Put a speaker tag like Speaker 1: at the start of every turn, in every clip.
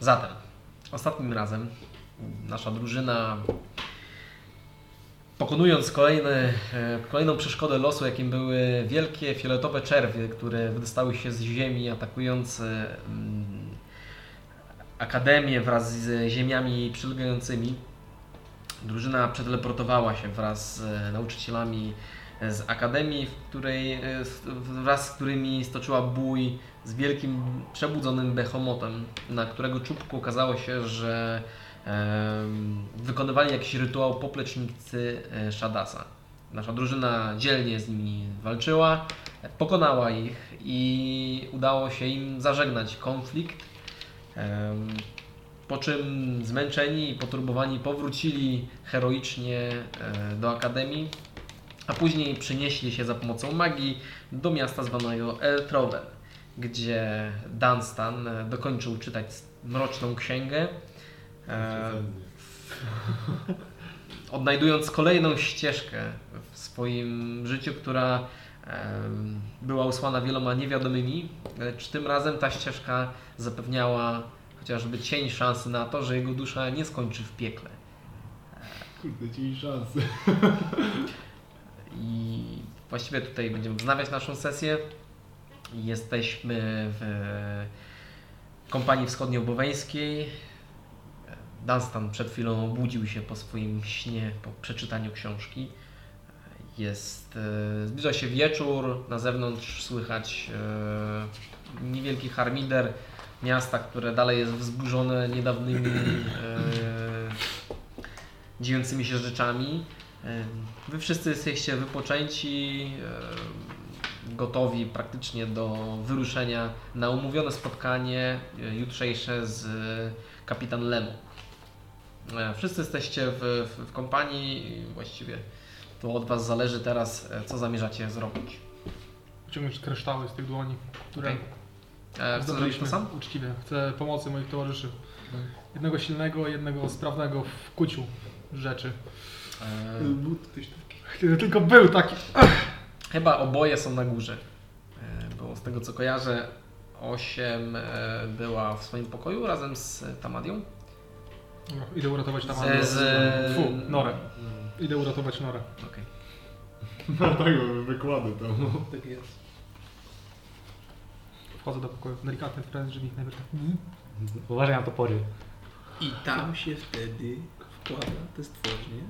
Speaker 1: Zatem, ostatnim razem nasza drużyna, pokonując kolejny, e, kolejną przeszkodę losu, jakim były wielkie fioletowe czerwie, które wydostały się z ziemi, atakując e, mm, akademię wraz z ziemiami przylegającymi, drużyna przeteleportowała się wraz z e, nauczycielami z akademii, w której, e, z- wraz z którymi stoczyła bój z wielkim, przebudzonym behemotem, na którego czubku okazało się, że em, wykonywali jakiś rytuał poplecznicy e, Shadasa. Nasza drużyna dzielnie z nimi walczyła, e, pokonała ich i udało się im zażegnać konflikt. em, Po czym zmęczeni i poturbowani powrócili heroicznie e, do akademii, a później przenieśli się za pomocą magii do miasta zwanego Eltroven gdzie Dunstan e, dokończył czytać mroczną księgę, e, odnajdując kolejną ścieżkę w swoim życiu, która e, była usłana wieloma niewiadomymi, lecz tym razem ta ścieżka zapewniała chociażby cień szansy na to, że jego dusza nie skończy w piekle.
Speaker 2: Kurde, ci szansy.
Speaker 1: I właściwie tutaj będziemy wznawiać naszą sesję. Jesteśmy w e, kompanii wschodnioboweńskiej. Dunstan przed chwilą obudził się po swoim śnie, po przeczytaniu książki. Jest, e, zbliża się wieczór, na zewnątrz słychać e, niewielki harmider miasta, które dalej jest wzburzone niedawnymi e, dziejącymi się rzeczami. E, Wy wszyscy jesteście wypoczęci, e, gotowi praktycznie do wyruszenia na umówione spotkanie e, jutrzejsze z kapitan Lemu. E, Wszyscy jesteście w, w, w kompanii i właściwie to od Was zależy teraz, e, co zamierzacie zrobić.
Speaker 3: Wyciągnąć kryształy z tych dłoni, które
Speaker 1: Okej. E, Chcę zrobić to
Speaker 3: zdobyliśmy.
Speaker 1: sam?
Speaker 3: Uczciwie. Chcę pomocy moich towarzyszy.
Speaker 1: Tak.
Speaker 3: Jednego silnego, jednego sprawnego w kuciu rzeczy.
Speaker 1: E,
Speaker 2: Był ktoś taki.
Speaker 3: Kiedy tylko był taki.
Speaker 1: Chyba oboje są na górze. E, Bo z tego co kojarzę, 8 była w swoim pokoju razem z Tamadią.
Speaker 3: Dobra, No, Idę uratować tam
Speaker 1: Z, z... Mm.
Speaker 3: Fu, Norę. Idę uratować Norę.
Speaker 1: Okej.
Speaker 2: No tak, bo wykłady tam.
Speaker 3: Tak jest. Wchodzę do pokoju. Delikatnie otwierając drzwi najpierw. tak.
Speaker 4: Uważaj na topory.
Speaker 5: I tam się wtedy wkłada te stworzenie.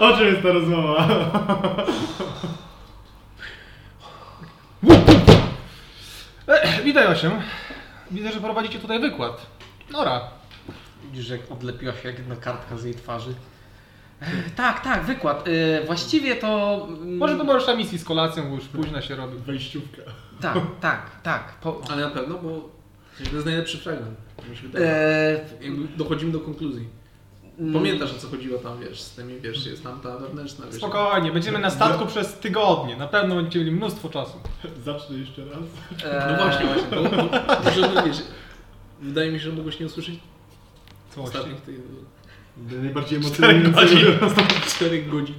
Speaker 2: O czym jest ta rozmowa?
Speaker 3: E, witaj osiem. Widzę, że prowadzicie tutaj wykład. Nora.
Speaker 1: Widzisz, jak odlepiła się jak jedna kartka z jej twarzy. E, Tak, tak, wykład. E, Właściwie to... mm,
Speaker 3: Może to masz misji z kolacją, bo już późno się robi.
Speaker 2: Wejściówka.
Speaker 1: Tak, tak, tak. Po...
Speaker 5: Ale na pewno, bo to jest najlepszy fragment. mi się wydaje.
Speaker 1: E,
Speaker 5: Jakby dochodzimy do konkluzji.
Speaker 1: mm,
Speaker 5: Pamiętasz o co chodziło tam, wiesz, z tymi, wiesz, jest tam ta wewnętrzna, wiesz.
Speaker 3: Spokojnie, będziemy na statku przez tygodnie. Na pewno będziecie mieli mnóstwo czasu.
Speaker 2: Zacznę jeszcze raz.
Speaker 1: e,
Speaker 5: No właśnie, właśnie, to, to, to, żeby, no, wiesz, wydaje mi się, że mogłeś nie usłyszeć
Speaker 3: Co właśnie?
Speaker 5: ostatnich tych
Speaker 2: Najbardziej
Speaker 3: Cztery
Speaker 2: emocjonujący.
Speaker 5: czterech godzin.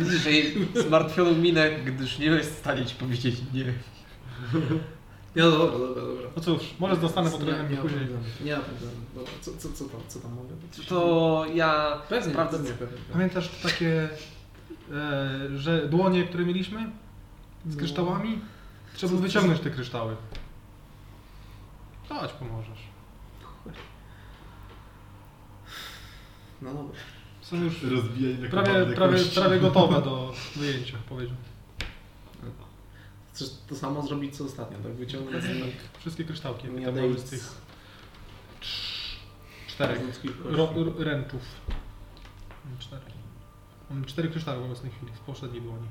Speaker 1: Widzisz jej zmartwioną minę, gdyż nie jest w stanie ci powiedzieć nie.
Speaker 5: Ja no, dobra, dobra, dobra.
Speaker 3: No cóż, może dostanę po
Speaker 5: Nie,
Speaker 3: trochę
Speaker 5: nie ma
Speaker 3: później.
Speaker 5: problemu. Nie ma problemu. Dobra, co, co, co tam, co tam mogę być?
Speaker 1: To ja...
Speaker 5: Pewnie,
Speaker 1: sprawdzę-
Speaker 5: pewnie, pewnie.
Speaker 3: Pamiętasz te takie e, że dłonie, które mieliśmy z
Speaker 5: No.
Speaker 3: kryształami? Trzeba było wyciągnąć te kryształy. Chodź, pomożesz.
Speaker 5: No dobra.
Speaker 3: Są już
Speaker 2: Rozbijanie na
Speaker 3: prawie,
Speaker 2: kowadle
Speaker 3: prawie,
Speaker 2: kości.
Speaker 3: prawie gotowe do wyjęcia, powiedział.
Speaker 5: Chcesz to samo zrobić co ostatnio, tak? Wyciągnąć z nich
Speaker 3: Wszystkie kryształki, jakie
Speaker 5: Nie
Speaker 3: tam mamy z tych
Speaker 5: Dates.
Speaker 3: czterech
Speaker 5: Ludzkich kości.
Speaker 3: ro, r, ręczów. Mam cztery. Mam cztery kryształy w obecnej chwili, z poprzedniej dłoni.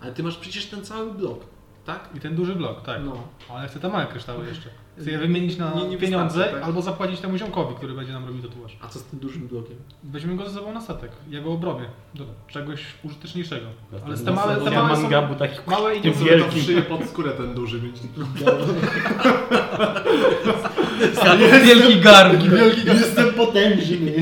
Speaker 5: Ale ty masz przecież ten cały blok, tak?
Speaker 3: I ten duży blok, tak.
Speaker 5: No.
Speaker 3: Ale chcę te małe kryształy jeszcze. Chcę je wymienić na
Speaker 5: Nie- nie
Speaker 3: pieniądze
Speaker 5: wystarczy, tak?
Speaker 3: albo zapłacić temu ziomkowi, który będzie nam robił tatuaż.
Speaker 5: A co z tym dużym blokiem?
Speaker 3: Weźmy go ze sobą na statek. Ja go obrobię do czegoś użyteczniejszego. Ale te
Speaker 4: Na
Speaker 3: małe,
Speaker 4: sobotę
Speaker 3: te
Speaker 4: Ja
Speaker 3: małe
Speaker 4: mam
Speaker 3: są...
Speaker 4: gabu taki
Speaker 3: Małe i
Speaker 2: Ja
Speaker 3: nie
Speaker 2: sobie to
Speaker 4: Wielki.
Speaker 2: szyję pod skórę ten duży mieć.
Speaker 1: Wielki garb.
Speaker 2: Wielki Jestem potężny.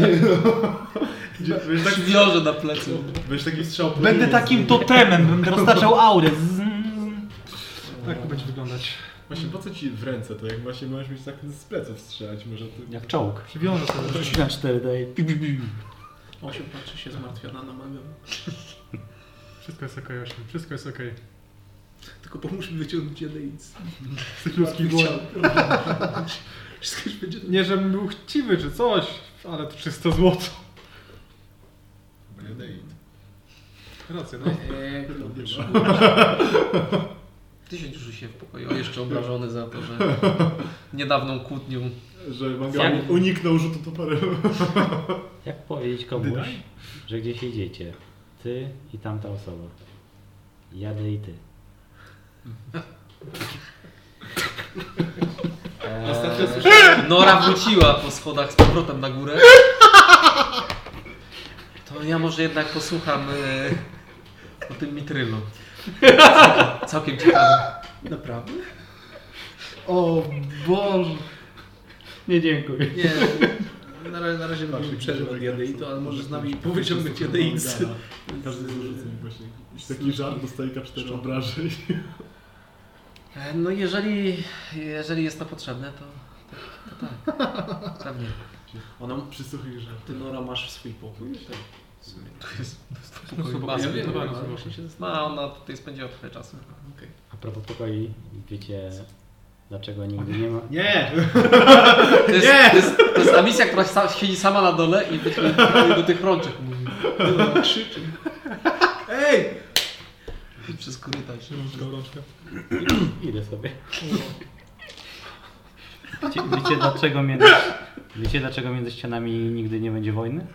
Speaker 2: Wiesz, tak,
Speaker 1: Wiąże na plecu.
Speaker 2: wiesz taki strzał.
Speaker 4: Będę takim totemem, będę roztaczał aurę.
Speaker 3: Tak to będzie wyglądać.
Speaker 2: Właśnie po co ci w ręce to, jak właśnie możesz mieć tak z pleców strzelać, może ty...
Speaker 4: Jak czołg.
Speaker 3: Przywiążę sobie.
Speaker 4: Rzuć na cztery, daje. Pi, pi, pi.
Speaker 5: Osiem patrzy się zmartwiona na mamę.
Speaker 3: Wszystko jest okej, Ośmiu, wszystko jest okej.
Speaker 5: Tylko pomóż mi wyciągnąć jedync.
Speaker 3: Z tych ludzkich dłoni.
Speaker 5: Wszystko już będzie...
Speaker 3: Nie, żebym był chciwy czy coś, ale to 300 zł.
Speaker 2: Bo nie dej.
Speaker 3: Racja, no.
Speaker 5: Eee, lubisz.
Speaker 1: Ty siedzisz się w pokoju, jeszcze obrażony za to, że niedawną kłótnią
Speaker 2: Że manga
Speaker 4: Jak?
Speaker 2: uniknął rzutu toporem.
Speaker 4: Jak powiedzieć komuś, że gdzieś idziecie? Ty i tamta osoba. Jadę i ty.
Speaker 5: Ostatnio
Speaker 1: Eee,
Speaker 5: słyszałem...
Speaker 1: Nora wróciła po schodach z powrotem na górę. To ja może jednak posłucham e, o tym mitrylu. Całkiem, całkiem ciekawe.
Speaker 5: Naprawdę?
Speaker 2: O Boże.
Speaker 4: Nie dziękuję.
Speaker 5: Nie. Na razie, na razie mam przerwę od jedyncu, ale może z nami powyciągnąć jedyncy.
Speaker 2: Każdy zarzuca mi właśnie. jakiś Taki żart dostaje K4 obrażeń.
Speaker 1: E, No jeżeli, jeżeli jest to potrzebne, to, to, to tak. Pewnie.
Speaker 5: Ona...
Speaker 2: Przysłuchuj żart.
Speaker 5: Ty Nora masz swój pokój? Tak. W sumie.
Speaker 1: To jest, to jest to
Speaker 3: No,
Speaker 1: pokój
Speaker 3: chyba
Speaker 1: bazy.
Speaker 3: nie wiem.
Speaker 5: ale właśnie się
Speaker 1: Ma ona tutaj spędziła trochę czasu.
Speaker 4: A propos pokoi, wiecie dlaczego nigdy nie ma?
Speaker 2: Nie!
Speaker 1: To jest, to jest, to jest ta misja, która sa, siedzi sama na dole i do, i do tych rączek mówi.
Speaker 5: zastanawiam. Krzyczy. Ej! No,
Speaker 1: Przez korytarz.
Speaker 3: Przyjąłem gorączkę.
Speaker 4: Idę sobie. Wiecie, wiecie dlaczego między, wiecie dlaczego między ścianami nigdy nie będzie wojny?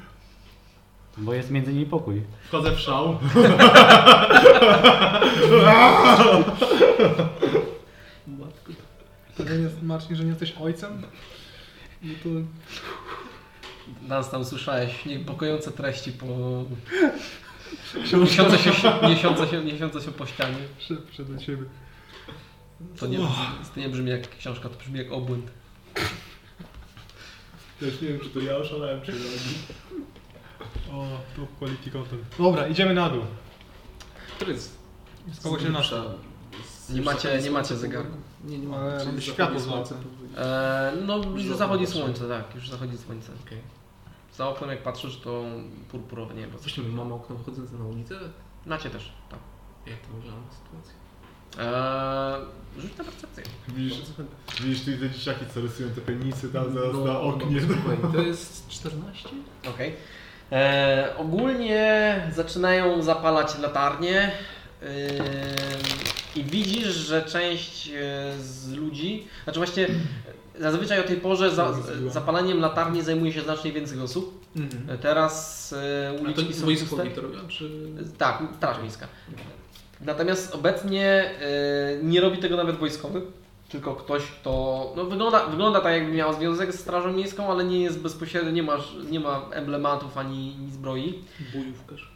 Speaker 4: Bo jest między nimi pokój.
Speaker 2: Wchodzę w szał.
Speaker 5: Matko.
Speaker 3: To nie jest, Marcin, że nie jesteś ojcem? No to
Speaker 1: Nas tam słyszałeś niepokojące treści po... Miesiące się, miesiące się, miesiące się po ścianie.
Speaker 3: szybsze do ciebie.
Speaker 1: To nie, to nie brzmi jak książka, to brzmi jak obłęd.
Speaker 2: Też nie wiem, czy to ja oszalałem, czy oni.
Speaker 3: O, to quality content. Dobra, idziemy na dół.
Speaker 5: Który jest?
Speaker 3: Z kogo się nasza?
Speaker 1: Nie macie- nie macie zegarku?
Speaker 5: Nie, nie
Speaker 3: Ale
Speaker 5: mam. Czyli
Speaker 3: światło
Speaker 5: zachodzi
Speaker 3: złapie.
Speaker 5: słońce.
Speaker 1: E, no,
Speaker 5: Już
Speaker 1: zachodzi
Speaker 5: zachodzi.
Speaker 1: słońce, tak, już zachodzi słońce.
Speaker 5: Okej.
Speaker 1: Za oknem jak patrzysz, to purpurowe niebo. Coś
Speaker 5: Coś mi mama okno wychodzące na ulicę?
Speaker 1: Macie też, tak.
Speaker 5: Jak to wygląda sytuacja?
Speaker 1: E, rzuć na percepcję.
Speaker 2: Widzisz, widzisz ty te dzieciaki, co rysują te penisy tam zaraz
Speaker 5: No,
Speaker 2: na oknie.
Speaker 5: no, spokojnie. To jest 14?
Speaker 1: Okej. E, Ogólnie zaczynają zapalać latarnie ym, i widzisz, że część e, z ludzi, znaczy właśnie e, zazwyczaj o tej porze za, e, zapalaniem latarni zajmuje się znacznie więcej osób.
Speaker 5: Mhm.
Speaker 1: E, Teraz e,
Speaker 5: A to
Speaker 1: uliczki są puste.
Speaker 5: wojskowi to robią, czy...
Speaker 1: E, Tak, Straż Miejska. Natomiast obecnie e, nie robi tego nawet wojskowy, tylko ktoś, kto no, wygląda, wygląda tak jakby miał związek z Strażą Miejską, ale nie jest bezpośrednio, nie ma, nie ma emblematów ani ani zbroi.
Speaker 5: Bojówkarz.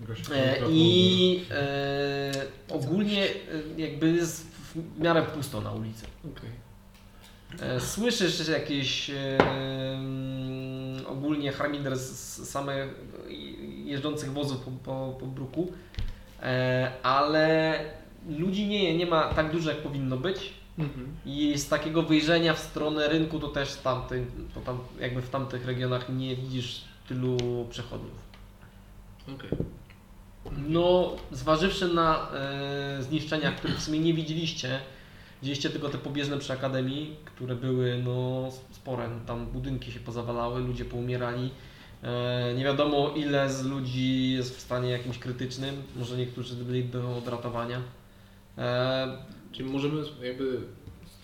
Speaker 2: Gościu,
Speaker 1: E, I e, ogólnie e, jakby jest w miarę pusto na ulicy.
Speaker 5: Okej.
Speaker 1: E, słyszysz jakieś e, mm, ogólnie harminder z, z samych jeżdżących wozów po, po, po bruku, e, ale ludzi nie, nie ma tak dużo jak powinno być.
Speaker 5: Mhm.
Speaker 1: I z takiego wyjrzenia w stronę rynku to też tamty, to tam, jakby w tamtych regionach nie widzisz tylu przechodniów.
Speaker 5: Okej.
Speaker 1: No, zważywszy na e, zniszczenia, których w sumie nie widzieliście, widzieliście tylko te pobieżne przy Akademii, które były no spore, No, tam budynki się pozawalały, ludzie poumierali. E, nie wiadomo ile z ludzi jest w stanie jakimś krytycznym, może niektórzy byli do odratowania. E,
Speaker 5: Czyli możemy jakby...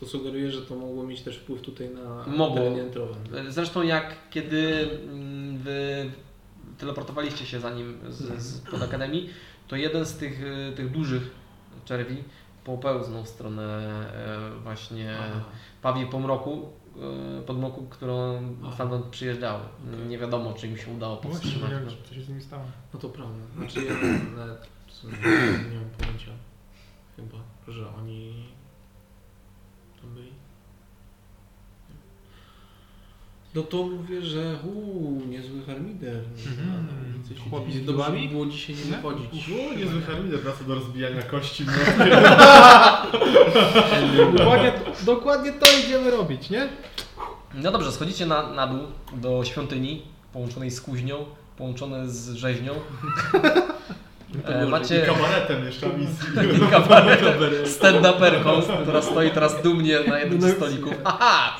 Speaker 5: To sugeruje, że to mogło mieć też wpływ tutaj na
Speaker 1: Mogło.
Speaker 5: terenie entrowym.
Speaker 1: zresztą jak kiedy mm, wy teleportowaliście się za nim z, z, pod Akademii, to jeden z tych, e, tych dużych czerwi popełznął w stronę e, właśnie... Pawi pomroku, y, podmroku, którą
Speaker 5: Aha.
Speaker 1: stamtąd przyjeżdżały.
Speaker 5: Okej.
Speaker 1: Nie wiadomo, czy im się udało
Speaker 3: Właśnie,
Speaker 1: powstrzymać.
Speaker 3: jak
Speaker 1: no.
Speaker 3: co się z nimi stało?
Speaker 5: No to prawda. Znaczy ja nawet w sumie nie mam pojęcia chyba, że oni tam byli. No to mówię, że uuu, niezły harmider. No,
Speaker 3: Mhm. Chłopi z dubami?
Speaker 5: Było dzisiaj nie
Speaker 3: Nie?
Speaker 5: wychodzić.
Speaker 2: O, niezły harmider wraca do rozbijania kości. No.
Speaker 3: Dokładnie, dokładnie to idziemy robić, nie?
Speaker 1: No dobrze, schodzicie na, na dół do świątyni połączonej z kuźnią, połączone z rzeźnią. E,
Speaker 2: I
Speaker 1: macie
Speaker 2: kabaretem jeszcze a misji.
Speaker 1: stand-uperką, która stoi teraz dumnie na jednym
Speaker 5: No.
Speaker 1: ze stolików. Aha!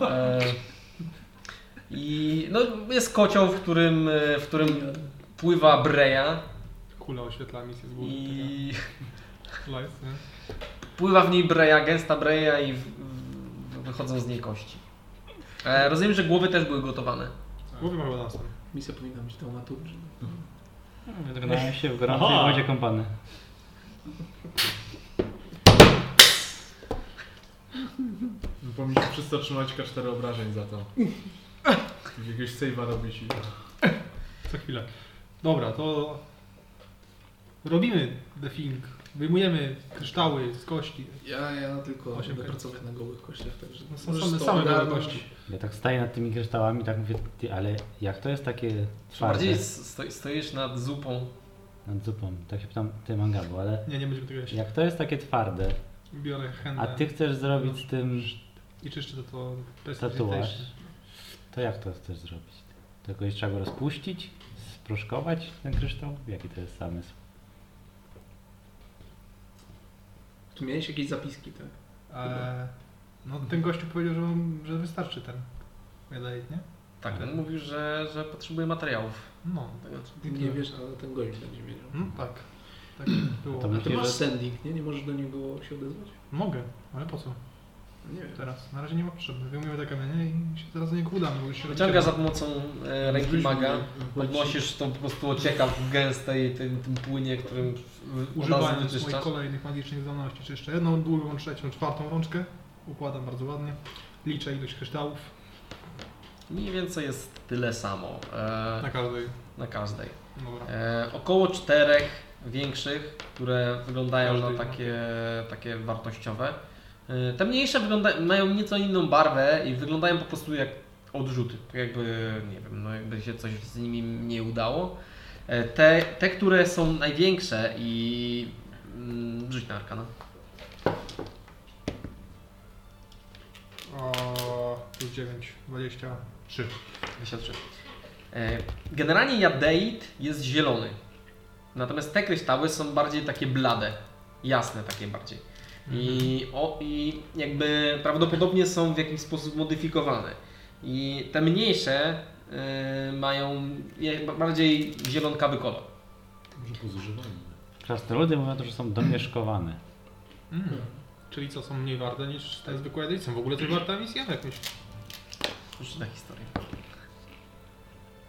Speaker 1: E, I no, jest kocioł, w którym, e, w którym pływa breja
Speaker 3: Kula oświetla misję z góry.
Speaker 1: i
Speaker 3: taka kula jest, nie?
Speaker 1: pływa w niej breja, gęsta breja i w, w, wychodzą z niej kości. E, rozumiem, że głowy też były gotowane.
Speaker 3: Głowy mają na sobie.
Speaker 5: Misja powinna być taumaturgiczna.
Speaker 4: Wyglądają się w gorącej
Speaker 2: Aha.
Speaker 4: wodzie kąpany.
Speaker 2: Powinniśmy wszyscy otrzymać K4 obrażeń za to. Jakiegoś save'a robić i...
Speaker 3: Za chwilę. Dobra, to robimy the thing. Wyjmujemy kryształy z kości.
Speaker 5: Ja, ja tylko
Speaker 3: Osiem
Speaker 5: będę
Speaker 3: kart.
Speaker 5: pracować na gołych kościach, także
Speaker 3: No, są
Speaker 5: możesz
Speaker 3: same,
Speaker 5: to
Speaker 3: same gołe
Speaker 5: ogarnąć.
Speaker 3: kości.
Speaker 4: Ja tak staję nad tymi kryształami, tak mówię, ty, ale jak to jest takie twarde
Speaker 1: Bardziej sto, stoisz nad zupą.
Speaker 4: nad zupą? Tak się pytam ty mangabu, ale
Speaker 3: Nie, nie będziemy tego jeść.
Speaker 4: jak to jest takie twarde,
Speaker 3: Biorę henna
Speaker 4: a ty chcesz zrobić z tym,
Speaker 3: i czyszczę to to
Speaker 4: Tatuaż.
Speaker 3: presentation.
Speaker 4: to jak to chcesz zrobić? Tylko jeszcze trzeba go rozpuścić? Sproszkować ten kryształ? Jaki to jest zamysł?
Speaker 5: Tu miałeś jakieś zapiski, tak?
Speaker 3: Eee, no ten gościu powiedział, że, mam, że wystarczy ten. Wydaje, nie?
Speaker 1: Tak, on mówił, że, że potrzebuje materiałów.
Speaker 3: No.
Speaker 5: Ty nie wiesz, ale ten gość będzie wiedział.
Speaker 3: Hmm, tak. Tak było.
Speaker 4: To
Speaker 5: A
Speaker 4: myślę,
Speaker 5: ty masz
Speaker 4: że-
Speaker 5: sending, nie? Nie możesz do niego się odezwać?
Speaker 3: Mogę, ale po co
Speaker 5: Nie wiem.
Speaker 3: teraz? Na razie nie ma potrzeby. Wyjmujemy te kamienie i się teraz do niego udamy, bo już się
Speaker 1: Wyciąga za
Speaker 3: rozdzielamy.
Speaker 1: pomocą e, ręki maga. Podnosisz to po prostu ocieka w gęstej tym, tym płynie, którym w- od razu
Speaker 3: Używając moich
Speaker 1: wyczyszczasz.
Speaker 3: kolejnych magicznych zdolności, czyszczę jedną, drugą, trzecią, czwartą rączkę. Układam bardzo ładnie. Liczę ilość kryształów
Speaker 1: Mniej więcej jest tyle samo e,
Speaker 3: na każdej.
Speaker 1: na każdej.
Speaker 3: Dobra.
Speaker 1: E, około czterech większych, które wyglądają
Speaker 3: Każdej,
Speaker 1: na
Speaker 3: no.
Speaker 1: takie, takie wartościowe. E, te mniejsze wygląda, mają nieco inną barwę i wyglądają po prostu jak odrzuty. Tak jakby, nie wiem, no jakby się coś z nimi nie udało. E, te, te, które są największe i mm, rzuć na arkana.
Speaker 3: O, plus 9, 23.
Speaker 1: 23. E, Generalnie jadeit jest zielony. Natomiast te kryształy są bardziej takie blade. Jasne takie bardziej. I, o, I jakby prawdopodobnie są w jakiś sposób modyfikowane. I te mniejsze y, mają jak- bardziej zielonkawy kolor.
Speaker 2: Może po zużywaniu.
Speaker 4: Krasnoludy mówią to, że są domieszkowane.
Speaker 3: Mm. Czyli co, są mniej warte niż te zwykłe edycje? Są w ogóle coś warta misja? Jak myślisz?
Speaker 1: Już na historię.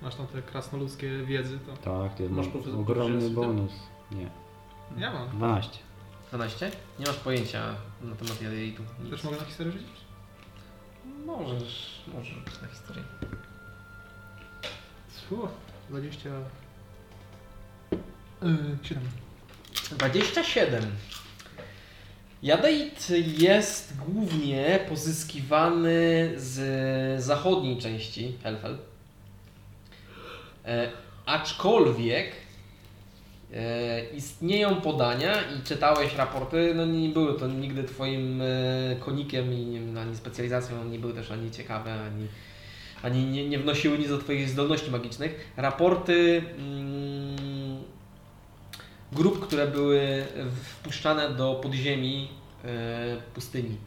Speaker 3: Masz tam te krasnoludzkie wiedzy, to...
Speaker 4: Tak, to jest
Speaker 5: Masz profesor-
Speaker 4: ogromny
Speaker 5: profesor-
Speaker 4: bonus. Nie,
Speaker 3: Ja mam.
Speaker 4: 12.
Speaker 1: 12? Nie masz pojęcia na temat jadeitu. Nic.
Speaker 3: Też mogę na historię rzucić?
Speaker 1: Możesz, możesz na historię.
Speaker 3: Fu, 20... Yy, 7.
Speaker 1: 27. Jadeit jest głównie pozyskiwany z zachodniej części Helfel. E, aczkolwiek e, istnieją podania i czytałeś raporty, no nie były to nigdy twoim e, konikiem i nie- ani specjalizacją, nie były też ani ciekawe, ani, ani nie, nie wnosiły nic do twoich zdolności magicznych. Raporty mm, grup, które były wpuszczane do podziemi e, pustyni,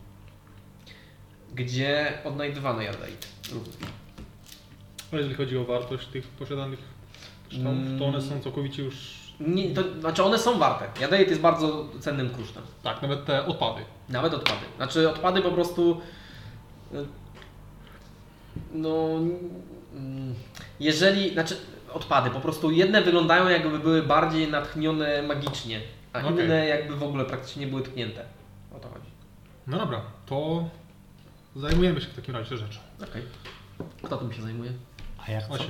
Speaker 1: gdzie odnajdywano jadeit.
Speaker 3: A No, jeżeli chodzi o wartość tych posiadanych kształtów,
Speaker 1: Mm.
Speaker 3: to one są całkowicie już...
Speaker 1: Nie, to, znaczy one są warte. Jadeit jest bardzo cennym krusztem.
Speaker 3: Tak, nawet te odpady.
Speaker 1: Nawet odpady. Znaczy odpady po prostu. y, No. mm, Jeżeli. Znaczy odpady. Po prostu jedne wyglądają jakby były bardziej natchnione magicznie, a
Speaker 3: Okej.
Speaker 1: inne jakby w ogóle praktycznie nie były tknięte. O to chodzi.
Speaker 3: No dobra, to zajmujemy się w takim razie rzeczą.
Speaker 1: Okej. Kto tym się zajmuje?
Speaker 4: A jak co?
Speaker 3: 8.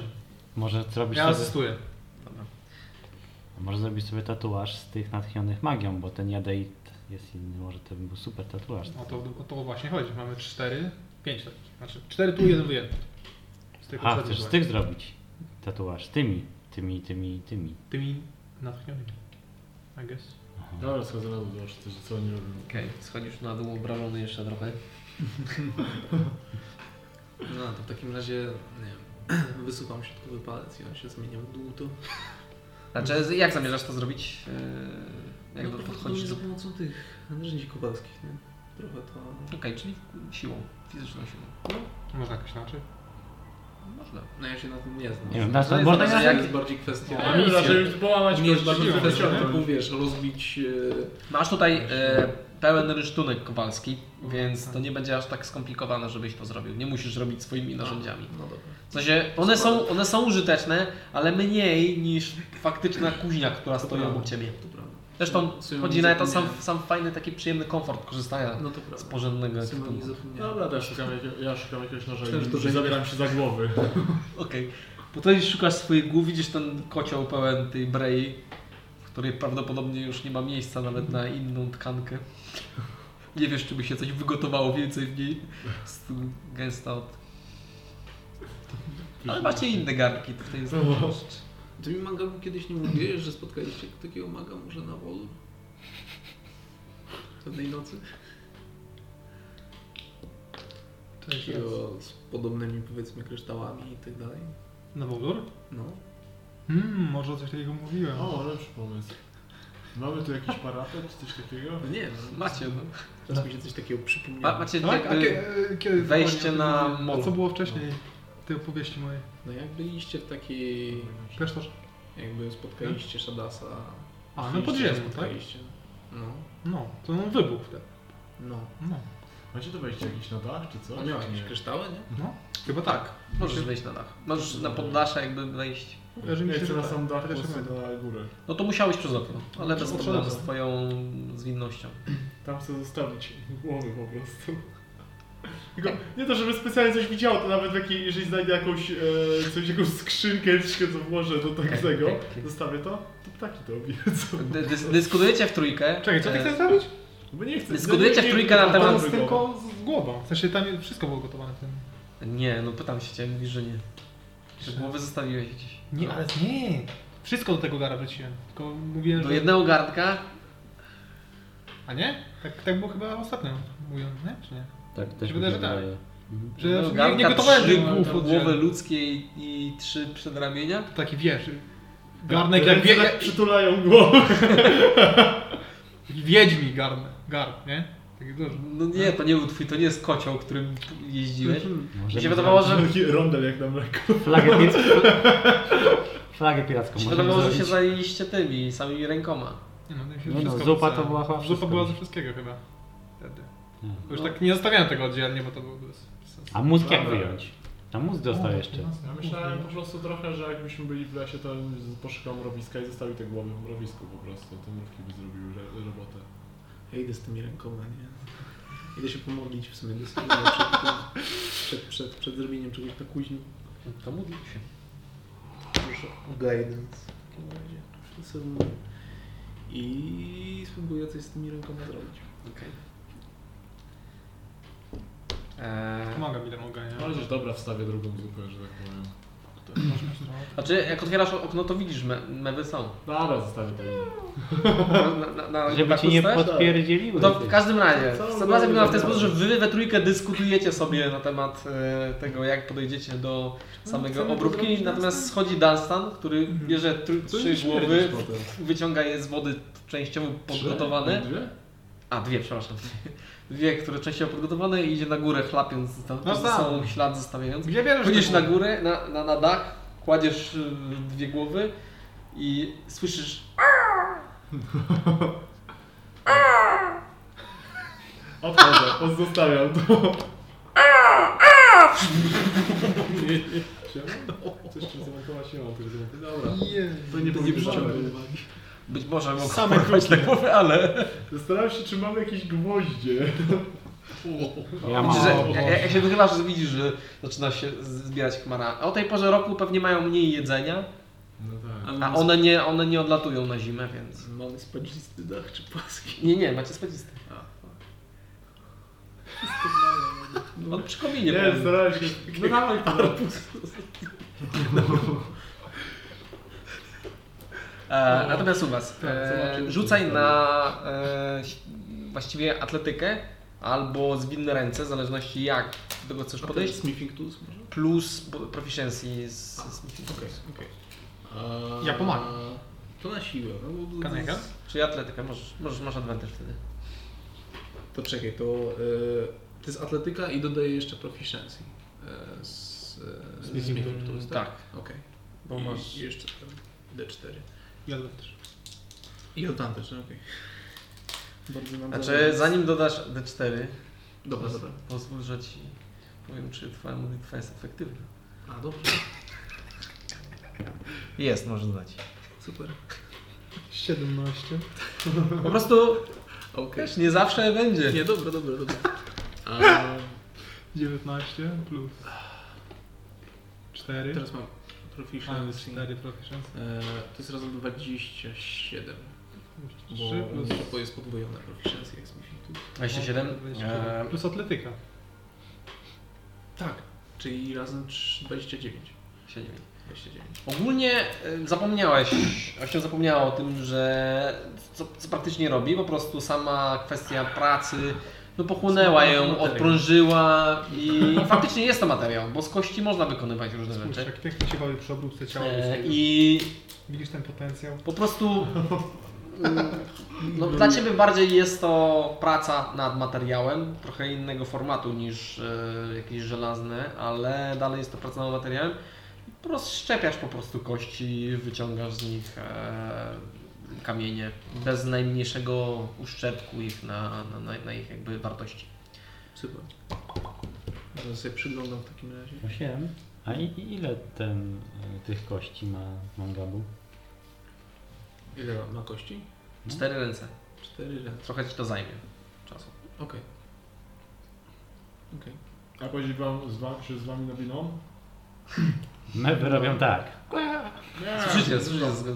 Speaker 4: Może zrobić
Speaker 3: Ja
Speaker 4: sobie...
Speaker 3: asystuję.
Speaker 1: Dobra.
Speaker 4: Może zrobić sobie tatuaż z tych natchnionych magią, bo ten jadeit jest inny, może to by był super tatuaż.
Speaker 3: O to, o to właśnie chodzi. Mamy cztery, pięć takich. Znaczy cztery tu, jeden tu, jeden. Z tych
Speaker 4: A,
Speaker 3: poprzednich
Speaker 4: chcesz z
Speaker 3: byłem.
Speaker 4: tych zrobić tatuaż, tymi, tymi, tymi, tymi.
Speaker 3: Tymi natchnionymi. I guess.
Speaker 6: Dobra, schodzę na dół, zobaczę też, co oni robią.
Speaker 1: Okej, schodzisz na dół obrażony jeszcze trochę.
Speaker 5: No to w takim razie, nie wiem, tak, wysuwam środkowy palec i on się zmienia w dół, to...
Speaker 1: Znaczy, z- jak zamierzasz to zrobić? Yy, Jak
Speaker 5: no,
Speaker 1: do- podchodzisz do...
Speaker 5: za pomocą tych narzędzi kubalskich, nie? Trochę to...
Speaker 1: no. Okej, czyli siłą, fizyczną siłą.
Speaker 3: Można jakoś inaczej.
Speaker 1: Można.
Speaker 5: No ja się na tym nie znam.
Speaker 4: Nie wiem, na,
Speaker 1: To jest
Speaker 4: można
Speaker 1: zależy,
Speaker 5: To
Speaker 4: na,
Speaker 1: jak-
Speaker 5: jest bardziej kwestia...
Speaker 3: A
Speaker 6: A
Speaker 3: misja.
Speaker 6: mi raczej już połamać
Speaker 5: Nie
Speaker 6: kogoś,
Speaker 5: jest
Speaker 6: bardziej
Speaker 5: bardziej kwestia
Speaker 6: wyciągnąć.
Speaker 5: typu, wiesz, rozbić... e,
Speaker 1: Masz tutaj e, pełen rysztunek kowalski, więc to nie będzie aż tak skomplikowane, żebyś to zrobił. Nie musisz robić swoimi narzędziami.
Speaker 5: No dobra.
Speaker 1: W sensie, one są, one są użyteczne, ale mniej niż faktyczna kuźnia, która stoi
Speaker 5: prawda.
Speaker 1: obok Ciebie.
Speaker 5: To prawda.
Speaker 1: Zresztą
Speaker 5: Synonim
Speaker 1: No, chodzi na to sam,
Speaker 5: zapomniałem.
Speaker 1: sam fajny, taki przyjemny komfort korzystania
Speaker 5: No
Speaker 1: z
Speaker 5: to prawda.
Speaker 1: porządnego
Speaker 5: Synonim
Speaker 1: ekwipunku.
Speaker 5: zapomniałem.
Speaker 6: Dobra, też szukam, jakie- ja szukam jakiegoś noża
Speaker 5: Też
Speaker 6: i
Speaker 5: dużej-
Speaker 6: zabieram się za głowy.
Speaker 1: Okej. Potem szukasz swoich głów, widzisz ten kocioł pełen tej brei, w której prawdopodobnie już nie ma miejsca nawet na inną tkankę. Nie wiesz, czy by się coś wygotowało więcej w niej. Jest tu gęsta od... Ale macie inne garnki tutaj. zobaczysz.
Speaker 5: Ty mi Mangabu kiedyś nie mówiłeś, że spotkaliście takiego maga może na wolu? Pewnej nocy?
Speaker 3: Cześć.
Speaker 5: Takiego z podobnymi powiedzmy kryształami i tak dalej?
Speaker 3: Na Wodur?
Speaker 5: No.
Speaker 3: Hmm, może coś takiego mówiłem.
Speaker 6: O, lepszy pomysł. Mamy tu jakiś parapet, czy coś takiego?
Speaker 5: No nie wiem,
Speaker 1: Macie, no.
Speaker 5: teraz mi się coś takiego przypomniało.
Speaker 1: Ma, macie
Speaker 3: tak? A
Speaker 1: jakby...
Speaker 3: kie- kiedy
Speaker 1: wejście na
Speaker 3: A
Speaker 1: mol.
Speaker 3: co było wcześniej? Tej opowieści mojej.
Speaker 5: No jak byliście w takiej...
Speaker 3: Klasztorze.
Speaker 5: jakby spotkaliście Shadasa...
Speaker 3: A, no
Speaker 5: Byliście,
Speaker 3: podziemny, tak?
Speaker 5: spotkaliście. No.
Speaker 3: No, to on wybuchł wtedy.
Speaker 5: No.
Speaker 3: No,
Speaker 6: Macie tu wejście jakieś na dach, czy
Speaker 5: A
Speaker 6: coś?
Speaker 5: miał jakieś
Speaker 6: No, Nie.
Speaker 5: kryształy, nie?
Speaker 3: no.
Speaker 4: Mhm.
Speaker 3: Chyba tak.
Speaker 1: Możesz wejść na dach. Możesz na poddasze jakby wejść.
Speaker 3: Kojarzy mi
Speaker 6: Ja
Speaker 3: się,
Speaker 6: chcę
Speaker 3: że
Speaker 6: na
Speaker 3: tak.
Speaker 6: sam dach,
Speaker 3: Chociaż
Speaker 6: po
Speaker 3: pamiętam.
Speaker 6: prostu na górę.
Speaker 1: No to musiałeś przez okno, ale bez
Speaker 3: Trzeba
Speaker 1: problemu z
Speaker 3: trzeba.
Speaker 1: twoją zwinnością.
Speaker 6: Tam chcę zostawić głowy po prostu. Tylko nie to, żeby specjalnie coś widział, to nawet w jakiej, jeżeli znajdę jakąś, e, coś, jakąś skrzynkę, coś, co włożę do tak
Speaker 1: Okej,
Speaker 6: tego,
Speaker 1: okej, okej.
Speaker 6: zostawię to, to ptaki to obiecą.
Speaker 1: Dy- dys- dyskutujecie w trójkę.
Speaker 3: Czekaj, co ty
Speaker 1: E,
Speaker 3: chcesz zrobić?
Speaker 6: Bo nie chcę...
Speaker 1: Dyskutujecie
Speaker 6: nie-
Speaker 1: w
Speaker 6: nie-
Speaker 1: trójkę na
Speaker 6: nie-
Speaker 1: temat-
Speaker 3: Tam
Speaker 6: nie-
Speaker 3: z tylko z głową. W sensie tam wszystko było gotowane w tym.
Speaker 1: Nie, no pytam się cię, mówisz, że nie. Że głowę zostawiłeś gdzieś.
Speaker 3: Nie, ale nie. Wszystko do tego gara wróciłem. Tylko mówiłem,
Speaker 1: Do
Speaker 3: że...
Speaker 1: jednego garnka,
Speaker 3: A nie? Tak, tak było chyba ostatnio mówiłem, nie? Czy nie?
Speaker 4: tak, też
Speaker 3: Wydaje, że
Speaker 4: mi się
Speaker 3: tak.
Speaker 4: wydaje. Mhm.
Speaker 3: Że
Speaker 1: do
Speaker 3: ja
Speaker 1: garnka
Speaker 3: nie, nie gotowałem
Speaker 1: trzy
Speaker 3: tych głów od
Speaker 1: głowy ludzkie i, i trzy przedramienia.
Speaker 3: Taki wiesz, garnek jak
Speaker 6: Ręce
Speaker 3: wie,
Speaker 6: tak przytulają głowę.
Speaker 3: wiedźmi garnek, garn, nie? Taki duży.
Speaker 1: No nie, to nie był twój, to nie jest kocioł, którym jeździłeś.
Speaker 3: Mhm.
Speaker 4: Może
Speaker 1: Mi się wydawało, że,
Speaker 6: Taki rondel jak na mleko.
Speaker 4: Flagę, pi- flagę piracką
Speaker 1: mi się,
Speaker 4: możemy
Speaker 1: wydawało, że się
Speaker 4: zrobić.
Speaker 1: zajęliście tymi samymi rękoma.
Speaker 3: Nie no, to mi się
Speaker 4: Nie no,
Speaker 3: wszystko
Speaker 4: zupa
Speaker 3: wrzucało.
Speaker 4: to była chyba
Speaker 3: Zupa
Speaker 4: wszystko.
Speaker 3: była ze wszystkiego chyba. Wtedy.
Speaker 4: Tak.
Speaker 3: Już
Speaker 1: No.
Speaker 3: tak nie zostawiałem tego oddzielnie, bo to było bez sensu.
Speaker 4: A mózg jak wyjąć? A mózg dostał jeszcze.
Speaker 5: no.
Speaker 6: Ja myślałem po prostu trochę, że jakbyśmy byli w lesie, to poszukał mrowiska i zostawił te głowy w mrowisku po prostu. Te mrówki by zrobiły re- robotę.
Speaker 5: Ja idę z tymi rękoma, nie? Idę się pomodlić w sumie do Synonia przed, tym- przed, przed, przed zrobieniem czegoś na kuźni.
Speaker 1: To módl się.
Speaker 5: Proszę o guidance w takim razie. Wszyscy mówią. I spróbuję coś z tymi rękoma zrobić.
Speaker 1: Okej. Eee,
Speaker 3: Pomagam ile mogę, nie?
Speaker 6: Ale też dobra, wstawię drugą zupę, że tak powiem.
Speaker 1: znaczy, jak otwierasz okno, to widzisz, me, mewy są.
Speaker 6: Dobra, zostawię to.
Speaker 1: Hmm. Na, na, na,
Speaker 4: Żeby
Speaker 1: na
Speaker 4: ci nie
Speaker 1: kustę?
Speaker 4: podpierdzieliły.
Speaker 1: Tak To w każdym razie,
Speaker 6: Co
Speaker 1: sytuacja
Speaker 6: było
Speaker 1: wygląda w ten
Speaker 6: wydarzone?
Speaker 1: sposób, że wy we trójkę dyskutujecie sobie na temat e, tego, jak podejdziecie do samego
Speaker 6: No, chcemy
Speaker 1: obróbki,
Speaker 6: zrobić Mhm.
Speaker 1: natomiast
Speaker 6: Dunstan?
Speaker 1: schodzi Dunstan, który bierze tr-
Speaker 6: Co
Speaker 1: trzy
Speaker 6: im śmierdzi
Speaker 1: głowy,
Speaker 6: potem?
Speaker 1: wyciąga je z wody częściowo podgotowane,
Speaker 6: Trzy? Dwie?
Speaker 1: a dwie, przepraszam, dwie, które częściowo podgotowane i idzie na górę chlapiąc tam,
Speaker 3: No
Speaker 1: no
Speaker 3: tak.
Speaker 1: są ślad zostawiając.
Speaker 3: Gdzie bierzesz
Speaker 1: Chodzisz
Speaker 3: te
Speaker 1: na
Speaker 3: głowy?
Speaker 1: górę, na, na, na dach, kładziesz y, dwie głowy i słyszysz
Speaker 6: Odchodzę, pozostawiam to. Coś tu zamontować nie mam, tylko zamontować. Dobra.
Speaker 3: Jej.
Speaker 6: To nie
Speaker 1: powinno
Speaker 6: przyciągnąć.
Speaker 1: Być może mogą
Speaker 6: Same
Speaker 1: porwać na głowę, ale...
Speaker 6: Zastanawiam się, czy mamy jakieś gwoździe.
Speaker 4: Ja mam.
Speaker 1: Widzisz, że, jak, jak się wychylasz, to widzisz, że zaczyna się z- zbierać chmara. A o tej porze roku pewnie mają mniej jedzenia,
Speaker 6: No tak.
Speaker 5: Ale
Speaker 1: A one nie, one nie odlatują na zimę, więc...
Speaker 5: Mamy spadzisty dach czy płaski?
Speaker 1: Nie, nie, macie spadzisty. On No, przy kominie.
Speaker 6: Nie,
Speaker 1: powinien.
Speaker 6: starałem się.
Speaker 5: No dawaj, Arbus.
Speaker 1: E, natomiast u was, e,
Speaker 6: zobaczymy.
Speaker 1: rzucaj na e, ś- właściwie atletykę albo zwinne ręce, w zależności jak do tego chcesz
Speaker 5: Podejść
Speaker 1: podejść,
Speaker 5: Smithing Tools może?
Speaker 1: plus bo- proficiency z, z
Speaker 5: Okej, okej.
Speaker 3: Ja pomagam.
Speaker 5: To na siłę. No, bo-
Speaker 3: Kaneka?
Speaker 1: Czyli atletykę, możesz, możesz, masz advantage wtedy.
Speaker 5: To czekaj, to, e, to jest atletyka i dodaję jeszcze proficiency. E, z e,
Speaker 6: Smithing
Speaker 5: Smithing
Speaker 6: Tools.
Speaker 5: Tools, tak?
Speaker 1: Tak,
Speaker 5: Okej.
Speaker 1: bo masz...
Speaker 5: I jeszcze tam D4.
Speaker 3: Ja też.
Speaker 5: I advantage, no okej. Bardzo nam
Speaker 1: Znaczy,
Speaker 5: zależy.
Speaker 1: zanim dodasz D4,
Speaker 5: Dobra, dobra.
Speaker 1: pozwól, że ci powiem, czy twoja modlitwa jest efektywna.
Speaker 5: A, dobrze.
Speaker 1: Jest, możesz dodać.
Speaker 5: Super.
Speaker 3: 17.
Speaker 1: Po prostu,
Speaker 5: Okej.
Speaker 1: wiesz, nie zawsze będzie.
Speaker 5: Nie, dobra, dobra, dobra. A,
Speaker 3: 19 plus 4.
Speaker 5: teraz mam
Speaker 3: Mamy
Speaker 5: proficiency.
Speaker 3: 4 proficiency.
Speaker 5: E, to jest razem 27. Bo
Speaker 3: 3 plus...
Speaker 5: to jest podwojone proficiency, jak Smithing Tools. No,
Speaker 1: 27? Eee,
Speaker 3: Plus atletyka.
Speaker 5: Tak. Czyli razem trz- 29.
Speaker 1: się nie wiem.
Speaker 5: 29.
Speaker 1: Ogólnie y, zapomniałeś, właśnie zapomniała o tym, że co, co praktycznie robi, po prostu sama kwestia pracy no pochłonęła
Speaker 5: Znowu
Speaker 1: ją,
Speaker 5: materiał.
Speaker 1: odprężyła i faktycznie jest to materiał, bo z kości można wykonywać różne
Speaker 3: Spójrz,
Speaker 1: rzeczy.
Speaker 3: jak technik się bawi przy obróbce ciała.
Speaker 1: znaczy? E,
Speaker 3: ludzkiego.
Speaker 1: I
Speaker 3: Widzisz ten potencjał?
Speaker 1: po prostu mm, no, dla Ciebie bardziej jest to praca nad materiałem, trochę innego formatu niż e, jakieś żelazne, ale dalej jest to praca nad materiałem. Rozszczepiasz po prostu kości, wyciągasz z nich e, kamienie bez najmniejszego uszczerbku ich na, na, na, na ich jakby wartości.
Speaker 5: Super. Zaraz sobie przyglądam w takim razie.
Speaker 4: 8. A i, i ile ten, y, tych kości ma mangabu?
Speaker 5: Ile ma kości?
Speaker 1: Cztery ręce.
Speaker 5: Cztery ręce.
Speaker 1: Trochę Ci to zajmie czasu.
Speaker 5: Okej. Okej.
Speaker 6: A później wam, z wami, się z wami nawiną?
Speaker 4: Mewy robią tak.
Speaker 6: Nie.
Speaker 1: Słyszycie, słyszycie. z- z-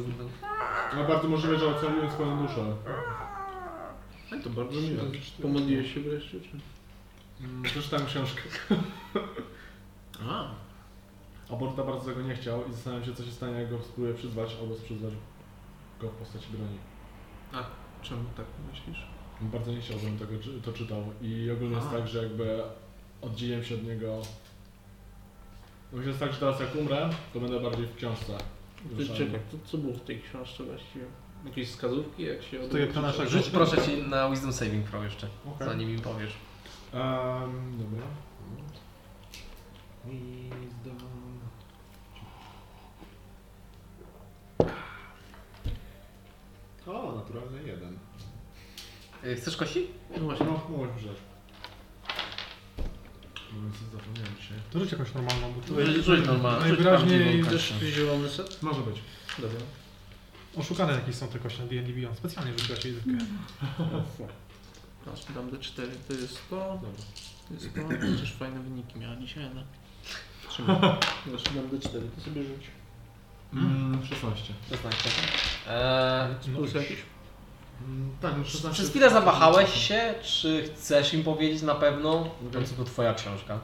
Speaker 6: No bardzo możliwe, że ocaliłem swoją duszę. No
Speaker 5: Ale to bardzo
Speaker 6: Trzy
Speaker 5: miło.
Speaker 6: razy cztery.
Speaker 5: Pomodliłeś się wreszcie, czy?
Speaker 6: Mm, Przeczytałem książkę.
Speaker 5: A,
Speaker 6: A Borda bardzo tego nie chciał i zastanawiam się, co się stanie, jak go spróbuję przyzwać albo sprzyzwać go w postaci broni.
Speaker 5: czemu tak myślisz?
Speaker 6: Bardzo nie chciałbym tego, czy- to czytał. I ogólnie jest
Speaker 5: A.
Speaker 6: tak, że jakby oddzieliłem się od niego. Myślę, że jest tak, że teraz jak umrę, to będę bardziej w książce.
Speaker 5: Ty,
Speaker 6: Ruszamy.
Speaker 5: czekaj, to, co było w tej książce właściwie? Jakieś wskazówki, jak się...
Speaker 3: To tak jak na
Speaker 5: odwrócić?
Speaker 3: naszego.
Speaker 1: Rzuć proszę Ci na Wisdom Saving Throw jeszcze,
Speaker 6: Okej.
Speaker 1: zanim mi powiesz.
Speaker 6: Em, dobra. Wisdom. O, naturalny jeden.
Speaker 1: Y, Chcesz kości?
Speaker 5: No właśnie.
Speaker 6: No, mogłeś wrzeć. No więc zapomniałem dzisiaj.
Speaker 3: To rzuć jakąś normalną, bo to
Speaker 1: Rzuć- rzuć normalnie, rzuć
Speaker 3: no, Najwyraźniej
Speaker 1: prawdziwą
Speaker 3: też
Speaker 5: Zielony set?
Speaker 6: Może być.
Speaker 5: Dobra.
Speaker 3: oszukane jakieś są te kości na D&D Beyond. Specjalnie rzuciłaś jej dywkę.
Speaker 5: Teraz No, dam D4, to jest to,
Speaker 6: Dobra.
Speaker 5: to jest to. Chociaż fajne wyniki miała dzisiaj, ale... Trzymaj. Jeszcze dam D4, to sobie rzuć.
Speaker 1: Hmm?
Speaker 6: Mm, 16.
Speaker 3: znaczy,
Speaker 1: 16.
Speaker 3: tak?
Speaker 1: Eee,
Speaker 3: No,
Speaker 5: Plus jakieś?
Speaker 6: Mm, tak, no 16.
Speaker 1: przez chwilę zawahałeś się, czy chcesz im powiedzieć na pewno, w końcu to twoja książka.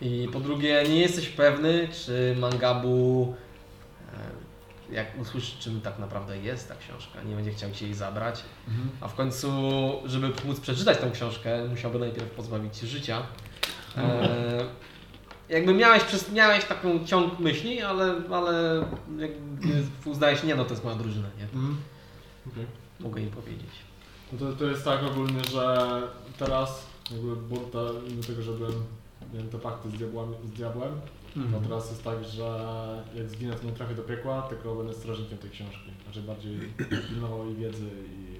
Speaker 1: I po drugie, nie jesteś pewny, czy Mangabu, e, jak usłyszy, czym tak naprawdę jest ta książka, nie będzie chciał ci jej zabrać.
Speaker 6: Mhm.
Speaker 1: A w końcu, żeby móc przeczytać tą książkę, musiałby najpierw pozbawić cię życia. E, jakby miałeś, przez, miałeś taką ciąg myśli, ale, ale jakby uznajesz, nie no, to jest moja drużyna, nie?
Speaker 6: Mhm. Okej.
Speaker 1: Mogę im powiedzieć.
Speaker 6: No to, to jest tak ogólnie, że teraz jakby burta, mimo tego, że byłem, miałem te pakty z diabłem, z diabłem
Speaker 1: Mhm.
Speaker 6: to teraz jest tak, że jak zginę, to nie trafię do piekła, tylko będę strażnikiem tej książki. Znaczy bardziej pilnował jej wiedzy i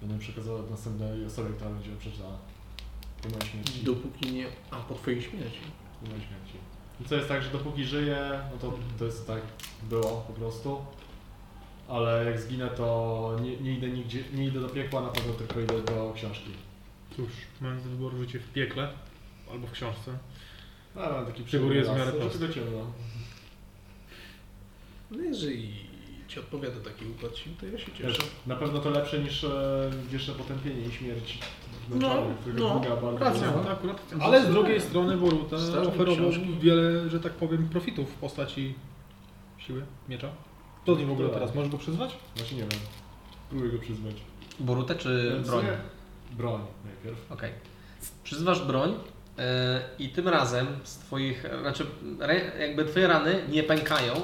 Speaker 6: będę przekazywał następnej osobie, która będzie ją przeczytała. Po mojej śmierci.
Speaker 5: Dopóki nie... A, po twojej śmierci.
Speaker 6: Po mojej śmierci. I co jest tak, że dopóki żyję, no to, to jest tak, było po prostu. Ale jak zginę, to nie, nie idę nigdzie, nie idę do piekła, na pewno tylko idę do książki.
Speaker 3: Cóż, mając do wyboru życie w piekle albo w książce.
Speaker 6: A, mam No, taki Znaczy, no.
Speaker 3: Przygór jest w miarę
Speaker 6: las,
Speaker 3: prosty.
Speaker 6: żeby ciemno.
Speaker 5: No jeżeli ci odpowiada taki układ sił, to ja się cieszę.
Speaker 6: Wiesz, na pewno to lepsze niż e, wieczne potępienie i śmierć
Speaker 5: No,
Speaker 6: wnętrzane, którego
Speaker 5: no,
Speaker 6: wymaga bardzo
Speaker 3: racja,
Speaker 6: dużo.
Speaker 3: to akurat. Ale z drugiej strony Boruta
Speaker 5: Straszne
Speaker 3: oferował
Speaker 5: książki.
Speaker 3: wiele, że tak powiem, profitów w postaci siły, miecza. To nie w ogóle
Speaker 6: Dobra.
Speaker 3: teraz, możesz go przyzwać?
Speaker 6: Właśnie nie wiem. Próbuję go przyzwać.
Speaker 1: Borutę czy
Speaker 6: Więc
Speaker 1: E, broń?
Speaker 6: nie- Broń najpierw.
Speaker 1: Okej. Przyzywasz broń e, i tym razem z twoich, znaczy re, jakby twoje rany nie pękają,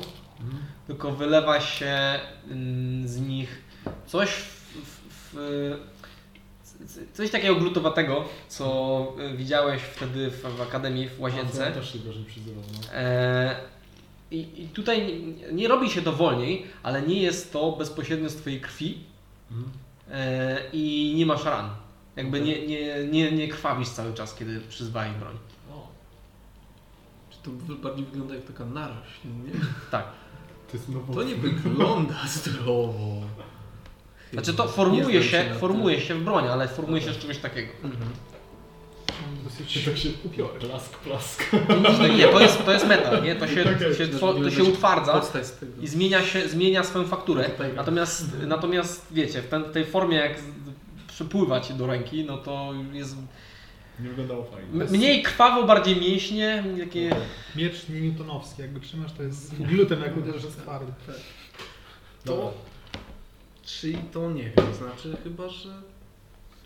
Speaker 1: tylko wylewa się mm, z nich coś w, w, w, c- coś takiego glutowatego, co e, widziałeś wtedy w, w akademii w
Speaker 6: A,
Speaker 1: łazience.
Speaker 6: ja też się gorzej przyzywał. No.
Speaker 1: E, i, I tutaj nie- nie robi się to wolniej, ale nie jest to bezpośrednio z twojej krwi,
Speaker 6: Mhm.
Speaker 1: E, i nie masz ran. Jakby nie, nie, nie, nie krwawisz cały czas, kiedy przyzwali broń.
Speaker 5: O. Czy to wy- bardziej wygląda jak taka narośl, nie?
Speaker 1: Tak.
Speaker 6: To jest nowo.
Speaker 5: To nie wygląda zdrowo.
Speaker 1: Znaczy to
Speaker 5: Nie
Speaker 1: formuje
Speaker 5: znam
Speaker 1: się,
Speaker 5: na tym.
Speaker 1: formuje się w broń, ale formuje się z czegoś takiego.
Speaker 5: Mhm.
Speaker 6: Czy tak się upiorę? Plask, plask.
Speaker 1: Nie, to jest, to jest metal, nie? To się,
Speaker 5: Tak
Speaker 6: Okej.
Speaker 1: się, two- to się utwardza
Speaker 5: Powstać z tego.
Speaker 1: i zmienia, się, zmienia swoją fakturę.
Speaker 5: Tutaj-
Speaker 1: Natomiast, natomiast wiecie, w ten- tej formie jak z- przypływa ci do ręki, no to jest
Speaker 6: Nie wyglądało fajnie.
Speaker 1: m- mniej krwawo, bardziej mięśnie, takie...
Speaker 3: Miecz newtonowski, jak go trzymasz, to jest z glutem, jak uderzysz, jest twardy.
Speaker 5: To, czyli to nie wiem, znaczy chyba, że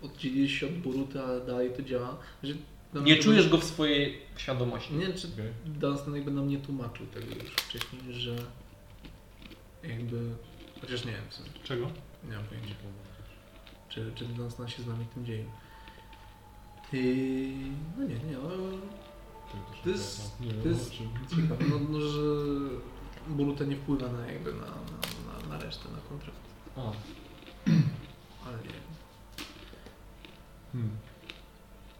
Speaker 5: oddzieliłeś się od Boruty, ale dalej to działa. Znaczy, Że na mnie
Speaker 1: Nie
Speaker 5: to
Speaker 1: czujesz go w swojej świadomości.
Speaker 5: Nie wiem, czy
Speaker 6: Okej.
Speaker 5: Dunstan jakby nam nie tłumaczył tego już wcześniej, że jakby... Chociaż nie wiem, w sumie,
Speaker 3: Czego?
Speaker 5: nie mam pojęcia. Czy, czy Dunstan się z nami tym dzieje. Yy, no nie, nie, no, To jest-
Speaker 6: Nie
Speaker 5: to jest-
Speaker 6: wiem, czy-
Speaker 5: Ciekawe, no, no, że Boruta nie wpływa na jakby na, na, na, na resztę, na kontrakt,
Speaker 6: A,
Speaker 5: ale nie wiem.
Speaker 6: hmm.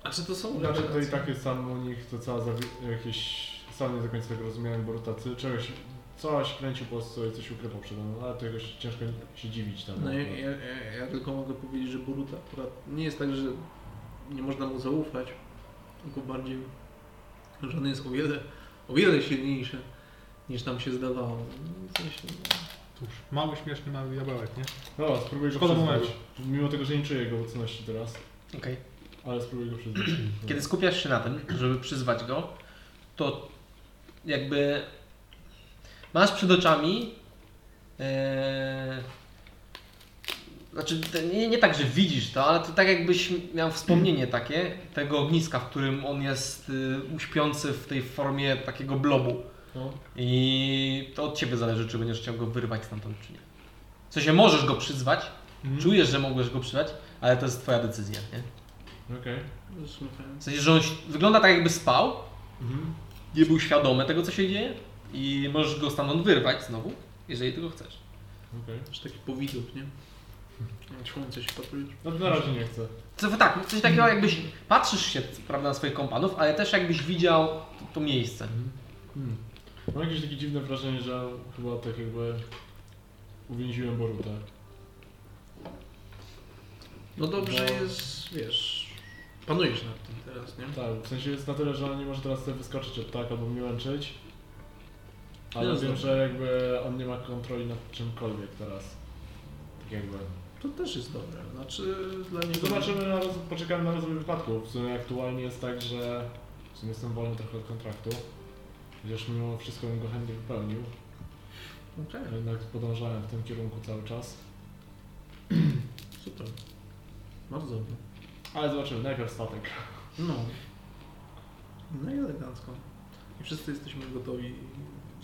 Speaker 5: A czy to są
Speaker 6: Znaczy to i
Speaker 5: relacje?
Speaker 6: tak jest sam u nich, to cała zawi- jakieś... Sam nie do końca tego rozumiałem, bo rotacy czegoś... Coś kręcił po prostu i coś ukrywał przede mną, ale to jakoś ciężko się dziwić tam.
Speaker 5: No ja, ja, ja- ja tylko mogę powiedzieć, że Boruta akurat nie jest tak, że nie można mu zaufać, tylko bardziej, że on jest o wiele, o wiele silniejszy niż nam się zdawało. No, W sensie,
Speaker 3: Cóż, mały, śmieszny, mały diabełek, nie?
Speaker 6: No, spróbuj go
Speaker 3: Szkoda
Speaker 6: przyznać. Mimo tego, że nie czuję jego obecności teraz,
Speaker 1: Okej.
Speaker 6: ale spróbuj go przyznać. No.
Speaker 1: Kiedy skupiasz się na tym, żeby przyzwać go, to jakby masz przed oczami. e, znaczy, to nie, nie tak, że widzisz to, ale to tak jakbyś miał wspomnienie takie tego ogniska, w którym on jest y, śpiący w tej formie takiego blobu.
Speaker 6: No.
Speaker 1: I to od ciebie zależy, czy będziesz chciał go wyrwać stamtąd, czy nie. W sensie możesz go przyzwać,
Speaker 3: Mm.
Speaker 1: czujesz, że mogłeś go przyzwać, ale to jest twoja decyzja, nie?
Speaker 6: Okej.
Speaker 5: zresztą fajnie.
Speaker 1: W sensie, że on ś- wygląda tak, jakby spał,
Speaker 6: Mhm.
Speaker 1: nie był świadomy tego, co się dzieje i możesz go stamtąd wyrwać znowu, jeżeli tego chcesz.
Speaker 6: Okej.
Speaker 5: Masz taki powidów, nie? Ciągnące się patrujesz.
Speaker 6: No to na razie nie chcę.
Speaker 1: Co, tak, coś takiego jakbyś, patrzysz się prawda, na swoich kompanów, ale też jakbyś widział to, to miejsce.
Speaker 6: Hmm. Mam jakieś takie dziwne wrażenie, że chyba tak jakby uwięziłem Borutę.
Speaker 5: No dobrze
Speaker 6: Bo-
Speaker 5: jest, wiesz, panujesz nad tym teraz, nie?
Speaker 6: Tak, w sensie jest na tyle, że ona nie może teraz sobie wyskoczyć od tak albo mnie łączyć. Ale
Speaker 5: No,
Speaker 6: wiem,
Speaker 5: dobrze.
Speaker 6: że jakby on nie ma kontroli nad czymkolwiek teraz. Tak jakby.
Speaker 5: To też jest dobre, znaczy dla niego...
Speaker 6: Zobaczymy, na roz... poczekamy na rozwój wypadków. W sumie aktualnie jest tak, że w sumie jestem wolny trochę od kontraktu. Chociaż mimo wszystko bym go chętnie wypełnił.
Speaker 5: Okej,
Speaker 6: Jednak podążałem w tym kierunku cały czas.
Speaker 5: super. Bardzo dobrze.
Speaker 6: Ale zobaczymy, najpierw statek.
Speaker 5: No. No i elegancko. I wszyscy jesteśmy gotowi,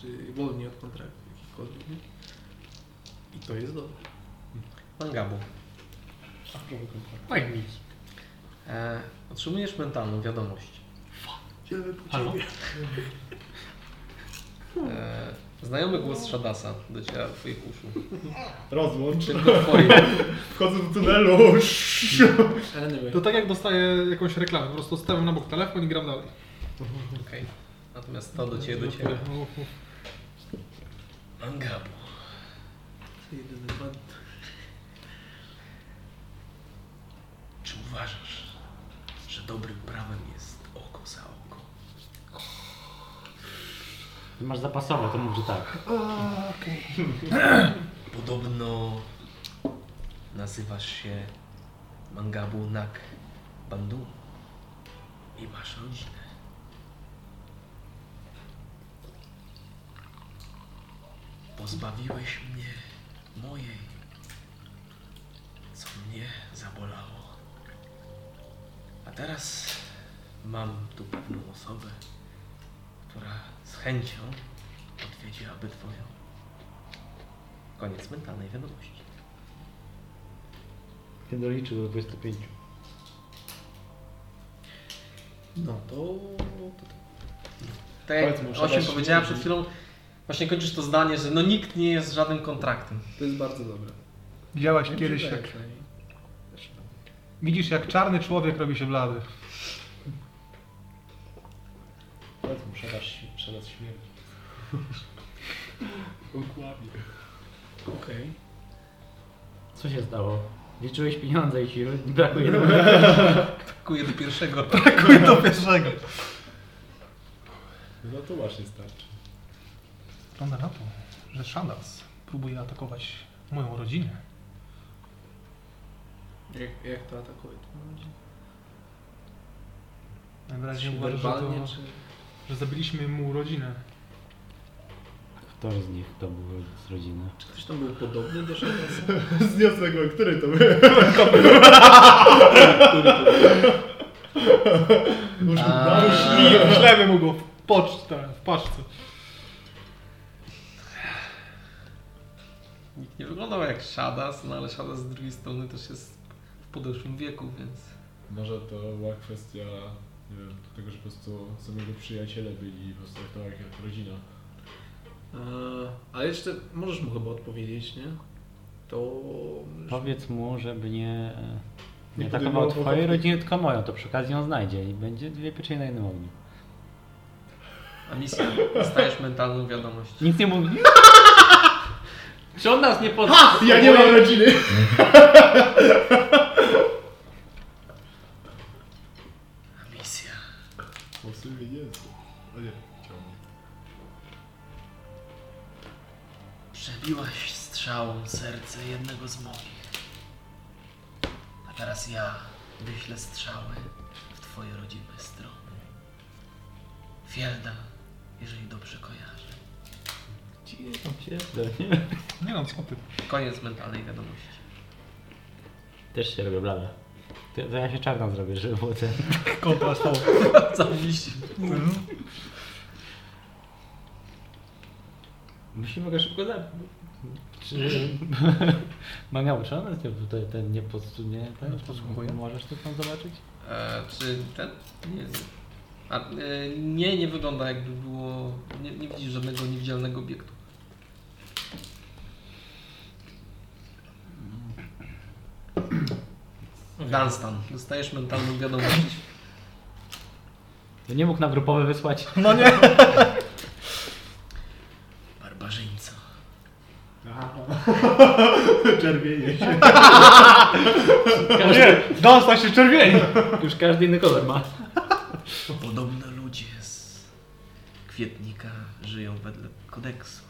Speaker 5: czy wolni od kontraktu jakichkolwiek, nie? I to jest dobre.
Speaker 1: Mangabu,
Speaker 6: A propos kontraktu.
Speaker 7: Fajnie.
Speaker 1: e, otrzymujesz mentalną wiadomość.
Speaker 5: Idziemy po
Speaker 7: Halo?
Speaker 5: ciebie.
Speaker 1: E, znajomy głos Shadasa dociera do twoich uszu.
Speaker 6: Rozłącz.
Speaker 1: Tylko twoich.
Speaker 6: Wchodzę do tunelu.
Speaker 5: Anyway.
Speaker 3: To tak jak dostaję jakąś reklamę, po prostu stawiam na bok telefon i gram dalej.
Speaker 1: Okej. Natomiast to do ciebie dociera.
Speaker 3: Uf, uf.
Speaker 1: Mangabu.
Speaker 5: Jedyny pan.
Speaker 1: Czy uważasz, że dobrym prawem jest oko za oko?
Speaker 4: Ty masz zapasowe, to mów, że tak.
Speaker 3: Okej.
Speaker 1: Podobno nazywasz się Mangabu Nak Bandu i masz rodzinę. Pozbawiłeś mnie mojej, co mnie zabolało. A teraz mam tu pewną osobę, która z chęcią odwiedziłaby twoją Koniec mentalnej wiadomości.
Speaker 4: Ty doliczył do 25.
Speaker 5: No to... to
Speaker 1: Tak jak
Speaker 2: Powiedzmy, że
Speaker 1: Osiem
Speaker 2: właśnie-
Speaker 1: powiedziała przed chwilą, właśnie kończysz to zdanie, że no nikt nie jest żadnym kontraktem.
Speaker 5: To jest bardzo dobre.
Speaker 3: Widziałaś
Speaker 5: Nie
Speaker 3: kiedyś
Speaker 5: przeczytałem
Speaker 3: jak...
Speaker 5: przynajmniej. Też tam.
Speaker 3: Widzisz jak czarny człowiek robi się blady.
Speaker 2: Powiedzmy, przelasz, przelasz śmierć. Ukłamie.
Speaker 5: Okej.
Speaker 4: Co się stało? Liczyłeś pieniądze i ci brakuje.
Speaker 1: Brakuje do pierwszego.
Speaker 3: Kuj do pierwszego.
Speaker 2: No to właśnie starczy.
Speaker 3: Wygląda na to, że Shandas próbuje atakować moją rodzinę.
Speaker 5: Jak, jak to atakuje? To mam nadzieję.
Speaker 3: Najwyraźniej
Speaker 5: Czy
Speaker 3: uważa, że, to,
Speaker 5: Werbalnie czy...
Speaker 3: że zabiliśmy mu rodzinę.
Speaker 4: Kto z nich to był z rodziny?
Speaker 5: Czy ktoś tam był podobny do Szanasa?
Speaker 2: Zniosłem go, który to był? Już
Speaker 3: I Ślemy mu go w pocztę, w paczce.
Speaker 1: Nikt nie wyglądał jak Shadas, no ale Shadas z drugiej strony też jest w podeszłym wieku, więc...
Speaker 2: Może to była kwestia, nie wiem, tego, że po prostu sobie jego przyjaciele byli i po prostu traktowali ich jak rodzina.
Speaker 5: Eee, Ale jeszcze możesz mu chyba odpowiedzieć, nie? To...
Speaker 4: Powiedz mu, żeby nie, e,
Speaker 2: Nie
Speaker 4: nie atakował
Speaker 2: podejmował
Speaker 4: twojej
Speaker 2: konfliktu.
Speaker 4: rodziny, tylko moją. To przy okazji ją znajdzie i będzie dwie pieczenie na jednym ogniu.
Speaker 1: A misja, dostajesz mentalną wiadomość.
Speaker 4: Nic nie mówi. Czy on nas nie pod...
Speaker 2: Ja nie mam rodziny!
Speaker 1: A misja...
Speaker 2: Bo w sumie jest. O nie, chciałbym.
Speaker 1: Przebiłaś strzałą serce jednego z moich. A teraz ja wyślę strzały w twoje rodzime strony. Fielda, jeżeli dobrze kojarzę.
Speaker 3: Nie no, co ty?
Speaker 1: Koniec mentalnej wiadomości.
Speaker 4: Też się robię blada. To, to ja się czarna zrobię, żeby było te...
Speaker 3: Kontrastowo.
Speaker 1: Zabiliście
Speaker 3: Mhm.
Speaker 4: Musimy go szybko zabić. Czy... Mangał, czy on nas nie, tutaj ten nie podsunie? Ten
Speaker 3: Nas podsłuchuje?
Speaker 4: Możesz to tam zobaczyć?
Speaker 1: E, czy ten? Nie. A, e, nie, nie wygląda jakby było. Nie, nie widzisz żadnego niewidzialnego obiektu. Dunstan, dostajesz mentalną wiadomość.
Speaker 4: To nie mógł na grupowe wysłać.
Speaker 3: No nie.
Speaker 1: Barbarzyńca.
Speaker 2: Czerwienie się.
Speaker 4: Każdy,
Speaker 3: Dostań się czerwieni.
Speaker 4: już każdy inny kolor ma.
Speaker 1: Podobno ludzie z kwietnika żyją wedle kodeksów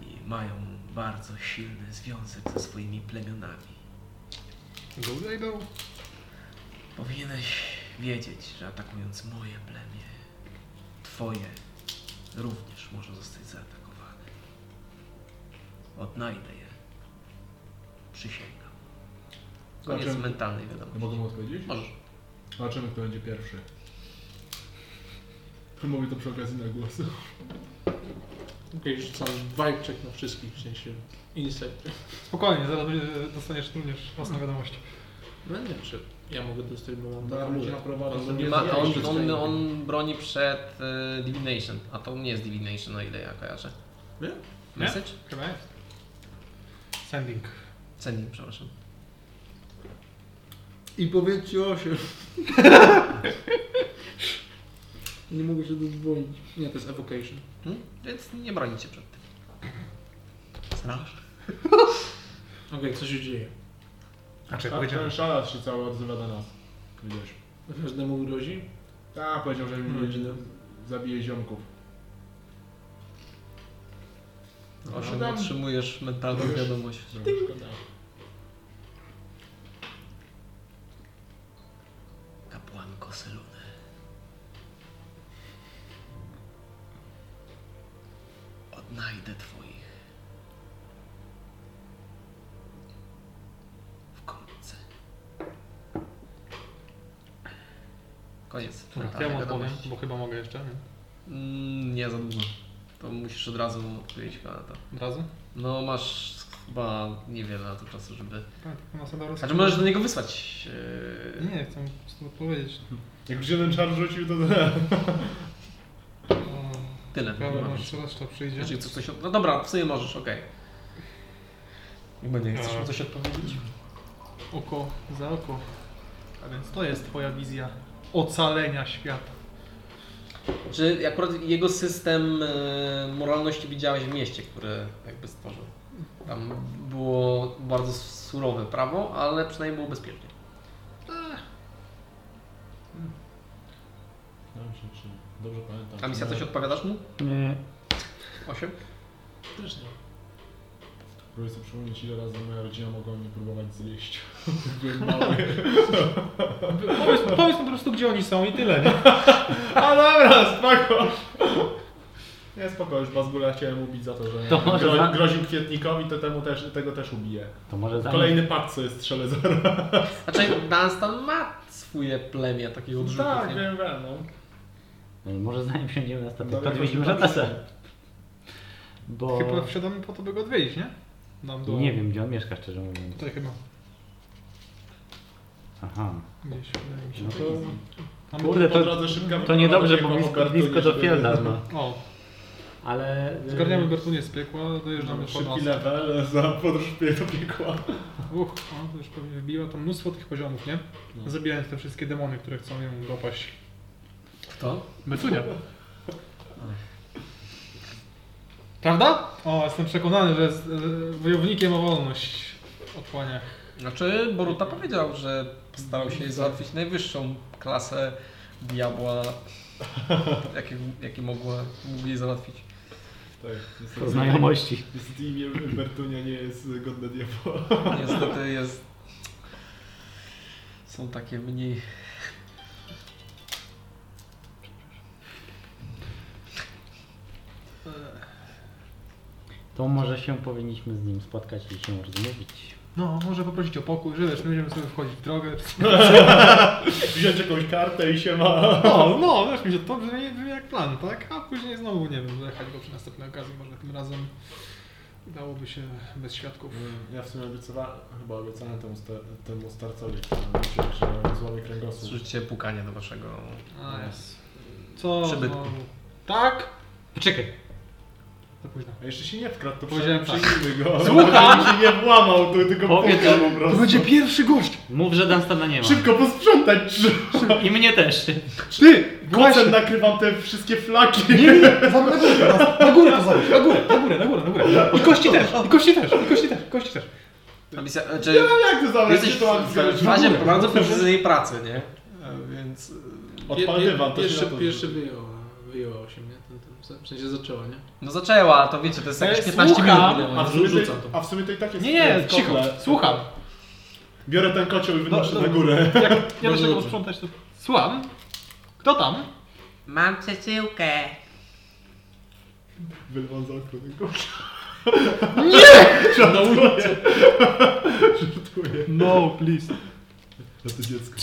Speaker 1: i mają bardzo silny związek ze swoimi plemionami.
Speaker 3: Dłużej dół.
Speaker 1: Powinieneś wiedzieć, że atakując moje plemię, twoje również może zostać zaatakowane. Odnajdę je. Przysięgam. Koniec
Speaker 2: Znaczy-
Speaker 1: mentalnej
Speaker 2: Ja
Speaker 1: wiadomości.
Speaker 2: mogę mu odpowiedzieć?
Speaker 1: Możesz.
Speaker 2: Zobaczymy, kto będzie pierwszy. Mówię to przy okazji na głos.
Speaker 5: Okej, rzucam vibe na wszystkich, w sensie insekty.
Speaker 3: Spokojnie, zaraz będzie- dostaniesz również własną wiadomość.
Speaker 5: No nie wiem, czy ja mogę dostać, bo mam
Speaker 2: Tak,
Speaker 5: taką
Speaker 2: ludzie
Speaker 5: murę.
Speaker 2: naprowadzą,
Speaker 5: On
Speaker 2: że
Speaker 5: nie
Speaker 2: nie
Speaker 5: ma,
Speaker 1: Ma,
Speaker 2: zjadł
Speaker 1: a on,
Speaker 2: wszystkiego.
Speaker 1: on, on broni przed y, Divination, a to nie jest Divination, o ile ja kojarzę.
Speaker 5: Nie?
Speaker 1: Message?
Speaker 3: Chyba jest. Sending.
Speaker 1: Cennik, przepraszam.
Speaker 5: I powiedzcie osiem. nie mogę się dodzwonić. Nie, to jest evocation.
Speaker 1: Hmm? Więc nie broni cię przed tym. Strasz?
Speaker 5: Okej, co się dzieje?
Speaker 3: A czy
Speaker 2: A Tak, ten
Speaker 3: powiedziałem?
Speaker 2: szalas się cały odzywa do nas. Widzisz.
Speaker 5: Każdemu grozi?
Speaker 2: Tak, powiedział, że mi
Speaker 5: Rodzina.
Speaker 2: zabije ziomków.
Speaker 1: O czym
Speaker 6: Adam.
Speaker 1: otrzymujesz mentalną
Speaker 6: Dobrze.
Speaker 1: wiadomość.
Speaker 6: Szkoda.
Speaker 1: Kapłanko Seluny. Odnajdę twoich. Wkrótce. Koniec.
Speaker 3: Dobra, to tak. ja mu odpowiem, bo chyba mogę jeszcze, nie?
Speaker 1: Mm, nie za długo. To musisz od razu odpowiedzieć chyba na to.
Speaker 3: Od razu?
Speaker 1: No masz chyba niewiele na to czasu, żeby...
Speaker 3: Tak, na Sadorus.
Speaker 1: Znaczy możesz do niego wysłać... Yy...
Speaker 3: Nie, chcę po prostu odpowiedzieć.
Speaker 6: Jak już jeden czar rzucił, to
Speaker 3: O,
Speaker 1: Tyle.
Speaker 3: Prawie
Speaker 1: No.
Speaker 3: może jeszcze raz to przyjdzie.
Speaker 1: Jeżeli chcesz coś... od- No dobra, w sumie możesz, okej. Chyba nie
Speaker 3: chcesz mu
Speaker 1: coś odpowiedzieć?
Speaker 3: Oko za oko. A więc to jest twoja wizja ocalenia świata.
Speaker 1: Czy akurat jego system e, moralności widziałeś w mieście, które jakby stworzył? Tam było bardzo surowe prawo, ale przynajmniej było bezpiecznie.
Speaker 6: Dobrze, czy dobrze pamiętam.
Speaker 1: A misja coś odpowiadasz mu?
Speaker 4: Nie,
Speaker 1: Osiem?
Speaker 5: Też nie.
Speaker 6: Próbuję sobie przypomnieć, ile razy moja rodzina mogła mnie próbować zjeść. Byłem mały.
Speaker 3: Powiedz, powiedz po prostu, gdzie oni są i tyle, nie?
Speaker 6: A dobra, spoko. Nie, spoko, już Bazgula chciałem ubić za to, że
Speaker 4: To może
Speaker 6: gro,
Speaker 4: za- Tak.
Speaker 6: groził kwietnikowi, to temu też, tego też ubiję.
Speaker 4: to może za
Speaker 6: Kolejny pakt sobie strzelę za
Speaker 4: Tak,
Speaker 1: Znaczy Dunstan ma swoje plemię takich odrzutów.
Speaker 6: Tak,
Speaker 1: nie?
Speaker 6: wiem, wiem. No.
Speaker 4: No, Może zanim się na statek,
Speaker 6: Dobra,
Speaker 4: podwiedzimy
Speaker 6: proszę,
Speaker 4: Żatasa.
Speaker 6: proszę.
Speaker 4: Bo
Speaker 3: Chyba no. wsiadamy po to, by go odwiedzić, nie? Nam do...
Speaker 4: nie wiem, gdzie on mieszka, szczerze mówiąc.
Speaker 3: Tutaj chyba.
Speaker 4: Aha.
Speaker 3: Gdzieś, wydaje mi się.
Speaker 4: No
Speaker 6: To,
Speaker 4: to,
Speaker 3: Tam
Speaker 4: Kurde,
Speaker 6: po
Speaker 4: to-
Speaker 6: drodze szybka
Speaker 4: to
Speaker 6: wyprawa
Speaker 4: niedobrze,
Speaker 6: do
Speaker 4: bo
Speaker 6: piekła
Speaker 4: blisko,
Speaker 6: Robertu
Speaker 4: blisko
Speaker 6: nie
Speaker 4: do
Speaker 6: żeby-
Speaker 4: Fielda, no.
Speaker 3: O,
Speaker 4: Ale... y,
Speaker 3: zgarniamy Bertunię z piekła, dojeżdżamy po nas.
Speaker 6: Szybki level za podróż do piekła. Tak,
Speaker 3: Uch, on to już pewnie wybiła tam mnóstwo tych poziomów, nie?
Speaker 6: No.
Speaker 3: Zabijając te wszystkie demony, które chcą ją dopaść.
Speaker 1: Kto?
Speaker 3: Betunia. Prawda? O, jestem przekonany, że jest e, wojownikiem o wolność. Otłania.
Speaker 1: Znaczy Boruta powiedział, że starał się załatwić najwyższą klasę diabła, jakie, jakie mogła, mogli załatwić.
Speaker 6: Tak, niestety-
Speaker 4: To y, znajomości.
Speaker 6: Niestety imię Bertunia nie jest godne diabła.
Speaker 1: Niestety jest. Są takie mniej.
Speaker 4: To może się powinniśmy z nim spotkać i się rozmówić.
Speaker 3: No, może poprosić o pokój, że wiesz, nie będziemy sobie wchodzić w drogę.
Speaker 6: Wziąć jakąś kartę i się ma.
Speaker 3: No, no, wiesz mi się, to brzmi, brzmi jak plan, tak? A później znowu, nie wiem, zajechać go przy następnej okazji, może tym razem dałoby się bez świadków.
Speaker 6: Mm, Ja w sumie obiecywałem, chyba obiecałem temu, sta- temu starcowi, że- że złamie kręgosłup.
Speaker 1: Słyszycie pukanie do waszego. No.
Speaker 3: A, jest. Co?
Speaker 1: Przybytku.
Speaker 3: znowu? Tak?
Speaker 4: Czekaj.
Speaker 3: Za późno.
Speaker 6: A jeszcze się nie wkradł, to
Speaker 3: Powiedziałem tak.
Speaker 6: przyjmijmy go.
Speaker 3: Słucham!
Speaker 6: Żeby się nie włamał, to tylko
Speaker 4: Powiedz,
Speaker 6: pukał
Speaker 4: że-
Speaker 6: po
Speaker 3: To
Speaker 6: prostu.
Speaker 3: będzie pierwszy gość!
Speaker 4: Mów, że Dunstana nie ma.
Speaker 6: Szybko posprzątać! czy-
Speaker 4: I mnie też.
Speaker 3: Ty!
Speaker 6: Kocem
Speaker 3: Właśnie!
Speaker 6: nakrywam te wszystkie flaki.
Speaker 3: Nie, nie, nie, za- na górę, teraz. na górę to załóż, na górę, na górę, na górę, na górę. I kości też, i kości też, i kości też, kości też.
Speaker 1: A misja, znaczy,
Speaker 6: Jak ty zabrać
Speaker 1: jesteś
Speaker 6: się
Speaker 1: w,
Speaker 6: to mam
Speaker 1: w, w fazie bardzo precyzyjnej pracy, nie? E, Więc. e,
Speaker 6: Odpal
Speaker 5: Pie- pie-
Speaker 6: dywan, No. to się
Speaker 5: Pierwszy,
Speaker 6: na to
Speaker 5: pierwszy wyjął, wyjął 8, nie? Ten, ten, w sensie zaczęła, nie?
Speaker 1: No zaczęła, ale to wiecie, to jest
Speaker 3: Ale
Speaker 1: jakieś 15
Speaker 3: słucham,
Speaker 1: minut.
Speaker 6: A w, sumie
Speaker 1: Rzucam
Speaker 6: to,
Speaker 1: to.
Speaker 6: a w sumie to i tak jest
Speaker 3: Nie, nie,
Speaker 6: w kotle.
Speaker 3: cicho, słucham.
Speaker 6: Biorę ten kocioł i wynoszę
Speaker 3: No,
Speaker 6: na
Speaker 3: no.
Speaker 6: górę.
Speaker 3: Jak ja
Speaker 1: No
Speaker 3: do tego
Speaker 1: dobrze.
Speaker 3: posprzątać, to... Słucham? Kto tam?
Speaker 8: Mam przesyłkę.
Speaker 6: Wylwam za okno ten kocioł.
Speaker 3: Nie!
Speaker 6: Żartuję. Żartuję.
Speaker 3: No, please.
Speaker 6: Ja to dziecko.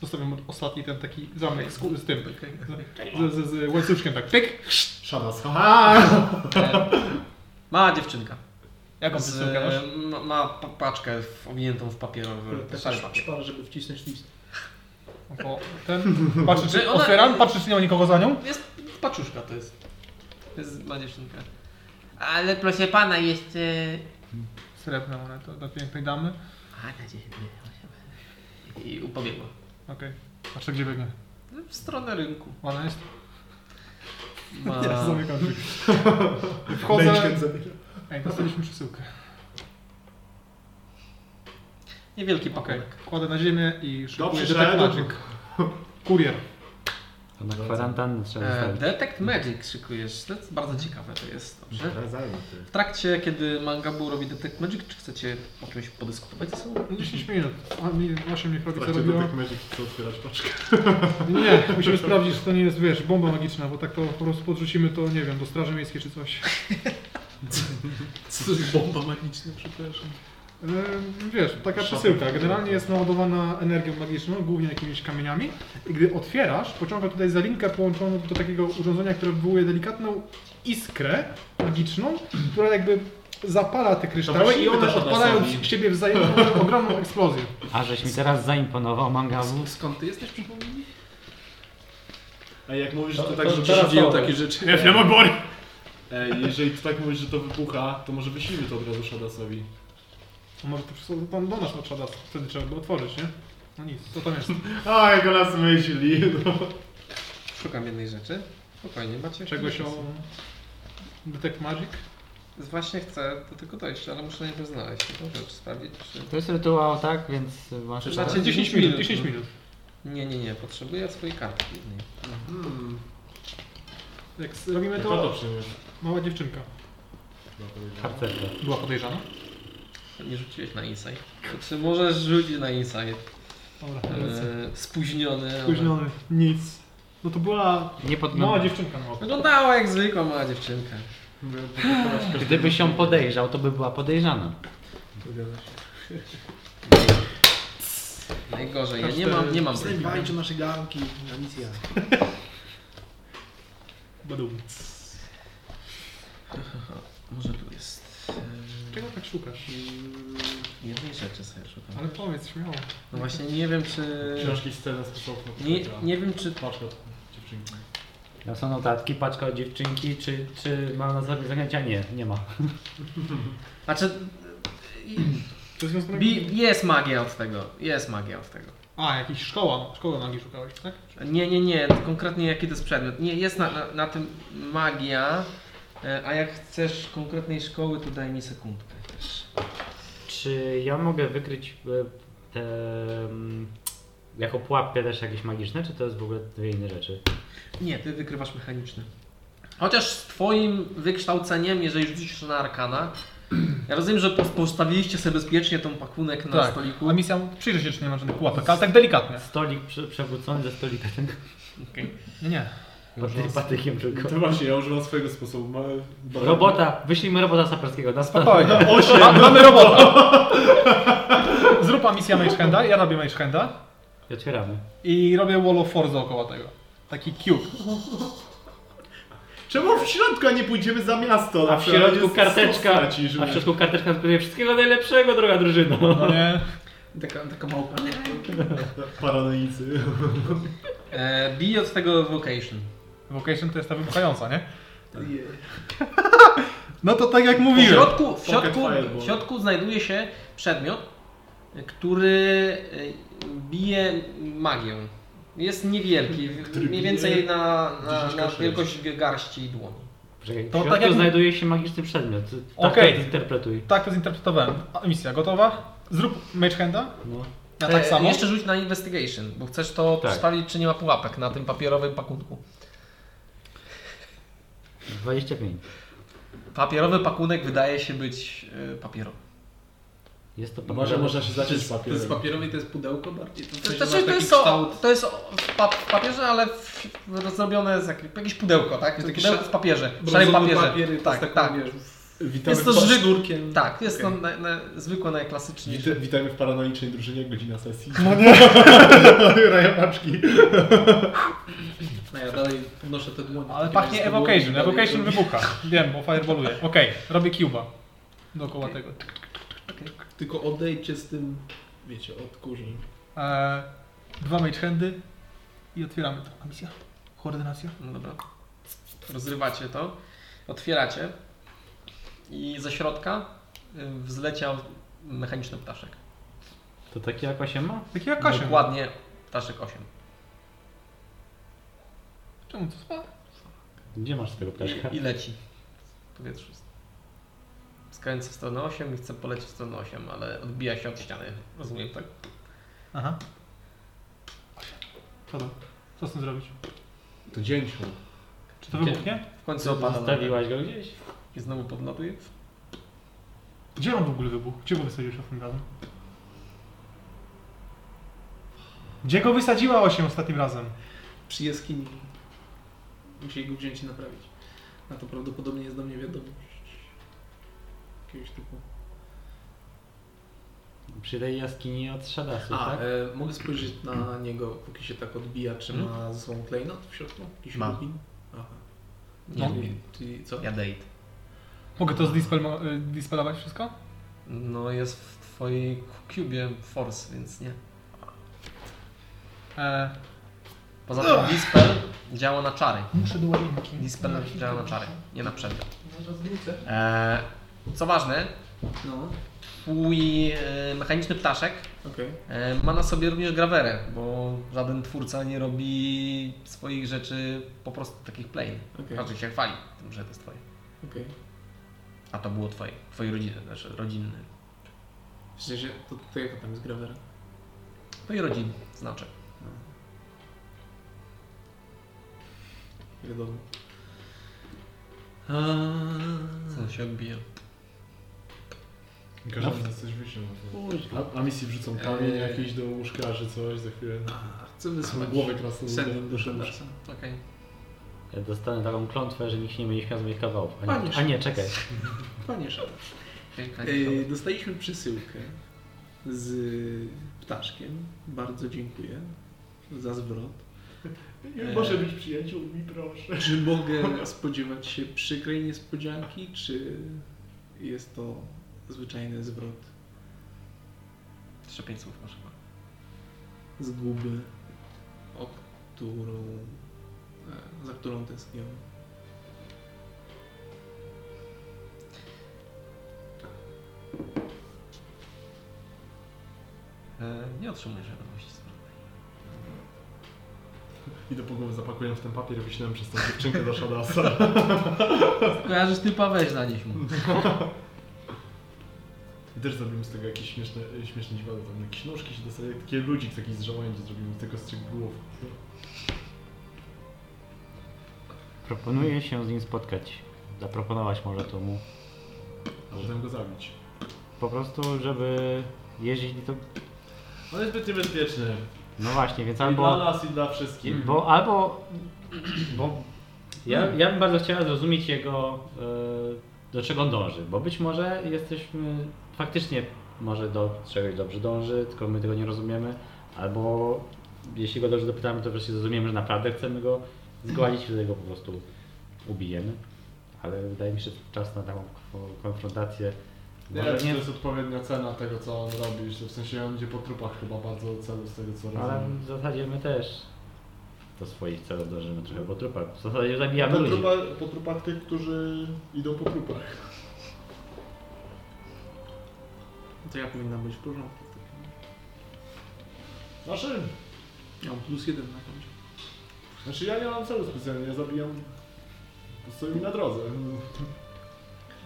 Speaker 3: Postawiam mu ostatni ten taki zamek z, ku- z tym, tak, z, z, z łańcuszkiem tak, pyk.
Speaker 6: Szadas. Aha!
Speaker 1: E, Mała dziewczynka.
Speaker 3: Jaką
Speaker 1: Z,
Speaker 3: przesyłkę masz?
Speaker 1: ma, ma pa- paczkę w- owiniętą w papierowy.
Speaker 5: Taki
Speaker 1: Szary
Speaker 5: szp-
Speaker 1: papier.
Speaker 5: szpar, żeby wcisnąć list.
Speaker 3: Bo ten, patrzę czy
Speaker 1: Czy ona-
Speaker 3: otwieram, patrzę czy nie ma nikogo za nią.
Speaker 1: Jest paczuszka to jest. To jest mała dziewczynka.
Speaker 8: Ale proszę pana, jest... e,
Speaker 3: Srebrna moneta dla pięknej damy.
Speaker 8: A, na 10
Speaker 1: I upobiegła.
Speaker 3: Okej. Patrzę gdzie biegnie.
Speaker 1: W stronę rynku.
Speaker 3: Ona jest?
Speaker 1: Ma...
Speaker 3: Teraz zamykam drzwi.
Speaker 6: Wchodzę.
Speaker 3: Wchodzę. Ej, dostaliśmy przesyłkę.
Speaker 1: Niewielki
Speaker 3: Okej,
Speaker 1: pakunek.
Speaker 3: Tak. kładę na ziemię i szykuję
Speaker 6: Dobrze,
Speaker 3: Detect
Speaker 6: że-
Speaker 3: Magic. Kurier.
Speaker 4: To na kwarantannę trzeba
Speaker 1: E,
Speaker 4: zostawić.
Speaker 1: Detect Magic szykujesz. To jest
Speaker 3: Mhm.
Speaker 1: bardzo ciekawe to jest. Dobrze.
Speaker 2: Zajmę
Speaker 1: W trakcie, kiedy Mangabu robi Detect Magic, czy chcecie o czymś podyskutować ze sobą?
Speaker 3: 10 minut. A mi 8 niech robi co
Speaker 2: Trakcie
Speaker 3: robiło.
Speaker 2: do tych magic chcę otwierać paczkę.
Speaker 3: Nie, musimy sprawdzić, czy to nie jest, wiesz, bomba magiczna, bo tak to po prostu podrzucimy to, nie wiem, do straży miejskiej czy coś.
Speaker 5: Co to jest bomba magiczna, przepraszam.
Speaker 3: Ehm, Wiesz, taka
Speaker 2: Szafy.
Speaker 3: przesyłka. Generalnie jest naładowana energią magiczną, głównie jakimiś kamieniami. I gdy otwierasz, pociąga tutaj za linkę połączoną do takiego urządzenia, które wywołuje delikatną iskrę magiczną, która jakby zapala te kryształy
Speaker 2: właśnie
Speaker 3: i one
Speaker 2: też od nas
Speaker 3: odpalają
Speaker 2: robi.
Speaker 3: z siebie wzajemną ogromną eksplozję.
Speaker 4: A żeś mi teraz zaimponował mangabu.
Speaker 5: Skąd ty jesteś, przypomnij?
Speaker 2: Ej, jak mówisz, że to,
Speaker 5: To
Speaker 2: tak,
Speaker 5: tak, że
Speaker 2: że
Speaker 5: przeżyją
Speaker 2: przeżyją
Speaker 5: takie rzeczy.
Speaker 2: Ej, jeżeli ty tak mówisz, że to wybucha, to może wyślijmy to od razu Shadasowi.
Speaker 3: A może to wszystko tam do nas potrzeba, wtedy trzeba by otworzyć, nie? No nic, co tam jest?
Speaker 2: A, jak o nas myśli, no.
Speaker 1: Szukam jednej rzeczy. Spokojnie, macie.
Speaker 3: Czegoś o... Detect Magic?
Speaker 1: Właśnie chcę do tego dojść, ale muszę najpierw znaleźć tą rzecz, sprawdzić czy...
Speaker 4: To jest rytuał, tak? Więc masz...
Speaker 1: Znaczy,
Speaker 3: 10 minut, 10 minut.
Speaker 1: Nie, nie, nie, potrzebuję swojej kartki jednej.
Speaker 5: Hmm.
Speaker 3: Jak robimy
Speaker 2: To No, to
Speaker 3: to,
Speaker 2: przyjmiesz.
Speaker 3: mała dziewczynka.
Speaker 4: Harcerka.
Speaker 3: Była podejrzana?
Speaker 1: Nie rzuciłeś na insight. Czy możesz rzucić na insight?
Speaker 3: Dobra, lecę.
Speaker 1: E, spóźniony. ale-
Speaker 3: Spóźniony, nic. No to była
Speaker 4: Nie
Speaker 3: mała
Speaker 4: podgląda.
Speaker 3: dziewczynka no. mała.
Speaker 1: Wyglądała jak zwykła mała dziewczynka.
Speaker 4: Gdybyś ją podejrzał, to by była podejrzana.
Speaker 1: Najgorzej, ja nie mam, nie mam
Speaker 6: Zdejmijcie nasze garnki, a nic ja.
Speaker 3: Badum.
Speaker 1: Może tu jest.
Speaker 3: Czego tak szukasz?
Speaker 1: Mm, Jednej rzeczy sobie szukam.
Speaker 3: Ale powiedz śmiało.
Speaker 1: No właśnie nie wiem czy.
Speaker 2: Książki scena z początku.
Speaker 1: Nie, nie wiem czy.
Speaker 2: Paczka od dziewczynki.
Speaker 4: Tam są notatki, paczka od dziewczynki, czy, czy ma na sobie zagęcia? Nie, nie ma.
Speaker 1: Znaczy.
Speaker 3: To jest związane...
Speaker 1: Bi, jest magia od tego. Jest magia od tego.
Speaker 3: A, jakiś szkoła. Szkoły magii szukałeś, tak?
Speaker 1: Nie, nie, nie, konkretnie jaki to jest przedmiot. Nie, jest na, na, na tym magia. e, A jak chcesz konkretnej szkoły, to daj mi sekundkę też.
Speaker 4: Czy ja mogę wykryć e, te, mm, jako pułapkę też jakieś magiczne, czy to jest w ogóle dwie inne rzeczy?
Speaker 1: Nie, ty wykrywasz mechaniczne. Chociaż z twoim wykształceniem, jeżeli rzucisz na arkana, ja rozumiem, że po- postawiliście sobie bezpiecznie tą pakunek na
Speaker 3: Tak.
Speaker 1: stoliku.
Speaker 3: A misja przyjrzę się, czy nie ma żadnych pułapek, ale tak delikatnie.
Speaker 4: Stolik prze, przewrócony ze stolika, ten
Speaker 3: Nie, nie.
Speaker 4: paty- patykiem tylko.
Speaker 2: To No właśnie, ja używam swojego sposobu. Mamy
Speaker 4: Robota, wyślijmy robota saperskiego na spadek.
Speaker 3: Spokojnie.
Speaker 2: Osiem.
Speaker 3: Ma, mamy robotę. Zrób misja Magehanda, ja robię Magehanda
Speaker 4: I Otwieramy.
Speaker 3: i robię Wall of Force dookoła tego. Taki cube.
Speaker 2: Czemu w środku, a nie pójdziemy za miasto?
Speaker 4: A w środku
Speaker 2: Jest-
Speaker 4: karteczka,
Speaker 2: stracisz,
Speaker 4: a w środku karteczka wskazuje wszystkiego najlepszego, droga drużyno.
Speaker 3: No nie?
Speaker 5: Taka, taka małpa.
Speaker 2: Paranoicy.
Speaker 1: E, bij od tego vocation.
Speaker 3: Vocation to jest ta wybuchająca, nie?
Speaker 6: Tak.
Speaker 5: Jej.
Speaker 3: No to tak jak
Speaker 1: W
Speaker 3: mówiłem.
Speaker 1: środku, w, środku, w środku znajduje się przedmiot, który e, bije magię. Jest niewielki, w-
Speaker 2: Który
Speaker 1: mniej
Speaker 2: bije
Speaker 1: więcej na, na, na
Speaker 2: 10K6.
Speaker 1: wielkość garści i dłoni.
Speaker 4: Poczekaj, w
Speaker 3: To tak
Speaker 4: środku
Speaker 3: jak-
Speaker 4: znajduje się magiczny przedmiot. Tak
Speaker 3: Okej.
Speaker 4: to interpretuj.
Speaker 3: Tak to zinterpretowałem. A, misja gotowa? Zrób Magehanda.
Speaker 4: No.
Speaker 3: Ja
Speaker 1: E,
Speaker 3: tak samo.
Speaker 1: Jeszcze rzuć na investigation, bo chcesz to
Speaker 4: Tak.
Speaker 1: sprawdzić, czy nie ma pułapek na tym papierowym pakunku.
Speaker 4: 25.
Speaker 1: Papierowy pakunek wydaje się być e, papierowy.
Speaker 4: Jest to
Speaker 2: Może można się zacząć z
Speaker 5: To jest
Speaker 2: papierem.
Speaker 5: papierowy, to jest pudełko bardziej. To,
Speaker 1: To,
Speaker 5: coś ma
Speaker 1: znaczy, to
Speaker 5: taki
Speaker 1: jest, o,
Speaker 5: kształt.
Speaker 1: to jest o- w pa- w papierze, ale w, w- zrobione z jakiegoś, jakieś pudełko, tak?
Speaker 5: Jest
Speaker 1: Jest
Speaker 5: taki
Speaker 1: pudełko
Speaker 5: sza-
Speaker 1: w papierze, w szarym
Speaker 5: Brązowy
Speaker 1: papierze.
Speaker 5: papier, to
Speaker 1: tak,
Speaker 5: jest
Speaker 1: tak.
Speaker 5: taką, wiesz,
Speaker 2: Witamy
Speaker 1: Jest to
Speaker 2: w pa-
Speaker 1: z
Speaker 5: Górkiem.
Speaker 1: Tak, jest
Speaker 5: Okej.
Speaker 1: to na, na, zwykłe,
Speaker 2: Wit-
Speaker 1: najklasyczniejsze.
Speaker 2: Witamy w paranoicznej drużynie, godzina sesji. No nie! Rajopaczki.
Speaker 5: No ja dalej podnoszę te dłonie.
Speaker 3: Ale
Speaker 5: Takie
Speaker 3: pachnie
Speaker 5: jest to
Speaker 3: Evocation.
Speaker 5: dłoń, dalej
Speaker 3: Evocation
Speaker 5: robi-
Speaker 3: wybucha. Wiem, bo fireballuje. Okej, robię cuba. Dookoła tego.
Speaker 5: Tylko odejdźcie z tym, wiecie, od kurzy.
Speaker 3: Eee, dwa magehandy i otwieramy to. A misja? Koordynacja?
Speaker 1: No dobra. Rozrywacie to, otwieracie i ze środka y, wzleciał mechaniczny ptaszek.
Speaker 4: To takie jak 8 ma?
Speaker 3: Taki jak Kasia.
Speaker 1: Dokładnie ptaszek 8.
Speaker 3: Czemu to spa?
Speaker 4: Gdzie masz tego ptaszka?
Speaker 1: I leci w powietrzu. Skręca w stronę 8 i chce polecieć w stronę 8, ale odbija się od ściany. Rozumiem, tak?
Speaker 3: Aha. Co to? Co z tym zrobić?
Speaker 6: To dzięcioł.
Speaker 3: Czy to wybuchnie?
Speaker 1: W końcu opada.
Speaker 4: Zostawiłaś go gdzieś?
Speaker 1: I znowu podlatuje.
Speaker 3: Gdzie on w ogóle wybuchł? Gdzie go wysadziłeś ostatnim razem? Gdzie go wysadziła osiem ostatnim razem?
Speaker 5: Przy jaskini. Musieli go wziąć i naprawić. A to prawdopodobnie jest do mnie wiadomość. Jakiegoś typu.
Speaker 4: Przy tej jaskini od Shadasu,
Speaker 5: A,
Speaker 4: tak?
Speaker 5: e, mogę spojrzeć na niego, póki się tak odbija, czy ma ze sobą klejnot w środku? Jakiś
Speaker 1: Ma.
Speaker 5: rubin? Aha.
Speaker 3: No.
Speaker 1: Nie,
Speaker 5: Czyli-
Speaker 1: nie.
Speaker 5: Czyli co?
Speaker 1: Ja date.
Speaker 3: Mogę to zdispelmo- y, dispelować wszystko?
Speaker 1: No jest w twojej cubie force, więc nie.
Speaker 3: E,
Speaker 1: Poza tym dispel działa na czary.
Speaker 9: Muszę do łazienki.
Speaker 1: Dispel działa na czary, nie na przedmiot.
Speaker 5: No, rozwrócę.
Speaker 1: E, co ważne,
Speaker 5: No,
Speaker 1: twój e, mechaniczny ptaszek
Speaker 5: okej.
Speaker 1: e, ma na sobie również grawerę, bo żaden twórca nie robi swoich rzeczy po prostu takich plain.
Speaker 5: Okej.
Speaker 1: Każdy się chwali tym, że to jest twoje.
Speaker 5: Okej.
Speaker 1: A to było twoje, twojej rodziny, znaczy rodzinny.
Speaker 5: W sensie, to, to jaka tam jest grawera?
Speaker 1: Twojej rodziny znaczy. znaczek.
Speaker 5: Wiadomo. Eee,
Speaker 1: Co się odbija.
Speaker 6: Każdy z nas coś wyśle. na to.
Speaker 5: Pójdź,
Speaker 6: No. A, a misji wrzucą kamień
Speaker 5: Eee.
Speaker 6: jakiś do łóżka czy coś za chwilę.
Speaker 5: A, Chcę
Speaker 6: Na
Speaker 5: wysłać
Speaker 6: głowę krasnoluda.
Speaker 5: sennym do Szendersa.
Speaker 1: Okej.
Speaker 4: Ja dostanę taką klątwę, że nikt nie będzie śmiał z moich kawałów. A
Speaker 5: Panie
Speaker 4: nie, a nie czekaj.
Speaker 5: Panie Szendersa.
Speaker 1: Piękna
Speaker 5: Eee, dostaliśmy przesyłkę z ptaszkiem. Bardzo dziękuję za zwrot.
Speaker 6: Eee.
Speaker 9: Nie może być przyjaciółmi, proszę.
Speaker 5: Czy mogę spodziewać się przykrej niespodzianki, czy jest to zwyczajny zwrot
Speaker 1: Jeszcze pięć słów masz chyba.
Speaker 5: zguby, o którą, e, za którą tęsknię?
Speaker 1: E, nie otrzymujesz wiadomości zwrotnej.
Speaker 6: I do głowy zapakuję w ten papier i wyślę przez tą dziewczynkę do Shadasa.
Speaker 1: Kojarzysz typa, weź zanieś mu.
Speaker 6: I też zrobimy z tego jakieś śmieszne, śmieszne dziwadło. Tam jakieś nóżki się dostaje, takie ludzik taki z żołędzi zrobimy z tego z trzech głów.
Speaker 4: Proponuję się z nim spotkać. Zaproponować może to mu.
Speaker 6: A potem go zabić.
Speaker 4: Po prostu, żeby jeździć to...
Speaker 6: On No jest zbyt niebezpieczny.
Speaker 4: No właśnie, więc
Speaker 6: I dla
Speaker 4: albo...
Speaker 6: nas, i dla wszystkich.
Speaker 2: Mhm.
Speaker 4: Bo albo... Bo ja, ja bym bardzo chciała zrozumieć jego... e, do czego on dąży, bo być może jesteśmy... Faktycznie może do czegoś dobrze dąży, tylko my tego nie rozumiemy. Albo jeśli go dobrze dopytamy, to wreszcie zrozumiemy, że naprawdę chcemy go zgładzić, wtedy go po prostu ubijemy. Ale wydaje mi się, że czas na taką konfrontację...
Speaker 6: Nie,
Speaker 4: może
Speaker 6: to jest odpowiednia cena tego, co on robi. że W sensie on idzie po trupach chyba bardzo celu z tego, co
Speaker 4: Ale
Speaker 6: robi.
Speaker 4: w zasadzie my też do swoich celów dążymy trochę po trupach. W zasadzie zabijamy
Speaker 6: Po,
Speaker 4: ludzi.
Speaker 6: trupa, po trupach tych, którzy idą po trupach.
Speaker 5: To ja powinnam być w porządku. w takim razie.
Speaker 6: Znaczy,
Speaker 5: Ja Mam plus jeden na koncie.
Speaker 6: znaczy ja nie mam celu specjalnie, ja zabijam... Stoję mi na drodze. no,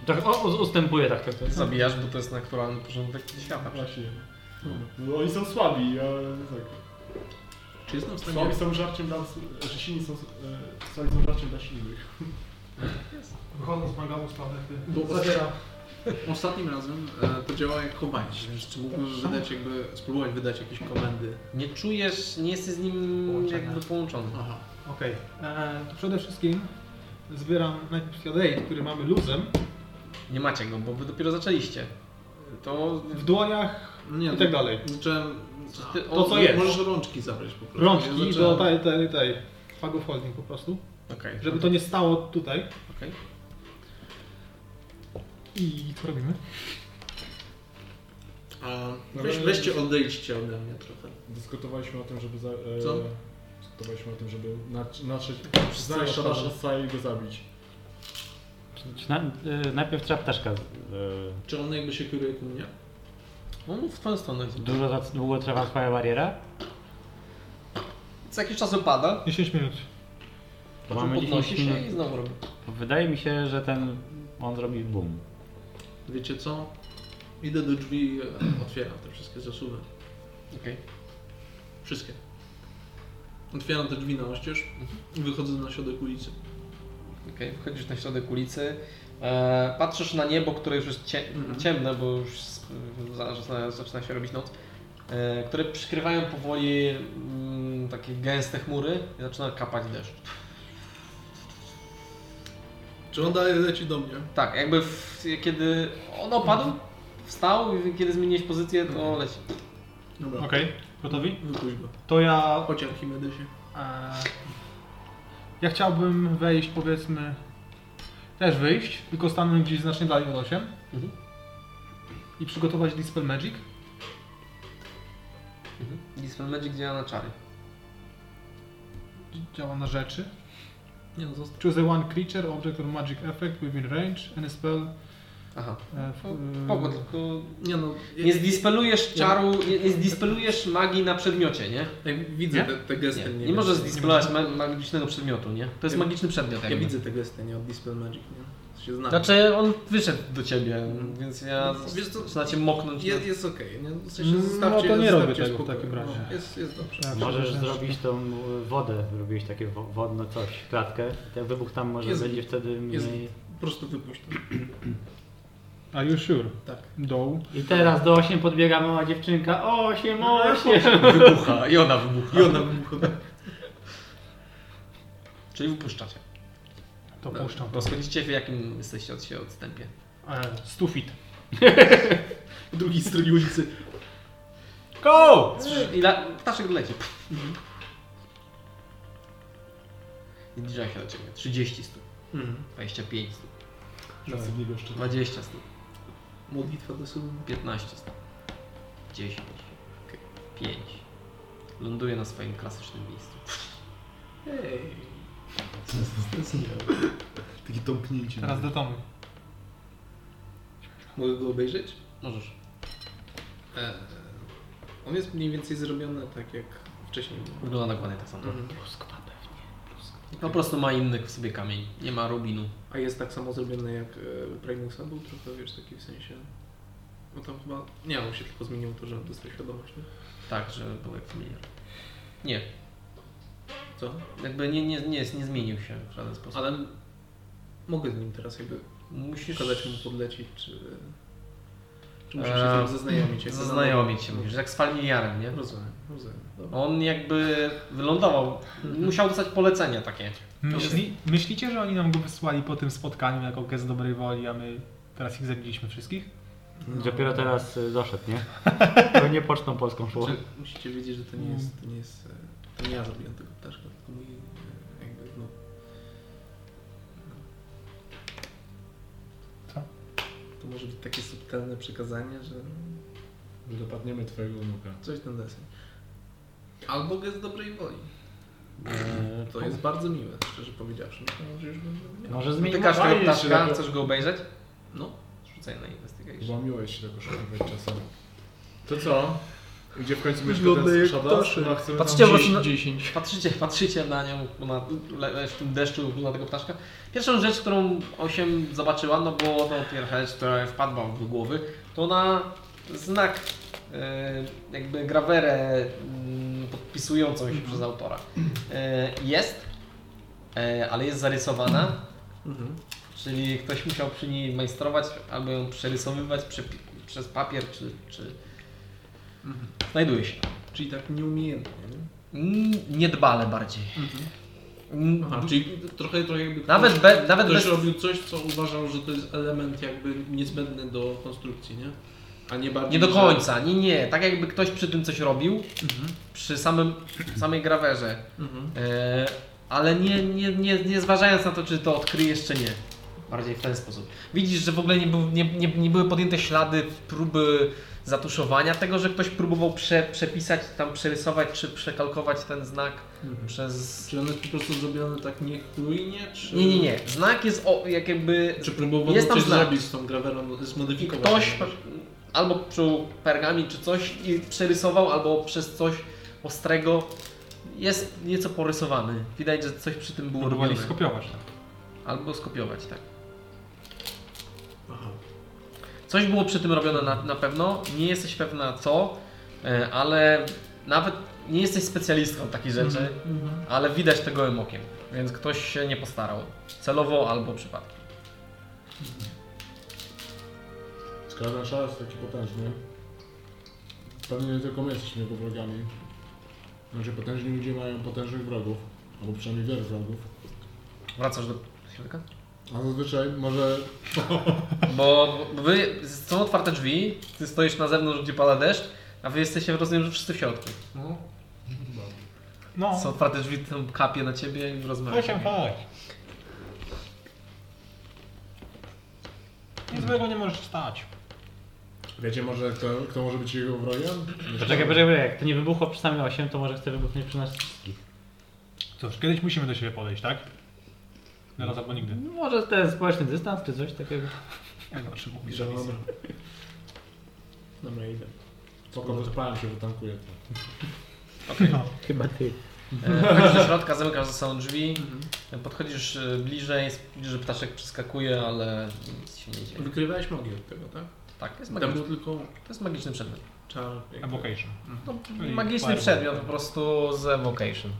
Speaker 4: Tak, o, u- ustępuje tak, tak, tak.
Speaker 1: Zabijasz, bo to jest naturalny porządek świata.
Speaker 6: Właśnie. No, oni są słabi, ja tak.
Speaker 5: Czy jestem w stanie...
Speaker 6: Słabi są żarciem dla... Że silni są... e, Słabi są żarciem dla silnych.
Speaker 3: Wychodząc z magazynu spadek, ty.
Speaker 5: Bo ostatnio, ostatnim razem e, to działa jak komandzie, więc czy mógłbym wydać jakby, spróbować wydać jakieś komendy?
Speaker 1: Nie czujesz, nie jesteś z nim
Speaker 5: Połączenia.
Speaker 1: jakby połączony.
Speaker 5: Aha.
Speaker 3: Okej. E, To przede wszystkim zbieram najpierw Jadej, który mamy luzem.
Speaker 1: Nie macie go, bo wy dopiero zaczęliście. To...
Speaker 3: W dłoniach
Speaker 5: No Nie,
Speaker 3: i tak dalej.
Speaker 5: Zacząłem...
Speaker 1: Ty,
Speaker 5: Ty,
Speaker 1: on-
Speaker 5: to co
Speaker 3: co
Speaker 5: jest?
Speaker 3: jest?
Speaker 5: Możesz rączki zabrać po prostu.
Speaker 3: Rączki
Speaker 5: Ja
Speaker 3: do
Speaker 5: zacząłem-
Speaker 3: tej, tej, tej. Fagów holding po prostu.
Speaker 1: Okej. no
Speaker 3: Żeby to nie stało tutaj.
Speaker 1: Okej.
Speaker 3: I co robimy?
Speaker 5: A, Weź, weźcie, odejdźcie ode mnie trochę.
Speaker 6: Dyskutowaliśmy o tym, żeby... Za, e,
Speaker 5: Co?
Speaker 6: Dyskutowaliśmy o tym, żeby natrzeć... Natrzeć...
Speaker 5: Znaleźć
Speaker 6: Znaleźć
Speaker 5: Shadasa.
Speaker 6: Shadasa i go zabić.
Speaker 4: Czy, czy na, y, najpierw trzeba ptaszka. z- Y,
Speaker 5: Czy on jakby się kieruje ku mnie?
Speaker 1: On No w twoją stronę.
Speaker 4: y, dużo za długo trwa twoja bariera?
Speaker 1: Co jakiś czas upada,
Speaker 3: 10 minut.
Speaker 4: To
Speaker 1: po czym
Speaker 4: mamy
Speaker 1: podnosi
Speaker 4: 10
Speaker 1: się i
Speaker 4: minut.
Speaker 1: znowu robi.
Speaker 4: Wydaje mi się, że ten. On zrobi boom.
Speaker 5: Wiecie co? Idę do drzwi, e, otwieram te wszystkie zasuwy.
Speaker 1: Okej.
Speaker 5: Wszystkie. Otwieram te drzwi na oścież i wychodzę na środek ulicy.
Speaker 1: Okej, wchodzisz na środek ulicy, e, patrzysz na niebo, które już jest cie,
Speaker 5: Mhm.
Speaker 1: ciemne, bo już s- za- zaczyna, zaczyna się robić noc, e, które przykrywają powoli mm, takie gęste chmury i zaczyna kapać deszcz.
Speaker 5: Czy on dalej leci do mnie?
Speaker 1: Tak, jakby w, kiedy on opadł, wstał i kiedy zmieniłeś pozycję, to leci.
Speaker 5: Dobra,
Speaker 3: Okej, gotowi?
Speaker 5: wypuść go.
Speaker 3: To ja...
Speaker 5: Chodź Archimedesie.
Speaker 3: E, ja chciałbym wejść, powiedzmy... Też wyjść, tylko stanąć gdzieś znacznie dalej od 8.
Speaker 1: Mhm.
Speaker 3: I przygotować Dispel Magic.
Speaker 1: Mhm. Dispel Magic działa na czary.
Speaker 3: Działa na rzeczy.
Speaker 5: Nie no, zostaw.
Speaker 3: Choose one creature, object or magic effect within range, any spell...
Speaker 1: Aha,
Speaker 3: E, w, e,
Speaker 1: spoko, tylko
Speaker 5: Nie no,
Speaker 1: Mhm. nie zdispelujesz czaru, nie, nie zdispelujesz magii na przedmiocie, nie?
Speaker 5: jak Tak, widzę
Speaker 3: Nie?
Speaker 5: te, te gesty.
Speaker 1: Nie, nie
Speaker 5: wiem.
Speaker 1: możesz zdispelować ma magicznego przedmiotu, nie? To jest
Speaker 5: Ja-
Speaker 1: magiczny przedmiot.
Speaker 5: Ja
Speaker 3: tak.
Speaker 1: jakby.
Speaker 5: widzę te gesty, nie od Dispel Magic, nie? To się znam.
Speaker 1: Znaczy on wyszedł do ciebie,
Speaker 5: Mhm.
Speaker 1: więc ja
Speaker 5: Tak. Wiesz co,
Speaker 1: zaczyna cię moknąć.
Speaker 5: Je, jest okej, nie? w
Speaker 3: No
Speaker 5: sensie
Speaker 3: to
Speaker 5: zostawcie,
Speaker 3: nie
Speaker 5: zostawcie
Speaker 3: robię tego w
Speaker 5: spokój.
Speaker 3: takim razie.
Speaker 5: No, jest, jest dobrze.
Speaker 3: Tak,
Speaker 4: Możesz
Speaker 3: żeby-
Speaker 4: zrobić tą y, wodę, robiłeś takie wo- wodno coś, klatkę. Ten wybuch tam może
Speaker 5: Jest-
Speaker 4: będzie wtedy mniej.
Speaker 5: jest- Po prostu wypuść to.
Speaker 3: Are you sure?
Speaker 5: Tak.
Speaker 3: Doł.
Speaker 4: I teraz do 8 podbiega mała dziewczynka. 8, 8!
Speaker 1: Wybucha, i ona wybucha.
Speaker 5: I ona wybucha. tak.
Speaker 1: Czyli wypuszczacie.
Speaker 3: To
Speaker 1: Tak.
Speaker 3: puszczam.
Speaker 1: Bo schodzicie w jakim jesteście od się odstępie.
Speaker 3: E, 100 feet.
Speaker 5: Po drugiej stronie ulicy.
Speaker 4: Go!
Speaker 1: I la, ptaszek leci. Pff. I zbliża się do ciebie. 30 stóp,
Speaker 5: Mhm.
Speaker 1: 25 stóp,
Speaker 6: Tak.
Speaker 2: Pracownik jeszcze.
Speaker 1: 20 stóp,
Speaker 5: Modlitwa do synu.
Speaker 1: 15 stóp, 10, 5. Ląduje na swoim klasycznym miejscu.
Speaker 5: Ej.
Speaker 2: Takie tąpnięcie.
Speaker 4: Tak.
Speaker 3: Teraz do Tomy.
Speaker 5: Mogę go obejrzeć?
Speaker 1: Możesz.
Speaker 5: Eee, on jest mniej więcej zrobiony tak jak wcześniej było.
Speaker 1: Wygląda dokładnie tak samo.
Speaker 5: Mhm.
Speaker 4: Pluskwa pewnie.
Speaker 1: Po prostu ma inny w sobie kamień. Nie ma rubinu.
Speaker 5: A jest tak samo zrobiony jak e, u Primusa był trochę, wiesz, taki w sensie... No tam chyba... Nie, on się tylko zmienił to, że dostał świadomość, nie?
Speaker 1: Tak, że był jak familiar. Nie,
Speaker 5: Co?
Speaker 1: jakby nie, nie, nie, jest, nie zmienił się w żaden sposób.
Speaker 5: Ale mogę z nim teraz jakby
Speaker 1: musisz
Speaker 5: kazać mu podlecieć, czy... Czy muszę się
Speaker 1: Eee,
Speaker 5: z nim zaznajomić? jak
Speaker 1: zaznajomić się, musisz, tak? jak z familiarem, nie?
Speaker 5: Rozumiem, rozumiem. Dobra.
Speaker 1: On jakby wylądował, musiał dostać polecenie takie.
Speaker 3: Myśli, myślicie, że oni nam go wysłali po tym spotkaniu jako gest dobrej woli, a my teraz ich zabiliśmy wszystkich?
Speaker 5: No,
Speaker 4: Dopiero teraz y, doszedł, nie? Pewnie pocztą polską szło.
Speaker 5: Znaczy, musicie wiedzieć, że to nie jest, to nie jest, e, to nie ja zrobiłem tego ptaszka, tylko mój, e, jakby, no...
Speaker 3: Co?
Speaker 5: To może być takie subtelne przekazanie, że
Speaker 2: Że dopadniemy twojego wnuka.
Speaker 5: coś ten deseń. Albo gest dobrej woli.
Speaker 2: E,
Speaker 4: Y,
Speaker 5: To jest bardzo miłe, szczerze powiedziawszy. No, może już będę miał.
Speaker 4: Może zmienić.
Speaker 1: Wytykasz tego
Speaker 2: fajnie się
Speaker 1: ptaszka,
Speaker 2: robią.
Speaker 1: chcesz go obejrzeć?
Speaker 5: No,
Speaker 1: Rzucaj na investigation.
Speaker 2: Chyba miło jest się tak oszukiwać czasem. To co? Gdzie w końcu mieszka
Speaker 5: Wygląda
Speaker 2: ten
Speaker 5: jak
Speaker 2: sprzedaż?
Speaker 5: ptaszek.
Speaker 2: No, chcemy
Speaker 1: Patrzcie,
Speaker 2: tam
Speaker 1: bo-
Speaker 2: dziś-
Speaker 1: na-
Speaker 5: 10.
Speaker 1: Patrzycie, patrzycie na nią, bo na, le- le- w tym deszczu na tego ptaszka. Pierwszą rzecz, którą Osiem zobaczyła, no było to pierwsza rzecz, która wpadła w głowy, to na znak, e, jakby grawerę mm, podpisującą
Speaker 5: Mhm.
Speaker 1: się przez autora. E, jest, e, ale jest zarysowana,
Speaker 5: Mhm.
Speaker 1: czyli ktoś musiał przy niej majstrować albo ją przerysowywać przepi- przez papier, czy, czy...
Speaker 5: Mhm.
Speaker 1: Znajduje się.
Speaker 5: Czyli tak nieumiejętnie, nie?
Speaker 1: Mm, Niedbale bardziej. Mm,
Speaker 5: Mhm. Aha, No, czyli trochę, trochę jakby ktoś,
Speaker 1: Nawet, be, nawet
Speaker 5: ktoś
Speaker 1: bez
Speaker 5: robił coś, co uważał, że to jest element jakby niezbędny do konstrukcji, nie? A nie bardziej...
Speaker 1: Nie do
Speaker 5: że-
Speaker 1: końca, nie, nie. Tak jakby ktoś przy tym coś robił,
Speaker 5: Mhm.
Speaker 1: przy samym, samej grawerze,
Speaker 5: Mhm.
Speaker 1: e, ale nie, nie, nie, nie zważając na to, czy to odkryjesz, czy nie. Bardziej w ten sposób. Widzisz, że w ogóle nie, był, nie, nie, nie były podjęte ślady próby zatuszowania tego, że ktoś próbował prze, przepisać, tam przerysować, czy przekalkować ten znak
Speaker 5: Mhm.
Speaker 1: przez...
Speaker 5: Czy on jest po prostu zrobiony tak niechlujnie, czy...
Speaker 1: Nie, nie, nie. Znak jest o, jak jakby...
Speaker 5: Czy próbowano
Speaker 1: Jest tam
Speaker 5: coś
Speaker 1: znak.
Speaker 5: zrobić z tą grawerą, no,
Speaker 1: I
Speaker 5: zmodyfikować?
Speaker 1: ktoś
Speaker 5: ją?
Speaker 1: albo przy pergamin czy coś i przerysował, albo przez coś ostrego jest nieco porysowany. Widać, że coś przy tym było robione.
Speaker 3: Próbowali skopiować. tak.
Speaker 1: Albo skopiować, tak.
Speaker 5: Aha.
Speaker 1: Coś było przy tym robione na, na pewno, nie jesteś pewna co, e, ale nawet nie jesteś specjalistką w takich rzeczy,
Speaker 5: Mhm.
Speaker 1: ale widać to gołym okiem, więc ktoś się nie postarał. Celowo albo przypadkiem.
Speaker 2: Skradam szans taki potężny. Pewnie nie tylko my jesteśmy jego wrogami. Znaczy potężni ludzie mają potężnych wrogów, albo przynajmniej wielu wrogów.
Speaker 1: Wracasz do środka?
Speaker 2: A zazwyczaj może
Speaker 1: Bo wy są otwarte drzwi, ty stoisz na zewnątrz, gdzie pada deszcz, a wy jesteście, rozumiem, że wszyscy w środku.
Speaker 3: Mhm. No,
Speaker 1: Są otwarte drzwi, tam kapie na ciebie i rozmawiasz.
Speaker 3: chodź tam, chodź. Nic złego nie możesz wstać.
Speaker 2: Wiecie może kto, kto może być jego wrogiem?
Speaker 4: Poczekaj, poczekaj, poczekaj, jak to nie wybuchło przy samym 8, to może chce wybuchnąć przy nas wszystkich.
Speaker 3: Cóż, kiedyś musimy do siebie podejść, tak? Na raz albo nigdy.
Speaker 4: No Może ten społeczny dystans czy coś takiego.
Speaker 3: Jak zawsze mówisz, że
Speaker 2: Dobra. Dobra, idę. Spoko, wyspałem się, wytankuję to.
Speaker 4: Chyba ty.
Speaker 1: E, Wchodzisz do środka, zamykasz za sobą drzwi,
Speaker 5: Mhm.
Speaker 1: podchodzisz e, bliżej, widzisz, że ptaszek przeskakuje, ale nic się nie dzieje.
Speaker 5: Wykrywałeś magię od tego, tak?
Speaker 1: Tak, jest
Speaker 5: Tam
Speaker 1: magiczny,
Speaker 5: był tylko
Speaker 1: to jest magiczny przedmiot.
Speaker 5: czar. jakby.
Speaker 3: Evocation.
Speaker 1: No,
Speaker 3: Czyli
Speaker 1: magiczny
Speaker 3: fireball.
Speaker 1: przedmiot po prostu z evocation.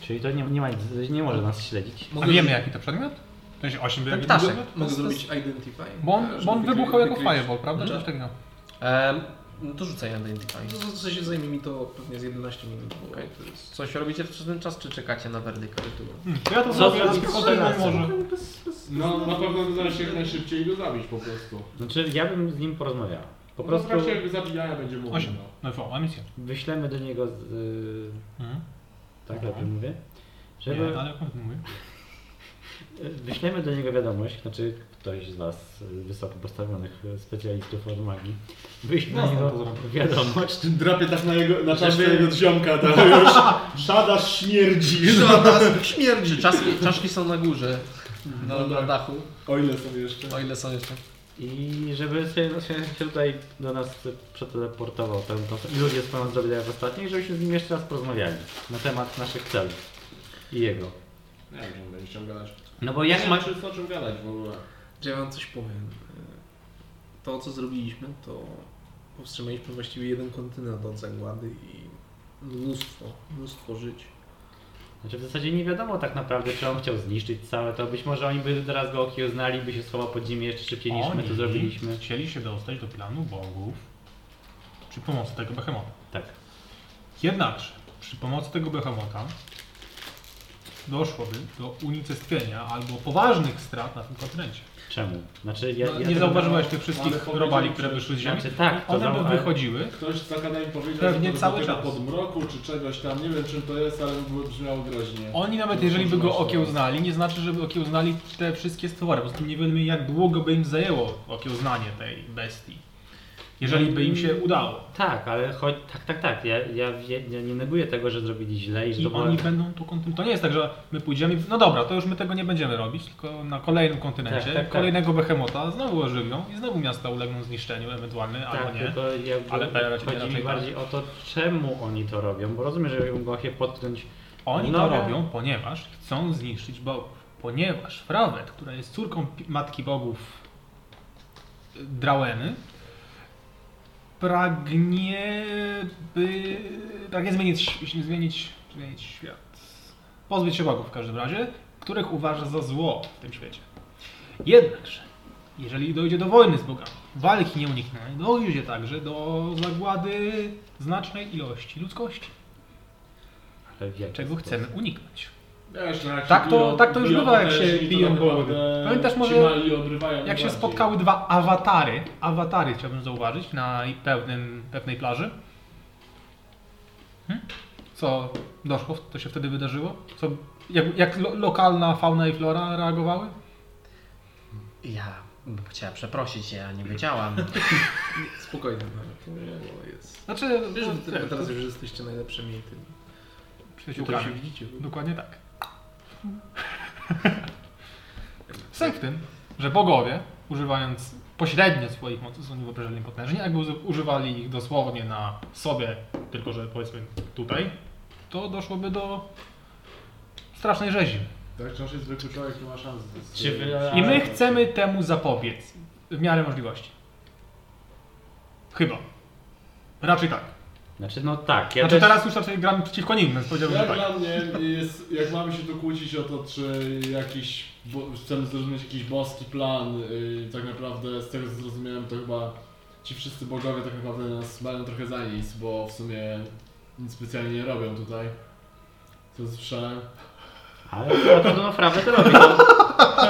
Speaker 4: Czyli to nie, nie, ma, nic- nie może nas śledzić.
Speaker 3: A
Speaker 5: Mogę
Speaker 3: wiemy jaki to przedmiot? W sensie 8 był
Speaker 1: Ten
Speaker 3: jaki
Speaker 1: ptaszek.
Speaker 3: przedmiot?
Speaker 5: Mogę
Speaker 1: To jest-
Speaker 5: zrobić identify.
Speaker 3: Bo on,
Speaker 5: żeby
Speaker 3: bo on
Speaker 5: wykry-
Speaker 3: wybuchał jako
Speaker 5: wykryć-
Speaker 3: fireball, prawda?
Speaker 5: Tak.
Speaker 3: Coś takiego.
Speaker 1: E, no to rzucaj identify.
Speaker 5: No, w sensie zajmie mi to pewnie z 11 minut, bo to jest
Speaker 1: Coś robicie przez ten czas, czy czekacie na werdykt?
Speaker 5: rytuał.
Speaker 3: Hmm, to ja to
Speaker 4: Co
Speaker 3: zrobię,
Speaker 4: zrobić
Speaker 3: tylko
Speaker 4: z
Speaker 3: odejmę
Speaker 4: razem?
Speaker 3: może.
Speaker 2: No, na pewno znaleźć jak najszybciej i go zabić po prostu.
Speaker 4: Znaczy ja bym z nim porozmawiał. Po prostu
Speaker 2: No, jak zabijania będzie mówił.
Speaker 3: 8.
Speaker 2: No.
Speaker 3: No to mam misję.
Speaker 4: wyślemy do niego, z, y,
Speaker 3: Mhm.
Speaker 4: tak
Speaker 3: Dobra.
Speaker 4: lepiej mówię, żeby
Speaker 3: Nie, ale kontynuuj.
Speaker 4: y, wyślemy do niego wiadomość, znaczy ktoś z nas y, wysoko postawionych y, specjalistów od magii, wyśle do niego wiadomość,
Speaker 6: Drapie tak na jego, na czaszkę
Speaker 4: Zresztą-
Speaker 6: jego ziomka, to już szada śmierdzi.
Speaker 1: Śmierdzi! Czaszki, czaszki są na górze, na, na dachu,
Speaker 6: O ile są jeszcze?
Speaker 1: o ile są jeszcze.
Speaker 4: I żeby się, no, się, się tutaj do nas przeteleportował ten tą iluzję swoją zrobił jak ostatnio i żebyśmy z nim jeszcze raz porozmawiali na temat naszych celów i jego.
Speaker 2: Nie wiem, czy on będzie chciał gadać.
Speaker 4: No bo
Speaker 2: Jak
Speaker 4: jak ma...
Speaker 2: masz o czym gadać w ogóle?
Speaker 5: Czy ja wam coś powiem? E, To, co zrobiliśmy, to powstrzymaliśmy właściwie jeden kontynent od zagłady i mnóstwo, mnóstwo żyć.
Speaker 4: Znaczy w zasadzie nie wiadomo tak naprawdę, czy on chciał zniszczyć całe to. Być może oni by teraz go okiełznali, by się schował pod ziemię jeszcze szybciej niż my to zrobiliśmy.
Speaker 3: chcieli się dostać do planu bogów przy pomocy tego behemota.
Speaker 4: Tak.
Speaker 3: Jednakże przy pomocy tego behemota doszłoby do unicestwienia albo poważnych strat na tym kontynencie.
Speaker 4: Czemu? Znaczy ja...
Speaker 3: No,
Speaker 4: ja
Speaker 3: nie
Speaker 4: tego-
Speaker 3: zauważyłeś tych wszystkich
Speaker 2: powiedział,
Speaker 3: robali,
Speaker 2: że-
Speaker 3: które wyszły z ziemi?
Speaker 4: Znaczy tak, to
Speaker 3: One
Speaker 4: zau-
Speaker 3: by
Speaker 4: ale-
Speaker 3: wychodziły.
Speaker 2: Ktoś z Akademii powiedział,
Speaker 3: Pewnie
Speaker 2: że to
Speaker 3: cały
Speaker 2: dopiero
Speaker 3: czas.
Speaker 2: pod mroku czy czegoś tam, nie wiem czym to jest, ale by brzmiało groźnie.
Speaker 3: Oni nawet jeżeli by go okiełznali, nie znaczy, żeby okiełznali te wszystkie stwory. Poza tym nie wiemy jak długo by im zajęło okiełznanie tej bestii. Jeżeli by im się udało.
Speaker 4: Tak, ale choć... Tak, tak, tak. Ja, ja, wie- ja nie neguję tego, że zrobili źle i że
Speaker 3: I
Speaker 4: to
Speaker 3: oni
Speaker 4: może...
Speaker 3: będą tu kontynuować. To nie jest tak, że my pójdziemy. i- No dobra, to już my tego nie będziemy robić, tylko na kolejnym kontynencie,
Speaker 4: Tak, tak, tak.
Speaker 3: kolejnego behemota znowu ożywią i znowu miasta ulegną zniszczeniu ewentualnie, albo
Speaker 4: Tak,
Speaker 3: nie.
Speaker 4: tylko ja,
Speaker 3: Ale Bajera cię nie
Speaker 4: chodzi mi
Speaker 3: raczej tak.
Speaker 4: bardziej o to, czemu oni to robią, bo rozumiem, że mogą się podtrąć.
Speaker 3: Oni
Speaker 4: No.
Speaker 3: to robią, ponieważ chcą zniszczyć bogów. Ponieważ Frawet, która jest córką pi- matki bogów y, Draueny, pragnie by... pragnie zmienić, ś- zmienić, zmienić świat. Pozbyć się bogów w każdym razie, których uważa za zło w tym świecie. Jednakże, jeżeli dojdzie do wojny z bogami, walki nieuniknionej, dojdzie także do zagłady znacznej ilości ludzkości,
Speaker 4: Ale w jaki
Speaker 3: czego
Speaker 4: sposób?
Speaker 3: chcemy uniknąć.
Speaker 2: Wiesz, no, jak się
Speaker 3: Tak to-
Speaker 2: biją-
Speaker 3: tak to już
Speaker 2: biją
Speaker 3: bywa, jak się
Speaker 2: potężni, to
Speaker 3: biją
Speaker 2: naprawdę
Speaker 3: bogowie. Pamiętasz może,
Speaker 2: cimali i obrywają
Speaker 3: Jak się
Speaker 2: najbardziej.
Speaker 3: spotkały dwa awatary, awatary chciałbym zauważyć, na pewnym, pewnej plaży. Hmm? Co doszło, to się wtedy wydarzyło? Co, jak jak lo, lokalna fauna i flora reagowały?
Speaker 1: Ja bym chciała przeprosić, ja nie wiedziałam.
Speaker 5: Spokojnie, no, bo jest.
Speaker 3: Znaczy,
Speaker 5: Wiesz,
Speaker 3: no,
Speaker 5: że
Speaker 3: tak,
Speaker 5: teraz
Speaker 3: to-
Speaker 5: już jesteście najlepszymi tymi. Tylko się
Speaker 3: przyjaciółkami.
Speaker 5: widzicie.
Speaker 3: Dokładnie tak. Sęk w tym, że bogowie, używając pośrednio swoich mocy, są niewyobrażalnie potężni, a jakby uzy- używali ich dosłownie na sobie, tylko że powiedzmy tutaj, to doszłoby do strasznej rzezi.
Speaker 2: Tak, czy on jest zwykły człowiek, nie ma szans. z-
Speaker 4: Czy wy-
Speaker 3: I my chcemy temu zapobiec w miarę możliwości. Chyba. Raczej tak.
Speaker 4: Znaczy no tak, ja
Speaker 3: znaczy
Speaker 4: też...
Speaker 3: teraz już raczej gram przeciwko nim, więc powiedziałbym, że
Speaker 6: Jak
Speaker 3: tak.
Speaker 6: dla mnie jest, jak mamy się tu kłócić o to, czy jakiś, bo, chcemy zrozumieć jakiś boski plan, yy, tak naprawdę z tego co zrozumiałem to chyba ci wszyscy bogowie tak naprawdę nas mają trochę za nic, bo w sumie nic specjalnie nie robią tutaj. Co słyszałem.
Speaker 4: Ale to, to, no, Frawę to robi. No.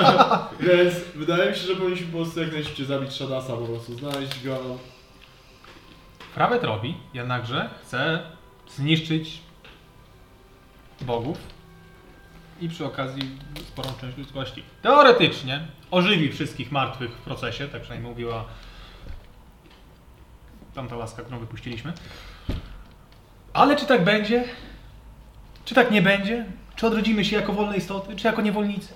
Speaker 6: Więc wydaje mi się, że powinniśmy po prostu jak najszybciej zabić Shadasa, po prostu znaleźć go.
Speaker 3: Prawet robi, jednakże chce zniszczyć bogów i przy okazji sporą część ludzkości. Teoretycznie ożywi wszystkich martwych w procesie, tak przynajmniej mówiła tamta łaska, którą wypuściliśmy. Ale czy tak będzie? Czy tak nie będzie? Czy odrodzimy się jako wolne istoty, czy jako niewolnicy?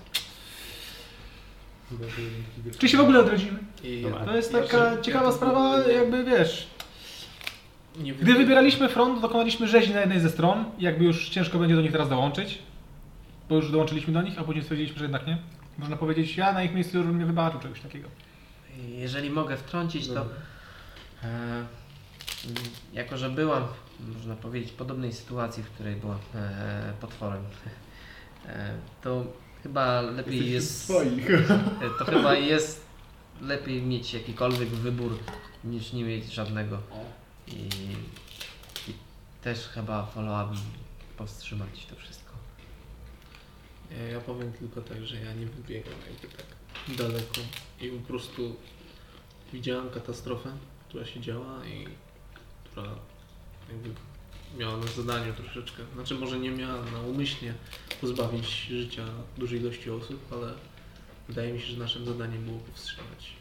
Speaker 3: Czy się w ogóle odrodzimy?
Speaker 5: I
Speaker 4: Dobra.
Speaker 3: To jest
Speaker 5: Ja
Speaker 3: taka
Speaker 5: się- ja
Speaker 3: ciekawa
Speaker 5: to-
Speaker 3: sprawa, jakby wiesz,
Speaker 5: nie
Speaker 3: Gdy wybieraliśmy front, dokonaliśmy rzezi na jednej ze stron. Jakby już ciężko będzie do nich teraz dołączyć, bo już dołączyliśmy do nich, a później stwierdziliśmy, że jednak nie. Można powiedzieć, ja na ich miejscu bym nie wybaczył czegoś takiego.
Speaker 1: Jeżeli mogę wtrącić, to e, m, jako, że byłam, można powiedzieć, w podobnej sytuacji, w której byłam e, potworem, e, to chyba lepiej jest...
Speaker 10: Swoich.
Speaker 1: E, To chyba jest lepiej mieć jakikolwiek wybór niż nie mieć żadnego. I, i też chyba wolałabym powstrzymać to wszystko.
Speaker 5: Ja, ja powiem tylko tak, że ja nie wybiegam jakby tak daleko i po prostu widziałem katastrofę, która się działa i która jakby miała na zadaniu troszeczkę, znaczy może nie miała na umyślnie pozbawić życia dużej ilości osób, ale wydaje mi się, że naszym zadaniem było powstrzymać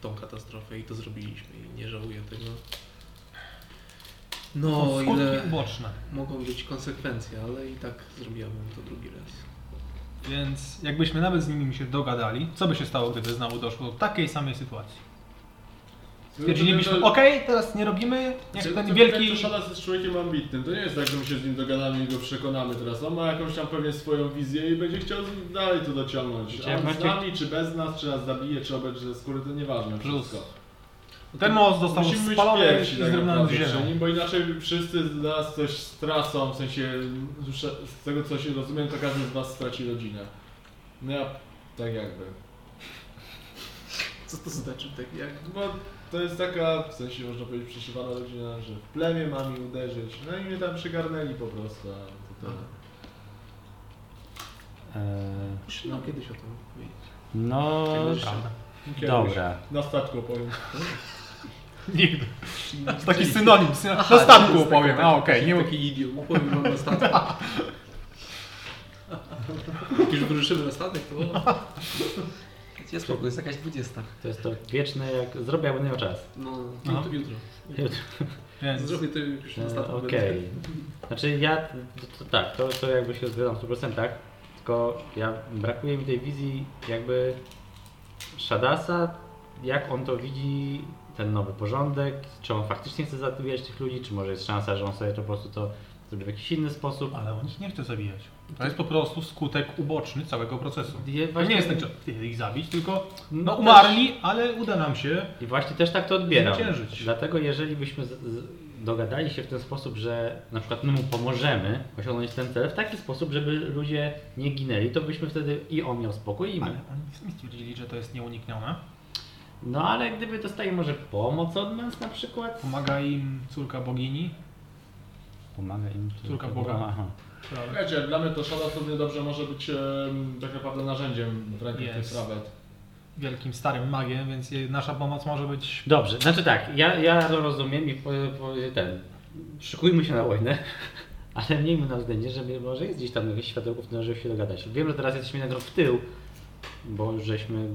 Speaker 5: tą katastrofę i to zrobiliśmy i nie żałuję tego.
Speaker 3: Są
Speaker 5: No,
Speaker 3: skutki
Speaker 5: ile
Speaker 3: uboczne.
Speaker 5: mogą być konsekwencje, ale i tak zrobiłabym to drugi raz.
Speaker 3: Więc jakbyśmy nawet z nimi się dogadali, co by się stało, gdyby znowu doszło do takiej samej sytuacji? Stwierdzilibyśmy, okej, teraz nie robimy, jak
Speaker 6: Znaczy, To-
Speaker 3: ten
Speaker 6: to-
Speaker 3: wielki...
Speaker 6: To Szalas jest człowiekiem ambitnym. To nie jest tak, że my się z nim dogadamy i go przekonamy teraz. On ma jakąś tam pewnie swoją wizję i będzie chciał z nim dalej to dociągnąć.
Speaker 4: Wiecie,
Speaker 6: A on z
Speaker 4: właśnie-
Speaker 6: nami, czy bez nas, czy nas zabije, czy obejdzie ze skóry, to nieważne.
Speaker 3: Plus.
Speaker 6: Wszystko.
Speaker 3: Ten most został
Speaker 6: Musimy być
Speaker 3: spalony i
Speaker 6: pierwsi tak
Speaker 3: zrównany z
Speaker 6: naprawdę
Speaker 3: ziemią.
Speaker 6: przy nim, bo inaczej wszyscy z nas coś stracą, w sensie że- z tego co się rozumiem, to każdy z was straci rodzinę. No ja tak jakby.
Speaker 5: Co to znaczy tak jak?
Speaker 6: Bo to jest taka, w sensie można powiedzieć, przeszywana rodzina, że w plemię mam i uderzyć. No i mnie tam przygarnęli po prostu. a to tyle.
Speaker 4: E,
Speaker 5: Muszę nam kiedyś o tym powiedzieć.
Speaker 4: No,
Speaker 3: Prawda.
Speaker 6: Kiedyś
Speaker 4: dobra.
Speaker 6: Na statku opowiem.
Speaker 3: Nigdy. Taki synonim, synonim. Na
Speaker 6: tak,
Speaker 3: statku opowiem, a okej, nie
Speaker 5: Taki idiot, opowiem wam na statek. Jak już wyruszymy na statek, to...
Speaker 1: Gdzie spokój, jest jakaś 20.
Speaker 4: To jest to wieczne, jak zrobię, jakby nie miał czas.
Speaker 5: No,
Speaker 3: No.
Speaker 5: jutro. jutro.
Speaker 3: Więc
Speaker 5: Zrobię to już na
Speaker 4: E,
Speaker 5: statku.
Speaker 4: Okej.
Speaker 5: będę.
Speaker 3: tak?
Speaker 4: Znaczy ja, to, to, tak, to, to jakby się zgadzam w 100%, tylko ja, brakuje mi tej wizji jakby Shadasa, jak on to widzi, ten nowy porządek, czy on faktycznie chce zabijać tych ludzi, czy może jest szansa, że on sobie to po prostu to zrobi w jakiś inny sposób.
Speaker 3: Ale on ich nie chce zabijać. To jest po prostu skutek uboczny całego procesu.
Speaker 4: Ja
Speaker 3: To nie
Speaker 4: właśnie-
Speaker 3: jest ten czas ich zabić, tylko no,
Speaker 4: też-
Speaker 3: umarli, ale uda nam się.
Speaker 4: I właśnie też tak to odbieram.
Speaker 3: Zwyciężyć.
Speaker 4: Dlatego jeżeli byśmy z, z, dogadali się w ten sposób, że na przykład my mu pomożemy osiągnąć ten cel w taki sposób, żeby ludzie nie ginęli, to byśmy wtedy i on miał spokój i my.
Speaker 3: Ale oni stwierdzili, że to jest nieuniknione.
Speaker 4: No ale gdyby dostali może pomoc od nas na przykład.
Speaker 3: Pomaga im córka bogini.
Speaker 4: Pomaga im.
Speaker 3: Córka Boga.
Speaker 4: Aha.
Speaker 6: Wiecie, dla mnie to szada równie dobrze może być em, tak naprawdę narzędziem w rękach
Speaker 3: Jest.
Speaker 6: tych prawet.
Speaker 3: Wielkim starym magiem, więc jej, nasza pomoc może być.
Speaker 4: Dobrze, znaczy tak, ja, ja to rozumiem i po, po, ten. Szykujmy się na wojnę, ale miejmy na względzie, że może jest gdzieś tam jakieś światełko, w którym żeby się dogadać. Wiem, że teraz jesteśmy jednak w tył, bo już żeśmy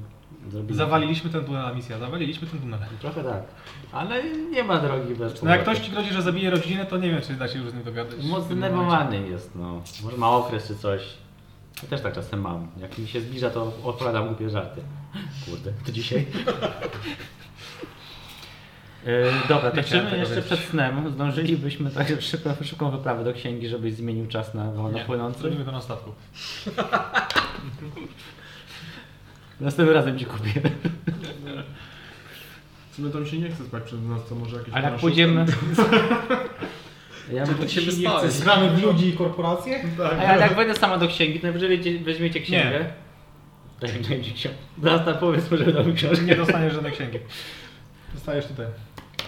Speaker 4: zrobili.
Speaker 3: Zawaliliśmy ten tunel, misja, zawaliliśmy ten tunel.
Speaker 4: Trochę tak, ale nie ma drogi bez
Speaker 3: No jak
Speaker 4: powrotu.
Speaker 3: ktoś ci grozi, że zabije rodzinę, to nie wiem, czy da się już z nim dogadać.
Speaker 4: Mocno
Speaker 3: w tym
Speaker 4: zdenerwowany jest, no. Może ma okres czy coś. Ja też tak czasem mam. Jak mi się zbliża, to odpowiadam głupie żarty. Kurde, to dzisiaj. E, dobra, to
Speaker 3: Nie chciałem
Speaker 4: czy
Speaker 3: tego
Speaker 4: jeszcze
Speaker 3: wiedzieć.
Speaker 4: przed snem zdążylibyśmy tak szybką, szybką wyprawę do księgi, żebyś zmienił czas na wolno
Speaker 3: momencie.
Speaker 4: płynący?
Speaker 3: Zrobimy to na statku.
Speaker 4: Następnym razem ci kupię.
Speaker 6: W sumie to mi się nie chce spać przed nas, to może jakieś
Speaker 4: Ale jak
Speaker 6: paraszutki.
Speaker 4: pójdziemy... Ja
Speaker 1: Czy
Speaker 5: Tak
Speaker 4: mówię,
Speaker 1: ty się
Speaker 4: ci nie
Speaker 1: wyspałeś?
Speaker 3: Gramy w ludzi i korporacje?
Speaker 4: A ja tak wejdę sama do księgi, najwyżej weźmie- weźmiecie księgę. Daj mi daj mi książkę. Zaraz tam powiedzmy, żeby dał mi książkę.
Speaker 3: Nie dostaniesz żadnej księgi. Zostajesz tutaj.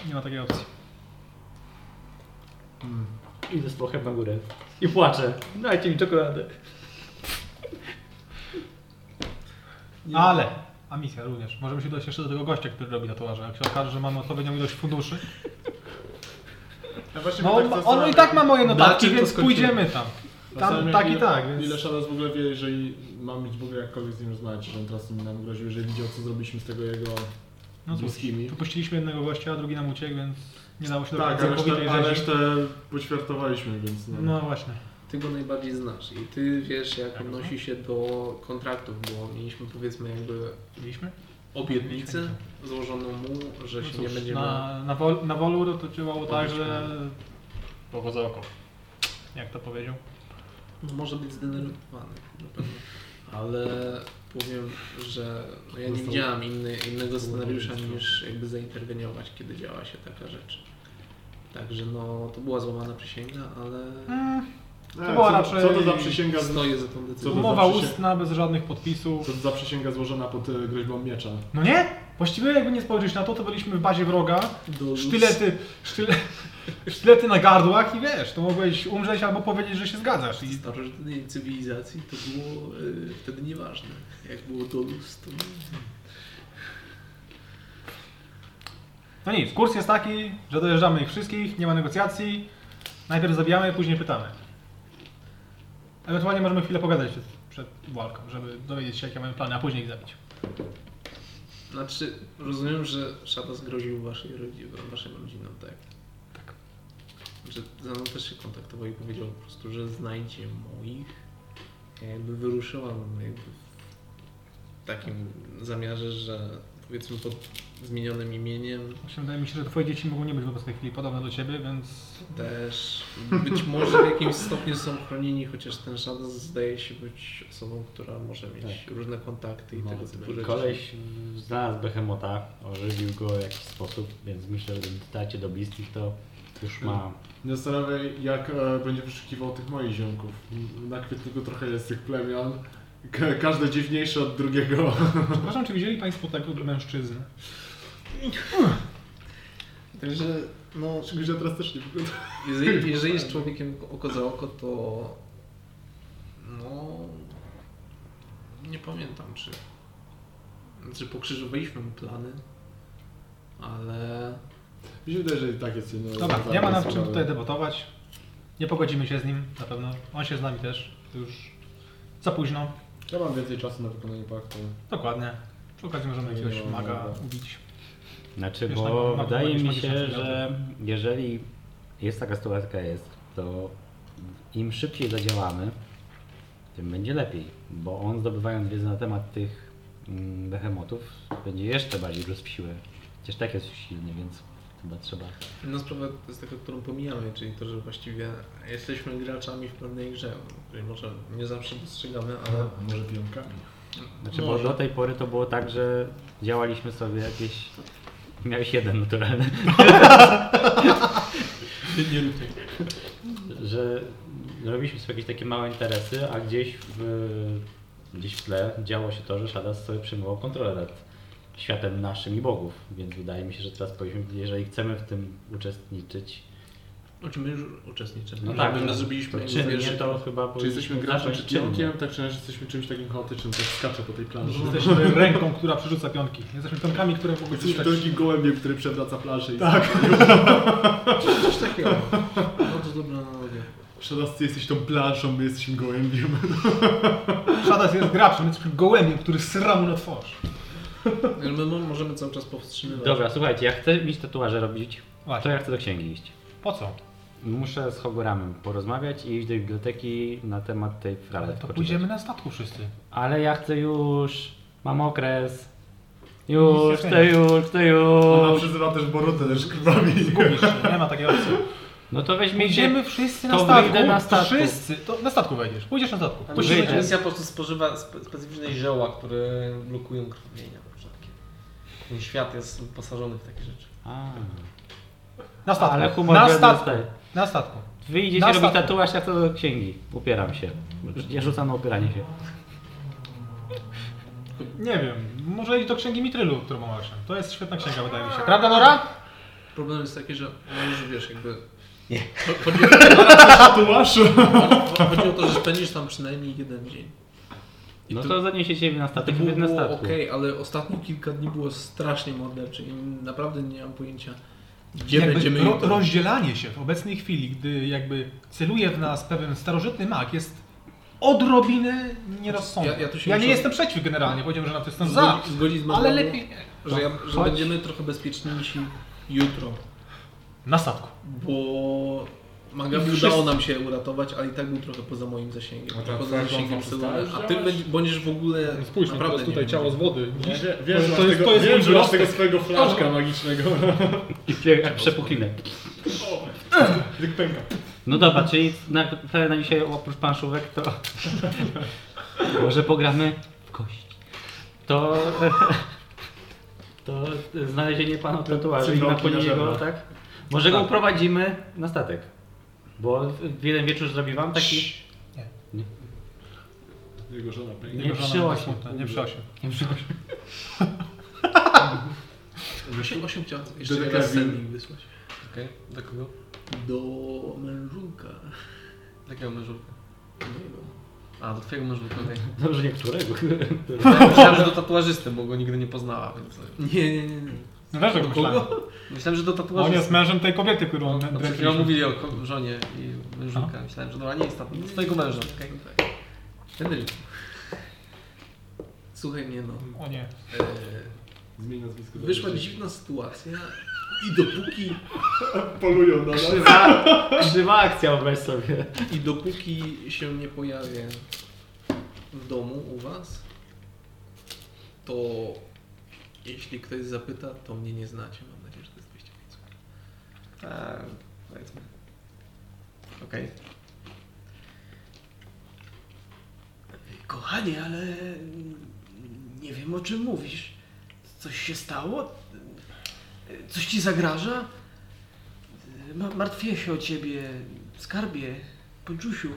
Speaker 3: Nie ma takiej opcji.
Speaker 4: Idę z płochem na górę. I płaczę. Dajcie mi czekoladę.
Speaker 3: No Ale, a misja również. Możemy się dojść jeszcze do tego gościa, który robi tatuaże. Jak się okaże, że mamy odpowiednią ilość funduszy.
Speaker 2: Ja właśnie
Speaker 3: No,
Speaker 2: tak
Speaker 3: on, on
Speaker 2: zastanawiam.
Speaker 3: i tak ma moje notatki,
Speaker 1: czym to
Speaker 3: więc
Speaker 1: skończyło?
Speaker 3: pójdziemy tam. Tam
Speaker 2: Zastanawiam
Speaker 3: tak i
Speaker 2: ile-
Speaker 3: tak, więc...
Speaker 2: Ile Shadows w ogóle wie, jeżeli mam mieć w ogóle jakkolwiek z nim rozmawiać, że on teraz mi nam groził, jeżeli widział co zrobiliśmy z tego jego
Speaker 3: No cóż,
Speaker 2: bliskimi.
Speaker 3: wypuściliśmy jednego gościa, a drugi nam uciekł, więc nie dało się
Speaker 2: Tak, a
Speaker 3: dokonać
Speaker 2: resztę,
Speaker 3: całkowitej
Speaker 2: a
Speaker 3: rzezi.
Speaker 2: resztę poćwiartowaliśmy, więc no.
Speaker 3: No właśnie.
Speaker 5: Ty go najbardziej znasz i ty wiesz, jak odnosi się do kontraktów, bo mieliśmy powiedzmy jakby
Speaker 3: Mieliśmy?
Speaker 5: obietnicę złożoną mu, że się nie
Speaker 3: No
Speaker 5: będziemy...
Speaker 3: na, na, wol, na Wolur to działało tak, że... Powodzę oko. Jak to powiedział?
Speaker 5: No, może być zdenerwowany na pewno. Ale powiem, że no ja nie widziałam inny, innego scenariusza niż jakby zainterweniować, kiedy działa się taka rzecz. Także no, to była złamana przysięga, ale
Speaker 3: Mm,
Speaker 2: E,
Speaker 3: była
Speaker 2: co,
Speaker 3: raczej-
Speaker 2: co to za przysięga, z-
Speaker 5: stoję za tą
Speaker 2: Co
Speaker 5: decyzją.
Speaker 2: to
Speaker 3: umowa
Speaker 2: znaczy się-
Speaker 3: ustna, bez żadnych podpisów.
Speaker 2: co to za przysięga złożona pod e, groźbą miecza?
Speaker 3: No nie? Właściwie jakby nie spojrzeć na to, to byliśmy w bazie wroga,
Speaker 5: Do
Speaker 3: sztylety, sztyle, sztylety na gardłach i wiesz, to mogłeś umrzeć albo powiedzieć, że się zgadzasz. I
Speaker 5: starożytnej cywilizacji to było y, wtedy nieważne. Jak było do luz, to...
Speaker 3: no nic, kurs jest taki, że dojeżdżamy ich wszystkich, nie ma negocjacji, najpierw zabijamy, później pytamy. Ewentualnie możemy chwilę pogadać przed, przed walką, żeby dowiedzieć się jakie mamy plany, a później ich zabić.
Speaker 5: Znaczy, rozumiem, że szata zgroził waszej rodzinie, waszym rodzinom, tak? Tak. Że ze mną też się kontaktował i powiedział po prostu, że znajdzie moich. Ja jakby wyruszyłam jakby w takim zamiarze, że powiedzmy pod zmienionym imieniem
Speaker 3: Właśnie wydaje mi się, że twoje dzieci mogą nie być wobec tej chwili podobne do ciebie, więc
Speaker 5: też być może w jakimś stopniu są chronieni, chociaż ten szatan zdaje się być osobą, która może mieć różne kontakty i tego typu rzeczy.
Speaker 4: Koleś znalazł behemota, ożywił go w jakiś sposób, więc myślę, że dacie do bliskich to już ma.
Speaker 2: Nie zastanawiaj, jak e, będzie wyszukiwał tych moich ziomków. Na kwietniku trochę jest tych plemion. Ka- każde dziwniejsze od drugiego.
Speaker 3: przepraszam, czy widzieli państwo tego mężczyznę?
Speaker 5: Także, no,
Speaker 2: Czegoś ja teraz też nie wygląda.
Speaker 5: Jeżeli, jeżeli jest człowiekiem oko za oko, to. No. Nie pamiętam, czy. Znaczy, pokrzyżowaliśmy mu plany, ale.
Speaker 2: Mi się wydaje, że i tak jest jedno.
Speaker 3: Dobra, nie ma nad czym
Speaker 2: zainteresowane.
Speaker 3: tutaj debatować. Nie pogodzimy się z nim, na pewno. On się z nami też. To już za późno.
Speaker 2: Ja mam więcej czasu na wykonanie paktu.
Speaker 3: Dokładnie. Przy okazji możemy jakiegoś
Speaker 2: No,
Speaker 3: maga
Speaker 2: dobra.
Speaker 3: ubić.
Speaker 4: Znaczy,
Speaker 3: Wiesz, tak,
Speaker 4: bo
Speaker 3: ma- ma-
Speaker 4: wydaje
Speaker 3: ma-
Speaker 4: mi
Speaker 3: magiczne
Speaker 4: się,
Speaker 3: przedmioty.
Speaker 4: że jeżeli jest taka sytuacja, jaka jest, to im szybciej zadziałamy, tym będzie lepiej, bo on zdobywając wiedzę na temat tych mm, behemotów, będzie jeszcze bardziej rósł w siłę. Chociaż tak jest silny, więc chyba trzeba.
Speaker 5: Inna sprawa to jest taka, którą pomijamy, czyli to, że właściwie jesteśmy graczami w pewnej grze, której może nie zawsze dostrzegamy, ale.
Speaker 2: A może pionkami?
Speaker 4: Znaczy,
Speaker 5: Może.
Speaker 4: bo do tej pory to było tak, że działaliśmy sobie jakieś. Miałeś jeden naturalny.
Speaker 5: Nie rób tego.
Speaker 4: że robiliśmy sobie jakieś takie małe interesy, a gdzieś w, gdzieś w tle działo się to, że Shadas sobie przejmował kontrolę nad światem naszym i bogów, więc wydaje mi się, że teraz powinniśmy, jeżeli chcemy w tym uczestniczyć,
Speaker 5: Znaczy, my już uczestniczymy.
Speaker 4: no
Speaker 5: Że
Speaker 4: tak,
Speaker 5: my
Speaker 4: no,
Speaker 5: zrobiliśmy
Speaker 4: to
Speaker 5: jakby
Speaker 4: czynnie,
Speaker 5: wiesz,
Speaker 4: to chyba
Speaker 2: Czy jesteśmy
Speaker 4: powinniśmy
Speaker 2: graczem czy
Speaker 4: zacząć czynnie.
Speaker 2: Znaczy, pionkiem, tak czy jesteśmy czymś takim chaotycznym, tak skacze po tej planszy.
Speaker 6: No.
Speaker 3: Jesteśmy ręką, która przerzuca pionki. Jesteśmy pionkami, które tak mogą
Speaker 2: Jesteśmy
Speaker 3: rzucać.
Speaker 2: takim gołębiem, który przewraca planszę i tak.
Speaker 5: Coś takiego. Bardzo dobra analogia.
Speaker 2: Szadas, ty jesteś tą planszą, my jesteśmy gołębiem.
Speaker 3: Shadas jest graczem, jesteśmy gołębiem, który sra mu na twarz.
Speaker 5: My mo- możemy cały czas powstrzymywać.
Speaker 4: Dobra, słuchajcie, ja chcę mieć tatuaże robić, to
Speaker 3: Właśnie.
Speaker 4: ja chcę do księgi iść.
Speaker 3: Po co?
Speaker 4: Muszę z Hogoramem porozmawiać i iść do biblioteki na temat tej frale.
Speaker 3: Ale to pójdziemy na statku wszyscy.
Speaker 4: Ale ja chcę już, mam okres.
Speaker 3: Nic nie No
Speaker 4: Już, chcę
Speaker 3: zmienia.
Speaker 4: już, chcę
Speaker 2: Ona
Speaker 4: już.
Speaker 2: przyzywa też Borutę, też krwawi.
Speaker 3: Zgubisz się, nie ma takiej opcji.
Speaker 4: No to weźmiecie.
Speaker 3: Pójdziemy wszyscy na
Speaker 4: to
Speaker 3: statku.
Speaker 4: wyjdę na statku.
Speaker 3: Wszyscy. To na statku wejdziesz. Pójdziesz na statku.
Speaker 1: Ale
Speaker 4: Musimy-
Speaker 1: Musimy, misja po prostu spożywa spe, specyficzne zioła, które blokują krwawienia rzadkie. Ten świat jest wyposażony w takie rzeczy.
Speaker 4: A,
Speaker 3: Na statku.
Speaker 4: ale humor
Speaker 3: na
Speaker 4: gwiazdy
Speaker 3: statku.
Speaker 4: zostaje.
Speaker 3: Na statku.
Speaker 4: Wy idziecie
Speaker 3: Na
Speaker 4: robić
Speaker 3: statku.
Speaker 4: tatuaż, ja to do księgi. Upieram się. Nie rzucam na upieranie się.
Speaker 3: Nie wiem, może i do księgi Mitrylu, którą mam owszem. To jest świetna księga, wydaje mi się. Prawda, Nora?
Speaker 5: Problem jest taki, że no już wiesz, jakby...
Speaker 1: Nie.
Speaker 5: Cho- Chodzi o,
Speaker 6: Tatuaż?
Speaker 5: chodzi o to, że spędzisz tam przynajmniej jeden dzień. I
Speaker 4: No
Speaker 5: to-
Speaker 4: to zaniesiecie mnie na
Speaker 5: To
Speaker 4: statek,
Speaker 5: było,
Speaker 4: wy na
Speaker 5: było
Speaker 4: statku.
Speaker 5: okej, ale ostatnie kilka dni było strasznie morderczych i naprawdę nie mam pojęcia, gdzie
Speaker 3: Jakby
Speaker 5: będziemy
Speaker 3: ro-
Speaker 5: jutro.
Speaker 3: rozdzielanie się w obecnej chwili, gdy jakby celuje w nas pewien starożytny mag, jest odrobinę nierozsądne.
Speaker 5: Ja-
Speaker 3: Ja,
Speaker 5: ja tu się
Speaker 3: nie
Speaker 5: muszę-
Speaker 3: jestem przeciw generalnie, powiedziałem, że na to jestem za,
Speaker 5: Zgodzi, zgodzi z
Speaker 3: ale
Speaker 5: Magdaną,
Speaker 3: lepiej no.
Speaker 5: że, ja, że
Speaker 4: Chodź.
Speaker 5: będziemy trochę bezpieczniejsi jutro,
Speaker 3: na statku.
Speaker 5: bo Maga
Speaker 3: Wszyscy-
Speaker 5: udało nam się uratować, ale i tak był trochę poza moim
Speaker 3: No
Speaker 5: zasięgiem.
Speaker 2: A tak,
Speaker 5: poza
Speaker 2: tak,
Speaker 5: zasięgiem
Speaker 2: on
Speaker 5: Sylwana.
Speaker 2: przestałeś
Speaker 5: A ty
Speaker 2: działać?
Speaker 5: będziesz- będziesz w ogóle
Speaker 3: Spójrz, no, to
Speaker 5: naprawdę
Speaker 3: jest tutaj
Speaker 5: nie
Speaker 3: ciało z wody.
Speaker 2: Wiesz,
Speaker 3: widzisz?
Speaker 2: wiesz,
Speaker 3: To-
Speaker 2: że
Speaker 3: to
Speaker 2: masz
Speaker 3: jest-
Speaker 2: tego,
Speaker 3: to jest
Speaker 2: wiesz, że masz
Speaker 3: wyrostek.
Speaker 2: tego swojego flaszka magicznego.
Speaker 4: I pie- przepuklinę.
Speaker 2: Jak pęka.
Speaker 4: No dobra, czyli na, na dzisiaj oprócz panszówek to może pogramy w kości. To, to znalezienie pana tatuażu i
Speaker 2: Cyfroki
Speaker 4: napłynie
Speaker 2: na
Speaker 4: go,
Speaker 2: żebra.
Speaker 4: tak? Może go uprowadzimy na statek. Bo w jeden wieczór zrobi wam taki...
Speaker 2: Jego żona pęka.
Speaker 4: Nie przyło się.
Speaker 3: Nie przyło się.
Speaker 5: Osiem, osiem chciałem jeszcze
Speaker 2: Detektyw.
Speaker 5: raz sending wysłać.
Speaker 1: Okej, do kogo?
Speaker 5: Do mężulka.
Speaker 1: Do jakiego mężulka?
Speaker 5: mojego.
Speaker 1: A, do twojego mężulka, okej.
Speaker 4: Dobrze, nie którego.
Speaker 1: Ja Myślałem, że do tatuażysty, bo go nigdy nie poznała, więc...
Speaker 5: Nie, nie, nie. nie.
Speaker 3: No dlaczego myślałem?
Speaker 1: Myślałem, że do
Speaker 3: On jest
Speaker 1: tatuażysty.
Speaker 3: mężem tej kobiety, którą
Speaker 1: No, przed chwilą mówili o ko- żonie i
Speaker 11: No.
Speaker 1: mężulka. Myślałem, że dobra, nie jest tatuaż. Do twojego męża,
Speaker 5: Tak,
Speaker 1: okej.
Speaker 5: Henry. Słuchaj mnie no.
Speaker 3: O nie.
Speaker 5: Eee,
Speaker 2: Zmień nazwisko.
Speaker 5: Wyszła dziwna sytuacja i dopóki,
Speaker 6: Polują na nas.
Speaker 4: Krzywa, krzywa akcja, wyobraź sobie.
Speaker 5: i dopóki się nie pojawię w domu u was, to jeśli ktoś zapyta, to mnie nie znacie. Mam nadzieję, że to jest 205.
Speaker 11: E,
Speaker 1: Tak, powiedzmy. Okej.
Speaker 11: Kochanie, ale nie wiem o czym mówisz. Coś się stało? Coś ci zagraża? Ma- Martwię się o ciebie, skarbie, pończusiu.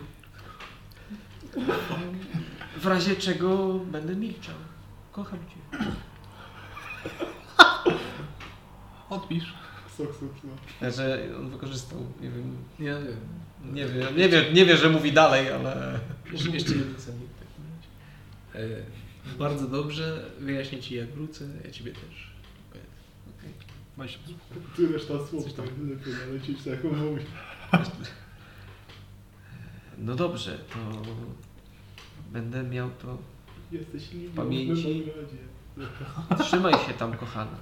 Speaker 11: W razie czego będę milczał. Kocham cię.
Speaker 3: Odpisz.
Speaker 6: Sok, sok, no.
Speaker 1: Znaczy, on wykorzystał, nie wiem,
Speaker 5: Ja wiem.
Speaker 1: nie wie, nie wie, nie wie, że mówi dalej, ale...
Speaker 5: Jeszcze, jeszcze jeden sending w takim razie. Eee, Bardzo dobrze, wyjaśnię ci jak wrócę, ja ciebie też.
Speaker 6: Ty reszta słów, tak lepiej nalecieć
Speaker 2: tak
Speaker 6: taką mówić.
Speaker 1: No dobrze, to będę miał to.
Speaker 6: Jesteś linią w
Speaker 1: Pamięci.
Speaker 6: mym ogrodzie.
Speaker 1: Trzymaj się tam, kochana.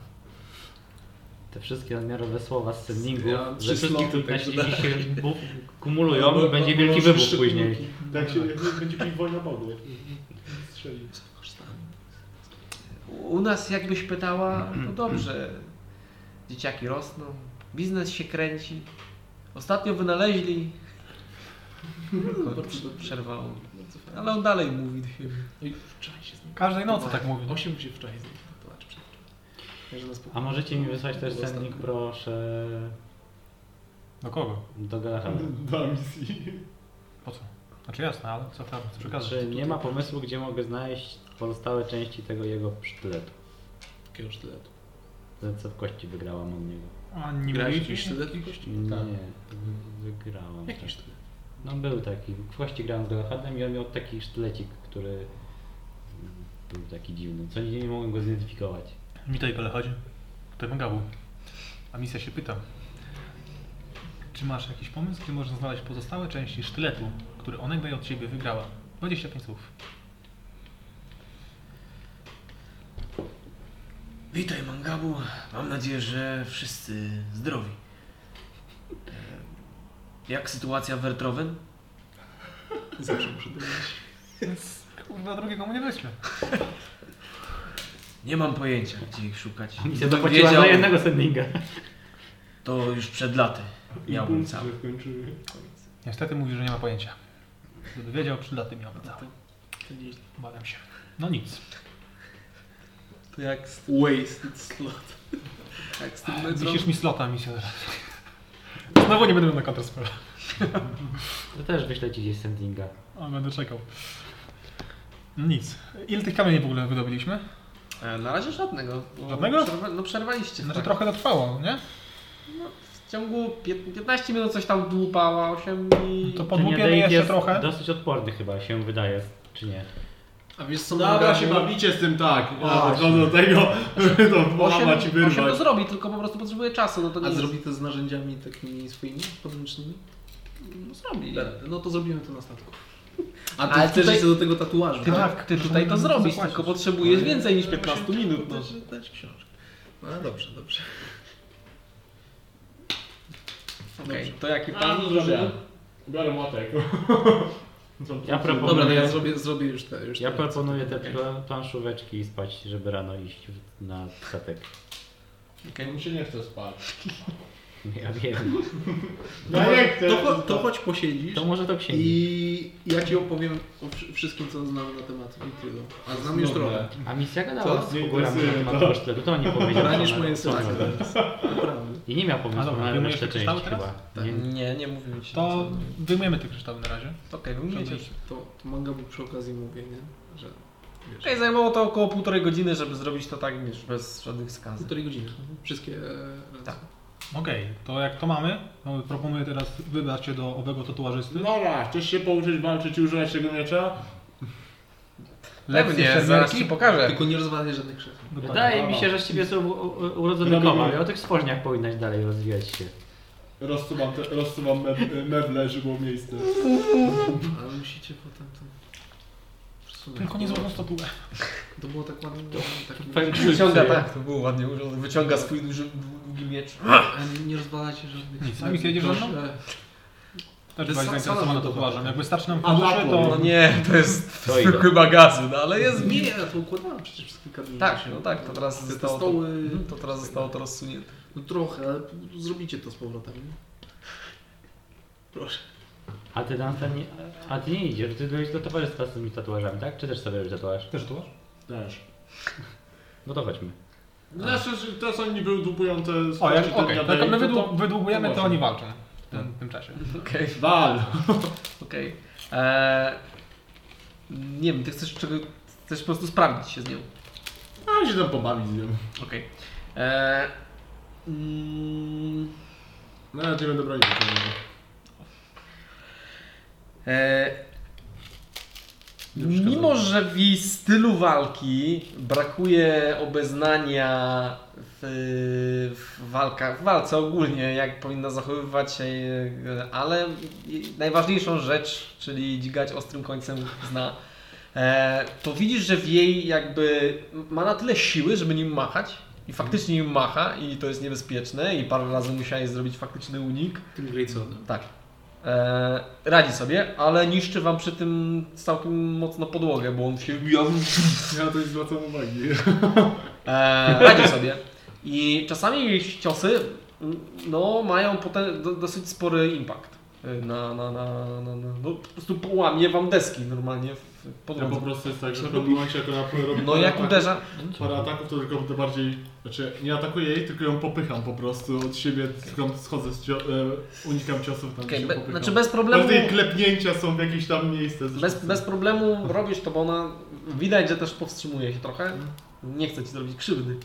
Speaker 4: Te wszystkie nadmiarowe słowa z sendingu,
Speaker 5: Ja mam
Speaker 4: że
Speaker 5: trzy
Speaker 4: wszystkich
Speaker 5: sloty, tak No,
Speaker 4: tu
Speaker 5: także
Speaker 4: naśli się bu-
Speaker 6: Albo-
Speaker 4: kumulują i będzie
Speaker 6: albo
Speaker 4: wielki
Speaker 6: masz
Speaker 4: wybuch
Speaker 6: szczepionki.
Speaker 4: później.
Speaker 6: Tak się jak będzie pić wojna bogów. Strzeli.
Speaker 1: U nas, jakbyś pytała, no dobrze. Dzieciaki rosną, biznes się kręci. Ostatnio wynaleźli.
Speaker 5: Bardzo dobrze.
Speaker 1: Przerwało.
Speaker 5: Bardzo fajnie.
Speaker 1: Ale on dalej mówi do siebie.
Speaker 5: No i wczoraj się z nim.
Speaker 3: Każdej nocy tak mówi.
Speaker 5: Osiem się wczoraj z nim tatuaż przed Także na spokojnie.
Speaker 4: A możecie mi wysłać też
Speaker 5: Było
Speaker 4: sending,
Speaker 5: ostatnio.
Speaker 4: proszę,
Speaker 3: Do kogo?
Speaker 4: do Galahada.
Speaker 5: Mhm.
Speaker 6: Dla misji.
Speaker 3: Po co? Znaczy jasne, ale co prawda, co przekazać?
Speaker 4: Czy nie ma pomysłu, gdzie mogę znaleźć pozostałe części tego jego sztyletu?
Speaker 5: Takiego sztyletu.
Speaker 4: Ten, co w kości wygrałam od niego.
Speaker 3: A nie
Speaker 5: Grałeś
Speaker 3: mówiliście?
Speaker 5: jakiś sztylet i kości?
Speaker 4: Nie, wygrałam.
Speaker 5: Jaki
Speaker 4: tak.
Speaker 5: sztylet?
Speaker 4: No był taki, w kości grałem z Galahadem i on miał taki sztylecik, który był taki dziwny. Co nie, nie mogłem go zidentyfikować.
Speaker 3: Witaj Galechodzie. Tutaj Magabu. A misja się pyta. Czy masz jakiś pomysł, gdzie można znaleźć pozostałe części sztyletu, który onegdaj od ciebie wygrała? 25 słów.
Speaker 11: Witaj, Mangabu. Mam nadzieję, że wszyscy zdrowi. E, Jak sytuacja w Wertrowen?
Speaker 5: Zawsze muszę to mówić.
Speaker 3: Więc kurwa drugiego mu nie wyślę.
Speaker 11: Nie mam pojęcia, gdzie ich szukać.
Speaker 4: Mi się
Speaker 11: Gdybym
Speaker 4: zapłaciła
Speaker 11: wiedział,
Speaker 4: za jednego sendinga.
Speaker 11: to już przed laty miałbym
Speaker 6: Impuls,
Speaker 11: cały.
Speaker 6: że kończymy.
Speaker 3: Niestety mówi, że nie ma pojęcia. Gdyby wiedział, trzy laty miałby
Speaker 5: A
Speaker 3: cały.
Speaker 5: to- Tak. to nie jest-
Speaker 3: Obawiam się. No nic.
Speaker 1: To jak z,
Speaker 5: Wasted slot.
Speaker 1: jak z tym
Speaker 3: Wisisz mi slota misja. Znowu nie będę miał na Counterspell.
Speaker 4: To też wyślę ci gdzieś sendinga.
Speaker 3: A będę czekał. No Nic. Ile tych kamieni w ogóle wydobyliśmy?
Speaker 1: E, Na razie żadnego. bo
Speaker 3: Żadnego?
Speaker 1: Przerwa, no przerwaliście.
Speaker 3: Znaczy
Speaker 1: tak.
Speaker 3: trochę to trwało, nie?
Speaker 1: W ciągu pię- 15 minut coś tam dłupała, 8 i...
Speaker 3: To
Speaker 4: Ten
Speaker 3: podłupiemy
Speaker 4: jadeit
Speaker 3: jeszcze
Speaker 4: jest
Speaker 3: trochę.
Speaker 4: Dosyć odporny chyba się wydaje, czy nie?
Speaker 5: A wiesz co
Speaker 2: Dobra,
Speaker 5: mam
Speaker 2: się
Speaker 5: gramu?
Speaker 2: bawicie z tym tak. Ja
Speaker 5: Właśnie.
Speaker 2: podchodzę do tego,
Speaker 6: Znaczy,
Speaker 2: żeby to włamać i
Speaker 1: 8, 8 to
Speaker 2: wyrwać.
Speaker 1: zrobi, tylko po prostu potrzebuje czasu, no to nie
Speaker 5: A
Speaker 1: jest-
Speaker 5: zrobi to z narzędziami takimi swoimi podręcznymi?
Speaker 1: No, zrobi.
Speaker 5: Dobra, No to zrobimy to na statku. A ty
Speaker 1: Ale
Speaker 5: chcesz
Speaker 1: tutaj-
Speaker 5: jeszcze do tego tatuażu,
Speaker 1: Ty,
Speaker 5: tak? No,
Speaker 1: ty tutaj to zrobisz, tylko potrzebujesz więcej niż 15 minut. No.
Speaker 5: Dać, dać książkę. No dobrze, dobrze.
Speaker 1: Okej, to jaki
Speaker 6: A,
Speaker 1: plan?
Speaker 6: no zrobię. Biorę młotek.
Speaker 4: Ja proponuję-
Speaker 5: Dobra, no ja zrobię, zrobię już te. Już
Speaker 4: Ja
Speaker 5: te-
Speaker 4: proponuję te
Speaker 5: Okej.
Speaker 4: pla- planszóweczki i spać, żeby rano iść w- na statek.
Speaker 1: Okej.
Speaker 6: Mi się nie chce spać.
Speaker 4: Ja wiem.
Speaker 6: No nie
Speaker 5: To,
Speaker 6: chcę.
Speaker 5: cho- to chodź posiedzisz
Speaker 4: To może to księgi.
Speaker 5: i
Speaker 1: Mhm.
Speaker 5: ja ci opowiem o wsz- wszystkim, co znam na temat Witrydo. A znam już
Speaker 6: Nudne.
Speaker 5: trochę.
Speaker 4: A misja gadała z
Speaker 6: Nie
Speaker 4: Hugurami na
Speaker 6: interesuje
Speaker 4: temat
Speaker 6: to.
Speaker 4: kosztetu, to nie powiedział.
Speaker 5: Ranisz
Speaker 4: co
Speaker 5: moje
Speaker 4: co
Speaker 5: serce
Speaker 4: robi.
Speaker 5: teraz. Naprawdę.
Speaker 4: I nie miał
Speaker 3: A
Speaker 4: pomysłu
Speaker 3: dobra,
Speaker 4: na
Speaker 3: wyjmujesz
Speaker 4: resztę
Speaker 3: te kryształy
Speaker 4: części chyba.
Speaker 5: teraz?
Speaker 4: Nie,
Speaker 1: Nie, nie mówimy ci.
Speaker 3: To
Speaker 1: nic.
Speaker 3: wyjmujemy te kryształy na razie.
Speaker 1: Okej, wymienicie. Okej,
Speaker 5: To, to manga mu przy okazji mówię, nie? Że
Speaker 1: zajmowało to około półtorej godziny, żeby zrobić to tak, wiesz, bez żadnych wskazań.
Speaker 5: półtorej godziny. Wszystkie e, ręce.
Speaker 1: Mhm. Tak.
Speaker 3: Okej, to jak to mamy, no, proponuję teraz wybrać się do owego tatuażysty.
Speaker 6: Dobra, no chcesz się pouczyć walczyć i używać tego miecza?
Speaker 1: Pewnie,
Speaker 3: Lekcje
Speaker 1: zaraz
Speaker 3: szermierki.
Speaker 1: ci pokażę.
Speaker 5: Tylko nie rozwalaj żadnych krzew.
Speaker 3: Dokładnie.
Speaker 4: Wydaje mi się, że z ciebie są u- u- urodzony
Speaker 6: Drogi-
Speaker 4: kowal. O tych sporniach powinnaś dalej rozwijać się.
Speaker 6: Rozsuwam, te, rozsuwam me- meble, żeby było miejsce.
Speaker 1: Mhm.
Speaker 5: Ale musicie potem to... przesunąć.
Speaker 3: Tylko nie złotą statuę.
Speaker 5: To było tak ładnie. Tak
Speaker 4: Powiem ci-
Speaker 1: Wyciąga, tak, to było ładnie urządzone. Wyciąga swój duży, długi miecz.
Speaker 5: Ale e, nie rozwalajcie żadnych
Speaker 3: Nic,
Speaker 5: krzew.
Speaker 3: Amik, jedziesz ze mną?
Speaker 5: Proszę.
Speaker 3: Też
Speaker 5: jest
Speaker 3: byłaś
Speaker 5: sa-
Speaker 3: zainteresowana
Speaker 5: salon do
Speaker 3: tatuażem.
Speaker 5: tatuażu.
Speaker 3: Jakby starczy nam
Speaker 6: A,
Speaker 3: funduszy,
Speaker 6: tak,
Speaker 3: to...
Speaker 1: No nie, to jest
Speaker 4: To idę.
Speaker 1: zwykły magazyn, ale jest
Speaker 5: Nie, ja to układałem przecież przez kilka dni.
Speaker 1: Tak, no tak, to teraz
Speaker 5: Te, te
Speaker 1: zostało to- Mhm,
Speaker 5: stoły... Tak,
Speaker 1: To teraz zostało to rozsunięte.
Speaker 5: No trochę, ale zrobicie to z powrotem. nie? Proszę.
Speaker 4: A ty, Dantan, nie, a ty nie idziesz, ty dojdziesz do towarzystwa z tymi tatuażami, tak? Czy też sobie robisz tatuaż?
Speaker 3: Też tatuaż?
Speaker 6: Też.
Speaker 4: No to chodźmy.
Speaker 6: Znaczy, że to są niby dupujące
Speaker 3: O,
Speaker 6: skoczy,
Speaker 3: jak,
Speaker 6: ten
Speaker 3: okej,
Speaker 6: gadaj,
Speaker 3: tak my
Speaker 6: to-
Speaker 3: wydłu- wydłubujemy, to
Speaker 6: właśnie.
Speaker 3: oni walczą w tym, tym czasie.
Speaker 1: Okej,
Speaker 6: Wal!
Speaker 1: okej. Eee, Nie wiem, ty chcesz czego. Chcesz po prostu sprawdzić się z nią.
Speaker 6: A się tam pobawić z nią.
Speaker 1: Okej. Eee, Uh, mm,
Speaker 6: No ja nie będę bronił. tego.
Speaker 1: eee,
Speaker 6: Nie
Speaker 1: Mimo, że w jej stylu walki brakuje obeznania w, w, walkach, w walce ogólnie, jak powinna zachowywać się, e, ale jej najważniejszą rzecz, czyli dzigać ostrym końcem zna, e, to widzisz, że w jej jakby ma na tyle siły, żeby nim machać i faktycznie nim macha i to jest niebezpieczne i parę razy musiała jej zrobić faktyczny unik.
Speaker 5: Tym Graysonem.
Speaker 1: Tak. E, radzi sobie, ale niszczy wam przy tym całkiem mocno podłogę, bo on się wbija.
Speaker 6: Ja to nie zwracam uwagi.
Speaker 1: E, radzi sobie. I czasami jej ciosy mm, no, mają potem do, dosyć spory impact. y, Na, na, na, na, na, no, po prostu połamie wam deski normalnie w
Speaker 6: Ja po
Speaker 1: podłodze.
Speaker 6: prostu jest tak, że w
Speaker 5: Co
Speaker 6: pewnym
Speaker 5: robi?
Speaker 6: momencie jak ona robi
Speaker 1: No
Speaker 6: parę
Speaker 1: jak
Speaker 6: ataków-
Speaker 1: uderza,
Speaker 6: tak, Parę ataków to tylko będę bardziej... Znaczy nie atakuję jej, tylko ją popycham po prostu od siebie, skąd schodzę z cio- e, unikam ciosów, tam
Speaker 1: okej,
Speaker 6: się
Speaker 1: be,
Speaker 6: popycham.
Speaker 1: znaczy bez problemu,
Speaker 6: Każde jej klepnięcia są w jakieś tam miejsce.
Speaker 1: bez, bez problemu robisz to, bo ona widać, że też powstrzymuje się trochę. Nie chcę ci zrobić krzywdy.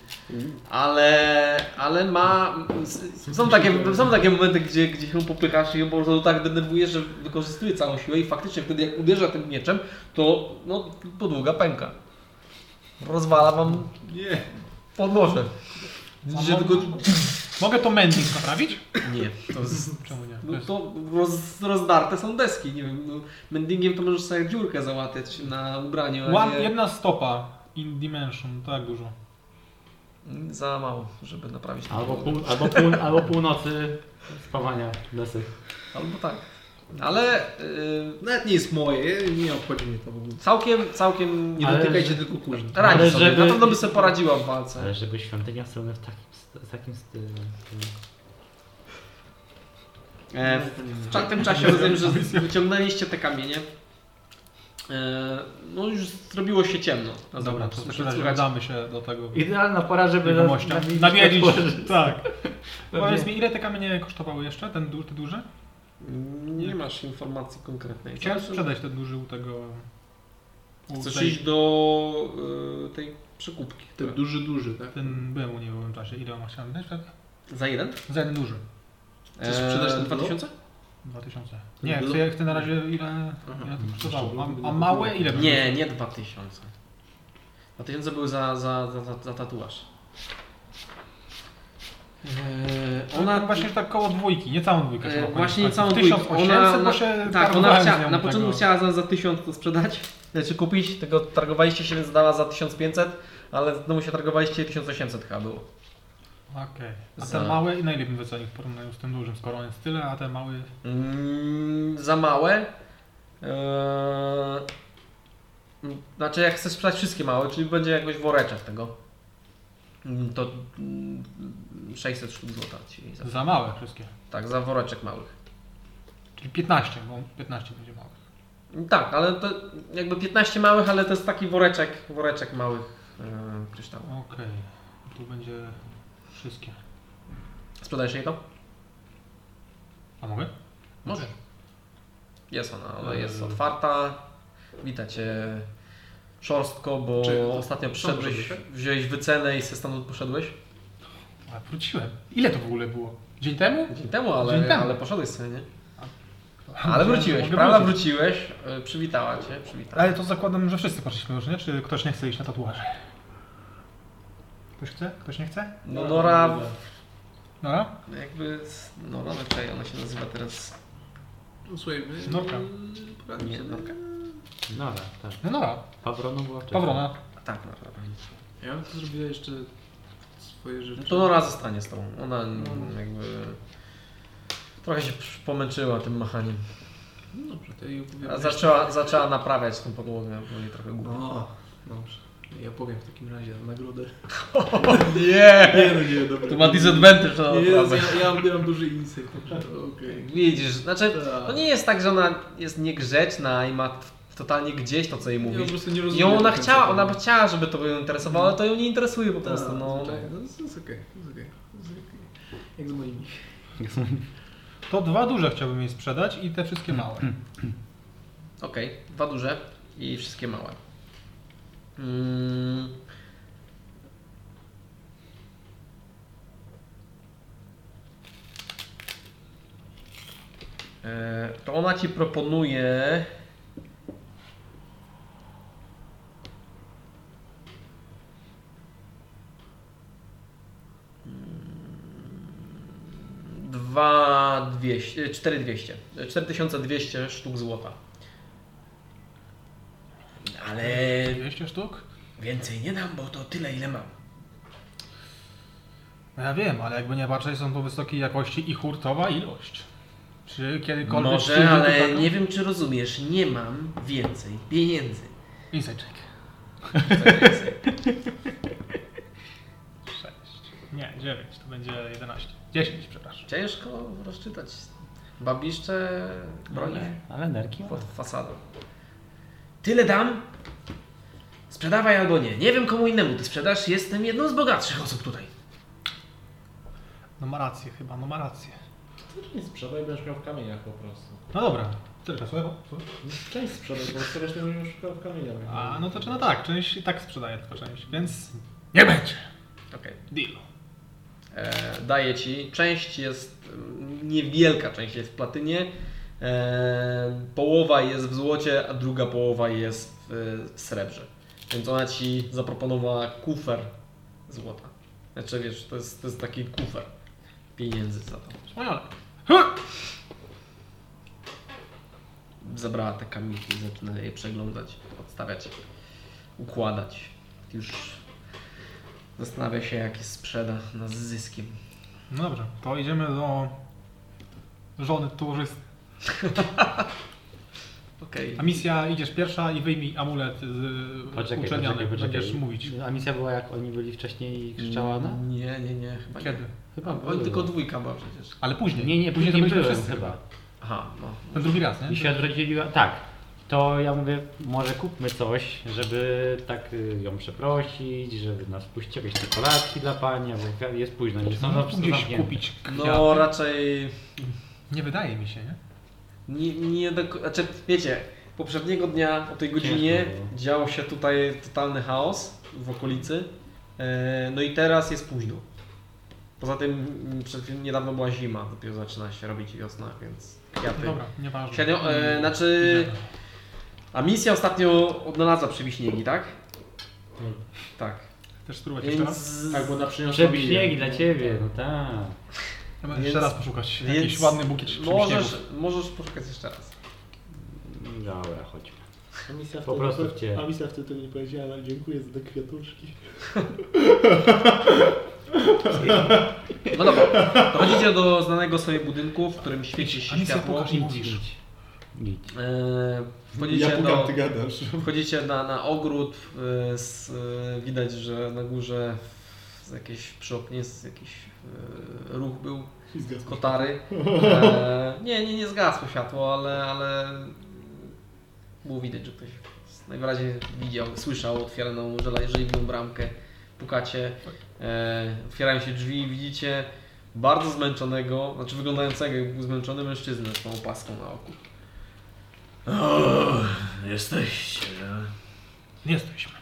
Speaker 1: Ale, ale ma. s- Są takie, są takie momenty, gdzie, gdzie się popychasz i ją po prostu tak denerwujesz, że wykorzystuje całą siłę i faktycznie wtedy jak uderza tym mieczem, to no, podłoga pęka. Rozwala wam
Speaker 6: Nie.
Speaker 1: podłoże.
Speaker 3: A
Speaker 1: Widzicie
Speaker 3: mo-
Speaker 1: tylko...
Speaker 3: Mogę to mending naprawić?
Speaker 1: Nie, to jest,
Speaker 3: Czemu nie? To
Speaker 1: no,
Speaker 3: jest-
Speaker 1: to roz, rozdarte są deski, nie wiem, no, mendingiem to możesz sobie dziurkę załatać na ubraniu, a
Speaker 3: One,
Speaker 1: nie...
Speaker 3: jedna stopa in dimension, tak dużo.
Speaker 1: Za mało, żeby naprawić tą
Speaker 4: Albo,
Speaker 1: podłogę.
Speaker 4: pół, albo, pół, albo północy spawania desy.
Speaker 1: Albo tak. Ale y,
Speaker 5: Nawet nie jest moje, nie obchodzi mnie to w ogóle.
Speaker 1: całkiem, całkiem...
Speaker 5: Nie
Speaker 4: Ale-
Speaker 5: dotykajcie tylko kurzni.
Speaker 1: Radzi
Speaker 4: Ale
Speaker 1: sobie,
Speaker 4: żeby-
Speaker 1: na pewno by sobie poradziła w walce.
Speaker 4: Ale żeby świątynia strony w takim, st- w takim stylu.
Speaker 1: E, w, w cza- tym czasie rozumiem, że z- wyciągnęliście te kamienie. E, no już zrobiło się ciemno. No dobra, to
Speaker 3: w takim razie udamy się do tego.
Speaker 4: Idealna pora, żeby nas-
Speaker 3: Jegomościa.
Speaker 4: nas-
Speaker 3: Nawiedzić.
Speaker 4: otworzyć.
Speaker 3: Tak. Powiedz
Speaker 4: Pewnie.
Speaker 3: mi, ile te kamienie kosztowały jeszcze, ten du- te duże?
Speaker 1: Nie masz informacji konkretnej.
Speaker 3: Chciałem
Speaker 1: Zależy-
Speaker 3: sprzedać ten duży u tego... u
Speaker 1: Chcesz
Speaker 3: tej-
Speaker 1: iść do y, tej przekupki.
Speaker 5: Ten
Speaker 1: która-
Speaker 5: duży, duży, tak?
Speaker 3: Ten byłem u niego w tym czasie. Ile on ma chciałem wydać? wtedy?
Speaker 1: Za jeden? E,
Speaker 3: Za jeden duży.
Speaker 5: Chcesz sprzedać ten blok?
Speaker 1: 2000?
Speaker 3: 2000.
Speaker 5: Ten
Speaker 3: Nie,
Speaker 1: No.
Speaker 5: blok?
Speaker 3: chcę, chcę na razie ile, ile to kosztowało. A, a małe ile by
Speaker 1: Nie, nie 2000. 2000 były za, za, za, za, za tatuaż. Eee,
Speaker 3: Ona
Speaker 1: ona
Speaker 3: właśnie tak koło dwójki, nie całą dwójkę.
Speaker 1: e,
Speaker 3: chyba koniec
Speaker 1: właśnie
Speaker 3: końców.
Speaker 1: całą
Speaker 3: 1800,
Speaker 1: Ona,
Speaker 3: bo
Speaker 1: ona,
Speaker 3: się
Speaker 1: tak, ona
Speaker 3: targowałem z
Speaker 1: chciała,
Speaker 3: nią
Speaker 1: na
Speaker 3: tego.
Speaker 1: początku chciała za, za 1000 to sprzedać, znaczy kupić, tylko targowaliście się, więc dała za 1500, ale znowu się targowaliście 1800 chyba było.
Speaker 3: Okej. A
Speaker 1: Za-
Speaker 3: te małe i na ile bym wycenił w porównaniu z tym dużym, skoro on jest tyle, a te małe...
Speaker 1: Mm, za małe. Eee, znaczy, jak chcesz sprzedać wszystkie małe, czyli będzie jakoś woreczek tego. Mm, To mm, 600 sztuk złota. Czyli za,
Speaker 3: Za małe wszystkie.
Speaker 1: tak, za woreczek małych.
Speaker 3: Czyli 15, bo 15 będzie małe.
Speaker 1: Tak, ale to jakby 15 małych, ale to jest taki woreczek, woreczek małych eee, kryształów.
Speaker 3: No Okej. Tu będzie wszystkie.
Speaker 1: Sprzedajesz jej to?
Speaker 3: A mogę? No
Speaker 1: Możesz. Jest ona, ona
Speaker 3: Eee.
Speaker 1: jest otwarta. Witacie szorstko, bo
Speaker 5: Czy-
Speaker 1: ostatnio
Speaker 5: możesz
Speaker 1: przyszedłeś,
Speaker 5: wyjść?
Speaker 1: wziąłeś wycenę i ze stamtąd poszedłeś.
Speaker 3: Ale wróciłem. Ile to w ogóle było? Dzień temu?
Speaker 1: Dzień temu, ale,
Speaker 3: Dzień temu.
Speaker 1: ale poszedłeś sobie, nie? Ale wróciłeś,
Speaker 3: Mogę
Speaker 1: prawda?
Speaker 3: wrócić.
Speaker 1: Wróciłeś, y, przywitała cię, przywitała.
Speaker 3: Ale to zakładam, że wszyscy poszliśmy już, nie? Czy ktoś nie chce iść na tatuaże? Ktoś chce? Ktoś nie chce?
Speaker 1: No Nora,
Speaker 3: Nora?
Speaker 1: jakby, Nora, no czekaj, ona się nazywa teraz,
Speaker 5: No, słuchaj, my...
Speaker 3: Norka.
Speaker 5: Poradźmy
Speaker 1: Nie,
Speaker 5: sobie.
Speaker 1: norka.
Speaker 4: No tak, tak.
Speaker 3: No Nora.
Speaker 4: Pawronu była wcześniej.
Speaker 3: Pawrona.
Speaker 1: tak, Nora.
Speaker 5: Ja bym to zrobiła jeszcze swoje rzeczy.
Speaker 1: No to Nora zostanie z tobą, ona
Speaker 5: No.
Speaker 1: jakby trochę się pomęczyła tym machaniem.
Speaker 5: No dobrze, to ja jej opowiem.
Speaker 1: A zaczęła, zaczęła naprawiać tą podłogę, bo jej trochę głupio.
Speaker 5: O, dobrze. Ja powiem w takim razie nagrodę.
Speaker 1: Nie!
Speaker 5: no nie, dobra.
Speaker 1: To ma disadvantage na
Speaker 5: Nie, nie, ja,
Speaker 1: naprawę.
Speaker 5: ja mam duży insight, także okej.
Speaker 1: Widzisz, znaczy,
Speaker 5: Tak.
Speaker 1: to nie jest tak, że ona jest niegrzeczna i ma totalnie gdzieś to, co jej
Speaker 5: Ja po
Speaker 1: mówisz.
Speaker 5: prostu nie
Speaker 1: I
Speaker 5: rozumiem.
Speaker 1: ona
Speaker 5: do końca
Speaker 1: chciała,
Speaker 5: tego.
Speaker 1: ona by chciała, żeby to ją interesowało, ale to ją nie interesuje po
Speaker 5: Tak,
Speaker 1: prostu, no.
Speaker 5: zwyczajnie. No, to jest okej, to jest okej. to jest okej. Jak z moimi.
Speaker 3: To dwa duże chciałbym jej sprzedać i te wszystkie małe.
Speaker 1: Okej, dwa duże i wszystkie małe. Mm. E, To ona ci proponuje. Mm, Dwa dwieście, e, cztery dwieście, cztery tysiące dwieście sztuk złota. Ale
Speaker 3: 200 sztuk?
Speaker 1: więcej nie dam, bo to tyle ile mam.
Speaker 3: No Ja wiem, ale jakby nie patrzeć, są to wysokiej jakości i hurtowa ilość. Czy kiedykolwiek...
Speaker 1: Może,
Speaker 3: przyjdzie do
Speaker 1: ale
Speaker 3: tego?
Speaker 1: nie wiem czy rozumiesz, nie mam więcej pieniędzy.
Speaker 3: Inside check. Sześć. Nie, dziewięć. to będzie 11. 10, przepraszam.
Speaker 1: Ciężko rozczytać. Babiszcze broni
Speaker 4: Ale- Ale nerki
Speaker 1: pod fasadą. Tyle dam? Sprzedawaj albo nie. Nie wiem komu innemu ty sprzedasz. Jestem jedną z bogatszych osób tutaj.
Speaker 3: No ma rację chyba, no ma rację.
Speaker 6: Część sprzedaj, będziesz miał w kamieniach po prostu.
Speaker 3: No dobra. Tyle czasu.
Speaker 6: Część sprzedaj, bo sobie resztę będziesz miał w kamieniach.
Speaker 3: A, no to czy no tak, część i tak sprzedaje tylko część, więc... Nie będzie!
Speaker 1: Okej.
Speaker 3: Deal.
Speaker 1: E, daję ci. Część jest mm, niewielka, część jest w platynie. E, połowa jest w złocie, a druga połowa jest w, w srebrze. Więc ona ci zaproponowała kufer złota. Znaczy wiesz, to jest, to jest taki kufer pieniędzy za to.
Speaker 3: Wspaniale.
Speaker 1: Zabrała te kamiki, zaczyna je przeglądać, odstawiać, układać. Już zastanawia się, jakie sprzeda na z zyskiem.
Speaker 3: No dobrze, to idziemy do... Żony turzysty.
Speaker 1: Okej.
Speaker 3: A misja, idziesz pierwsza i wyjmij amulet z
Speaker 4: Poczekaj,
Speaker 3: uczelniany.
Speaker 4: poczekaj, poczekaj.
Speaker 3: Będziesz mówić. Mm.
Speaker 4: A misja była jak oni byli wcześniej i krzyczała na?
Speaker 1: Mm, Nie, nie, nie, chyba nie.
Speaker 3: Kiedy?
Speaker 4: Chyba
Speaker 1: Oni
Speaker 4: były.
Speaker 1: tylko dwójka była przecież.
Speaker 3: Ale później.
Speaker 4: Nie, nie, później,
Speaker 3: to
Speaker 4: nie
Speaker 3: byliśmy
Speaker 4: byłem
Speaker 3: wszyscy
Speaker 4: chyba.
Speaker 1: Aha, no.
Speaker 3: Ten drugi raz, nie?
Speaker 4: I się odrodziła, tak. to ja mówię, może kupmy coś, żeby tak y, ją przeprosić, żeby nas puścić jakieś czekoladki dla pani, bo jest późno, nie są zawsze
Speaker 3: Gdzieś
Speaker 4: zamknięte.
Speaker 3: kupić
Speaker 1: No raczej
Speaker 3: Nie wydaje mi się, nie?
Speaker 1: nie, nie do ko- Znaczy, wiecie, poprzedniego dnia o tej godzinie
Speaker 4: Ciężko było.
Speaker 1: dział się tutaj totalny chaos w okolicy. E, No i teraz jest późno. Poza tym m, przed chwilą niedawno była zima, dopiero zaczyna się robić wiosna, więc kwiaty.
Speaker 3: Dobra, Mm. nieważne.
Speaker 1: Siedem, e, znaczy, a misja ostatnio odnalazła przewiśniegi, tak? Tak.
Speaker 3: Też spróbować jeszcze raz?
Speaker 1: Więc,
Speaker 2: Tak, bo na przyniosła
Speaker 4: Przebić
Speaker 2: mi-
Speaker 4: śniegi dla ciebie, no tak.
Speaker 3: Ja będę
Speaker 1: więc-
Speaker 3: jeszcze raz poszukać.
Speaker 1: więc
Speaker 3: Jakiś ładny bukiet
Speaker 1: możesz, możesz poszukać jeszcze raz.
Speaker 4: Dobra, chodźmy.
Speaker 6: A misja
Speaker 4: Po prostu cię.
Speaker 6: A misja wtedy nie powiedziała, ale dziękuję za te kwiatuszki.
Speaker 1: No dobra, dochodzicie do znanego sobie budynku, w którym świeci się
Speaker 3: Alicja,
Speaker 1: światło.
Speaker 3: pokaż mi mówisz.
Speaker 4: Idź. Idź.
Speaker 1: E,
Speaker 6: ja
Speaker 1: Wchodzicie,
Speaker 6: pukam,
Speaker 1: do,
Speaker 6: ty gadasz.
Speaker 1: wchodzicie na, na ogród, e, z, e, widać, że na górze z jakieś, przy oknie jest jakiś e, ruch był,
Speaker 6: I zgasł.
Speaker 1: kotary. E, nie, nie, nie zgasło światło, ale, ale było widać, że ktoś najwyraźniej widział, słyszał otwieraną żeliwną bramkę. Pukacie, e, otwierają się drzwi i widzicie bardzo zmęczonego, znaczy wyglądającego jak był zmęczony mężczyznę z tą opaską na oku.
Speaker 11: Jesteście. no.
Speaker 3: Nie jesteśmy.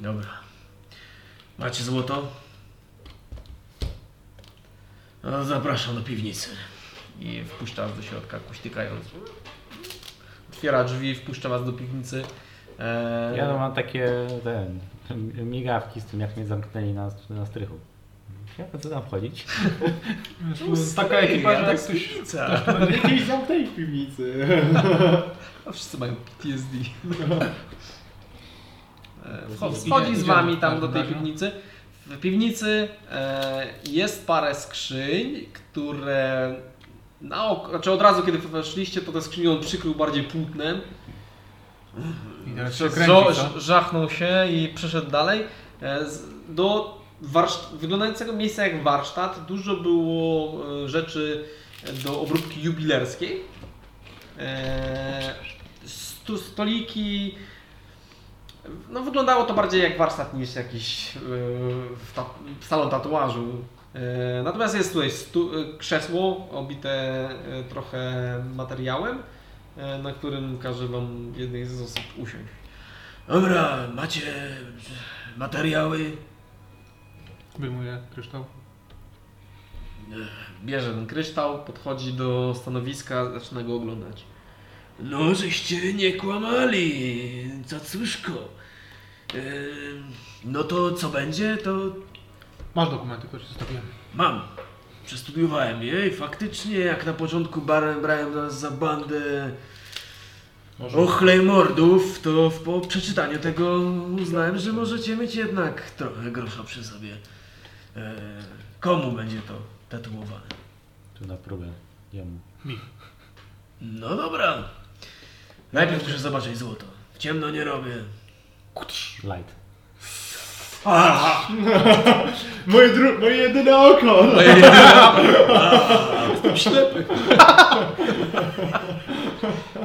Speaker 11: Dobra. Macie złoto? No, zapraszam do piwnicy.
Speaker 1: i wpuszcza was do środka, kuśtykając. Otwiera drzwi, wpuszcza was do piwnicy. Eee,
Speaker 4: Ja no mam takie ten, migawki z tym, jak mnie zamknęli na, na strychu. Ja po co tam wchodzić?
Speaker 3: Jest taka ekipa, że jak ktoś...
Speaker 6: Jakiejś zamknęli w piwnicy.
Speaker 1: A wszyscy mają PTSD. Eee, wchodzi-
Speaker 3: Idzie- tak, no.
Speaker 1: Wchodzi z
Speaker 3: idziemy
Speaker 1: wami
Speaker 3: w
Speaker 1: tam do
Speaker 3: każdym
Speaker 1: tej
Speaker 3: razie.
Speaker 1: piwnicy. W piwnicy eee, jest parę skrzyń, które na oko, znaczy od razu kiedy weszliście, to te skrzynie on przykrył bardziej płótnem.
Speaker 3: I teraz się
Speaker 1: Żo-
Speaker 3: kręci, co?
Speaker 1: ż- żachnął się i przeszedł dalej. E, z- Do warszt- wyglądającego miejsca jak warsztat dużo było e, rzeczy do obróbki jubilerskiej. E, Stu, stoliki. No wyglądało to bardziej jak warsztat niż jakiś e, w ta, salon tatuażu. E, Natomiast jest tutaj stu, e, krzesło obite e, trochę materiałem, e, na którym każe wam jednej z osób usiąść.
Speaker 11: Dobra, macie materiały?
Speaker 3: Wyjmuję kryształ.
Speaker 1: Bierze ten kryształ, podchodzi do stanowiska, zaczyna go oglądać.
Speaker 11: No, żeście nie kłamali, cacuszko. Em, No to co będzie, to
Speaker 3: Masz dokumenty, które ci zostawiłem.
Speaker 11: Mam. Przestudiowałem je i faktycznie jak na początku bar- brałem nas za bandę ochlej mordów, to w- po przeczytaniu tego uznałem, że możecie mieć jednak trochę grosza przy sobie. E, komu będzie to tatuowane?
Speaker 4: Tu na próbę. Jemu.
Speaker 11: No dobra. Najpierw muszę zobaczyć złoto. W ciemno nie robię.
Speaker 4: Light.
Speaker 6: Moje, dru- moje jedyne oko!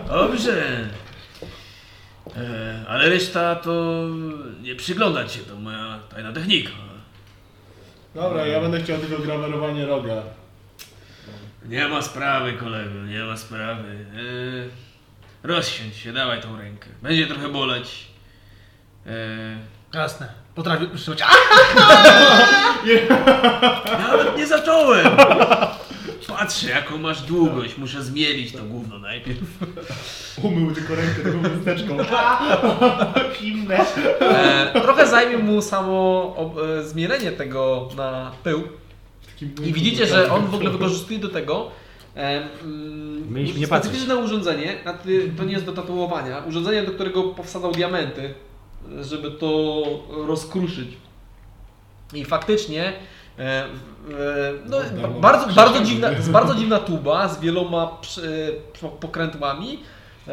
Speaker 11: Dobrze. E, ale reszta to nie przyglądać się, to moja tajna technika.
Speaker 6: Dobra, ja będę chciał tylko grawerowanie roga.
Speaker 11: Nie ma sprawy, kolego, nie ma sprawy. Yy, rozsiądź się, dawaj tą rękę. Będzie trochę boleć. Yy,
Speaker 3: Jasne. Potrafię utrzymać.
Speaker 11: nawet nie zacząłem! Patrzę, jaką masz długość. Muszę zmielić to gówno najpierw.
Speaker 6: Umył tylko rękę taką chusteczką. Zimne.
Speaker 1: E, trochę zajmie mu samo ob, e, zmielenie tego na pył. I widzicie, że on w ogóle wykorzystuje do tego e, mm,
Speaker 4: Mieliśmy nie patrzeć.
Speaker 1: specyficzne urządzenie, a ty- to nie jest do tatuowania, urządzenie, do którego powsadzał diamenty, e, żeby to rozkruszyć. I faktycznie e, e, no,
Speaker 6: No, darmo.
Speaker 1: bardzo, bardzo, dziwna, bardzo dziwna tuba z wieloma przy, e, po- pokrętłami e,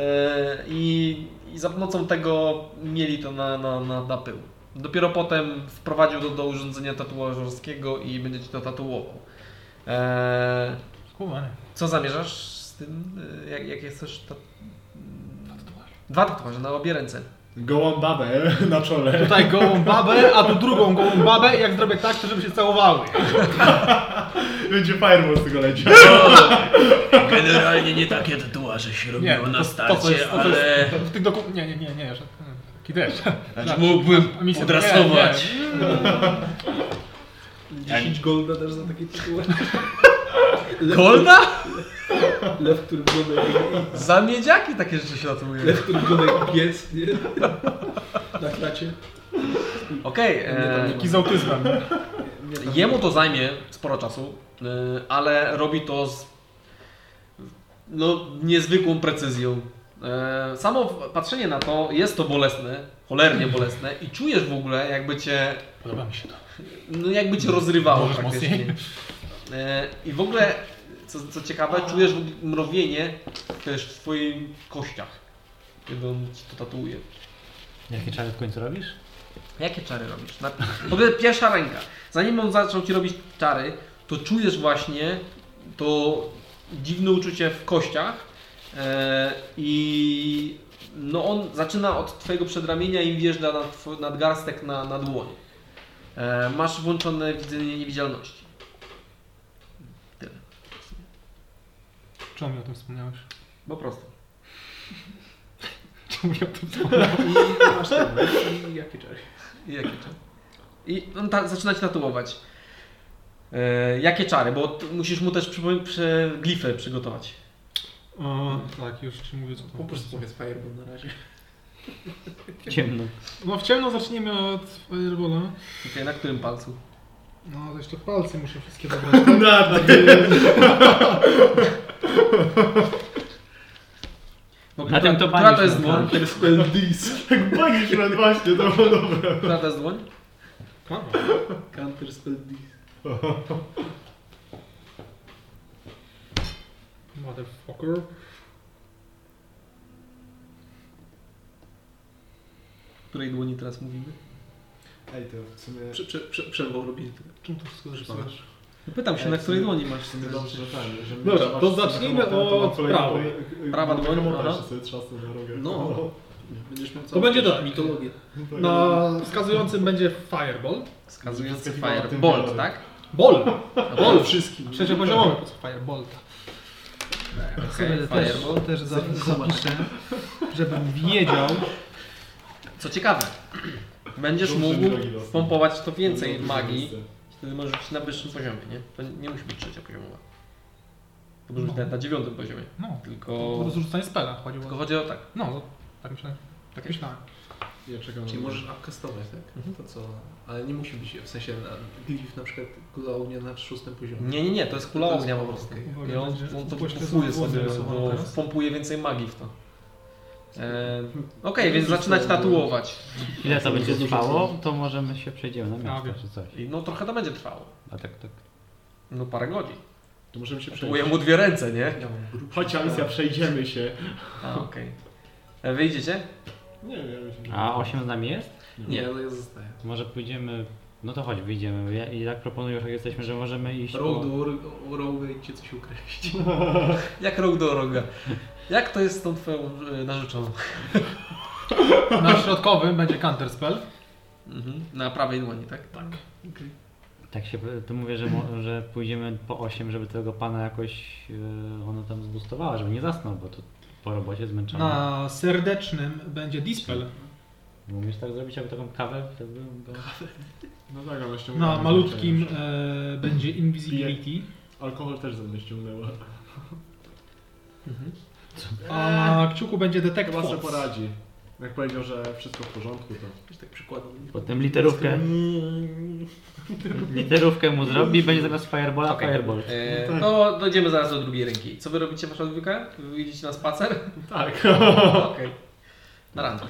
Speaker 1: i, i za pomocą tego mieli to na, na, na, na pył. Dopiero potem wprowadził to do urządzenia tatuażerskiego i będzie ci to tatuował. E,
Speaker 3: Kumane.
Speaker 1: co zamierzasz z z tym, y, jak, jak jest też ta... Dwa tatuaże na obie ręce.
Speaker 6: Gołą babę na czole.
Speaker 3: Tutaj gołą babę, a tu drugą gołą babę i jak zrobię tak, to żeby się całowały.
Speaker 6: Będzie firewall z tego leciał.
Speaker 11: Generalnie nie takie tatuaże się robiło na starcie, ale
Speaker 3: W tych doku... Nie, nie, nie, nie. że- Taki też.
Speaker 11: znaczy, mógłbym
Speaker 3: A mi się-
Speaker 11: odrasować.
Speaker 3: Nie, nie.
Speaker 5: 10 golda dasz za takie tytuły.
Speaker 1: Golda?
Speaker 5: Lew, który wygląda jak,
Speaker 1: Za miedziaki takie rzeczy się tatuuje.
Speaker 5: lew, który wygląda jak pies, nie? Na klacie.
Speaker 1: Okej, e,
Speaker 3: Taki z autyzmem.
Speaker 5: Mnie tam-
Speaker 1: Jemu to zajmie sporo czasu, y, ale robi to z no, niezwykłą precyzją. E, Samo w- patrzenie na to jest to bolesne, cholernie bolesne i czujesz w ogóle jakby cię,
Speaker 3: Podoba mi się to.
Speaker 1: no jakby cię rozrywało
Speaker 3: Możesz
Speaker 1: praktycznie. E, I w ogóle, co, co ciekawe, czujesz w ogóle mrowienie też w twoich kościach, kiedy on ci to tatuuje.
Speaker 4: Jakie czary w końcu robisz?
Speaker 1: Jakie czary robisz? Na... W ogóle pierwsza ręka. Zanim on zaczął ci robić czary, to czujesz właśnie to dziwne uczucie w kościach e, i no on zaczyna od twojego przedramienia i wjeżdża na twój nadgarstek na, na dłoń. E, masz włączone widzenie niewidzialności.
Speaker 3: Czemu mi o tym wspomniałeś?
Speaker 1: Po prostu.
Speaker 3: Czemu mi o tym wspomniałeś?
Speaker 5: I masz ten lew i jakie czary.
Speaker 1: I jakie czary? I on ta, zaczyna ci tatuować. E, jakie czary? Bo t- musisz mu też przypo- przy, glify przygotować.
Speaker 3: O, tak, już ci mówię co to.
Speaker 5: Po prostu powiedz fireball na razie.
Speaker 4: Ciemno.
Speaker 3: No w ciemno zaczniemy od Firebola.
Speaker 1: Okej, na którym palcu?
Speaker 3: No to jeszcze palce muszę wszystkie dobrać.
Speaker 6: Na
Speaker 1: No,
Speaker 4: Na
Speaker 1: która-
Speaker 4: tym to
Speaker 1: która to
Speaker 4: pani się
Speaker 1: jest
Speaker 4: nazywa.
Speaker 1: dłoń?
Speaker 5: Teraz spell this.
Speaker 6: Tak bagisz na właśnie, to było dobre.
Speaker 1: Która to jest dłoń?
Speaker 5: Counter spell this.
Speaker 3: Motherfucker.
Speaker 1: O której dłoni teraz mówimy?
Speaker 6: Ej, to w sumie...
Speaker 5: Prze, prze, prze, przerwał robię tego.
Speaker 3: Czemu to wszystko zaczynamy?
Speaker 1: No pytam się,
Speaker 6: Ej,
Speaker 1: na
Speaker 6: w
Speaker 1: której
Speaker 6: sumie-
Speaker 1: dłoni masz
Speaker 6: W sumie
Speaker 1: te
Speaker 6: dobrze,
Speaker 1: rzeczy?
Speaker 6: że ten, że my-
Speaker 3: Dobra,
Speaker 6: masz
Speaker 3: to
Speaker 6: taką
Speaker 3: zacznijmy
Speaker 6: motę, to
Speaker 3: od
Speaker 6: mam kolejną
Speaker 3: prawa.
Speaker 6: powie-
Speaker 1: Prawa
Speaker 6: mam
Speaker 1: dłoń,
Speaker 6: taką motę,
Speaker 1: aha.
Speaker 6: że sobie trzasnę na rogę.
Speaker 5: No. Będziesz miał
Speaker 3: będzie
Speaker 5: też
Speaker 3: tak.
Speaker 5: mitologię.
Speaker 1: No.
Speaker 3: Na wskazującym będzie Fireball.
Speaker 1: Wskazujący
Speaker 6: Wszystkie chyba o
Speaker 1: fire.
Speaker 6: tym
Speaker 1: Bolt,
Speaker 6: wiadomo.
Speaker 1: tak? No,
Speaker 3: Ball!
Speaker 1: Bolt.
Speaker 5: wszystkim.
Speaker 3: Trzeciopoziomowy po co Firebolta.
Speaker 1: Okej, fireball.
Speaker 3: też za,
Speaker 5: Zobacz.
Speaker 3: żebym wiedział.
Speaker 1: Co ciekawe, będziesz
Speaker 6: Dobrze,
Speaker 1: mógł
Speaker 6: drogi los.
Speaker 1: wpompować to więcej magii,
Speaker 6: Dobrze,
Speaker 1: wtedy możesz być na wyższym poziomie, nie? To nie musi być trzecia poziomowa. To może być
Speaker 3: No.
Speaker 1: na, na dziewiątym poziomie.
Speaker 3: No,
Speaker 1: Tylko,
Speaker 3: to rozrzucanie spela chodziło.
Speaker 1: tylko chodzi o tak.
Speaker 3: No, to- tak myślałem. Tak myślałem.
Speaker 6: Ja czekam.
Speaker 5: Czyli
Speaker 6: na-
Speaker 5: możesz upcastować, tak? To co? Ale nie musi być, w sensie na, glif na przykład kula ognia na szóstym poziomie.
Speaker 1: Nie, nie, nie, to jest kula
Speaker 5: To jest-
Speaker 1: ognia po prostu.
Speaker 3: okej.
Speaker 1: I on,
Speaker 3: Uwaga,
Speaker 1: on to
Speaker 3: będzie-
Speaker 1: wpłuje sobie,
Speaker 3: zarysowane
Speaker 1: bo
Speaker 3: teraz.
Speaker 1: wpompuje więcej magii w to. E, Okej, więc zaczynać tatuować.
Speaker 4: Ile to będzie trwało, to możemy się przejdziemy na miasto
Speaker 3: Prawie.
Speaker 4: czy coś.
Speaker 1: I no trochę to będzie trwało.
Speaker 4: A tak, tak.
Speaker 1: No parę godzin.
Speaker 6: To możemy się przejść.
Speaker 1: Tatuję mu dwie ręce, nie?
Speaker 5: Ja mam grubszy
Speaker 6: Chodź Alicja, przejdziemy się.
Speaker 1: A, okej. E, Wyjdziecie?
Speaker 6: Nie wiem, ja myślę, że-
Speaker 4: A 8 z nami jest?
Speaker 5: Nie, ale ja zostaję.
Speaker 4: To Może pójdziemy. No to chodź, wyjdziemy. Ja, I tak proponuję, że jesteśmy, że możemy iść.
Speaker 5: Rogue
Speaker 4: Po...
Speaker 5: do or- Rogue i cię coś ukryć.
Speaker 1: Jak rok do roga. Jak to jest z tą twoją e, narzeczoną?
Speaker 3: Na środkowym będzie Counter Spell.
Speaker 1: Mhm. Na prawej dłoni, tak? Tak.
Speaker 4: Tak się to mówię, że, mo, że pójdziemy po 8, żeby tego pana jakoś yy, ona tam zbustowała, żeby nie zasnął, bo to po robocie zmęczony.
Speaker 3: Na serdecznym będzie Dispel.
Speaker 4: Umiesz tak zrobić, aby taką kawę, to bym go...
Speaker 6: No tak, ale jeszcze
Speaker 3: Na
Speaker 6: mówię,
Speaker 3: malutkim
Speaker 6: że-
Speaker 3: e, będzie Invisibility.
Speaker 6: Alkohol też ze mnie ściągnęła.
Speaker 3: Mhm.
Speaker 1: Mhm.
Speaker 3: A na kciuku będzie Detect
Speaker 6: Eee. Chyba sobie
Speaker 3: Thoughts.
Speaker 6: poradzi. Jak powiedział, że wszystko w porządku, to...
Speaker 5: Wiesz, tak przykładam.
Speaker 4: Potem literówkę. Literówkę mu zrobi i będzie zamiast Firebola
Speaker 1: Okej.
Speaker 4: Fireball.
Speaker 1: E,
Speaker 3: tak.
Speaker 1: no, dojdziemy zaraz do drugiej ręki. Co wy robicie waszą dwójkę? Wy idziecie na spacer?
Speaker 6: Tak.
Speaker 1: Okej. Na randkę.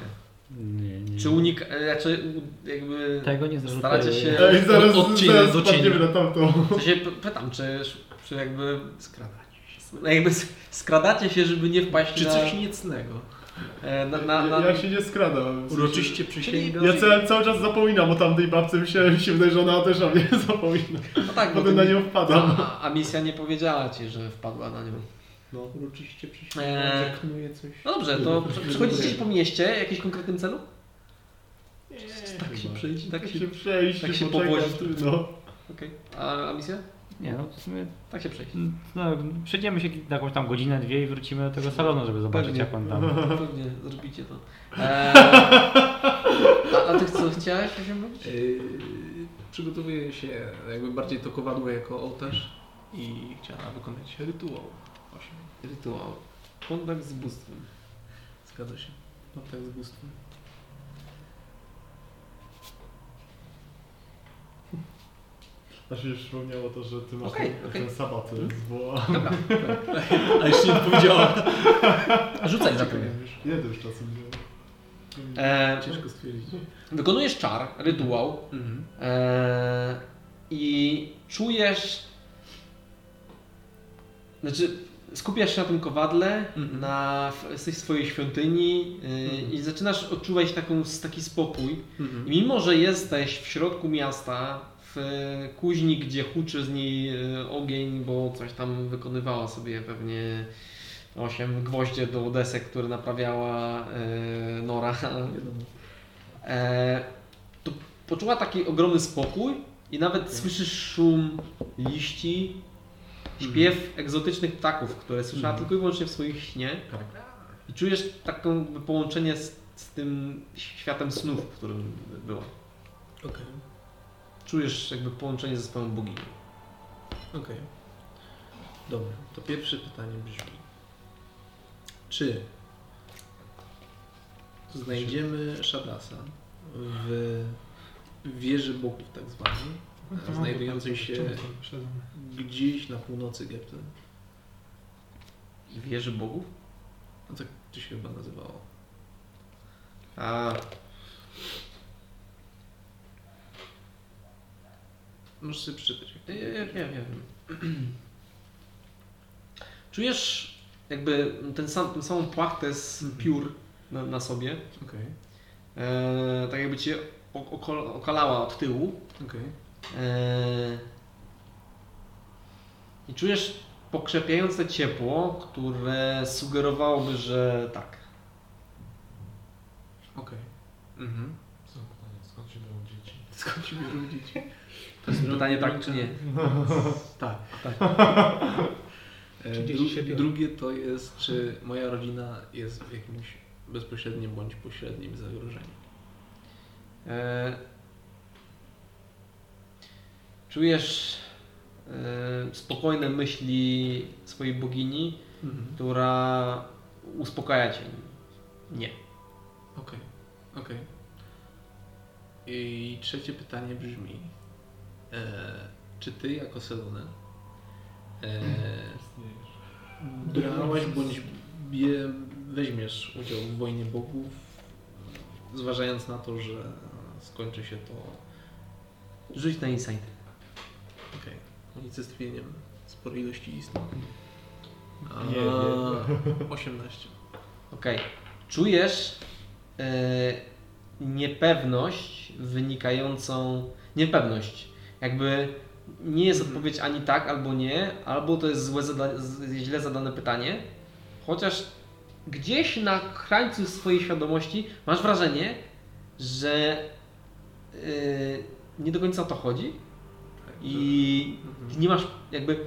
Speaker 4: Nie, nie.
Speaker 1: Czy unik... e, Czy jakby...
Speaker 4: Tego nie zrobię.
Speaker 1: Staracie się...
Speaker 6: Ej, zaraz,
Speaker 1: od- odcinek
Speaker 6: zaraz
Speaker 1: do cienia.
Speaker 6: padniemy na tamtą.
Speaker 1: To się p- pytam, czy, czy jakby. Skradacie. no, Jakby s- skradacie się, żeby nie wpaść
Speaker 5: Czy
Speaker 1: na,
Speaker 5: coś niecnego?
Speaker 1: e, na, na, na,
Speaker 6: Ja się nie skradam. W sensie-
Speaker 5: Uroczyście przysięgam.
Speaker 6: Ja cały, cały czas zapominam o tamtej babce, mi się, mi się wydaje, że ona też o mnie zapomina.
Speaker 1: No tak, bo
Speaker 6: Potem
Speaker 1: ty-
Speaker 6: na nią wpadam.
Speaker 1: a, a misja nie powiedziała ci, że wpadła na nią.
Speaker 2: No.
Speaker 5: Uroczyście
Speaker 1: Eee.
Speaker 5: przyśmiewa, knuje coś.
Speaker 1: No dobrze, to prze- przechodzicie gdzieś po mieście w jakimś konkretnym celu? Tak się
Speaker 2: chyba.
Speaker 1: przyjdzie, tak się...
Speaker 2: przejść,
Speaker 1: tak się
Speaker 2: poczekać,
Speaker 1: powodzi.
Speaker 2: No.
Speaker 1: Okej. A, a misja?
Speaker 4: Nie, no to sobie,
Speaker 1: Tak się przejść.
Speaker 4: no, przejdziemy się na jakąś tam godzinę, dwie i wrócimy do tego salonu, żeby zobaczyć
Speaker 1: Pewnie.
Speaker 4: jak on tam...
Speaker 1: Pewnie zrobicie to. Eee, a, a ty co chciałeś się mówić?
Speaker 5: Yy, przygotowuje się jakby bardziej to kowadło jako ołtarz i chciała wykonać rytuał. Osiem.
Speaker 1: Rytuał. Kontakt z bóstwem.
Speaker 5: Zgadza się. Kontakt z bóstwem.
Speaker 2: Aż mi się przypomniało to, że ty masz
Speaker 1: Okej,
Speaker 2: ten,
Speaker 1: okej. Mhm.
Speaker 2: ten sabat zwoła.
Speaker 5: A jeszcze nie powiedziała.
Speaker 1: Rzucaj za to.
Speaker 2: Ile to już czasu minęło?
Speaker 1: Eee,
Speaker 5: Ciężko stwierdzić.
Speaker 1: wykonujesz czar, rytuał
Speaker 5: Mhm.
Speaker 1: eee, i czujesz... Znaczy, skupiasz się na tym kowadle,
Speaker 5: Mhm.
Speaker 1: na w- jesteś w swojej świątyni yy, i zaczynasz odczuwać taką, taki spokój. I
Speaker 5: Mhm.
Speaker 1: mimo, że jesteś w środku miasta, w e, kuźni, gdzie huczy z niej e, ogień, bo coś tam wykonywała sobie pewnie osiem gwoździe do desek, które naprawiała e, Nora,
Speaker 5: Wiadomo.
Speaker 1: e, to poczuła taki ogromny spokój i nawet słyszysz szum liści, śpiew egzotycznych ptaków, które słyszała tylko i wyłącznie w swoich śnie. I czujesz takie jakby połączenie z, z tym światem snów, w którym była.
Speaker 5: Okej.
Speaker 1: Czujesz jakby połączenie ze swoją boginią.
Speaker 5: Okej. Dobra, to pierwsze pytanie brzmi. Czy znajdziemy Shadasa w wieży bogów tak zwanej, znajdującej się gdzieś na północy Gepty?
Speaker 1: Wieży bogów?
Speaker 5: No tak to się chyba nazywało.
Speaker 1: A,
Speaker 5: Możesz sobie przeczytać. jak to
Speaker 1: ja, ja,
Speaker 5: będzie.
Speaker 1: ja wiem. Czujesz jakby ten sam, tą samą płachtę z piór na, na sobie.
Speaker 5: Okej,
Speaker 1: E, tak jakby cię o- oko- okalała od tyłu.
Speaker 5: okej.
Speaker 1: Eee, I czujesz pokrzepiające ciepło, które sugerowałoby, że tak.
Speaker 5: Okej. Mhm.
Speaker 6: No.
Speaker 2: Skąd się biorą dzieci?
Speaker 5: Skąd ci biorą dzieci?
Speaker 1: To jest pytanie tak czy nie.
Speaker 5: Tak, tak. E,
Speaker 3: Czy dzieci się
Speaker 5: Dru-
Speaker 3: biorą?
Speaker 5: drugie to jest, czy moja rodzina jest w jakimś bezpośrednim bądź pośrednim zagrożeniu.
Speaker 1: Eee, czujesz eee, spokojne myśli swojej bogini,
Speaker 5: Mhm.
Speaker 1: która uspokaja cię. Nie.
Speaker 5: Okej, okej. I trzecie pytanie brzmi, e, czy ty jako Selone e, brałaś bądź bie, weźmiesz udział w wojnie bogów, zważając na to, że skończy się to
Speaker 1: Rzuć na insight.
Speaker 5: Okej. Unicestwieniem sporej ilości istot. A,
Speaker 2: Nie, nie.
Speaker 5: 18.
Speaker 1: Okej. Czujesz e, niepewność wynikającą. Niepewność. Jakby nie jest
Speaker 5: Mhm.
Speaker 1: odpowiedź ani tak, albo nie, albo to jest złe zada- z- źle zadane pytanie. Chociaż gdzieś na krańcu swojej świadomości masz wrażenie, że e, nie do końca o to chodzi i
Speaker 5: Tak, Mhm.
Speaker 1: nie masz jakby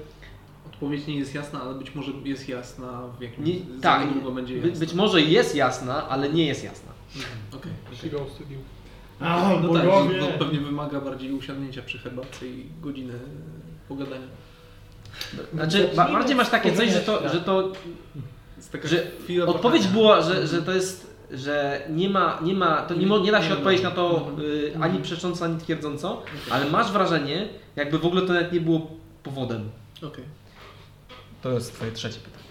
Speaker 5: Odpowiedź nie jest jasna, ale być może jest jasna w jakimś...
Speaker 1: nie,
Speaker 5: za
Speaker 1: tak,
Speaker 5: niedługo będzie
Speaker 1: by,
Speaker 5: jasna.
Speaker 1: być może jest jasna, ale nie jest jasna.
Speaker 5: Mhm, Okej.
Speaker 3: Jeśli go ostudził.
Speaker 2: A,
Speaker 5: No tak,
Speaker 2: bogowie!
Speaker 5: no, pewnie wymaga bardziej usiadnięcia przy herbatce i godziny pogadania.
Speaker 1: Znaczy, ba- bardziej masz takie coś, że to, że to
Speaker 5: Jest taka
Speaker 1: Że
Speaker 5: chwila
Speaker 1: odpowiedź
Speaker 5: wahania.
Speaker 1: była, że, że to jest, że nie ma, nie ma, to nie, mo- nie da się
Speaker 5: Nie ma.
Speaker 1: odpowiedzieć na to
Speaker 5: Mhm.
Speaker 1: y, ani przecząco, ani twierdząco,
Speaker 5: Okej.
Speaker 1: ale masz wrażenie, jakby w ogóle to nawet nie było powodem.
Speaker 5: Okej.
Speaker 1: To jest twoje trzecie pytanie.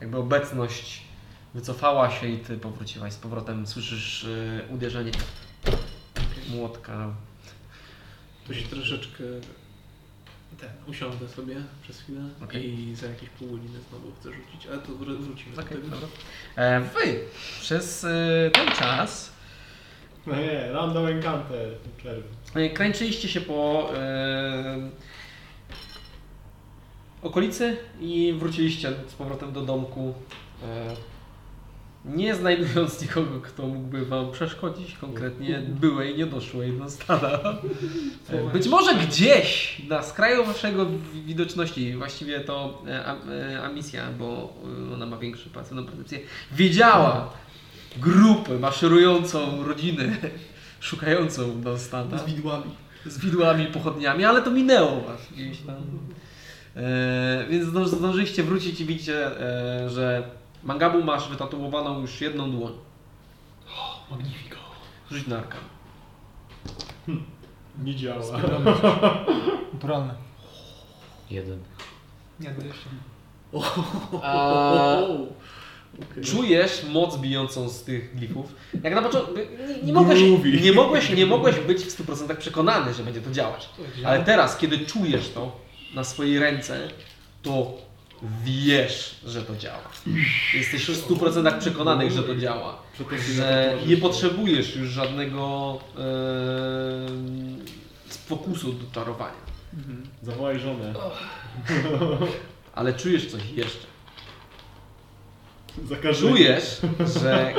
Speaker 1: Jakby obecność wycofała się i ty powróciłaś z powrotem, słyszysz y, uderzenie młotka.
Speaker 5: To się troszeczkę... Ten, usiądę sobie przez chwilę
Speaker 1: Okej.
Speaker 5: i za jakieś pół godziny znowu chcę rzucić, ale to wr- wrócimy
Speaker 1: Okej,
Speaker 5: do tego.
Speaker 1: dobra. E, wy przez y, ten czas
Speaker 2: No nie, random encounter w czerwcu.
Speaker 1: E, Krańczyliście się po e, okolicy i wróciliście z powrotem do domku. e, Nie znajdując nikogo, kto mógłby wam przeszkodzić, konkretnie byłej, niedoszłej do stada. E, Być może gdzieś na skraju waszego wi- widoczności, właściwie to e, a- e, Amisja, bo e, ona ma większą pasywną percepcję, widziała grupę maszerującą rodzinę, szukającą do stada
Speaker 12: Z widłami.
Speaker 1: z widłami, pochodniami, ale to minęło was gdzieś tam. E, więc zdąż- zdążyliście wrócić i widzicie, e, że Mangabu masz wytatuowaną już jedną dłoń.
Speaker 6: Magnifico.
Speaker 1: Rzuć na arkan.
Speaker 6: Nie działa.
Speaker 3: Naturalne.
Speaker 4: Jeden.
Speaker 3: Nie, 20.
Speaker 1: A-
Speaker 12: Okej.
Speaker 1: Czujesz moc bijącą z tych glifów. Jak na początku, nie, nie, mogłeś, nie, mogłeś, nie mogłeś być w 100% przekonany, że będzie to działać. Ale teraz, kiedy czujesz to na swojej ręce, to wiesz, że to działa. Jesteś w 100% przekonany, że to działa. że nie potrzebujesz już żadnego em, fokusu do czarowania.
Speaker 6: Zawołaj żonę.
Speaker 1: Ale czujesz coś jeszcze.
Speaker 6: Za każdym
Speaker 1: Czujesz, że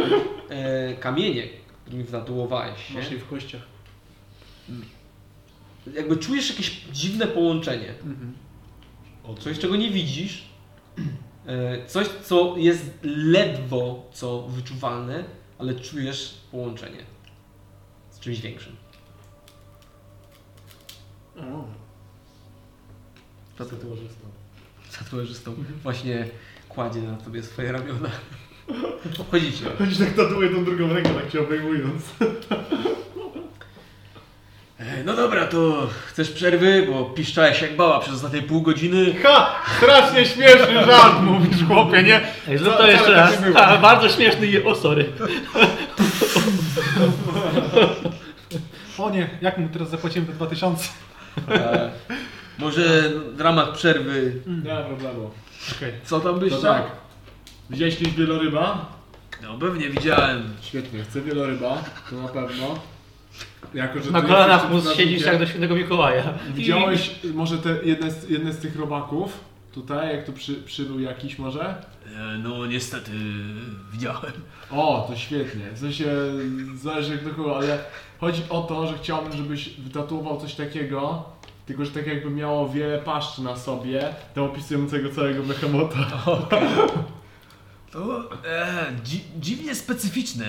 Speaker 1: e, kamienie, którymi wtatuowałeś się,
Speaker 12: Masz jej w kościach.
Speaker 1: jakby czujesz jakieś dziwne połączenie. Coś, czego nie widzisz. E, Coś, co jest ledwo co wyczuwalne, ale czujesz połączenie z czymś większym.
Speaker 12: O.
Speaker 6: tatuażystą.
Speaker 1: Tatuażystą właśnie kładzie na tobie swoje ramiona. Chodzicie.
Speaker 6: Choć tak tatuuje tą drugą rękę, tak cię obejmując.
Speaker 1: E, No dobra, to chcesz przerwy, bo piszczałeś jak bała przez ostatnie pół godziny.
Speaker 6: Ha! Strasznie śmieszny żart mówisz, chłopie, nie?
Speaker 4: Ej, zrób
Speaker 6: Ca-
Speaker 4: to jeszcze
Speaker 6: całe tak
Speaker 4: raz.
Speaker 6: nie było.
Speaker 4: A, bardzo śmieszny i... O, sorry.
Speaker 3: O nie, jak mu teraz zapłacimy te 2000?
Speaker 1: E, może w ramach przerwy.
Speaker 6: Nie ma problemu.
Speaker 1: Co tam byś
Speaker 6: To
Speaker 1: chciał?
Speaker 6: tak. Widziałeś kiedyś wieloryba?
Speaker 1: No pewnie widziałem.
Speaker 6: Świetnie, chcę wieloryba, to na pewno. Jako, że
Speaker 4: Na
Speaker 6: ty
Speaker 4: kolanach
Speaker 6: jesteś
Speaker 4: mu
Speaker 6: przed
Speaker 4: siedzisz jak
Speaker 6: ratunkiem,
Speaker 4: do świętego Mikołaja.
Speaker 6: Widziałeś może te jedne z, jedne z tych robaków? Tutaj, jak tu przy, przybył jakiś może?
Speaker 5: E, No niestety widziałem.
Speaker 6: O, to świetnie. W sensie, zależy jak do kogo, ale chodzi o to, że chciałbym, żebyś wytatuował coś takiego, tylko że tak jakby miało wiele paszczy na sobie, tam opisującego całego behemota.
Speaker 5: To e, dzi dziwnie specyficzne.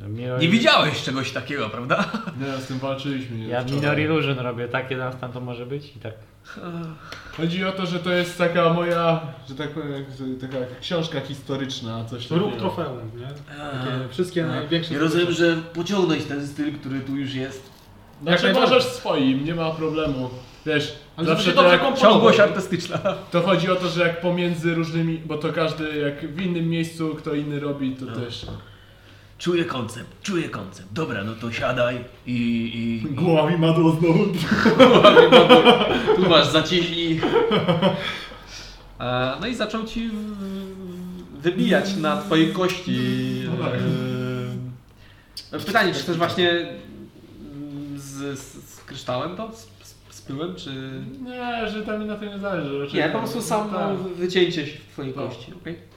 Speaker 5: E,
Speaker 4: Minor...
Speaker 5: nie widziałeś czegoś takiego, prawda?
Speaker 6: Nie, No, z tym walczyliśmy. nie?
Speaker 4: Ja
Speaker 6: Wczoraj.
Speaker 4: Minor Illusion robię. Takie tam, tam to może być i tak.
Speaker 6: Chodzi o to, że to jest taka moja, że tak powiem, że taka książka historyczna, coś takiego.
Speaker 3: Róg trofeum, nie?
Speaker 5: E,
Speaker 3: Takie wszystkie największe...
Speaker 5: ja rozumiem, że pociągnąć ten styl, który tu już jest.
Speaker 6: Znaczy
Speaker 3: No Jak
Speaker 6: możesz swoim, nie ma problemu. Wiesz,
Speaker 3: Ale żeby
Speaker 6: zawsze
Speaker 3: się
Speaker 6: to,
Speaker 3: dobrze
Speaker 6: jak,
Speaker 3: komponował.
Speaker 1: Ciągłość artystyczna.
Speaker 6: to chodzi o to, że jak pomiędzy różnymi, bo to każdy jak w innym miejscu kto inny robi,
Speaker 1: No.
Speaker 6: to też
Speaker 5: Czuję koncept, czuję koncept. Dobra, no to siadaj i. i, i...
Speaker 6: głowa mi madło znowu.
Speaker 1: Tu masz zaciśnij. E, No i zaczął ci w- w- wybijać na twojej kości.
Speaker 6: No tak.
Speaker 1: e, Pytanie, czy też właśnie mm, z, z, z kryształem to? Z, z- z pyłem, czy...
Speaker 6: Nie, że tam mi na to nie zależy. raczej
Speaker 1: Nie, po prostu samo
Speaker 6: Tak.
Speaker 1: wycięcie się w twojej
Speaker 6: Tak.
Speaker 1: kości, okej?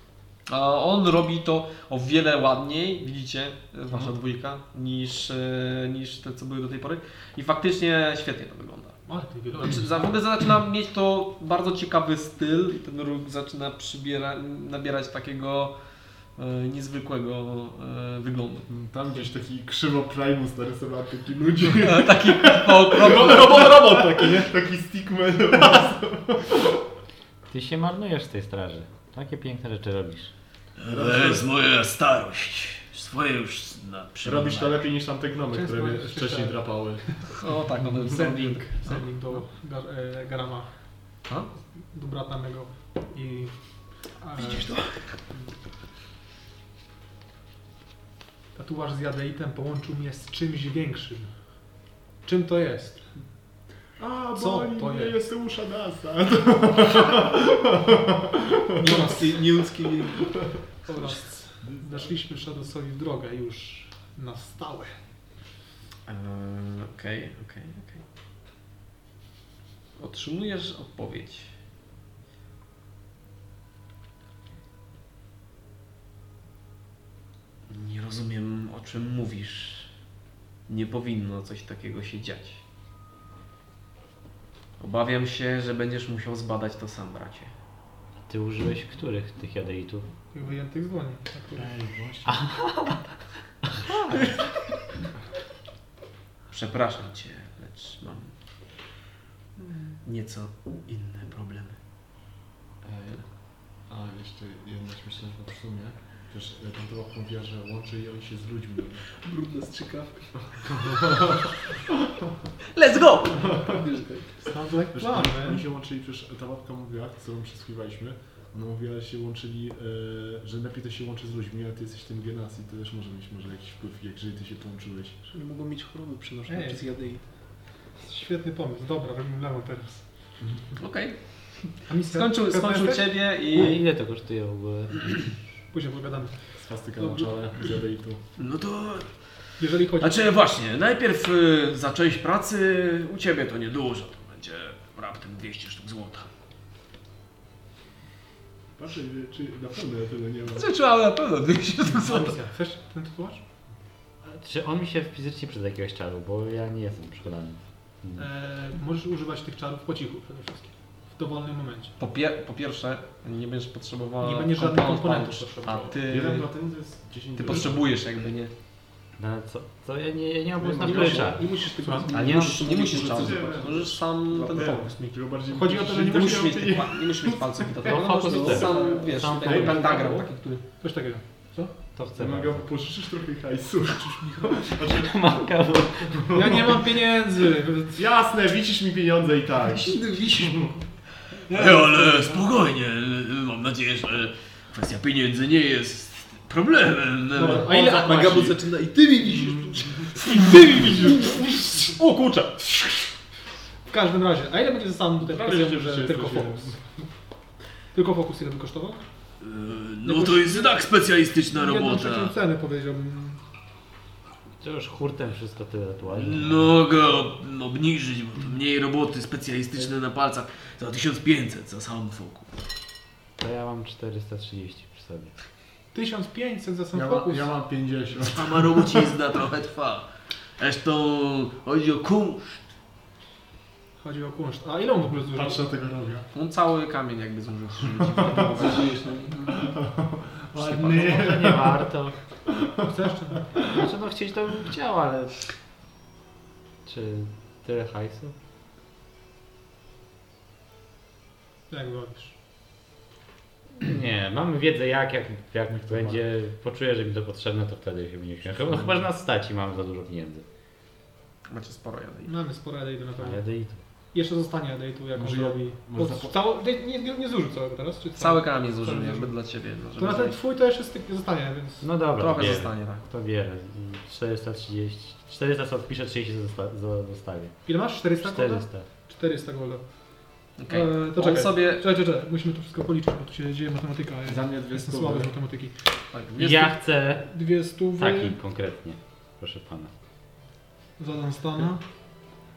Speaker 1: A On robi to o wiele ładniej, widzicie, e, wasza dwójka, niż, e, niż te, co były do tej pory. I faktycznie świetnie to wygląda.
Speaker 3: Ale ty wielu-
Speaker 1: Znaczy, Za, w ogóle zaczyna mieć to bardzo ciekawy styl i ten róg zaczyna przybiera, nabierać takiego e, niezwykłego e, wyglądu.
Speaker 6: Tam gdzieś taki krzywo primus narysowany taki ludzi.
Speaker 1: Taki okropny.
Speaker 6: Robot, No robot taki, nie? Taki stickman.
Speaker 4: Ty się marnujesz w tej straży. Takie piękne rzeczy robisz.
Speaker 5: To jest moja starość. Swoje już na
Speaker 6: Robisz to
Speaker 5: przełamanie.
Speaker 6: lepiej niż tamte gnomy, które mnie wcześniej drapały.
Speaker 1: O tak, no
Speaker 3: Sending, sending do gar, e, Garama,
Speaker 1: A?
Speaker 3: do brata mego i... E,
Speaker 5: Widzisz to?
Speaker 3: Tatuaż z jadeitem połączył mnie z czymś większym. Czym to jest?
Speaker 6: A,
Speaker 3: Co
Speaker 6: boli
Speaker 3: to
Speaker 6: mnie,
Speaker 3: jest?
Speaker 6: jestem u Shadasa.
Speaker 1: Nielski, nielski.
Speaker 3: Oraz weszliśmy Shadowsowi w drogę już na stałe.
Speaker 1: E, Okej, okej, okej. Otrzymujesz odpowiedź. rozumiem, o czym mówisz. Nie powinno coś takiego się dziać. Obawiam się, że będziesz musiał zbadać to sam, bracie.
Speaker 4: Ty użyłeś których tych jadeitów?
Speaker 3: Tych wyjętych z dłoni. akurat.
Speaker 1: Przepraszam cię, lecz mam nieco inne problemy.
Speaker 2: Ej, A jeszcze jedna śmieszna rzecz w sumie. Przecież e, tam była mówiła, że łączy jej się z ludźmi.
Speaker 5: Brudna strzykawka.
Speaker 11: Let's go!
Speaker 3: Sounds like
Speaker 2: Wiesz,
Speaker 3: plan, no
Speaker 2: oni,
Speaker 3: man.
Speaker 2: oni się łączyli, przecież ta babka mówiła, z którą przesłuchiwaliśmy, ona mówiła, że się łączyli, e, że lepiej to się łączy z ludźmi, ale ty jesteś tym genas i to też może mieć może jakiś wpływ, jak jeżeli ty się połączyłeś.
Speaker 5: Że nie mogą mieć choroby
Speaker 3: Ej.
Speaker 5: przenoszone przez jadei.
Speaker 3: Świetny pomysł. Dobra, robimy lewo teraz.
Speaker 1: Okej,
Speaker 3: A mi
Speaker 1: skończył, skończył ciebie
Speaker 4: I
Speaker 1: i...
Speaker 4: ile to kosztuje w ogóle?
Speaker 3: Później pogadamy.
Speaker 2: Swastyka na czole, zjadę i tu.
Speaker 1: No to...
Speaker 3: Jeżeli chodzi...
Speaker 1: Znaczy właśnie, najpierw y, zacząłeś pracy, u ciebie to niedużo, to będzie raptem 200 sztuk złota.
Speaker 2: Patrzę, czy na pewno ja tyle nie mam.
Speaker 1: Zaczęła na pewno 200 sztuk
Speaker 3: Amisja, chcesz ten tatuaż?
Speaker 4: Czy on mi się fizycznie przyda jakiegoś czaru, bo ja nie jestem przekonany.
Speaker 3: E, możesz używać tych czarów po cichu przede wszystkim. W dowolnym momencie.
Speaker 1: Po, pier- po pierwsze, nie będziesz potrzebowała
Speaker 3: Nie będziesz żadnych
Speaker 1: compound
Speaker 3: komponentów
Speaker 1: punch, A
Speaker 3: potrzebował.
Speaker 1: ty,
Speaker 2: Jeden platin to jest 10
Speaker 1: ty
Speaker 2: dolarów.
Speaker 1: potrzebujesz jakby, nie?
Speaker 4: No ale co? co? Ja nie, ja nie mam po prostu
Speaker 2: Nie
Speaker 4: na
Speaker 2: masz-
Speaker 4: tyle czaru.
Speaker 2: Nie musisz tego
Speaker 1: A nie, musisz, nie musisz czasu możesz sam ten
Speaker 2: Dlatego.
Speaker 1: fokus mieć.
Speaker 2: Tylko bardziej
Speaker 3: Chodzi o to, że nie
Speaker 1: Nie
Speaker 2: musisz
Speaker 1: musisz mieć, tych pa- nie musisz mieć palców i
Speaker 4: No,
Speaker 1: to
Speaker 4: fokus też.
Speaker 1: sam, wiesz,
Speaker 4: Sam
Speaker 1: taki
Speaker 4: fokus.
Speaker 1: pentagram taki, który...
Speaker 3: Coś takiego.
Speaker 4: To chcę.
Speaker 2: Wymaga, pożyczysz trochę hajsu.
Speaker 4: Maga, bo...
Speaker 3: Ja nie mam pieniędzy.
Speaker 2: Jasne, wisisz mi pieniądze i tak.
Speaker 1: Ej, ale spokojnie, mam nadzieję, że kwestia pieniędzy nie jest problemem.
Speaker 3: Dobra, a ile
Speaker 5: Magabu zaczyna i ty mi wisisz.
Speaker 3: O kurczę! W każdym razie, a ile będzie za sam tutaj
Speaker 2: Prawie
Speaker 3: kwestią,
Speaker 2: że
Speaker 3: że
Speaker 2: życie
Speaker 3: tylko
Speaker 2: jest
Speaker 3: fokus? Tylko fokus ile by kosztował?
Speaker 1: No to jest i tak specjalistyczna
Speaker 3: Jedną
Speaker 1: robota.
Speaker 3: trzecią ceny powiedziałbym.
Speaker 4: To już hurtem wszystko tyle tatuaży.
Speaker 1: No go obniżyć, bo to mniej roboty specjalistyczne na palcach za 1500 za sam fokus.
Speaker 4: To ja mam 430 przy sobie.
Speaker 3: 1500 za sam
Speaker 2: Ja, ma,
Speaker 3: fokus.
Speaker 2: ja mam 50.
Speaker 1: Sama robocizna trochę trwa. Zresztą chodzi o kunsz.
Speaker 3: Chodzi o kunszt. A ile on w ogóle zużył?
Speaker 2: Patrzę na tego robię.
Speaker 1: On No cały kamień jakby zużył.
Speaker 2: Ładny.
Speaker 4: Może nie warto.
Speaker 3: Chcesz czy nie?
Speaker 4: Znaczy no chcieć to bym chciał, ale... Czy tyle hajsu?
Speaker 3: Jak wolisz.
Speaker 4: Nie, mam wiedzę jak, jak, jak mi to będzie, poczuję, że mi to potrzebne, to wtedy się będzie śmiał. No chyba, że nas stać i mamy za dużo pieniędzy.
Speaker 1: Macie Znaczy sporo jadę.
Speaker 3: Mamy sporo Adaidu na pewno.
Speaker 4: Ale to i to.
Speaker 3: Jeszcze zostanie Adaidu, jak on
Speaker 2: Może ja-
Speaker 3: robi.
Speaker 2: może
Speaker 3: Bo
Speaker 2: zapo-
Speaker 3: Cało, nie, nie, nie zużył całego teraz? Czy co?
Speaker 1: Cały kamień zużył jakby dla ciebie. No,
Speaker 3: To
Speaker 1: żeby
Speaker 3: na ten
Speaker 1: zrobić.
Speaker 3: twój to jeszcze styk zostanie, więc...
Speaker 4: No dobra,
Speaker 1: Trochę
Speaker 4: bierę.
Speaker 1: zostanie, tak.
Speaker 4: To wiele. 430. 400 sobie wpiszę, 30 zosta- zo- zostawię.
Speaker 3: Ile masz? 400 golda?
Speaker 4: 400.
Speaker 3: 400 golda.
Speaker 1: Okej.
Speaker 3: Eee, to
Speaker 1: On
Speaker 3: czekaj.
Speaker 1: sobie...
Speaker 3: Czekaj, czekaj, czekaj, musimy to wszystko policzyć, bo tu się dzieje matematyka. Ja
Speaker 2: Za mnie
Speaker 3: jestem
Speaker 2: 200.
Speaker 3: słaby z matematyki.
Speaker 1: Tak,
Speaker 4: Ja chcę
Speaker 3: Dwie stówy
Speaker 4: taki konkretnie. Proszę pana.
Speaker 3: za Dunstana.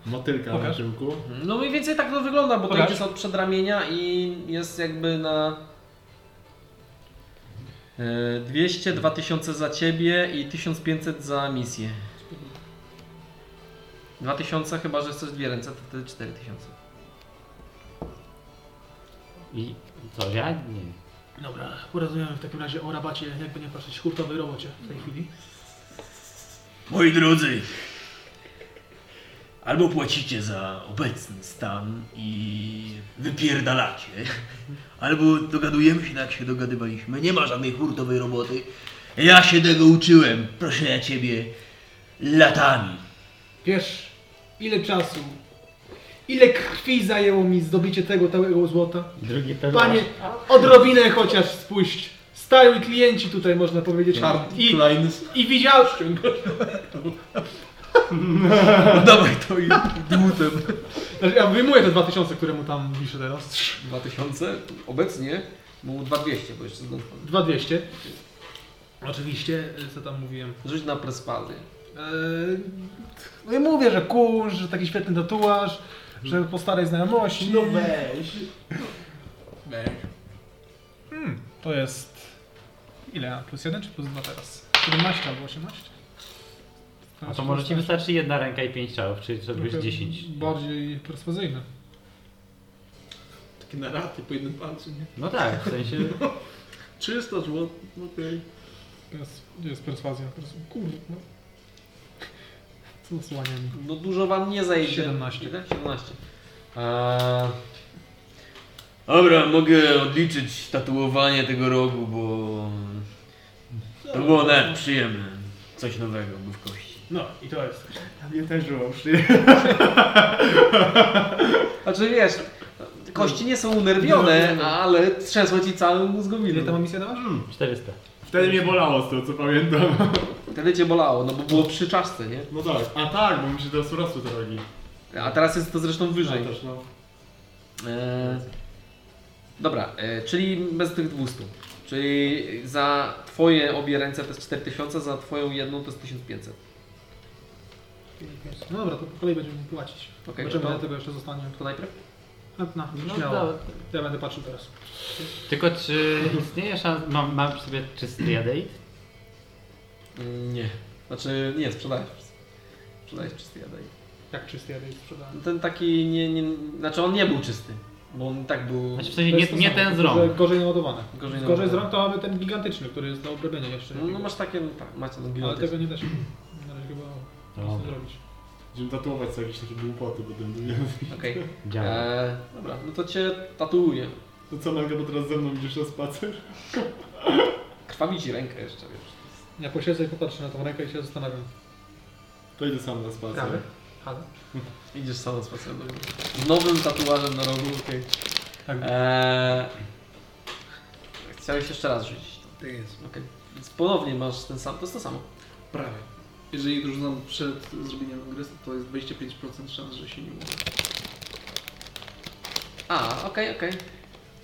Speaker 2: Motylka na
Speaker 3: Pokaż.
Speaker 2: tyłku.
Speaker 1: No mniej więcej tak to wygląda, bo to
Speaker 3: Pokaż.
Speaker 1: jest od przedramienia i jest jakby na e, 200, 2000 za ciebie i 1500 za misję. 2000 chyba, że chcesz dwie ręce, to wtedy 4000.
Speaker 4: I co, ja? Nie.
Speaker 3: Dobra, porozmawiamy w takim razie o rabacie, jakby nie patrzeć, hurtowej robocie w tej chwili.
Speaker 1: Moi drodzy, albo płacicie za obecny stan i wypierdalacie, albo dogadujemy się tak, jak się dogadywaliśmy. Nie ma żadnej hurtowej roboty. Ja się tego uczyłem, proszę ja ciebie, latami.
Speaker 3: Wiesz, ile czasu, ile krwi zajęło mi zdobycie tego całego złota.
Speaker 4: Drugi tatuaż.
Speaker 3: Panie, odrobinę chociaż spuść. Stały klienci tutaj, można powiedzieć. I, i widział...
Speaker 1: Dawaj to i dłutem.
Speaker 3: Znaczy, ja wyjmuję te 2000, które mu tam wiszę teraz.
Speaker 1: 2000? Obecnie? Mu 2200, bo jeszcze znowu.
Speaker 3: 2200. Oczywiście, y, co tam mówiłem.
Speaker 1: Rzuć na prespazję.
Speaker 3: Eee, No i mówię, że kurz, że taki świetny tatuaż, że po starej znajomości. No weź. Hmm, To jest... Ile? Plus jeden czy plus dwa teraz? 17 albo 18.
Speaker 4: A to może ci wystarczy jedna ręka i pięć ciał, czyli zrobisz
Speaker 3: Trochę
Speaker 4: 10.
Speaker 3: Bardziej perswazyjne.
Speaker 5: Takie naraty po jednym palcu, nie?
Speaker 4: No tak, w sensie
Speaker 5: 300 zł, okej.
Speaker 3: Pers- Gdzie jest perswazja? Pers- Kurde. No. Co z łaniami?
Speaker 1: No dużo wam nie zajdzie. Tak?
Speaker 3: 17.
Speaker 1: Ile? 17. Eee... Dobra, mogę odliczyć tatuowanie tego rogu, bo to było nawet przyjemne. Coś nowego był w kości.
Speaker 13: No i to jest. Ja też było przyjemne.
Speaker 1: Znaczy wiesz, kości nie są unerwione, ale trzęsło ci całym
Speaker 3: Ile to ma
Speaker 1: mózgowiną.
Speaker 3: misja dałaś?
Speaker 4: 400.
Speaker 6: Wtedy mnie bolało z tego co pamiętam.
Speaker 1: Wtedy cię bolało, no bo było przy czaszce, nie?
Speaker 6: No tak, a tak, bo mi się teraz urosły te rogi.
Speaker 1: A teraz jest to zresztą wyżej.
Speaker 6: Też, no.
Speaker 1: E, dobra, e, czyli bez tych 200. Czyli za twoje obie ręce to jest 4000, za twoją jedną to jest 1500.
Speaker 3: No dobra, to po kolei będziemy płacić.
Speaker 1: Okej,
Speaker 3: Zobaczymy,
Speaker 1: to,
Speaker 3: ile tego jeszcze zostanie.
Speaker 1: to najpierw?
Speaker 3: Chętna,
Speaker 4: No,
Speaker 3: śmiało.
Speaker 4: dobra.
Speaker 3: Ja będę patrzył teraz.
Speaker 4: Tylko czy istnieje szansa, mam, mam przy sobie czysty jadeit?
Speaker 1: Mm, Nie. Znaczy, nie, sprzedajesz. Sprzedajesz czysty jadaj.
Speaker 3: Jak czysty jadej sprzedałem.
Speaker 1: Ten taki, nie, nie, znaczy on nie był czysty, bo on i tak był...
Speaker 4: Znaczy w
Speaker 3: To
Speaker 4: sensie nie,
Speaker 3: jest to
Speaker 4: nie
Speaker 3: samo,
Speaker 4: ten z
Speaker 3: tylko,
Speaker 4: rąk.
Speaker 3: że Gorzej naładowany.
Speaker 1: Gorzej
Speaker 3: Gorzej, gorzej z
Speaker 1: naładowany.
Speaker 3: rąk to mamy ten gigantyczny, który jest do obrobienia jeszcze.
Speaker 1: No, no masz takie, no tak, macie no
Speaker 3: Ale
Speaker 1: gigantyczne.
Speaker 3: tego nie da się na razie chyba nic
Speaker 4: Dobra,
Speaker 3: zrobić.
Speaker 6: Będziemy tatuować sobie jakieś takie głupoty, bo ten
Speaker 1: Okej.
Speaker 3: Eee,
Speaker 4: działa.
Speaker 1: E, Dobra, no to cię tatuuje.
Speaker 6: To co, Magda, bo teraz ze mną idziesz na spacer?
Speaker 1: Krwawi ci rękę jeszcze, wiesz.
Speaker 3: Ja posiedzę i popatrzę na tą rękę i się zastanawiam.
Speaker 6: To idę sam na spacer.
Speaker 3: Prawy? Ale?
Speaker 1: Idziesz sam na spacer. no. Z nowym tatuażem na rogu, okej.
Speaker 3: Tak.
Speaker 1: Eee, chciałeś jeszcze raz rzucić.
Speaker 5: Tak jest.
Speaker 1: Okej. Więc ponownie masz ten sam, to jest to samo.
Speaker 5: Prawie. Jeżeli drużyną przed zrobieniem agresu, to jest 25% szans, że się nie uda.
Speaker 1: A, okej, okej.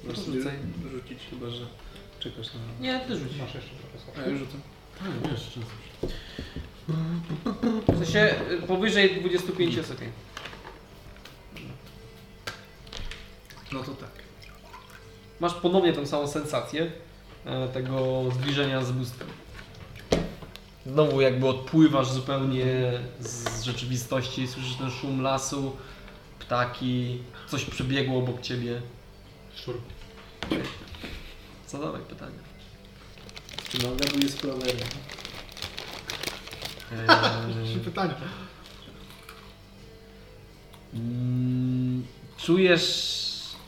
Speaker 1: No to
Speaker 5: Możesz
Speaker 1: rzucaj.
Speaker 5: rzucić, chyba że czekasz na...
Speaker 1: Nie, ty rzucisz.
Speaker 3: Masz jeszcze profesor.
Speaker 5: A, ja rzucę.
Speaker 6: Tak, wiesz, czas.
Speaker 1: W sensie y, powyżej 25 sekund.
Speaker 5: No to tak.
Speaker 1: Masz ponownie tą samą sensację e, tego zbliżenia z bóstwem. Znowu jakby odpływasz zupełnie z rzeczywistości, słyszysz ten szum lasu, ptaki, coś przebiegło obok ciebie.
Speaker 3: Szczur.
Speaker 1: Zadawaj pytanie.
Speaker 5: Czy Magda był jest prawa ręka?
Speaker 1: E,
Speaker 3: Trzy pytania.
Speaker 1: Mm, czujesz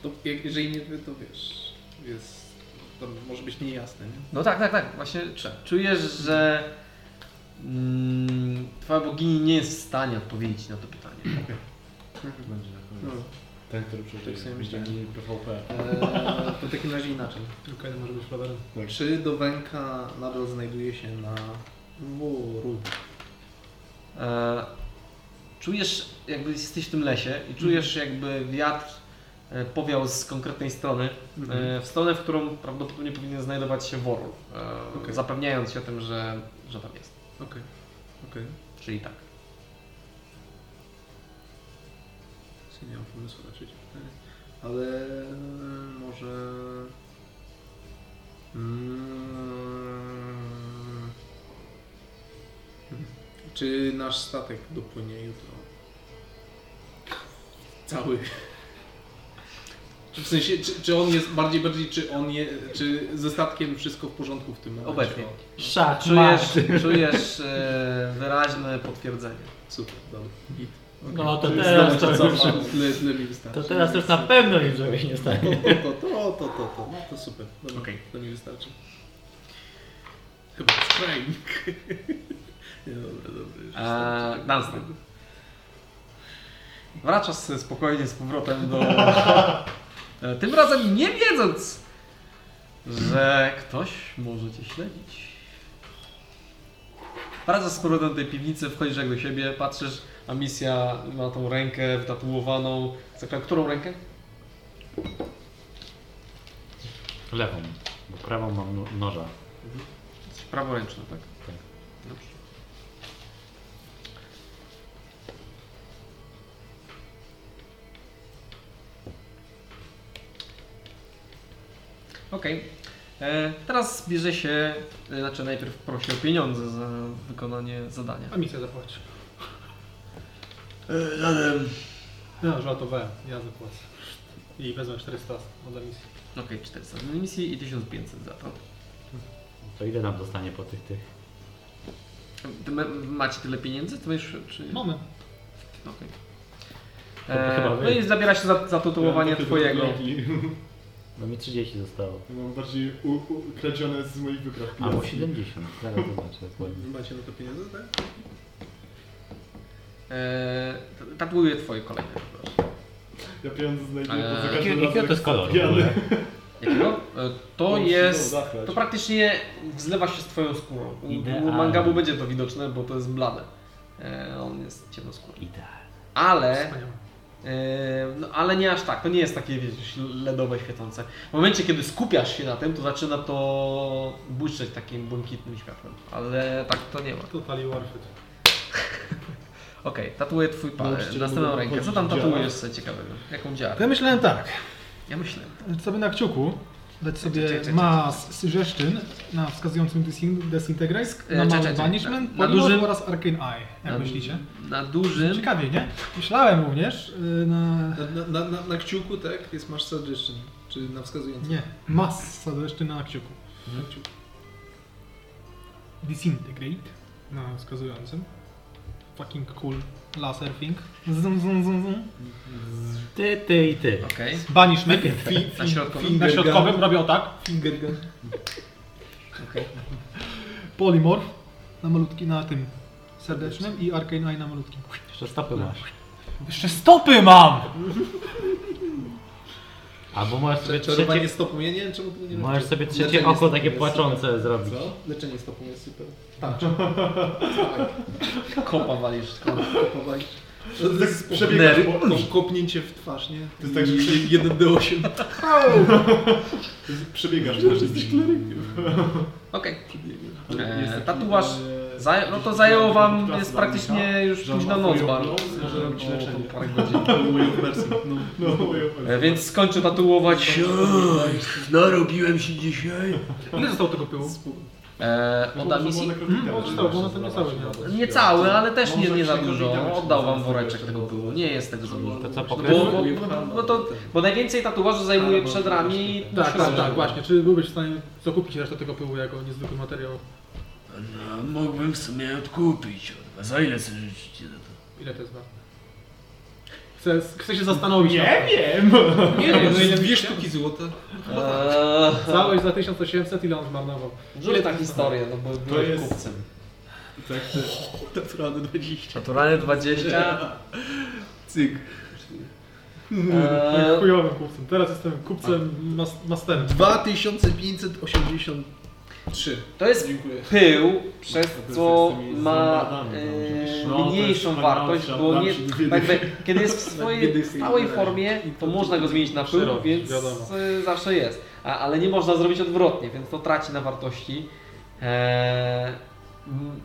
Speaker 5: To jak, jeżeli nie wy, to wiesz. Jest... To może być niejasne, nie?
Speaker 1: No tak, tak, tak. Właśnie czu- czujesz, że mm, twoja bogini nie jest w stanie odpowiedzieć na to pytanie.
Speaker 6: Będzie na koniec.
Speaker 5: No,
Speaker 6: Ten, który przeżyje.
Speaker 5: Tak sobie
Speaker 6: Będzie
Speaker 5: myślałem.
Speaker 6: taki PvP.
Speaker 5: eee, to w takim razie inaczej.
Speaker 3: Okej, to może być flawerem.
Speaker 5: Czy do węka nadal znajduje się na muru?
Speaker 1: E, czujesz, jakby jesteś w tym lesie
Speaker 5: Mhm.
Speaker 1: i czujesz jakby wiatr e, powiał z konkretnej strony,
Speaker 5: Mhm.
Speaker 1: e, w stronę, w którą prawdopodobnie powinien znajdować się worul, e,
Speaker 5: Okej.
Speaker 1: zapewniając się o tym, że, że tam jest.
Speaker 5: Okej. Okej.
Speaker 1: Czyli tak.
Speaker 5: Okay. Nie mam pomysłu na trzecie pytanie. Ale może... Mm. Czy nasz statek dopłynie jutro? Cały. Czy w sensie, czy, czy on jest bardziej, bardziej, czy on je, czy ze statkiem wszystko w porządku w tym momencie?
Speaker 1: Obecnie.
Speaker 4: Szach,
Speaker 1: Czujesz, czujesz e, wyraźne potwierdzenie.
Speaker 5: Super, dobra. Git.
Speaker 4: No to
Speaker 5: Czyli
Speaker 4: teraz to
Speaker 5: znowu
Speaker 4: co?
Speaker 5: cofam. Tyle, tyle mi wystarczy.
Speaker 4: To teraz to już na pewno nic złego się nie stanie.
Speaker 5: To, to, to, to, to, to, no to super. Dobra,
Speaker 1: Okej.
Speaker 5: to mi wystarczy. Chyba strajk. Nie, dobra, dobra. już
Speaker 1: Eee,
Speaker 5: wystarczy.
Speaker 1: Dunstan. Wracasz sobie spokojnie z powrotem do... E, Tym razem nie wiedząc, że ktoś może cię śledzić. Wracasz z powrotem do tej piwnicy, wchodzisz jak do siebie, patrzysz, a misja ma tą rękę wytatuowaną. Zakra- Którą rękę?
Speaker 4: Lewą, bo prawą mam no- noża.
Speaker 1: Jesteś praworęczny, tak?
Speaker 4: Tak.
Speaker 1: Dobrze. Okej. E, teraz bierze się, e, znaczy najpierw prosi o pieniądze za wykonanie zadania.
Speaker 13: A mi chce zapłacić.
Speaker 3: E,
Speaker 1: Zatem.
Speaker 13: No, żartowałem, ja zapłacę. I wezmę 400 od emisji.
Speaker 1: Okej, 400 za misji i 1500 za to.
Speaker 4: To ile nam dostanie po tych tych?
Speaker 1: Ty ma- macie tyle pieniędzy? To już, czy...
Speaker 3: Mamy.
Speaker 1: Okej.
Speaker 4: To chyba
Speaker 1: E,
Speaker 4: wy.
Speaker 1: no i zabiera się za, za tatuowanie twojego.
Speaker 4: No mi 30 zostało.
Speaker 6: Mam No, bardziej u- u- kradzione z moich wykraw.
Speaker 4: Albo 70. Zaraz zobaczę dokładnie.
Speaker 5: Wy macie na to pieniądze, tak?
Speaker 1: E, t- tatuuje twoje kolejne. proszę.
Speaker 6: Ja pieniądze znajduję
Speaker 1: Eee,
Speaker 6: pod za
Speaker 4: Jakie-
Speaker 6: każdym
Speaker 4: Jakiego
Speaker 6: razem.
Speaker 4: to jest kolor? w
Speaker 6: Ja-
Speaker 4: ogóle?
Speaker 1: Jakiego? E, to
Speaker 6: Muszę
Speaker 1: jest...
Speaker 6: zachlać.
Speaker 1: To praktycznie zlewa się z twoją skórą. U, u
Speaker 4: Idealnie.
Speaker 1: Mangabu będzie to widoczne, bo to jest blade. E, on jest ciemnoskóry.
Speaker 4: Idealnie.
Speaker 1: Ale...
Speaker 13: Wspaniałe.
Speaker 1: Yy, No, ale nie aż tak, to nie jest takie wiesz, LEDowe świecące. W momencie, kiedy skupiasz się na tym, to zaczyna to błyszczeć takim błękitnym światłem. Ale tak to nie ma.
Speaker 13: Totally worth it.
Speaker 1: Okej, tatuję twój palec,
Speaker 6: Nauczyciel
Speaker 1: następną
Speaker 6: mógł
Speaker 1: rękę. Co
Speaker 6: chodzić
Speaker 1: tam
Speaker 6: dziarą.
Speaker 1: tatuujesz sobie ciekawego? Jaką dziarę?
Speaker 3: Ja myślałem tak,
Speaker 1: Ja tak. myślę.
Speaker 3: sobie na kciuku dać
Speaker 1: Cze- cze- cze-
Speaker 3: sobie
Speaker 1: cze-
Speaker 3: mas z rzeszczyn na wskazującym disin- disintegrate,
Speaker 1: E,
Speaker 3: na
Speaker 1: cze- cze-
Speaker 3: mały
Speaker 1: cze-
Speaker 3: banishment,
Speaker 1: na- na
Speaker 3: na dużym
Speaker 1: dużym-
Speaker 3: oraz arcane eye, jak
Speaker 1: Na-
Speaker 3: myślicie?
Speaker 1: Na dużym...
Speaker 3: Ciekawie, nie? Myślałem również y, na...
Speaker 5: Na, na, na, na, na kciuku, tak? Jest masz suggestion, czy na wskazujący.
Speaker 3: Nie, mas z rzeszczyn na kciuku.
Speaker 1: Mhm.
Speaker 5: Na kciuku.
Speaker 3: Disintegrate na wskazującym. Fucking cool laser thing. Zum, zum, zum, zum.
Speaker 4: Ty, ty i ty.
Speaker 1: Okej,
Speaker 3: Banishment.
Speaker 1: na środkowym.
Speaker 3: Na środkowym robię o tak.
Speaker 5: Finger gun.
Speaker 1: Okej.
Speaker 3: Polymorph na malutki, na tym serdecznym i Arcane Eye na malutkim.
Speaker 4: Jeszcze stopy masz.
Speaker 3: Jeszcze stopy mam!
Speaker 4: Albo możesz sobie
Speaker 5: Czarowanie
Speaker 4: trzecie,
Speaker 5: stopą, ja nie wiem czemu to nie
Speaker 4: możesz sobie trzecie
Speaker 5: Leczenie
Speaker 4: oko
Speaker 5: stopą
Speaker 4: takie
Speaker 5: jest
Speaker 4: płaczące zrobić.
Speaker 5: Super. No. Leczenie stopą jest super.
Speaker 1: Kopa walisz.
Speaker 5: Kopowali. To jest
Speaker 6: Przebiegasz
Speaker 5: spoko-
Speaker 6: po-
Speaker 5: Ko- kopnięcie w twarz, nie?
Speaker 6: To jest tak, że przebieg-
Speaker 5: 1D8.
Speaker 6: to jest- przebiegasz. Przecież jesteś klerykiem.
Speaker 1: Okej.
Speaker 6: Ale jest taki,
Speaker 1: tatuaż
Speaker 6: e,
Speaker 1: Zaję- no to
Speaker 6: jakiś
Speaker 1: zajęło wam,
Speaker 6: klasy
Speaker 1: jest
Speaker 6: dla
Speaker 1: praktycznie
Speaker 6: Mika,
Speaker 1: już
Speaker 6: że on
Speaker 1: późna
Speaker 6: ma
Speaker 1: noc
Speaker 6: swoją
Speaker 1: bardzo.
Speaker 6: bluzę,
Speaker 1: Może
Speaker 6: że
Speaker 1: robić
Speaker 6: o,
Speaker 1: leczenie.
Speaker 6: to
Speaker 1: Parę godzin.
Speaker 5: Way of mercy. No.
Speaker 6: No, moje
Speaker 1: E, Więc skończę tatuować.
Speaker 11: Narobiłem się dzisiaj.
Speaker 13: Ile zostało tego pyłu?
Speaker 1: E, odda misji?
Speaker 13: zostało, bo następnie całe miało.
Speaker 1: Nie cały, ale też nie,
Speaker 6: Może
Speaker 1: nie za
Speaker 6: księgowi damy
Speaker 1: dużo.
Speaker 6: się
Speaker 1: Oddał wam
Speaker 6: za
Speaker 1: woreczek
Speaker 6: tego,
Speaker 1: tego
Speaker 6: żeby
Speaker 1: pyłu.
Speaker 6: było.
Speaker 1: Nie jest tego za dużo.
Speaker 4: To co,
Speaker 1: No
Speaker 4: pokrywa?
Speaker 1: bo, bo, bo, bo, to, bo najwięcej tatuażu zajmuje przed rami. i
Speaker 13: Tak, tak,
Speaker 1: środek.
Speaker 13: tak, właśnie. Czy byłbyś w stanie zakupić resztę tego pyłu jako niezwykły materiał?
Speaker 11: No, mógłbym w sumie odkupić od was. Za ile sobie życzycie za to?
Speaker 13: Ile to jest warte? Chcę, chcę się zastanowić. Nie
Speaker 6: wiem!
Speaker 5: Nie wiem, no ile dwie sztuki złota.
Speaker 1: Eee,
Speaker 13: Całość za 1800, ile on zmarnował?
Speaker 1: Rzuć tak historię, no bo byłeś
Speaker 6: jest-
Speaker 1: kupcem.
Speaker 6: Tak, tak.
Speaker 5: Naturalne 20.
Speaker 1: Naturalnie 20.
Speaker 5: Cyk.
Speaker 13: Jak
Speaker 1: Eee,
Speaker 13: chujowym kupcem. Teraz jestem kupcem mas masterem.
Speaker 5: 2583.
Speaker 1: to jest
Speaker 5: Dziękuję.
Speaker 1: pył, przez co
Speaker 6: z tymi
Speaker 1: ma
Speaker 6: zębadami,
Speaker 1: e,
Speaker 6: no, to jest
Speaker 1: mniejszą
Speaker 6: wspaniała
Speaker 1: wartość,
Speaker 6: opcja,
Speaker 1: bo
Speaker 6: dam
Speaker 1: nie,
Speaker 6: ci dwie
Speaker 1: jakby, kiedy jest w
Speaker 5: Dwie
Speaker 1: swojej
Speaker 5: dychy i
Speaker 1: stałej
Speaker 5: tyle.
Speaker 1: formie, to można go zmienić na pył,
Speaker 13: Przyrobić,
Speaker 1: więc
Speaker 13: wiadomo.
Speaker 1: e, zawsze jest. A, ale nie można zrobić odwrotnie, więc to traci na wartości. E, m,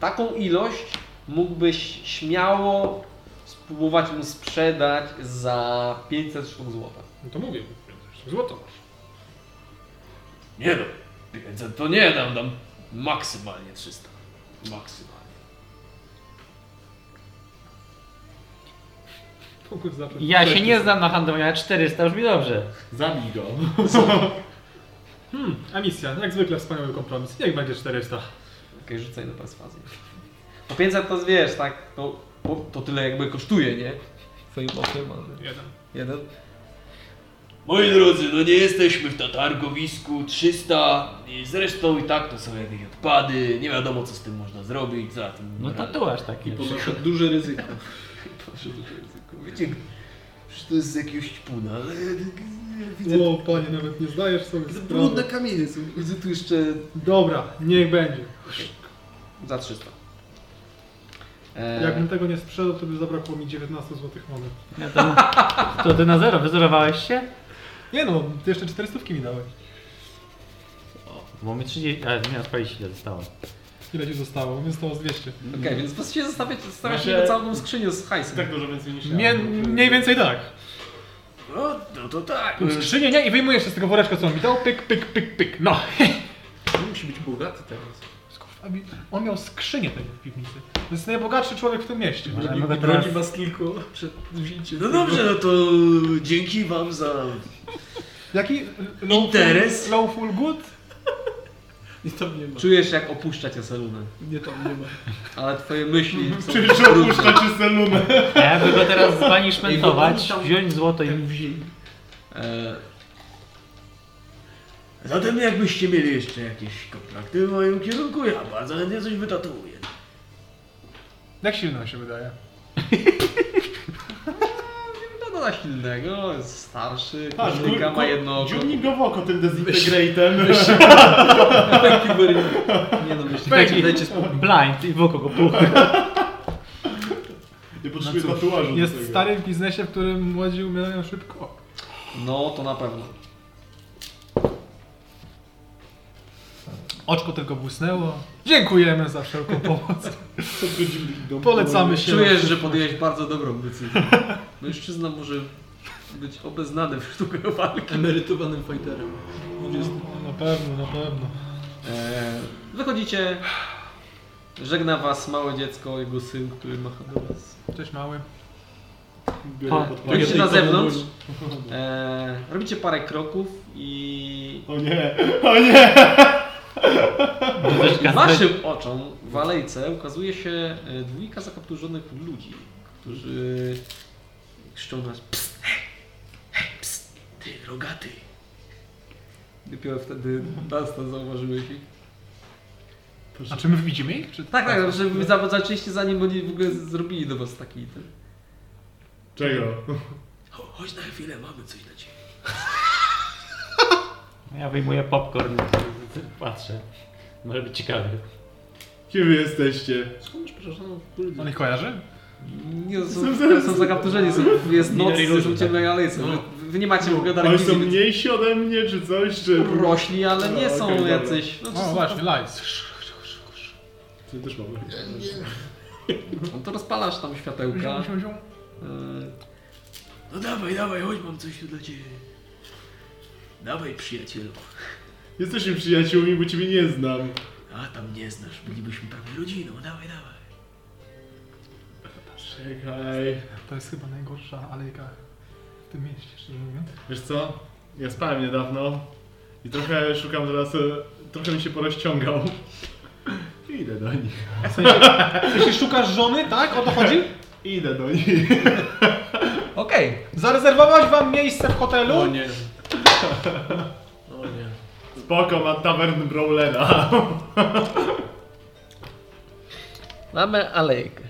Speaker 1: taką ilość mógłbyś śmiało spróbować mu sprzedać za 500 sztuk złota.
Speaker 13: No to mówię. Złoto masz.
Speaker 11: Nie no, 500 to nie dam, dam maksymalnie 300. Maksymalnie.
Speaker 13: Konkurs zaczął.
Speaker 4: Ja się nie znam na handlu, ja 400, już mi dobrze.
Speaker 6: Zabij go.
Speaker 13: Hmm, emisja. Jak zwykle wspaniały kompromis. Niech będzie 400.
Speaker 1: Okej, rzucaj na perswazję. Bo 500 to wiesz, tak, to, bo to tyle jakby kosztuje, nie? Twoim okiem, ale...
Speaker 13: Jeden.
Speaker 1: Jeden?
Speaker 11: Moi drodzy, no nie jesteśmy w tatargowisku 300 i zresztą i tak to są jakieś odpady, nie wiadomo co z tym można zrobić, za tym...
Speaker 4: No tatuaż taki.
Speaker 5: Ponoszę duże ryzyko.
Speaker 11: Wiecie, że to jest z jakiegoś ćpuna, ale...
Speaker 13: O, panie, nawet nie zdajesz sobie
Speaker 5: Brudne
Speaker 13: sprawy.
Speaker 5: kamienie są.
Speaker 11: Widzę tu jeszcze...
Speaker 13: Dobra, niech będzie.
Speaker 1: Za 300. E,
Speaker 13: Jakbym tego nie sprzedał, to by zabrakło mi 19 złotych monet.
Speaker 4: Ja to, to ty na zero, wyzerowałeś się?
Speaker 13: Nie no, ty jeszcze 400 mi dałeś.
Speaker 4: Bo mi 30, ale nie odpalić ile zostało.
Speaker 13: Ile ci zostało? Mi zostało z 200.
Speaker 1: Okej, więc właściwie zostawiacie, zostawiacie
Speaker 6: Znaczy-
Speaker 1: niego całą skrzynię z hajsem.
Speaker 6: Tak dużo więcej niż ja.
Speaker 13: Mie mniej więcej tak.
Speaker 11: No, no to tak.
Speaker 3: Skrzynię, nie? I wyjmujesz z tego woreczka, co on mi dał, pyk, pyk, pyk, pyk, no.
Speaker 5: On musi być bogaty teraz.
Speaker 3: Kurwa, mi- On miał skrzynię tego w piwnicy. To jest najbogatszy człowiek w tym mieście.
Speaker 4: Może
Speaker 2: I
Speaker 4: mogę teraz...
Speaker 2: broni was kilku przed wzięciem.
Speaker 11: No dobrze, no to dzięki wam za...
Speaker 3: Jaki? y, Lawful-
Speaker 11: Interes?
Speaker 3: Lawful good?
Speaker 5: Nie tam nie ma.
Speaker 1: Czujesz jak opuszcza cię Selunę,
Speaker 5: Nie tam nie ma.
Speaker 1: ale twoje myśli są
Speaker 6: Czyli że opuszcza cię selunę.
Speaker 4: A ja by go teraz
Speaker 5: I
Speaker 4: zbanishmentować,
Speaker 5: wyobraź tam-
Speaker 4: wziąć złoto i wziąć.
Speaker 1: e,
Speaker 11: Zatem jakbyście mieli jeszcze jakieś kontrakty w moim kierunku, ja bardzo chętnie coś wytatuję.
Speaker 3: Jak silny on się wydaje?
Speaker 1: wygląda No, na silnego, jest starszy,
Speaker 6: Patrz,
Speaker 1: koszulka
Speaker 6: kur-
Speaker 1: ma jedno oko.
Speaker 6: Dziubnij go w oko tym dezintegratem.
Speaker 1: Nie no, myślę,
Speaker 4: Taki
Speaker 1: dajcie, dajcie spokój.
Speaker 4: blind i w oko go puchnę.
Speaker 6: Nie potrzebuję tatuażu do
Speaker 3: Jest
Speaker 6: tego.
Speaker 3: stary w biznesie, w którym młodzi umierają szybko.
Speaker 1: No to na pewno.
Speaker 3: Oczko tylko błysnęło. Dziękujemy za wszelką pomoc.
Speaker 6: Do-
Speaker 3: Polecamy się.
Speaker 1: Czujesz, że podjęłeś bardzo dobrą decyzję. Mężczyzna może być obeznany w sztukę walki.
Speaker 5: Emerytowanym fighterem.
Speaker 3: Na pewno, na pewno.
Speaker 1: E, wychodzicie, żegna was małe dziecko, jego syn, który macha do was.
Speaker 3: Cześć mały.
Speaker 6: Biorę
Speaker 4: Pa.
Speaker 6: pod
Speaker 1: Wyjdziecie
Speaker 6: pachę.
Speaker 1: na zewnątrz, e, robicie parę kroków i
Speaker 6: O nie, o nie!
Speaker 1: Waszym oczom w alejce ukazuje się e, dwójka zakapturzonych ludzi, którzy krzyczą nas. Psst,
Speaker 11: Ty, rogaty.
Speaker 1: dopiero wtedy Dunstan zauważyłeś ich.
Speaker 3: A czy my widzimy ich? Czy...
Speaker 1: Tak, tak, że wy za- zaczęliście zanim oni w ogóle zrobili do was taki ten.
Speaker 6: Czego?
Speaker 11: Cho- Chodź na chwilę, mamy coś dla ciebie.
Speaker 4: Ja wyjmuję popcorn i patrzę. Może być ciekawy.
Speaker 6: Kim wy jesteście?
Speaker 5: Skąd masz przepraszam kurde?
Speaker 3: On ich kojarzy?
Speaker 1: Nie, no, są, są zakapturzeni, są, jest noc,
Speaker 4: Minęli
Speaker 1: są
Speaker 4: ludzie,
Speaker 1: w ciemnej alejce. Wy, wy nie macie w ogóle
Speaker 6: No. Oni
Speaker 1: darmizji,
Speaker 6: są
Speaker 1: więc
Speaker 6: mniejsi ode mnie, czy coś? Czy...
Speaker 1: rośli, ale nie
Speaker 6: No,
Speaker 1: są
Speaker 6: okej, dobra.
Speaker 1: jacyś. No, to
Speaker 3: O
Speaker 1: są-
Speaker 3: właśnie, lights.
Speaker 6: Ty też mamy.
Speaker 1: no to rozpalasz tam światełka. E,
Speaker 11: No dawaj, dawaj, chodź, mam coś tu dla ciebie. Dawaj, przyjacielu.
Speaker 6: Jesteśmy przyjaciółmi, bo ciebie nie znam.
Speaker 11: A tam nie znasz, bylibyśmy prawie rodziną, dawaj, dawaj.
Speaker 6: Czekaj.
Speaker 3: To jest chyba najgorsza alejka w tym mieście, szczerze mówiąc.
Speaker 6: Wiesz co? Ja spałem niedawno i trochę szukam teraz... e, Trochę mi się porozciągał. I Idę do nich.
Speaker 3: Jeśli szukasz żony, tak? O to chodzi?
Speaker 6: Idę do nich.
Speaker 1: Okej,
Speaker 3: Zarezerwować wam miejsce w hotelu?
Speaker 5: nie. O nie.
Speaker 6: Spoko, ma tavern brawlera.
Speaker 1: mamy alejkę.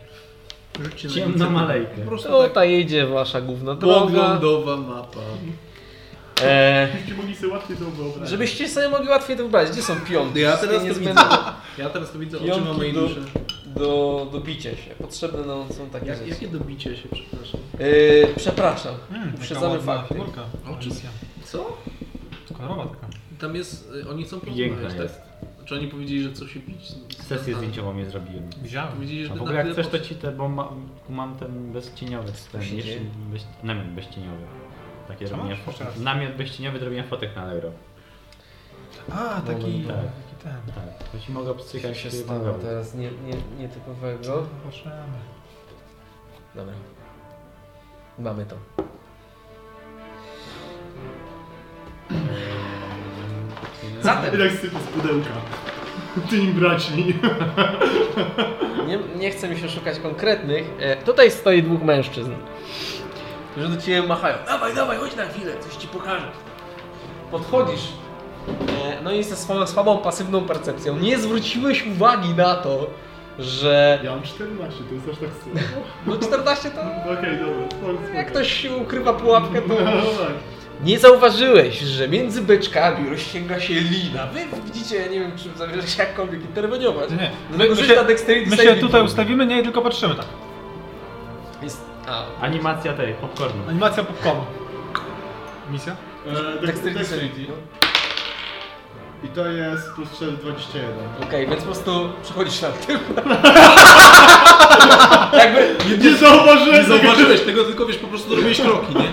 Speaker 5: Rzućcie na
Speaker 4: Ciemną
Speaker 5: inicjatywę.
Speaker 4: malejkę.
Speaker 5: Po prostu tak.
Speaker 1: Tutaj jedzie wasza główna droga.
Speaker 5: Poglądowa mapa.
Speaker 1: E,
Speaker 6: Byście mogli sobie łatwiej to wyobrazić.
Speaker 1: Żebyście sobie mogli łatwiej to wyobrazić, gdzie są pionki?
Speaker 5: Ja teraz to
Speaker 1: Niezbędne
Speaker 5: Ja teraz to widzę
Speaker 1: Pionki
Speaker 5: oczyma mojej
Speaker 1: do-
Speaker 5: duszy.
Speaker 1: do, do bicia się. Potrzebne nam są takie
Speaker 5: Jak,
Speaker 1: rzeczy.
Speaker 5: jakie dobicie się, przepraszam.
Speaker 1: Yy, przepraszam,
Speaker 3: Mm, taka
Speaker 1: uprzedzamy
Speaker 3: ładna
Speaker 1: fakty.
Speaker 3: figurka. Misja.
Speaker 5: Co?
Speaker 3: Kolorowa taka.
Speaker 5: Tam jest, y, oni chcą
Speaker 4: Piękna
Speaker 5: porozmawiać,
Speaker 4: jest.
Speaker 5: tak? Znaczy oni powiedzieli, że chcą się bić. z- z-
Speaker 4: Sesję
Speaker 5: z-
Speaker 4: zdjęciową nie zrobiłem.
Speaker 3: Widziałem.
Speaker 5: Powiedzieli, że
Speaker 4: A w
Speaker 5: na
Speaker 4: ogóle No jak
Speaker 5: tyle
Speaker 4: chcesz to
Speaker 5: poszli.
Speaker 4: ci te, bo ma, mam ten bezcieniowy ten,
Speaker 1: się
Speaker 4: jeszcze
Speaker 1: dzieje?
Speaker 4: bez, namiot bezcieniowy. Takie
Speaker 3: Co
Speaker 4: robienia
Speaker 3: masz? Jeszcze raz.
Speaker 4: fotek. Namiot bezcieniowy do robienia fotek na euro.
Speaker 3: A, taki...
Speaker 4: Moment, tak.
Speaker 3: taki ten.
Speaker 4: Tak, to ci mogę
Speaker 1: Co
Speaker 4: psychać
Speaker 1: się
Speaker 4: sobie
Speaker 1: stało
Speaker 4: wyobrazić.
Speaker 1: teraz nie, nie, nietypowego?
Speaker 3: Poszemy.
Speaker 1: Dobra. Mamy to.
Speaker 6: I
Speaker 1: Zatem,
Speaker 6: tak sypie z pudełka. Ty im braci.
Speaker 1: nie, nie chce mi się szukać konkretnych, e, tutaj stoi dwóch mężczyzn, którzy do Ciebie machają.
Speaker 11: Dawaj, dawaj, chodź na chwilę, coś ci pokażę.
Speaker 1: podchodzisz, e, no i ze swoją słabą pasywną percepcją nie zwróciłeś uwagi na to, że
Speaker 6: Ja mam 14, to jest aż tak słabo.
Speaker 1: no 14 to
Speaker 6: Okej, dobra, spoko, spoko.
Speaker 1: jak ktoś ukrywa pułapkę to...
Speaker 6: No tak.
Speaker 1: Nie zauważyłeś, że między beczkami rozciąga się lina. Wy widzicie, ja nie wiem czy zamierza się jakkolwiek interweniować.
Speaker 3: Nie.
Speaker 1: Dlatego
Speaker 3: My
Speaker 1: rzuć
Speaker 3: się-
Speaker 1: No na dexterity
Speaker 3: My się
Speaker 1: saving
Speaker 3: tutaj
Speaker 1: throw.
Speaker 3: ustawimy, nie, tylko patrzymy tak.
Speaker 1: Jest... A,
Speaker 4: Animacja tej, popcornu.
Speaker 3: Animacja popcornu. Misja?
Speaker 6: E,
Speaker 1: dexterity
Speaker 6: Dexterity.
Speaker 1: saving
Speaker 6: Dexterity.
Speaker 1: throw.
Speaker 6: I to jest plus 4, 21.
Speaker 1: Okej, więc po prostu przechodzisz nad tym. Jakby
Speaker 6: Nie zauważyłem
Speaker 5: Nie zauważyłeś tego, tylko wiesz, po prostu robiłeś kroki, nie?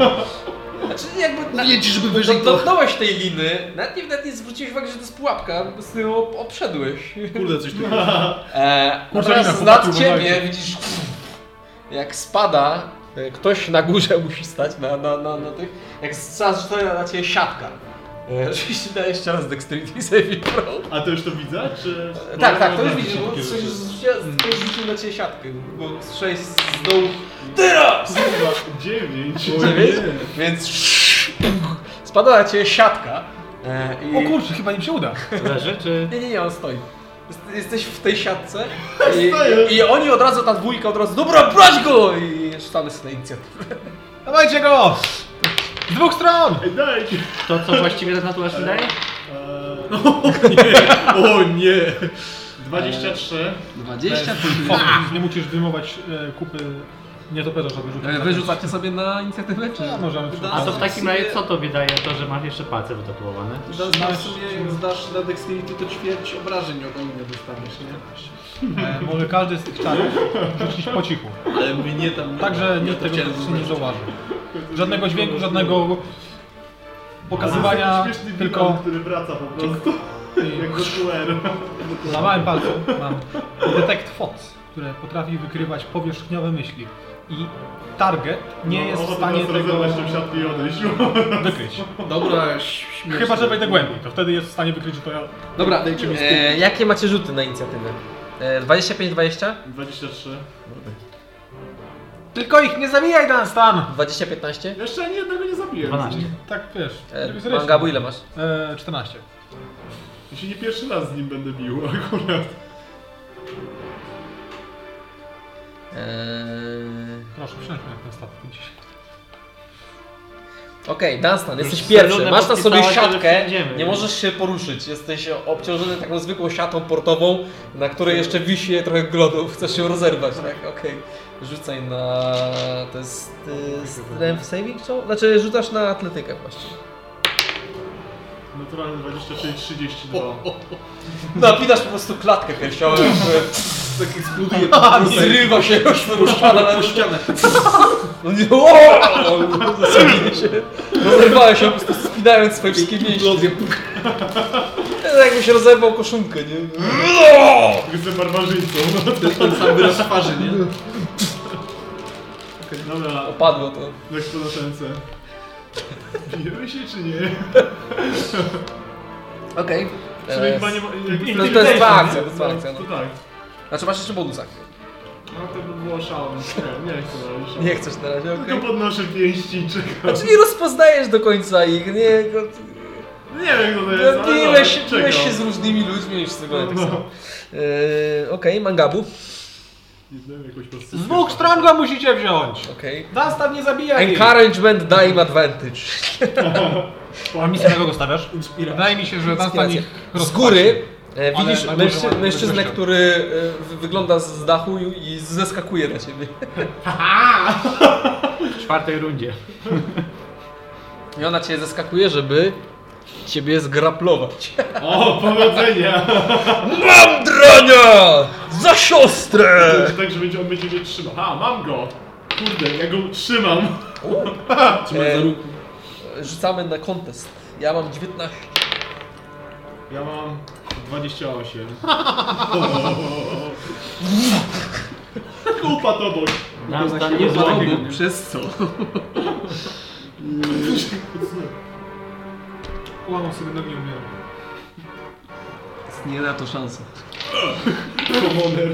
Speaker 5: Znaczy jakby...
Speaker 1: No,
Speaker 5: na-
Speaker 14: Mówię ci, żeby
Speaker 5: Do,
Speaker 14: wyżej to...
Speaker 5: dotknąłeś tej liny, nawet nie, nawet nie zwróciłeś uwagi, że to jest pułapka, bo z nią ob- obszedłeś.
Speaker 14: Kurde, coś takiego.
Speaker 5: E,
Speaker 6: Kurczę,
Speaker 5: natomiast
Speaker 6: Lina,
Speaker 5: nad
Speaker 6: popatrz,
Speaker 5: ciebie
Speaker 6: uważajcie.
Speaker 5: widzisz, jak spada, e, ktoś na górze musi stać, na, na, na, na tych, jak zaczyna na ciebie siatka. E, Oczywiście daj jeszcze raz dexterity saving throw.
Speaker 6: A ty już to widzę, czy...
Speaker 5: E,
Speaker 6: bo
Speaker 5: Tak,
Speaker 6: ja
Speaker 5: tak, to już
Speaker 6: znam
Speaker 5: widzisz, bo
Speaker 6: takie
Speaker 5: ktoś
Speaker 6: rzeczy.
Speaker 5: rzuci- ktoś rzucił na ciebie siatkę, bo sześć z dołu, teraz!
Speaker 6: Kurwa, dziewięć.
Speaker 5: Dziewięć? Więc spada na ciebie siatka. E, i...
Speaker 3: O kurczę, chyba im się uda.
Speaker 4: Leży czy...
Speaker 5: Nie, nie, nie, on stoi. Jest- Jesteś w tej siatce
Speaker 6: Stoję.
Speaker 5: i, i oni od razu, ta dwójka od razu, dobra, brać
Speaker 1: no
Speaker 5: go! I rzucamy sobie inicjatywę.
Speaker 3: Dawajcie go! Z dwóch stron!
Speaker 6: Ej, daj!
Speaker 4: To co właściwie ten tatuaż mi daje?
Speaker 6: No, O nie! 23.
Speaker 5: 20.
Speaker 3: Nie musisz wyjmować e, kupy nietoperza, żeby
Speaker 1: E,
Speaker 3: rzucić.
Speaker 5: E, Wyrzucacie sobie na inicjatywę, czy?
Speaker 3: A, No, możemy
Speaker 4: A to w
Speaker 14: W
Speaker 4: takim
Speaker 14: sumie-
Speaker 4: razie co tobie daje to, że masz jeszcze palce wytatuowane?
Speaker 5: No
Speaker 14: Da, da, w sumie jak zdasz na dexterity, to ćwierć obrażeń od ognia dostaniesz, nie?
Speaker 3: e, Może każdy z tych czarów rzucić po cichu.
Speaker 14: Ale mnie tam...
Speaker 3: Tak, że nikt
Speaker 14: to
Speaker 3: tego
Speaker 14: chciałem
Speaker 3: się nie
Speaker 14: zaznaczyć.
Speaker 3: zauważy. Żadnego dźwięku, żadnego pokazywania,
Speaker 6: Śmieszny tylko...
Speaker 3: tylko
Speaker 6: który wraca po prostu. Jak er- do QR.
Speaker 3: na małym palcu mam detect thoughts, które potrafi wykrywać powierzchniowe myśli. I target nie
Speaker 6: No,
Speaker 3: jest w stanie tego
Speaker 6: Rozerwać tą siatkę i odejść.
Speaker 3: wykryć.
Speaker 14: Dobra, śmieszne.
Speaker 3: Chyba, że wejdę głębiej, to wtedy jest w stanie wykryć, że to ja...
Speaker 5: Dobra,
Speaker 14: Dajcie mi
Speaker 5: e, jakie macie rzuty na inicjatywę? E, 25-20?
Speaker 6: 23.
Speaker 3: Tylko ich nie zabijaj nas tam!
Speaker 5: 20-15?
Speaker 6: Jeszcze ani jednego nie zabiję.
Speaker 4: 12.
Speaker 3: Tak, wiesz, żeby
Speaker 5: E,
Speaker 3: zresztą.
Speaker 5: Mangabu ile masz?
Speaker 3: E, 14.
Speaker 6: Ja się nie pierwszy raz z nim będę bił akurat.
Speaker 5: Eee...
Speaker 3: Proszę, przejdźmy na ten statek gdzieś.
Speaker 5: Okej, Dunstan, jesteś
Speaker 4: Już
Speaker 5: pierwszy.
Speaker 4: Seluna
Speaker 5: Masz na sobie
Speaker 4: podpisała się, że
Speaker 5: siatkę,
Speaker 4: przejdziemy.
Speaker 5: nie możesz się poruszyć. Jesteś obciążony taką zwykłą siatą portową, na której jeszcze wisi trochę glodów. Chcesz się rozerwać, tak? Okej. Rzucaj na... to jest... y, Strength saving show? Znaczy rzucasz na atletykę właściwie.
Speaker 6: Naturalnie 26, 32.
Speaker 5: Napinasz No, po prostu klatkę piersiową, tak eksploduje. Zrywa się, rozpuszczana na ścianę. No nie, o! Zginie się. Rozerwałem się po prostu spinając swoje wszystkie mięśnie. Ja Jakby się rozerwał koszulkę, nie?
Speaker 6: Jestem barbarzyńcą.
Speaker 14: Ten sam wyraz twarzy, nie?
Speaker 6: Dobra,
Speaker 5: Opadło to.
Speaker 6: jak to na ręce. Bijemy się czy nie?
Speaker 5: Okej.
Speaker 6: W sumie chyba nie ma... jakby-
Speaker 5: No to jest dwa
Speaker 6: Intimidation,
Speaker 5: akcje, to jest dwa
Speaker 6: no,
Speaker 5: akcje, no.
Speaker 6: To tak.
Speaker 5: Znaczy masz jeszcze bonus akcję.
Speaker 6: No to by było szalone. Nie, nie chcę robić szalone.
Speaker 5: Nie chcesz na razie, okej.
Speaker 6: Tylko podnoszę pięści i czekam.
Speaker 5: Znaczy nie rozpoznajesz do końca ich, nie?
Speaker 6: Nie wiem kto to jest, ale
Speaker 5: No, Biłeś,
Speaker 6: dobra,
Speaker 5: biłeś
Speaker 6: czekam.
Speaker 5: się z różnymi ludźmi już sobie tak
Speaker 6: No.
Speaker 5: samo. Yy, Okej, mangabu.
Speaker 6: Nie znam jakoś po prostu.
Speaker 3: Z dwóch stron go musicie wziąć!
Speaker 5: Okej.
Speaker 3: Zastaw nie zabijaj! ich.
Speaker 5: Encouragement daj im advantage.
Speaker 3: A misję na kogo stawiasz? Wydaje mi się, że Dunstan
Speaker 5: Inspiracja.
Speaker 3: ich
Speaker 5: Z
Speaker 3: rozpaczy.
Speaker 5: góry e,
Speaker 3: Ale
Speaker 5: widzisz
Speaker 3: najgorzej
Speaker 5: mężczy-
Speaker 3: ładnie
Speaker 5: mężczyznę,
Speaker 3: wygląda.
Speaker 5: który e, wy- wygląda z dachu i- i zeskakuje na ciebie.
Speaker 4: W czwartej rundzie.
Speaker 5: I ona cię zeskakuje, żeby ciebie zgraplować.
Speaker 6: O, powodzenia!
Speaker 5: Mam drania! Za siostrę!
Speaker 6: Będzie tak, że będzie, on będzie mnie trzymał. A, mam go! Kurde, ja go trzymam.
Speaker 5: E, rzucamy na kontest. Ja mam 19.
Speaker 6: Ja mam 28. Kupa to bok.
Speaker 4: Dunstan nie złamał.
Speaker 14: Znowu, przez co?
Speaker 3: Ułamał sobie nogi umieram.
Speaker 14: Jest nie na to szansa.
Speaker 6: Komoner.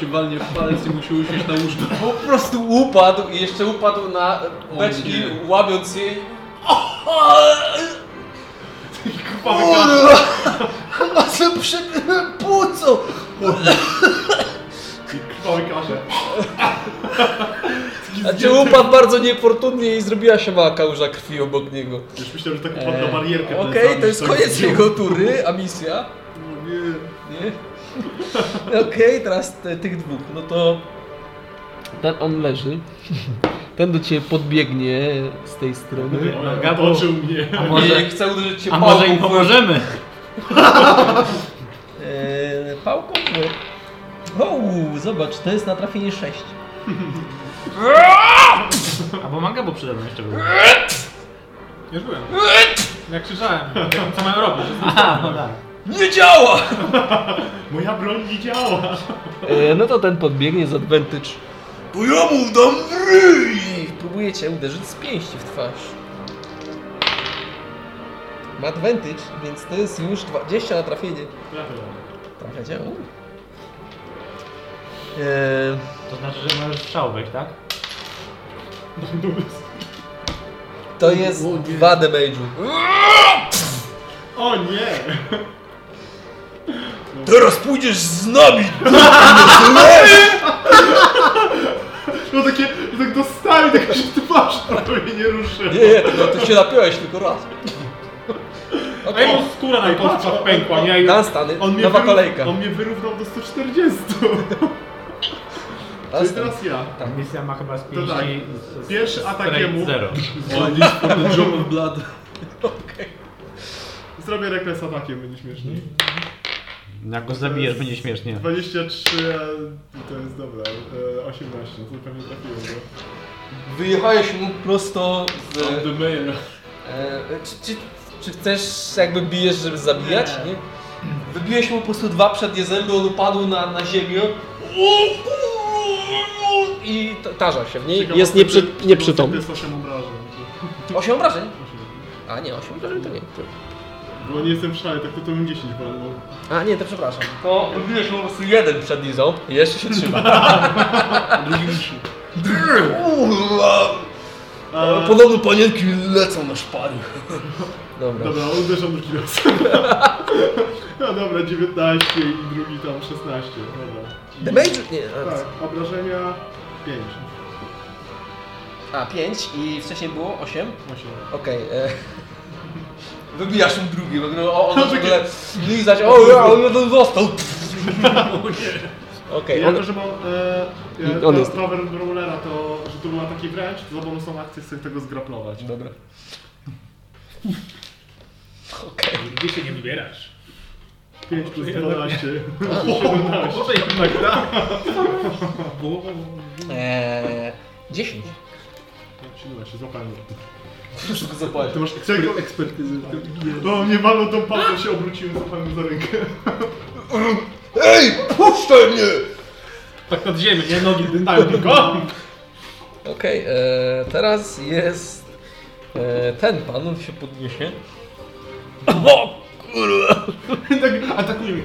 Speaker 14: Się walnie w palec i musi usiąść na łóżko.
Speaker 5: Po prostu upadł i jeszcze upadł na beczki,
Speaker 14: nie.
Speaker 5: łamiąc je. i-
Speaker 6: Kupa wygląda.
Speaker 5: Chyba sobie przebiłem płuco!
Speaker 6: Krwawy kasze.
Speaker 5: Znaczy upadł bardzo niefortunnie i zrobiła się mała kałuża krwi obok niego.
Speaker 6: Już myślałem, że tak upadł na barierkę.
Speaker 5: Okej, to jest koniec jego tury, a misja? Nie. Okej, teraz te, tych dwóch, no to... Ten on leży. Ten do ciebie podbiegnie z tej strony.
Speaker 4: Gabu.
Speaker 6: Otoczył mnie.
Speaker 4: A
Speaker 5: Może...
Speaker 4: może,
Speaker 5: I chce uderzyć cię
Speaker 4: a może im
Speaker 5: pałką.
Speaker 4: pomożemy?
Speaker 5: Eee, pałką? No. O, zobacz, to jest na trafienie 6.
Speaker 4: Albo Mangabo przede mną jeszcze był.
Speaker 3: Już byłem. Jak krzyczałem, co mają robić.
Speaker 4: Aha, no tak.
Speaker 5: Nie działa!
Speaker 6: Moja broń nie działa!
Speaker 5: no to ten podbiegnie z advantage. Bo ja mu dam w ryj! Próbuje cię uderzyć z pięści w twarz. Ma advantage, więc to jest już 20 na trafienie. Trafiacie? U. Eee,
Speaker 4: To znaczy, że możesz strzał wejść, tak?
Speaker 5: to jest 2 damage'u.
Speaker 6: O nie!
Speaker 5: Teraz pójdziesz z nami!
Speaker 6: No takie, tak dostałem, tak się twarz prawie nie ruszy.
Speaker 5: Nie, nie, tylko ty się napiąłeś tylko raz.
Speaker 3: A
Speaker 5: Okej,
Speaker 3: jego skóra na kostkach pękła, nie? I
Speaker 5: dan stany,
Speaker 6: On mnie,
Speaker 5: nowa
Speaker 6: wyrówn-
Speaker 5: kolejka.
Speaker 6: on mnie wyrównał do 140.
Speaker 5: Dan
Speaker 6: Czyli
Speaker 5: stan.
Speaker 6: teraz ja.
Speaker 4: Ta misja ma chyba z 50.
Speaker 6: tak.
Speaker 4: z- z-
Speaker 6: Pierwszy atak
Speaker 4: straight
Speaker 6: jemu.
Speaker 4: Zero.
Speaker 15: Drop of blood.
Speaker 6: Zrobię rekres atakiem, będzie śmieszniej.
Speaker 4: Jak go zabijesz, będzie śmiesznie.
Speaker 6: 23, a e, to jest dobre. e, 18, to pewnie trafiłem go.
Speaker 5: Wyjechałeś mu prosto z...
Speaker 16: The mail.
Speaker 5: E, czy, czy, czy chcesz, jakby bijesz, żeby zabijać? Nie. Wybiłeś mu po prostu dwa przednie zęby, on upadł na, na ziemię. I ta- tarza się w niej.
Speaker 6: Ciekawe,
Speaker 5: jest
Speaker 6: czy-
Speaker 5: nieprzy,
Speaker 6: czy-
Speaker 5: nieprzytomny.
Speaker 6: To jest 8 obrażeń.
Speaker 5: Osiem obrażeń? A nie, osiem obrażeń to nie. To-
Speaker 6: Bo nie jestem w szale, tak to to bym 10 walnął.
Speaker 5: A nie, to przepraszam. To wybiłeś mu po prostu jeden przedni ząb i jeszcze się trzyma.
Speaker 15: Drugi wisi.
Speaker 6: E,
Speaker 5: Podobno panienki lecą na szpary. Dobra.
Speaker 6: Dobra, uderzam drugi raz. No dobra, 19 i drugi tam 16. Dobra. I-
Speaker 5: Damage? Nie, a,
Speaker 6: Tak, obrażenia 5.
Speaker 5: a, pięć i wcześniej było osiem?
Speaker 6: 8.
Speaker 5: Okej. e, Wybijasz mu drugi, bo no, o, on w ogóle lizać, o ja, on jeden został. Okej,
Speaker 6: Ja
Speaker 5: on,
Speaker 6: jako, że mam
Speaker 5: I
Speaker 6: e,
Speaker 5: on
Speaker 6: e, jest...
Speaker 5: jest-
Speaker 6: Power Brawlera, to że to był taki wręcz, to za bonusą akcję chcę tego zgraplować.
Speaker 5: Dobra. Okej.
Speaker 3: Gdzie się nie wybierasz?
Speaker 6: 5 plus 12, 17.
Speaker 3: Może jednak tak.
Speaker 5: Eee, 10.
Speaker 6: Siła się, złapałem.
Speaker 5: Wszystko zapłacił.
Speaker 6: Ty masz eksper- ekspertyzę w tym. O, mnie walą tą palą, się obróciłem, złapałem za rękę.
Speaker 5: Ej, puszczaj mnie!
Speaker 3: Tak nad ziemię, nie? Nogi dyndają tylko.
Speaker 5: Okej, e, teraz jest e, ten pan, on się podniesie. O kurwa!
Speaker 6: tak, atakuje mnie.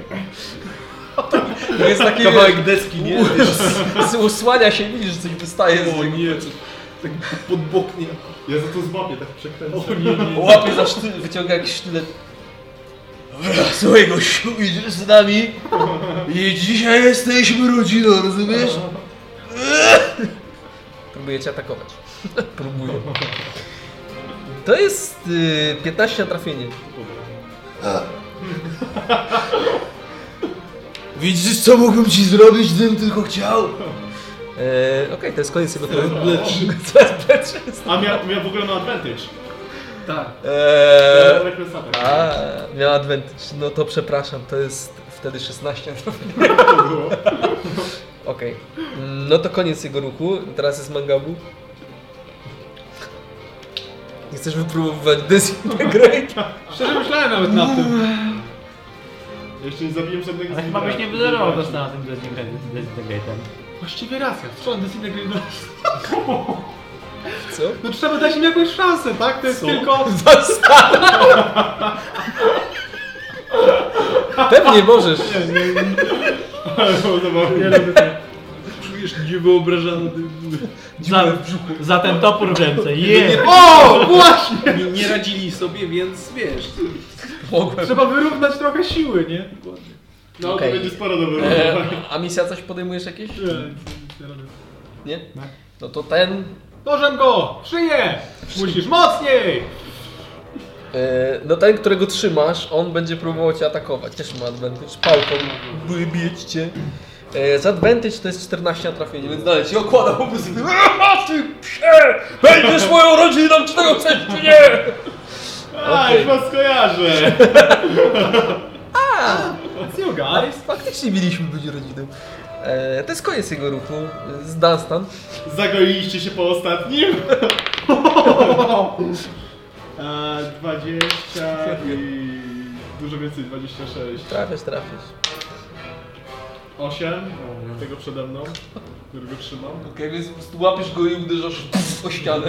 Speaker 5: To jest taki,
Speaker 15: Kawałek deski, nie?
Speaker 5: wiesz, usłania się, widzisz, że coś wystaje z
Speaker 15: O
Speaker 5: niego.
Speaker 15: nie, co, tak pod bok nie.
Speaker 6: Ja za to złapię, tak przekręcę.
Speaker 5: Łapie za sztylet, wyciąga jakiś sztylet. Dobra, Słuchaj gościu, idziesz z nami i dzisiaj jesteśmy rodziną, rozumiesz? Próbuję cię atakować. Próbuję. To jest y, 15 na trafienie. Widzisz co mógłbym ci zrobić, gdybym tylko chciał? No. E, Okej, to jest koniec jego tury. To jest blecz.
Speaker 6: A miał, miał w ogóle na advantage.
Speaker 5: Eee,
Speaker 6: Miał rekres atak.
Speaker 5: a, miała advantage. No to przepraszam, to jest wtedy 16 trafienia. Okej. Mm, No to koniec jego ruchu. Teraz jest mangabu. Nie chcesz wypróbować disintegrate?
Speaker 3: Szczerze myślałem nawet nad tym.
Speaker 6: Jeszcze nie zabiłem żadnego
Speaker 4: Ale
Speaker 6: z
Speaker 4: chyba byś nie
Speaker 6: interakcji.
Speaker 4: wyzerował też na tym dezintegratem.
Speaker 3: Właściwie racja, strzelam desintegrator.
Speaker 5: Co?
Speaker 3: No trzeba dać im jakąś szansę, tak? To jest tylko...
Speaker 5: Zostaw! Pewnie możesz.
Speaker 6: No,
Speaker 15: Czujesz niewyobrażany.
Speaker 4: Za, za ten topór w ręce, je!
Speaker 3: O! Właśnie!
Speaker 15: Nie, nie radzili sobie, więc wiesz.
Speaker 5: Mogłem.
Speaker 3: Trzeba wyrównać trochę siły, nie?
Speaker 6: No
Speaker 5: Okej.
Speaker 6: to będzie sporo do
Speaker 5: E,
Speaker 6: wyrównania.
Speaker 5: a misja coś podejmujesz jakieś?
Speaker 3: Nie.
Speaker 5: Nie? No to ten
Speaker 3: Nożem go! w Szyję! Musisz mocniej!
Speaker 5: E, No ten, którego trzymasz, on będzie próbował cię atakować. Też ma advantage. Pałką bijeć cię. E, Z advantage to jest 14 na trafienie, więc dalej ci okłada po prostu. "Aaa, Ty psie! Będziesz moją rodziną, czy tego chcesz, czy nie?
Speaker 6: A, już was kojarzę.
Speaker 3: It's you guys!
Speaker 5: Faktycznie mieliśmy być rodziną. E, to jest koniec jego ruchu. Zdan stan.
Speaker 6: Zagoiliście się po ostatnim? E, 20 i... Dużo więcej, 26.
Speaker 5: Trafisz, trafisz.
Speaker 6: 8, tego przede mną, którego trzymam.
Speaker 5: Okej, więc po prostu łapiesz go i uderzasz o ścianę.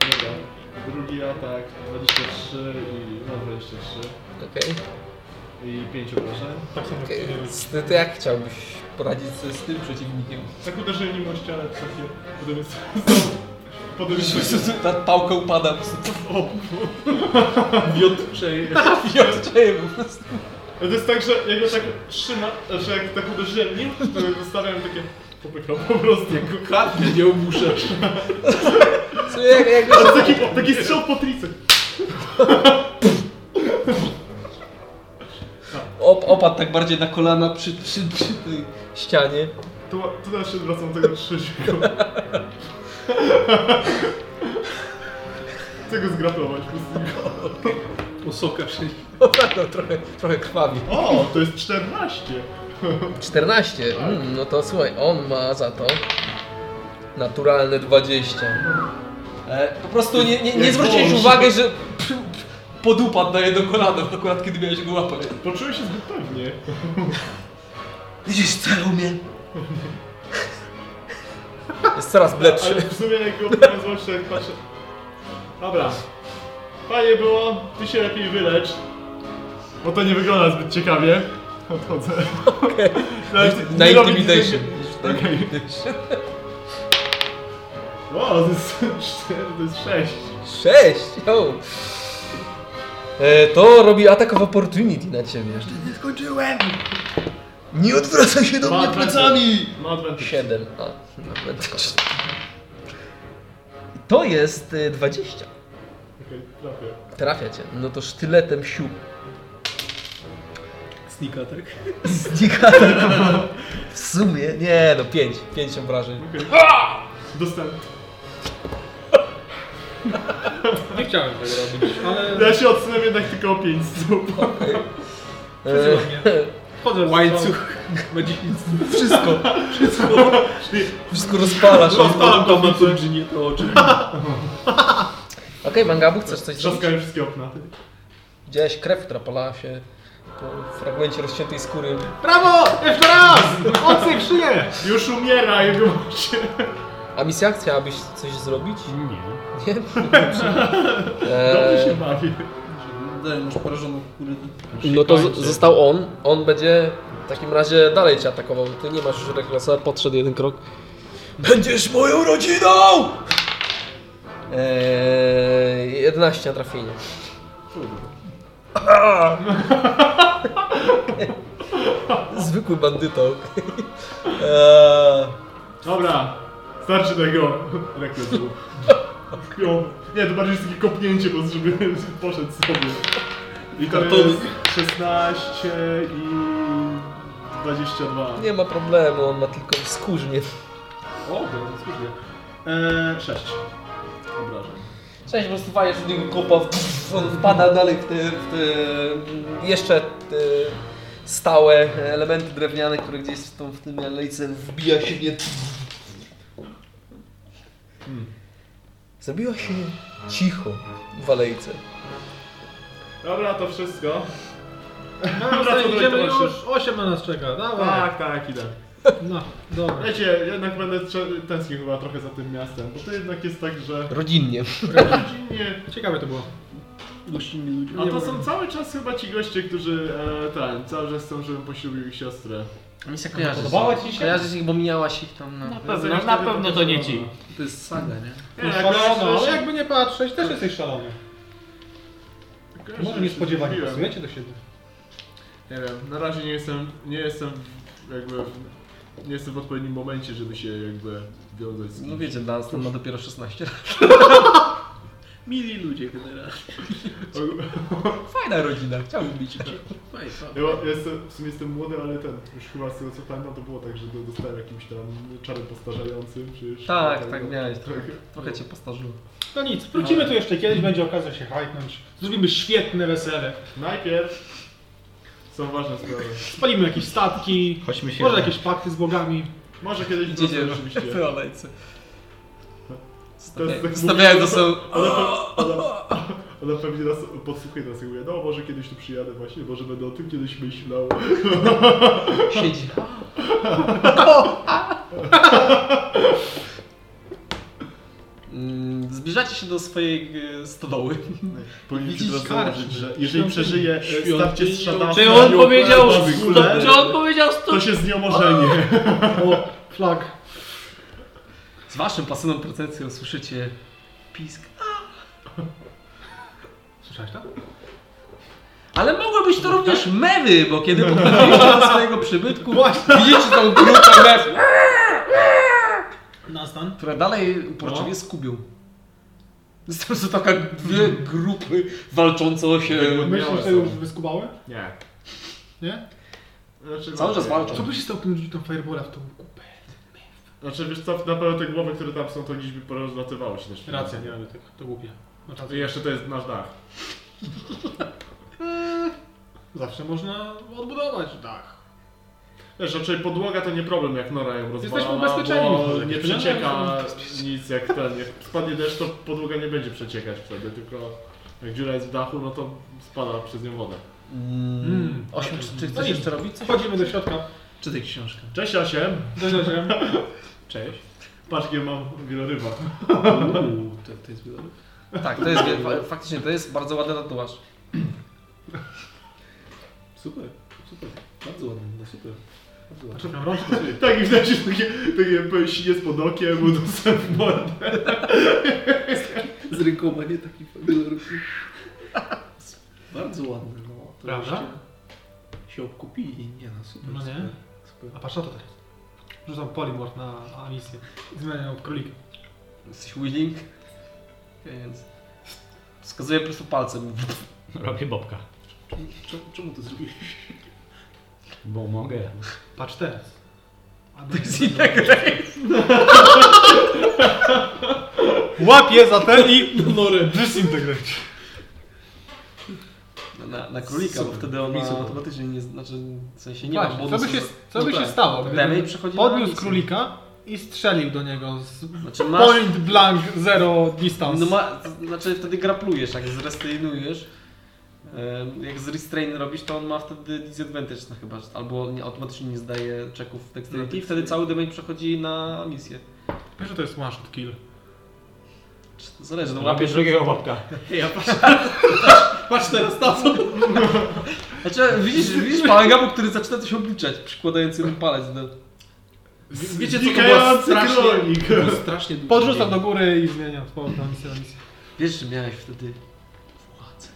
Speaker 6: Dobra. Drugi atak, 23 i... no 23.
Speaker 5: Okej,
Speaker 6: I 5 obrażeń.
Speaker 5: okej. Więc Ty, ty jak chciałbyś poradzić sobie z tym przeciwnikiem?
Speaker 6: Tak uderzyłem nim o ścianę, takie... Potem jest... znowu- Potem jest...
Speaker 5: Ta pałka upada po prostu.
Speaker 6: O, Wiotczej.
Speaker 5: Wiotrzeje po prostu.
Speaker 6: To jest tak, że jak go tak trzyma, że jak tak uderzyłem nim, to zostawiam takie... Popykał po prostu. Jak go kratnie, nie obuszesz.
Speaker 5: Co, jak, jak,
Speaker 6: Taki, taki strzał po tricy.
Speaker 5: op, opadł tak bardziej na kolana przy, przy, przy tej ścianie.
Speaker 6: To, to teraz się wracam do tego trzeźwego. Chcę go zgratulować po prostu.
Speaker 3: Usoka się.
Speaker 5: Opadł trochę, trochę krwawi.
Speaker 6: O, to jest 14.
Speaker 5: 14. Mm, no to słuchaj, on ma za to naturalne 20. E, po prostu nie, nie, nie
Speaker 6: Jak
Speaker 5: zwróciłeś
Speaker 6: wąż.
Speaker 5: uwagi, że p- podupadł na jedno kolano, akurat kiedy miałeś go łapać.
Speaker 6: Poczułem się zbyt pewnie.
Speaker 5: Widzisz, celu mnie. Jest coraz bledszy.
Speaker 6: Ale w sumie jak go obrałem zwłaszcza jak patrzę... Dobra. Fajnie było, ty się lepiej wylecz. Bo to nie wygląda zbyt ciekawie. Odchodzę. Okej.
Speaker 5: Na intimidation.
Speaker 6: Okej. O, to jest 4, to jest 6.
Speaker 5: 6! Yo. E, to robi atak of opportunity na ciebie. Jeszcze nie skończyłem! Nie odwracaj się do
Speaker 6: Ma
Speaker 5: mnie
Speaker 6: advantage.
Speaker 5: plecami!
Speaker 6: Ma advantage.
Speaker 5: 7. A, nawet To jest y, 20.
Speaker 6: Okej, trafię.
Speaker 5: Trafia cię. No to sztyletem siup.
Speaker 3: Sneak
Speaker 1: tak?
Speaker 3: attack.
Speaker 5: Znika. W sumie. Nie no, 5. 5 obrażeń.
Speaker 6: Dostęp.
Speaker 3: Nie chciałem tego robić, ale...
Speaker 6: Ja się odsunę jednak tylko o 5 stóp.
Speaker 5: E,
Speaker 3: Chodzę Łańcuch. Będzie
Speaker 5: wszystko. Wszystko. Wszystko rozpalasz.
Speaker 6: Rozpalam to na
Speaker 3: Czy nie to oczy.
Speaker 5: Okej, mangabu, chcesz coś zrobić?
Speaker 6: Trzaskają wszystkie okna.
Speaker 5: Widziałeś krew, która polała się po fragmencie rozciętej skóry.
Speaker 3: Brawo! Jeszcze raz! Ocyk szyję!
Speaker 6: Już umiera jego się.
Speaker 5: A misja, chciałabyś coś zrobić?
Speaker 4: Nie.
Speaker 5: Nie?
Speaker 6: Dobrze się
Speaker 5: Eee,
Speaker 6: bawi.
Speaker 1: Dalej, masz porażoną kurydę.
Speaker 5: no to z- został on. On będzie w takim razie dalej cię atakował. Ty nie masz już reklasa, podszedł jeden krok. Będziesz moją rodziną! Eee, 11 na trafienie. Aaa! Zwykły bandyta. okej. Eee,
Speaker 6: Dobra, starczy tego rekrutu. Jo. Nie, to bardziej jest takie kopnięcie, bo żeby poszedł sobie. I to jest 16 i 22.
Speaker 5: nie ma problemu, on ma tylko skórznie.
Speaker 6: O, to jest słusznie. Eee, 6 obrażeń.
Speaker 5: Cześć, po prostu fajnie, że niego kopa, pff, on wpada dalej w te, w te jeszcze te stałe elementy drewniane, które gdzieś są w tym alejce, wbija się w nie. Hmm. Zrobiło się cicho w alejce.
Speaker 6: Dobra, to wszystko.
Speaker 3: No,
Speaker 6: Wracam do
Speaker 3: idziemy
Speaker 6: towarzyszy.
Speaker 3: już. 8 na nas czeka, dawaj.
Speaker 6: Tak, tak, idę.
Speaker 3: No, dobra.
Speaker 6: Wiecie, jednak będę trze- tęsknił chyba trochę za tym miastem, bo to jednak jest tak, że
Speaker 5: Rodzinnie.
Speaker 6: rodzinnie
Speaker 3: Ciekawe to było.
Speaker 1: Gościnni ludzie.
Speaker 6: A to są cały czas chyba ci goście, którzy e, ten, cały czas chcą, żebym poślubił ich siostrę.
Speaker 5: Mi się kojarzy.
Speaker 3: Podobała ci się?
Speaker 5: Kojarzysz ich, bo mijałaś ich tam na...
Speaker 4: No, na pewno to nie ci.
Speaker 1: To jest saga, nie?
Speaker 6: Nie, jak
Speaker 3: Szalona,
Speaker 6: kojarzy-
Speaker 3: ale jakby nie patrzeć, też jesteś szalony.
Speaker 6: kojarzy-
Speaker 3: Może niespodziewanie
Speaker 6: mówiłem.
Speaker 3: pasujecie do siebie.
Speaker 6: Nie wiem, na razie nie jestem, nie jestem jakby, w- nie jestem w odpowiednim momencie, żeby się jakby wiązać z
Speaker 5: No
Speaker 6: kimś.
Speaker 5: wiecie, Dunstan ma dopiero 16 lat.
Speaker 1: Mili ludzie generalnie.
Speaker 5: Fajna rodzina, chciałbym być.
Speaker 1: Faj, faj.
Speaker 6: Ja ja jestem, w sumie jestem młody, ale ten, już chyba z tego co pamiętam to było tak, że do- dostałem jakimś tam czarem postarzającym, czy jeszcze...
Speaker 5: Tak,
Speaker 6: tego.
Speaker 5: tak miałeś. Trochę, trochę cię postarzyło.
Speaker 3: No nic, wrócimy tu jeszcze kiedyś, będzie okazja się hajknąć. Zrobimy świetne wesele.
Speaker 6: Najpierw Są ważne sprawy.
Speaker 3: Spalimy jakieś statki,
Speaker 4: Chodźmy się.
Speaker 3: może jakieś pakty z bogami.
Speaker 6: Może kiedyś
Speaker 1: Idziecie
Speaker 6: wrócę, oczywiście.
Speaker 1: w olejce.
Speaker 6: To jest tak
Speaker 1: Stawiają
Speaker 6: mówię,
Speaker 1: to są.
Speaker 6: Ona, pe- ona, ona pewnie nas podsłuchuje nas i mówi, no może kiedyś tu przyjadę właśnie, może będę o tym kiedyś myślał.
Speaker 1: Siedzi. Mm, Zbliżacie się do swojej e, stodoły.
Speaker 6: Powinien się
Speaker 1: Widzisz,
Speaker 6: teraz założyć, że jeżeli przeżyje, e, stawcie strzadawcę.
Speaker 4: Czy on
Speaker 6: nią
Speaker 4: powiedział
Speaker 6: na gulę,
Speaker 4: Czy on powiedział sto...
Speaker 6: To się z nią ożenie.
Speaker 3: O, flag.
Speaker 1: Z waszym pasywną percepcją słyszycie pisk.
Speaker 3: Słyszałeś to?
Speaker 1: Ale mogły być to również mewy, bo kiedy podchodziliście do swojego przybytku, widzicie tą grupę mew,
Speaker 3: Nastan.
Speaker 1: które dalej uporczywie skubią. Jestem to taka dwie grupy walcząco się...
Speaker 17: Myślisz, że to
Speaker 3: no.
Speaker 17: już wyskubały?
Speaker 6: Nie.
Speaker 17: Nie?
Speaker 6: Znaczy,
Speaker 1: Cały czas walczą.
Speaker 17: Co by się stało, gdybym rzucił tam firebola w tą kupę?
Speaker 6: Znaczy wiesz co, na pewno te głowy, które tam są, to gdzieś by porozlatywało się też.
Speaker 3: Racja, nie robię tego. To głupie. No, czas-
Speaker 6: I jeszcze to jest nasz dach.
Speaker 3: Zawsze można odbudować dach.
Speaker 6: Wiesz, raczej podłoga to nie problem, jak Nora ją rozwala,
Speaker 3: Jesteśmy ubezpieczeni.
Speaker 6: bo nie przecieka nic jak ten, jak spadnie deszcz, to podłoga nie będzie przeciekać wtedy, tylko jak dziura jest w dachu, no to spada przez nią woda.
Speaker 5: Hmm.
Speaker 1: Mm, osiem, czy, czy
Speaker 3: No
Speaker 1: chcesz
Speaker 3: i-
Speaker 1: jeszcze robić coś?
Speaker 3: Wchodzimy do środka.
Speaker 5: Czytaj książkę.
Speaker 6: Cześć Asiem!
Speaker 3: Zależy.
Speaker 5: Cześć.
Speaker 6: Patrz, jakie mam wieloryba.
Speaker 5: Uuu, to, to jest wiadomo.
Speaker 1: Tak, to jest, fa- faktycznie, to jest bardzo ładny tatuaż.
Speaker 5: Super, super. Bardzo ładny, no super. Bardzo ładny.
Speaker 3: Przepraszam, rączki.
Speaker 6: Tak, i widać że takie, takie powiem, sinie z pod okiem, bo to sobie w mordę.
Speaker 5: Z rękoma nie taki wieloryb. Bardzo ładny, no. To
Speaker 3: Prawda?
Speaker 5: żeście Się obkupili, nie no, super.
Speaker 3: No nie.
Speaker 5: super, Super.
Speaker 3: A patrz na to teraz. Rzucam polymorf na Anisję. Zmieniam ją w królika.
Speaker 1: Jesteś willing, więc wskazuję po prostu palcem.
Speaker 4: Robię bobka.
Speaker 5: Czemu, czemu, czemu to zrobiłeś?
Speaker 4: Bo mogę.
Speaker 3: Patrz teraz. A no
Speaker 1: To jest inna gra.
Speaker 3: Łapię za ten i norę. Disintegrate.
Speaker 1: Na, na królika, bo wtedy on automatycznie nie, znaczy, w sensie nie ma
Speaker 3: Właśnie, co
Speaker 1: bonusu.
Speaker 3: by się,
Speaker 1: za-
Speaker 3: co by
Speaker 1: No
Speaker 3: się
Speaker 1: tak.
Speaker 3: stało,
Speaker 1: Dalej
Speaker 3: gdyby
Speaker 1: przechodzi na
Speaker 3: podniósł
Speaker 1: misję.
Speaker 3: królika i strzelił do niego z
Speaker 1: Znaczy masz,
Speaker 3: point blank, zero distance.
Speaker 1: no ma, to znaczy wtedy graplujesz, jak zrestrainujesz. Em, Jak z restrain robisz, to on ma wtedy disadvantage no chyba, że- albo nie, automatycznie nie zdaje czeków w dexterity i wtedy cały damage przechodzi na misję.
Speaker 3: Wiesz, że to jest one shot kill.
Speaker 1: Czy- Zależy, no
Speaker 4: Robię
Speaker 1: łapiesz...
Speaker 4: drugiego bobka.
Speaker 5: Patrz teraz na co?
Speaker 1: Znaczy widzisz, widzisz Palagabu, który zaczyna coś obliczać, przykładając jeden palec do...
Speaker 5: Wiecie co, to
Speaker 6: Znikający
Speaker 5: była strasznie,
Speaker 6: kronik.
Speaker 5: to był strasznie długi
Speaker 3: Podrzucam
Speaker 5: dzień.
Speaker 3: do góry i zmieniam z powrotem na misję na misję.
Speaker 1: Wiesz, że miałeś wtedy władzę.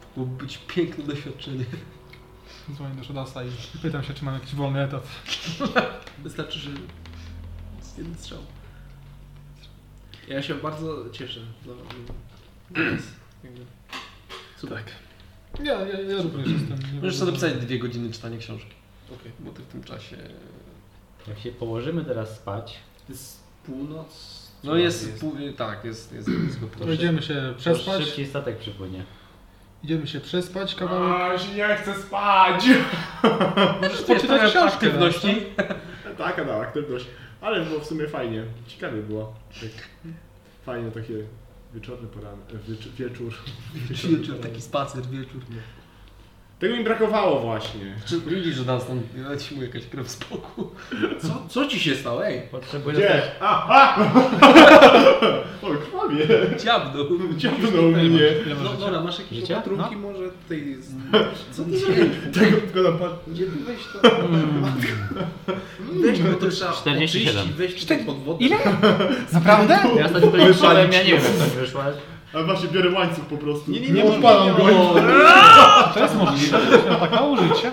Speaker 1: To było być piękne doświadczenie.
Speaker 3: Dzwonię do Shadasa i pytam się, czy mam jakiś wolny etat.
Speaker 5: Wystarczy, że z jeden strzał. Ja się bardzo cieszę. No, więc jakby- Super.
Speaker 1: Tak.
Speaker 3: Nie, ja, ja również jestem. nie
Speaker 1: Możesz
Speaker 3: wiem.
Speaker 1: sobie napisać dwie godziny czytania książki,
Speaker 5: Okej.
Speaker 1: bo ty w tym czasie...
Speaker 4: Jak się położymy teraz spać,
Speaker 5: Jest północ.
Speaker 1: No jest, pół- tak, jest, jest, jest
Speaker 3: To
Speaker 1: gotowe.
Speaker 3: Idziemy się
Speaker 4: to
Speaker 3: przespać,
Speaker 4: szybciej statek przypłynie.
Speaker 3: idziemy się przespać kawałek.
Speaker 6: A, się nie chcę spać!
Speaker 1: Możesz
Speaker 3: poczytać książkę,
Speaker 1: aktywności.
Speaker 6: Taka dała Tak, aktywność. Ale było w sumie fajnie. Ciekawie było. Tak. Fajnie takie wieczorny poran... Wiecz... wieczór. No.
Speaker 1: Wieczór, taki spacer wieczór.
Speaker 6: Tego mi brakowało właśnie.
Speaker 1: Czy widzisz, że nas tam leci mu jakaś krew z boku?
Speaker 5: Co, co ci się stało, ej?
Speaker 4: Potrzebuję
Speaker 6: Gdzie? A, a! o, krwawie.
Speaker 1: Dziabno.
Speaker 6: Ciągnął mnie.
Speaker 5: No, Nora, masz jakieś
Speaker 4: Wiecie?
Speaker 5: opatrunki może tej... Z... Co ty
Speaker 6: Tego tylko na pan...
Speaker 5: Gdzie ty weź to? Weź, bo to trzeba
Speaker 4: 47.
Speaker 5: oczyścić, weź tutaj pod wodę.
Speaker 3: Ile? Naprawdę?
Speaker 4: Ja ostatnio to wyszłem, ja nie wiem jak tak wyszła.
Speaker 6: A właśnie biorę łańcuch po prostu.
Speaker 5: Nie, nie,
Speaker 6: nie
Speaker 5: nie,
Speaker 6: odpalam
Speaker 5: nie,
Speaker 6: go.
Speaker 5: nie,
Speaker 3: To
Speaker 1: tak.
Speaker 3: jest możliwe, że ktoś miał taka użycie.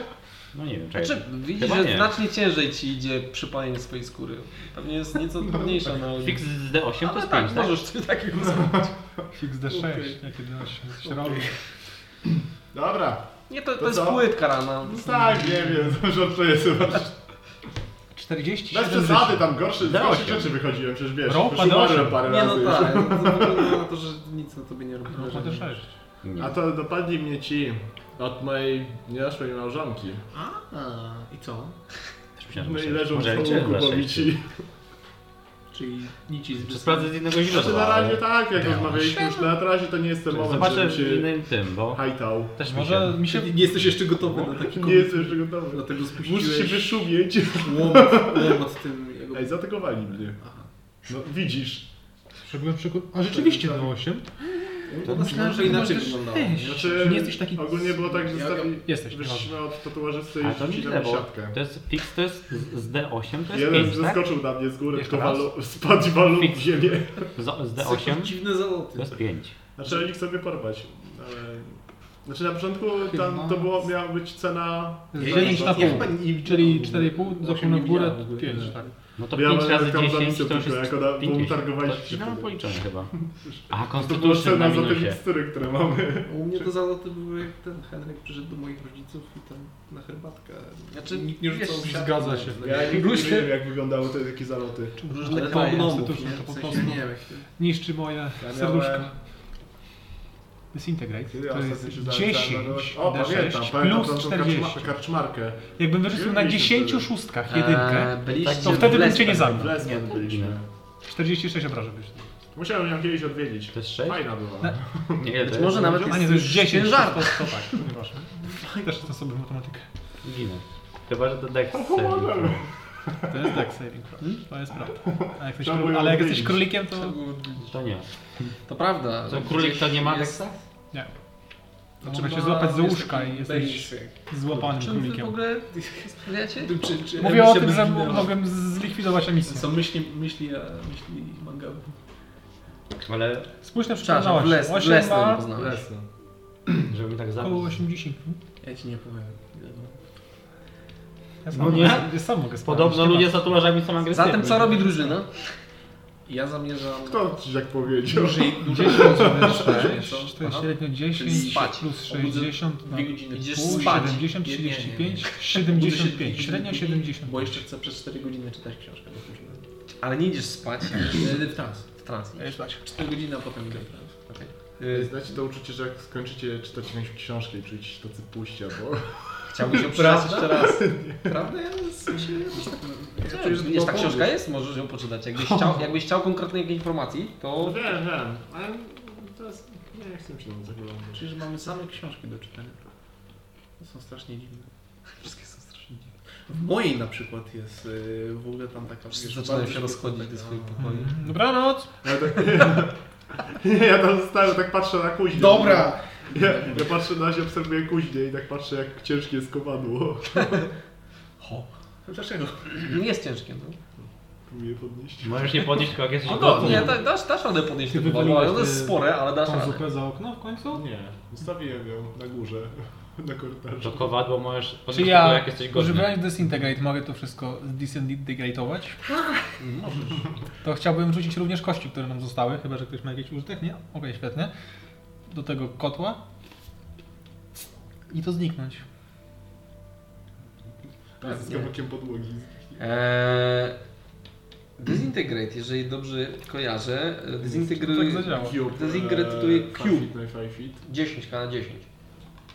Speaker 4: No nie wiem, czekaj.
Speaker 1: Znaczy, widzisz,
Speaker 4: Chyba
Speaker 1: że
Speaker 4: nie.
Speaker 1: znacznie ciężej ci idzie przypalenie swojej skóry. Pewnie jest nieco trudniejsza na
Speaker 4: Fix z D8 to
Speaker 1: Ale
Speaker 4: jest
Speaker 1: tak,
Speaker 4: 5, tak?
Speaker 1: możesz coś takiego zrobić.
Speaker 3: Fix D6, jakie D8, coś robi.
Speaker 6: Dobra.
Speaker 1: Nie, to, to,
Speaker 6: To
Speaker 1: jest
Speaker 6: co?
Speaker 1: płytka rana.
Speaker 6: No tak, nie wiem, żartuję sobie.
Speaker 3: 47
Speaker 6: Bez przesady, tak. tam gorsze, z
Speaker 4: Dało
Speaker 6: gorszych
Speaker 4: się.
Speaker 6: rzeczy wychodziłem, przecież wiesz.
Speaker 3: Ropa
Speaker 6: już umarłem parę
Speaker 1: Nie
Speaker 6: razy
Speaker 1: no
Speaker 6: już.
Speaker 1: tak.
Speaker 5: Wygląda na to, że nic na tobie nie robi.
Speaker 3: No,
Speaker 5: wrażenia.
Speaker 3: D6.
Speaker 4: Nie.
Speaker 6: A to dopadli mnie ci od mojej niedoszłej małżonki.
Speaker 5: A, i co?
Speaker 4: Też myślałem,
Speaker 6: No i
Speaker 4: że-
Speaker 6: leżą w
Speaker 4: może
Speaker 6: żołądku,
Speaker 4: cię
Speaker 6: powiem
Speaker 4: zaszczęście.
Speaker 6: ci.
Speaker 5: Czyli nici
Speaker 4: Czy
Speaker 5: z
Speaker 4: sprawdzę z innego
Speaker 6: Znaczy
Speaker 4: źródła,
Speaker 6: na razie
Speaker 4: ale- no.
Speaker 6: tak, jak rozmawialiśmy już, na razie to nie jest ten moment,
Speaker 4: Zobaczę
Speaker 6: żebym
Speaker 4: w
Speaker 6: się
Speaker 4: innym tym, bo
Speaker 6: hajtał.
Speaker 4: też mi
Speaker 2: Może
Speaker 4: się...
Speaker 2: mi się...
Speaker 5: Nie jesteś jeszcze gotowy na taki
Speaker 6: Nie
Speaker 5: komik.
Speaker 6: jestem jeszcze gotowy.
Speaker 5: Dlatego
Speaker 6: Musisz się
Speaker 5: spuściłeś
Speaker 6: wyszumieć.
Speaker 5: łomot, łomot tym jego...
Speaker 6: Ej, zaatakowali mnie.
Speaker 5: Aha.
Speaker 6: No widzisz.
Speaker 3: Byłem przeku- A rzeczywiście
Speaker 6: Tak.
Speaker 3: na 8?
Speaker 5: To
Speaker 3: myślałem,
Speaker 5: może
Speaker 3: że
Speaker 5: inaczej
Speaker 3: możesz
Speaker 5: wyglądało.
Speaker 3: wyjść.
Speaker 6: Znaczy,
Speaker 3: Nie jesteś taki-
Speaker 6: Ogólnie było tak, że
Speaker 5: Ja-
Speaker 6: stawi...
Speaker 3: Jesteś,
Speaker 6: wyszliśmy od tatuażysty
Speaker 4: A
Speaker 6: i
Speaker 4: to
Speaker 6: rzucili
Speaker 4: nieźle,
Speaker 6: na
Speaker 4: bo
Speaker 6: siatkę.
Speaker 4: to jest fix, to jest z z D8, to jest
Speaker 6: Jeden
Speaker 4: 5, tak?
Speaker 6: zeskoczył na mnie z góry,
Speaker 4: Jeszcze
Speaker 6: tylko
Speaker 4: raz?
Speaker 6: walu... spadł i walnął w
Speaker 4: Fix.
Speaker 6: ziemię.
Speaker 4: Z, z D8
Speaker 5: Dziwne
Speaker 4: to
Speaker 5: zaloty.
Speaker 4: jest 5.
Speaker 6: Znaczy oni chcą mnie porwać, ale... Znaczy na początku tam to było, miała być cena...
Speaker 3: Dzielisz na pół, czyli 4,5, zapomnę na górę,
Speaker 5: Osiem
Speaker 3: 5,
Speaker 5: miliardów.
Speaker 3: tak.
Speaker 4: No to
Speaker 6: Ja
Speaker 4: 5
Speaker 6: mam
Speaker 4: razy
Speaker 6: taką
Speaker 4: 10 to
Speaker 6: zapisy
Speaker 4: już
Speaker 6: tylko,
Speaker 4: jest
Speaker 6: jako da- bo
Speaker 4: 50.
Speaker 6: utargowaliście
Speaker 4: To ci dam
Speaker 6: wtedy.
Speaker 4: policzone chyba. A,
Speaker 6: To była
Speaker 4: Constitution na
Speaker 6: cena za te
Speaker 4: minusie.
Speaker 6: mikstury, które mamy.
Speaker 5: U mnie to zaloty były jak ten Henryk przyszedł do moich rodziców i tam na herbatkę. Znaczy, nikt nie rzucał
Speaker 3: wiesz,
Speaker 5: siatki.
Speaker 3: zgadza się.
Speaker 5: No,
Speaker 6: Ja
Speaker 5: nie-
Speaker 6: nie, nie wiem jak wyglądały te takie zaloty.
Speaker 1: Różne
Speaker 5: Ale to
Speaker 1: kraje.
Speaker 5: gnomów,
Speaker 3: Constitution,
Speaker 5: nie?
Speaker 3: to po
Speaker 5: W sensie,
Speaker 3: prostu-
Speaker 5: nie wiem jak to...
Speaker 3: Niszczy moje
Speaker 6: Ja miałem-
Speaker 3: serduszko. Disintegrate.
Speaker 6: Kiedy ja
Speaker 3: To
Speaker 6: ostatnio
Speaker 3: jest
Speaker 6: się zacząłem
Speaker 3: 10
Speaker 6: zajmować- O, pamiętam, pamiętam
Speaker 3: D6 plus
Speaker 6: tą karczma-
Speaker 3: 40.
Speaker 6: karczmarkę.
Speaker 3: Jakbym wyrzucił na
Speaker 6: Byliśmy
Speaker 3: 10
Speaker 6: wtedy.
Speaker 3: szóstkach jedynkę,
Speaker 1: Eee,
Speaker 6: Tak,
Speaker 4: Tak,
Speaker 1: byliście
Speaker 3: to wtedy
Speaker 1: w
Speaker 3: bym cię nie
Speaker 1: Lesbach.
Speaker 6: W
Speaker 3: zabił.
Speaker 6: Lesbach byliśmy.
Speaker 3: 46 obrażeń byś.
Speaker 6: Musiałem ją kiedyś odwiedzić.
Speaker 4: To jest 6?
Speaker 6: Fajna była.
Speaker 3: Na-
Speaker 4: Nie, to
Speaker 1: Być
Speaker 4: jest-
Speaker 1: może nawet
Speaker 3: A nie,
Speaker 1: jest
Speaker 3: to już 10, to,
Speaker 1: ciężar.
Speaker 3: to, to tak, przepraszam. Też to sobie matematykę.
Speaker 4: Ginę. Chyba, że to Dex
Speaker 6: No, Pomogłem.
Speaker 3: To jest deck saving throw. Hmm? To jest prawda. A jak jesteś
Speaker 6: Trzeba
Speaker 3: kró-
Speaker 6: było ją
Speaker 3: ale jak jesteś
Speaker 6: odmienić.
Speaker 3: królikiem, to...
Speaker 4: To nie.
Speaker 1: To prawda.
Speaker 4: To królik to nie ma
Speaker 1: Jest-
Speaker 4: Dexa?
Speaker 3: Nie. To
Speaker 5: Znaczy,
Speaker 3: mogę się
Speaker 5: ma-
Speaker 3: złapać za
Speaker 5: jest
Speaker 3: łóżka
Speaker 5: taki
Speaker 3: i jesteś
Speaker 5: basic.
Speaker 3: złapanym
Speaker 1: Czym wy w
Speaker 3: królikiem.
Speaker 1: ogóle sprawiacie?
Speaker 5: Czy- czy- czy
Speaker 3: Mówię o
Speaker 5: emisja
Speaker 3: tym, że
Speaker 5: brzmi-
Speaker 3: mogłem z- zlikwidować emisję.
Speaker 5: Są myśli, myśli, e, myśli mangały.
Speaker 4: Ale
Speaker 3: Spójrz na przykład na
Speaker 1: Przepraszam, w
Speaker 3: 8.
Speaker 1: les, w
Speaker 3: 8
Speaker 1: les nie
Speaker 3: ma
Speaker 1: poznałeś.
Speaker 4: żeby mi tak
Speaker 3: około
Speaker 4: zabił.
Speaker 3: 80.
Speaker 5: Ja ci nie powiem.
Speaker 3: Ja
Speaker 4: No
Speaker 3: sam,
Speaker 4: nie?
Speaker 3: ja, ja sam mogę sprawdzić.
Speaker 4: Podobno
Speaker 3: nie
Speaker 4: ludzie
Speaker 3: ma.
Speaker 4: z tatuażami są agresywni.
Speaker 1: Zatem co robi drużyna?
Speaker 5: Ja zamierzam...
Speaker 6: Kto ci tak powiedział?
Speaker 5: Dłużej, dłużej
Speaker 3: 10 minus 6,
Speaker 5: Co?
Speaker 3: to jest
Speaker 5: Aha.
Speaker 3: średnio 10
Speaker 1: Czyli spać.
Speaker 3: plus
Speaker 5: Obudzę-
Speaker 3: 60 na
Speaker 5: dwie godziny.
Speaker 1: Idziesz
Speaker 3: pół,
Speaker 1: spać.
Speaker 3: 70,
Speaker 5: Nie, nie, nie, nie.
Speaker 3: 35,
Speaker 5: Budzę się
Speaker 3: 75,
Speaker 5: dwie
Speaker 3: średnio
Speaker 5: godziny,
Speaker 3: 70.
Speaker 5: Bo jeszcze chcę przez 4 godziny czytać książkę. Bo później.
Speaker 1: Ale nie idziesz spać, idziesz
Speaker 5: Wtedy w trans.
Speaker 1: E, w trans.
Speaker 3: Ej, tak.
Speaker 5: 4 godziny, a potem idę w trans.
Speaker 6: Znacie to uczucie, że jak skończycie czytać jakąś książkę i czujecie się tacy puści, albo...
Speaker 1: Chciałbyś ją przeczytać jeszcze raz.
Speaker 5: Prawda? Ja się jakoś tak...
Speaker 6: Ja czuję, że to
Speaker 1: Wiesz, ta
Speaker 6: była
Speaker 1: książka
Speaker 6: powieść.
Speaker 1: jest, możesz ją poczytać. Jakbyś chciał, jakbyś chciał konkretnej informacji,
Speaker 6: No
Speaker 1: to
Speaker 6: Wiem, wiem, ale teraz nie chcę mi
Speaker 5: No,
Speaker 6: się na to oglądać.
Speaker 5: Czyli, że mamy same książki do czytania. To są strasznie dziwne. Wszystkie są strasznie dziwne. W mojej na przykład jest y, w ogóle tam taka... wiesz,
Speaker 1: zaczynają
Speaker 5: bardzo
Speaker 1: się rozchodzić do
Speaker 5: taka-
Speaker 1: swoich pokoi.
Speaker 3: Mhm. Dobranoc!
Speaker 6: Ja tak... Nie, ja tam zostałem, tak patrzę na kuźnię. Ja, ja patrzę na się, obserwuję kuźnię i tak patrzę jak ciężkie jest kowadło.
Speaker 5: Dlaczego?
Speaker 1: Nie jest ciężkie. No.
Speaker 6: Próbuję podnieść.
Speaker 4: Możesz nie podnieść tylko jak jesteś
Speaker 1: No
Speaker 4: gotów.
Speaker 1: to, nie, da- dasz, dasz radę podnieść
Speaker 3: Ty
Speaker 1: tego walu, ale ono
Speaker 3: wywaliłeś,
Speaker 1: jest
Speaker 3: y,
Speaker 1: spore, ale dasz
Speaker 3: Tą
Speaker 1: radę.
Speaker 3: zupę za okno w końcu?
Speaker 6: Nie, zostawiłem ją na górze, na korytarzu.
Speaker 4: To kowadło możesz
Speaker 3: Czy
Speaker 4: podnieść tylko
Speaker 3: Znaczy ja,
Speaker 4: jak jesteś
Speaker 3: używając
Speaker 4: gotów.
Speaker 3: Disintegrate, mogę to wszystko zdisintegrate'ować?
Speaker 1: Mhm.
Speaker 3: To chciałbym rzucić również kości, które nam zostały, chyba że ktoś ma jakiś użytek, nie? Okej, świetnie. Do tego kotła. I to zniknąć.
Speaker 6: Z kawałkiem podłogi.
Speaker 1: Eee, Disintegrate, jeżeli dobrze kojarzę, e,
Speaker 3: tak
Speaker 1: disintegruje
Speaker 3: zadziała.
Speaker 6: Cube.
Speaker 1: Disintegrate tytułuje
Speaker 6: e,
Speaker 1: Cube.
Speaker 6: Five feet na five feet.
Speaker 1: 10k na 10.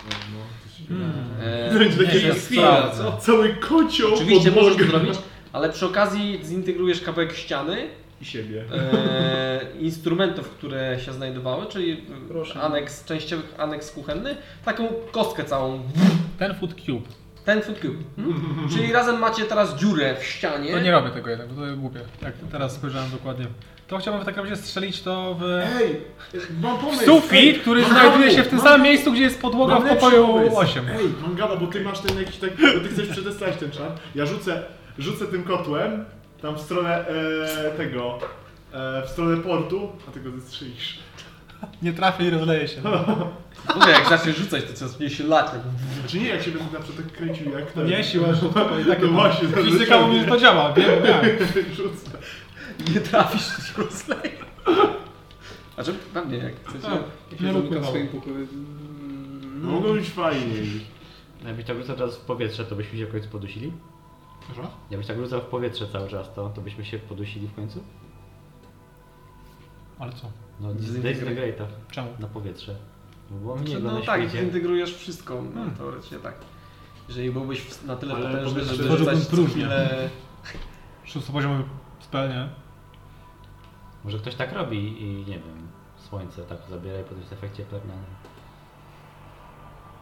Speaker 6: No, to się E,
Speaker 3: Hmm.
Speaker 1: Eee,
Speaker 6: Będzie
Speaker 1: nie,
Speaker 6: taki
Speaker 1: to jest
Speaker 6: chwila,
Speaker 1: sprawdzę.
Speaker 6: Cały kocioł
Speaker 1: Oczywiście
Speaker 6: podłoga.
Speaker 1: możesz to zrobić, ale przy okazji zintegrujesz kawałek ściany,
Speaker 6: I siebie.
Speaker 1: e, instrumentów, które się znajdowały, czyli e,
Speaker 5: Proszę.
Speaker 1: aneks, częściowy aneks kuchenny, taką kostkę całą,
Speaker 3: Ten food cube.
Speaker 1: ten food cube. Hmm? Czyli razem macie teraz dziurę w ścianie.
Speaker 3: To nie robię tego jednak, bo to jest głupie. Jak teraz spojrzałem dokładnie. To chciałbym w takim razie strzelić to w,
Speaker 6: Ej, mam
Speaker 3: w
Speaker 6: pomysł.
Speaker 3: sufit, który znajduje się w tym samym miejscu, gdzie jest podłoga w pokoju 8.
Speaker 6: Ej, Mangaba, bo ty masz ten jakiś tak, bo ty chcesz przetestować ten czar. Ja rzucę, rzucę tym kotłem, tam w stronę e, tego, e, w stronę portu, a ty go zestrzelisz.
Speaker 3: Nie trafię i rozleje się.
Speaker 1: Mówię, jak zaczniesz rzucać, to coraz mniej się lać. tak.
Speaker 6: Czy Znaczy nie, jak się będę na przykład tak kręcił jak
Speaker 3: To
Speaker 6: ten.
Speaker 3: nie siła rzutu, i takie
Speaker 6: No właśnie, to
Speaker 3: Fizyka mówi, że to działa, wiem, wiem.
Speaker 6: Rzucę.
Speaker 1: Nie trafisz, to się rozleje. Znaczy, pewnie jak chcecie.
Speaker 3: Tak.
Speaker 5: Ja
Speaker 3: Nie
Speaker 5: się zamykam w
Speaker 3: lubię.
Speaker 5: swoim pokoju.
Speaker 6: No, Mogą być fajniej.
Speaker 4: Jakbyś tak rzucał teraz w powietrze, to byśmy się w końcu podusili?
Speaker 3: Proszę?
Speaker 4: Jakbyś tak rzucał w powietrze cały czas, to, to byśmy się podusili w końcu?
Speaker 3: Ale co?
Speaker 4: No,
Speaker 1: Zintegrate.
Speaker 4: Disintegrator
Speaker 3: Czemu?
Speaker 4: na powietrze. Bo mnie
Speaker 1: Znaczy,
Speaker 4: go
Speaker 1: no
Speaker 4: na
Speaker 1: tak,
Speaker 4: świecie.
Speaker 1: integrujesz wszystko, no, teoretycznie tak. Jeżeli byłbyś w- na tyle
Speaker 2: Ale
Speaker 1: potężny,
Speaker 2: powiedzmy,
Speaker 1: żeby
Speaker 2: że
Speaker 1: rzucać
Speaker 3: byłbym
Speaker 1: co
Speaker 3: próżny.
Speaker 1: chwilę...
Speaker 3: Szóstopoziomowy spell, nie?
Speaker 4: Może ktoś tak robi i nie wiem, słońce tak zabiera i potem jest w efekcie permanentnym.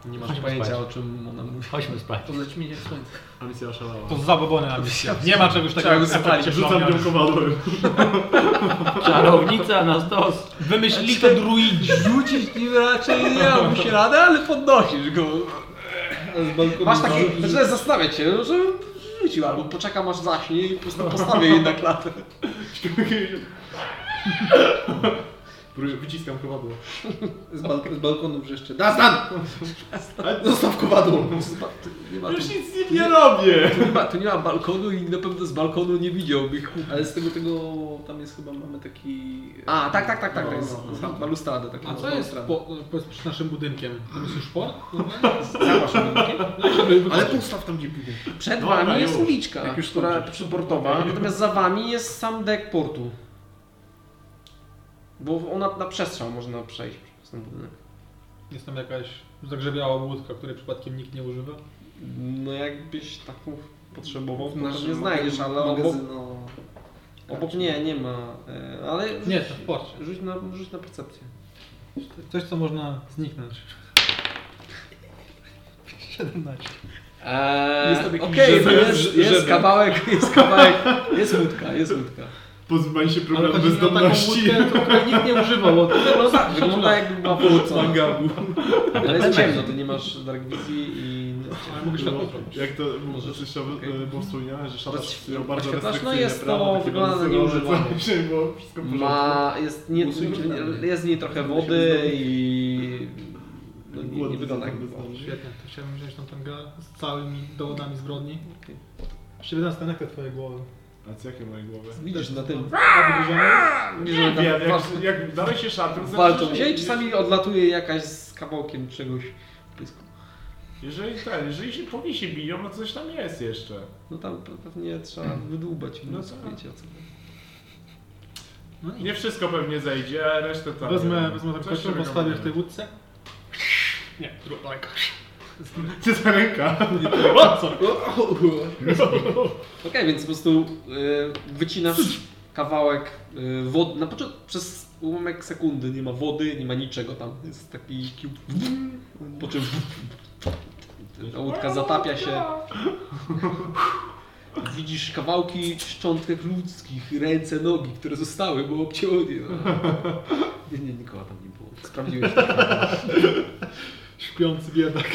Speaker 1: Nie masz
Speaker 4: Chodźmy
Speaker 1: pojęcia
Speaker 4: spać.
Speaker 1: o czym ona mówi.
Speaker 4: Chodźmy spać.
Speaker 5: To
Speaker 1: znaczy-
Speaker 5: zaćmienie słońca.
Speaker 2: A misja oszalała.
Speaker 3: To zabobone ambicje. Nie ma czegoś
Speaker 1: Trzeba
Speaker 3: takiego.
Speaker 1: go
Speaker 3: jak efekt
Speaker 1: zapalić,
Speaker 3: ciepła
Speaker 2: Rzucam
Speaker 3: miarę.
Speaker 2: nią kowadłem.
Speaker 4: Czarownica na stos!
Speaker 3: Wymyślili to druidzi.
Speaker 1: Rzucić nim raczej nie mam się radę, ale podnosisz go. Masz taki, zaczynasz zastanawiać się, no, że rzucił albo poczekam aż zaśnie i po prostu postawię jej na klatę.
Speaker 2: Próbuję- Wyciskam kowadło.
Speaker 5: Z, balk- z balkonu wrzeszcze. Dastan! Zostaw kowadło!
Speaker 1: Nie ma tu,
Speaker 2: Już nic z nim nie robię!
Speaker 1: tu, nie ma, tu nie ma balkonu i na pewno z balkonu nie widziałby ich.
Speaker 5: Ale z tego tego, tam jest chyba, mamy taki...
Speaker 1: A, tak, tak, tak, tak,
Speaker 5: No,
Speaker 1: to jest
Speaker 5: no,
Speaker 1: no, ma lustradę taką.
Speaker 13: A co jest
Speaker 1: lustradę.
Speaker 13: po, po, przy naszym budynkiem? Tam jest już port?
Speaker 1: Za waszym budynkiem?
Speaker 5: Ale postaw tam gdzie pójdę.
Speaker 1: Przed
Speaker 2: Dobra,
Speaker 1: wami jest
Speaker 2: już.
Speaker 1: uliczka,
Speaker 2: Jak już
Speaker 1: która
Speaker 2: skończysz.
Speaker 1: przyportowa, natomiast za wami jest sam dek portu. Bo ona na przestrzał można przejść przez ten budynek.
Speaker 13: Jest tam jakaś zagrzebiała łódka, której przypadkiem nikt nie używa?
Speaker 1: No jakbyś taką potrzebował, to
Speaker 5: Nasz
Speaker 1: pewnie Znaczy, znajdziesz, ale obok,
Speaker 5: magazyn, no...
Speaker 1: obok nie, nie ma. e, Ale
Speaker 13: Nie,
Speaker 1: rzuć,
Speaker 13: to w porcie.
Speaker 1: rzuć, na, rzuć na percepcję.
Speaker 13: Coś, co można zniknąć. 17.
Speaker 1: Eee,
Speaker 2: taki
Speaker 1: Okej,
Speaker 2: żebel-
Speaker 1: jest, jest
Speaker 2: żebel.
Speaker 1: kawałek, jest kawałek, jest łódka, jest łódka.
Speaker 6: Pozbywanie się
Speaker 13: Ale
Speaker 6: problemu
Speaker 13: chodzi mi o taką
Speaker 6: bezdomności.
Speaker 13: łódkę, której nikt nie używał. Bo...
Speaker 1: No tak, wygląda jakby była porzucona.
Speaker 6: Mangabu.
Speaker 1: Ale jest ciemno, ty nie masz dark wizji i...
Speaker 13: Ale mogę światło zrobić.
Speaker 6: No. Jak to może coś tam
Speaker 1: okej.
Speaker 6: okay. było wspomniane, e, że szata
Speaker 1: Oświetlasz?
Speaker 6: miał
Speaker 1: No
Speaker 6: bardzo
Speaker 1: jest
Speaker 6: restrykcyjne
Speaker 1: to
Speaker 6: prawo, takie
Speaker 1: wygląda na
Speaker 6: balansowane,
Speaker 1: nieużywane.
Speaker 6: całe się, bo wszystko w porządku.
Speaker 1: Ma, jest, nie, jest w niej trochę wody i... No, nie, nie wygląda jakby była.
Speaker 13: Świetnie, to chciałbym wziąć tą tę grę z całymi dowodami zbrodni. 17 na twoje głowy.
Speaker 6: A co jakie moje głowy?
Speaker 1: Widzisz na tym,
Speaker 6: Nie
Speaker 1: że
Speaker 6: wiem,
Speaker 1: tam
Speaker 6: jak,
Speaker 1: walczą-
Speaker 6: jak, jak dalej się szarpią, to
Speaker 1: no, walczą
Speaker 6: znaczy, że-
Speaker 1: się i czasami odlatuje jakaś z kawałkiem czegoś w pysku.
Speaker 6: Jeżeli ten, jeżeli się powie się biją, no coś tam jest jeszcze.
Speaker 1: No tam pewnie trzeba wydłubać,
Speaker 6: No
Speaker 1: no co
Speaker 6: tak.
Speaker 1: wiecie o co.
Speaker 13: No i
Speaker 6: Nie wszystko pewnie zejdzie, a resztę tam. nie
Speaker 13: wezmę,
Speaker 6: wiem.
Speaker 13: wezmę ten
Speaker 6: Coś
Speaker 13: kościół,
Speaker 6: tam
Speaker 13: postawię w
Speaker 6: robię.
Speaker 13: tej łódce.
Speaker 6: Co za ręka?
Speaker 1: Okej, więc po prostu y, wycinasz kawałek y, wody, na początku przez ułamek sekundy nie ma wody, nie ma niczego tam, jest taki kiu- po czym ta łódka zatapia się. Widzisz kawałki szczątek ludzkich, ręce, nogi, które zostały, bo obcięło nie. no. Nie, nie, nikogo tam nie było. Sprawdziłeś.
Speaker 13: Śpiący biedak.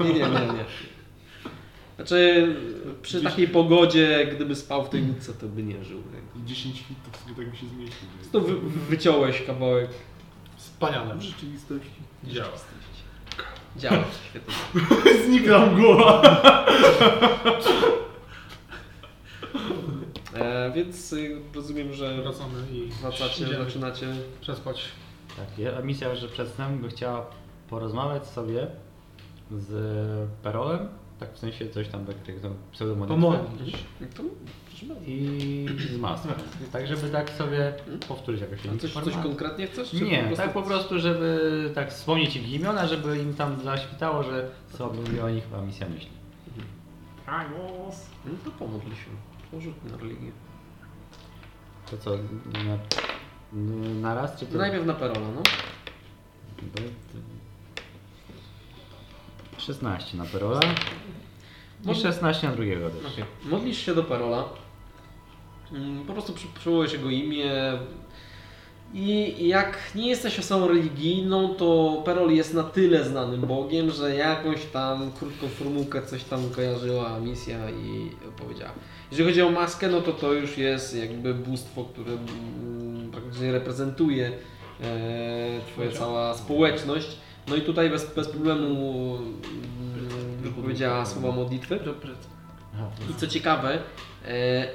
Speaker 1: Nie, nie, nie, nie. Znaczy, przy takiej pogodzie, gdyby spał w tej łódce, to by nie żył.
Speaker 6: 10 hitów sobie tak by się zmieścił.
Speaker 1: To wy, wyciąłeś kawałek.
Speaker 13: Wspaniale.
Speaker 5: W rzeczywistości.
Speaker 13: Działa.
Speaker 1: Działa, świetnie.
Speaker 6: Zniknął głowa.
Speaker 1: E, więc y, rozumiem, że
Speaker 13: Wracamy i
Speaker 1: wracacie,
Speaker 13: idziemy
Speaker 1: zaczynacie.
Speaker 13: przespać.
Speaker 4: Tak, ja, misja, że przed snem by chciała porozmawiać sobie z Perołem, tak w sensie coś tam, tak, tak, tam pseudomonitwę
Speaker 13: Pomodlić.
Speaker 1: To, proszę bardzo.
Speaker 4: i z maską. Tak, żeby tak sobie powtórzyć jakoś
Speaker 1: A coś, coś
Speaker 4: informację.
Speaker 1: konkretnie chcesz? czy
Speaker 4: Nie, tak po prostu, żeby tak wspomnieć ich imiona, żeby im tam zaświtało, że sobie o nich chyba misja myśli.
Speaker 6: Thanos.
Speaker 1: No to pomódl się. Porzut na religię.
Speaker 4: To co, na, na raz czy
Speaker 1: To
Speaker 4: to?
Speaker 1: najpierw na Perola, no.
Speaker 4: Bo- to- 16 na Perola i 16 na drugiego też.
Speaker 1: Okej. Modlisz się do Parola. Mm, Po prostu przy- przywołujesz jego imię. I jak nie jesteś osobą religijną, to Perol jest na tyle znanym Bogiem, że jakąś tam krótką formułkę coś tam kojarzyła misja i powiedziała. Jeżeli chodzi o maskę, no to to już jest jakby bóstwo, które mm, praktycznie reprezentuje e, twoja cała społeczność. No i tutaj bez, bez problemu mm, wypowiedziała słowa modlitwy.
Speaker 4: Aha,
Speaker 1: I co ciekawe, e,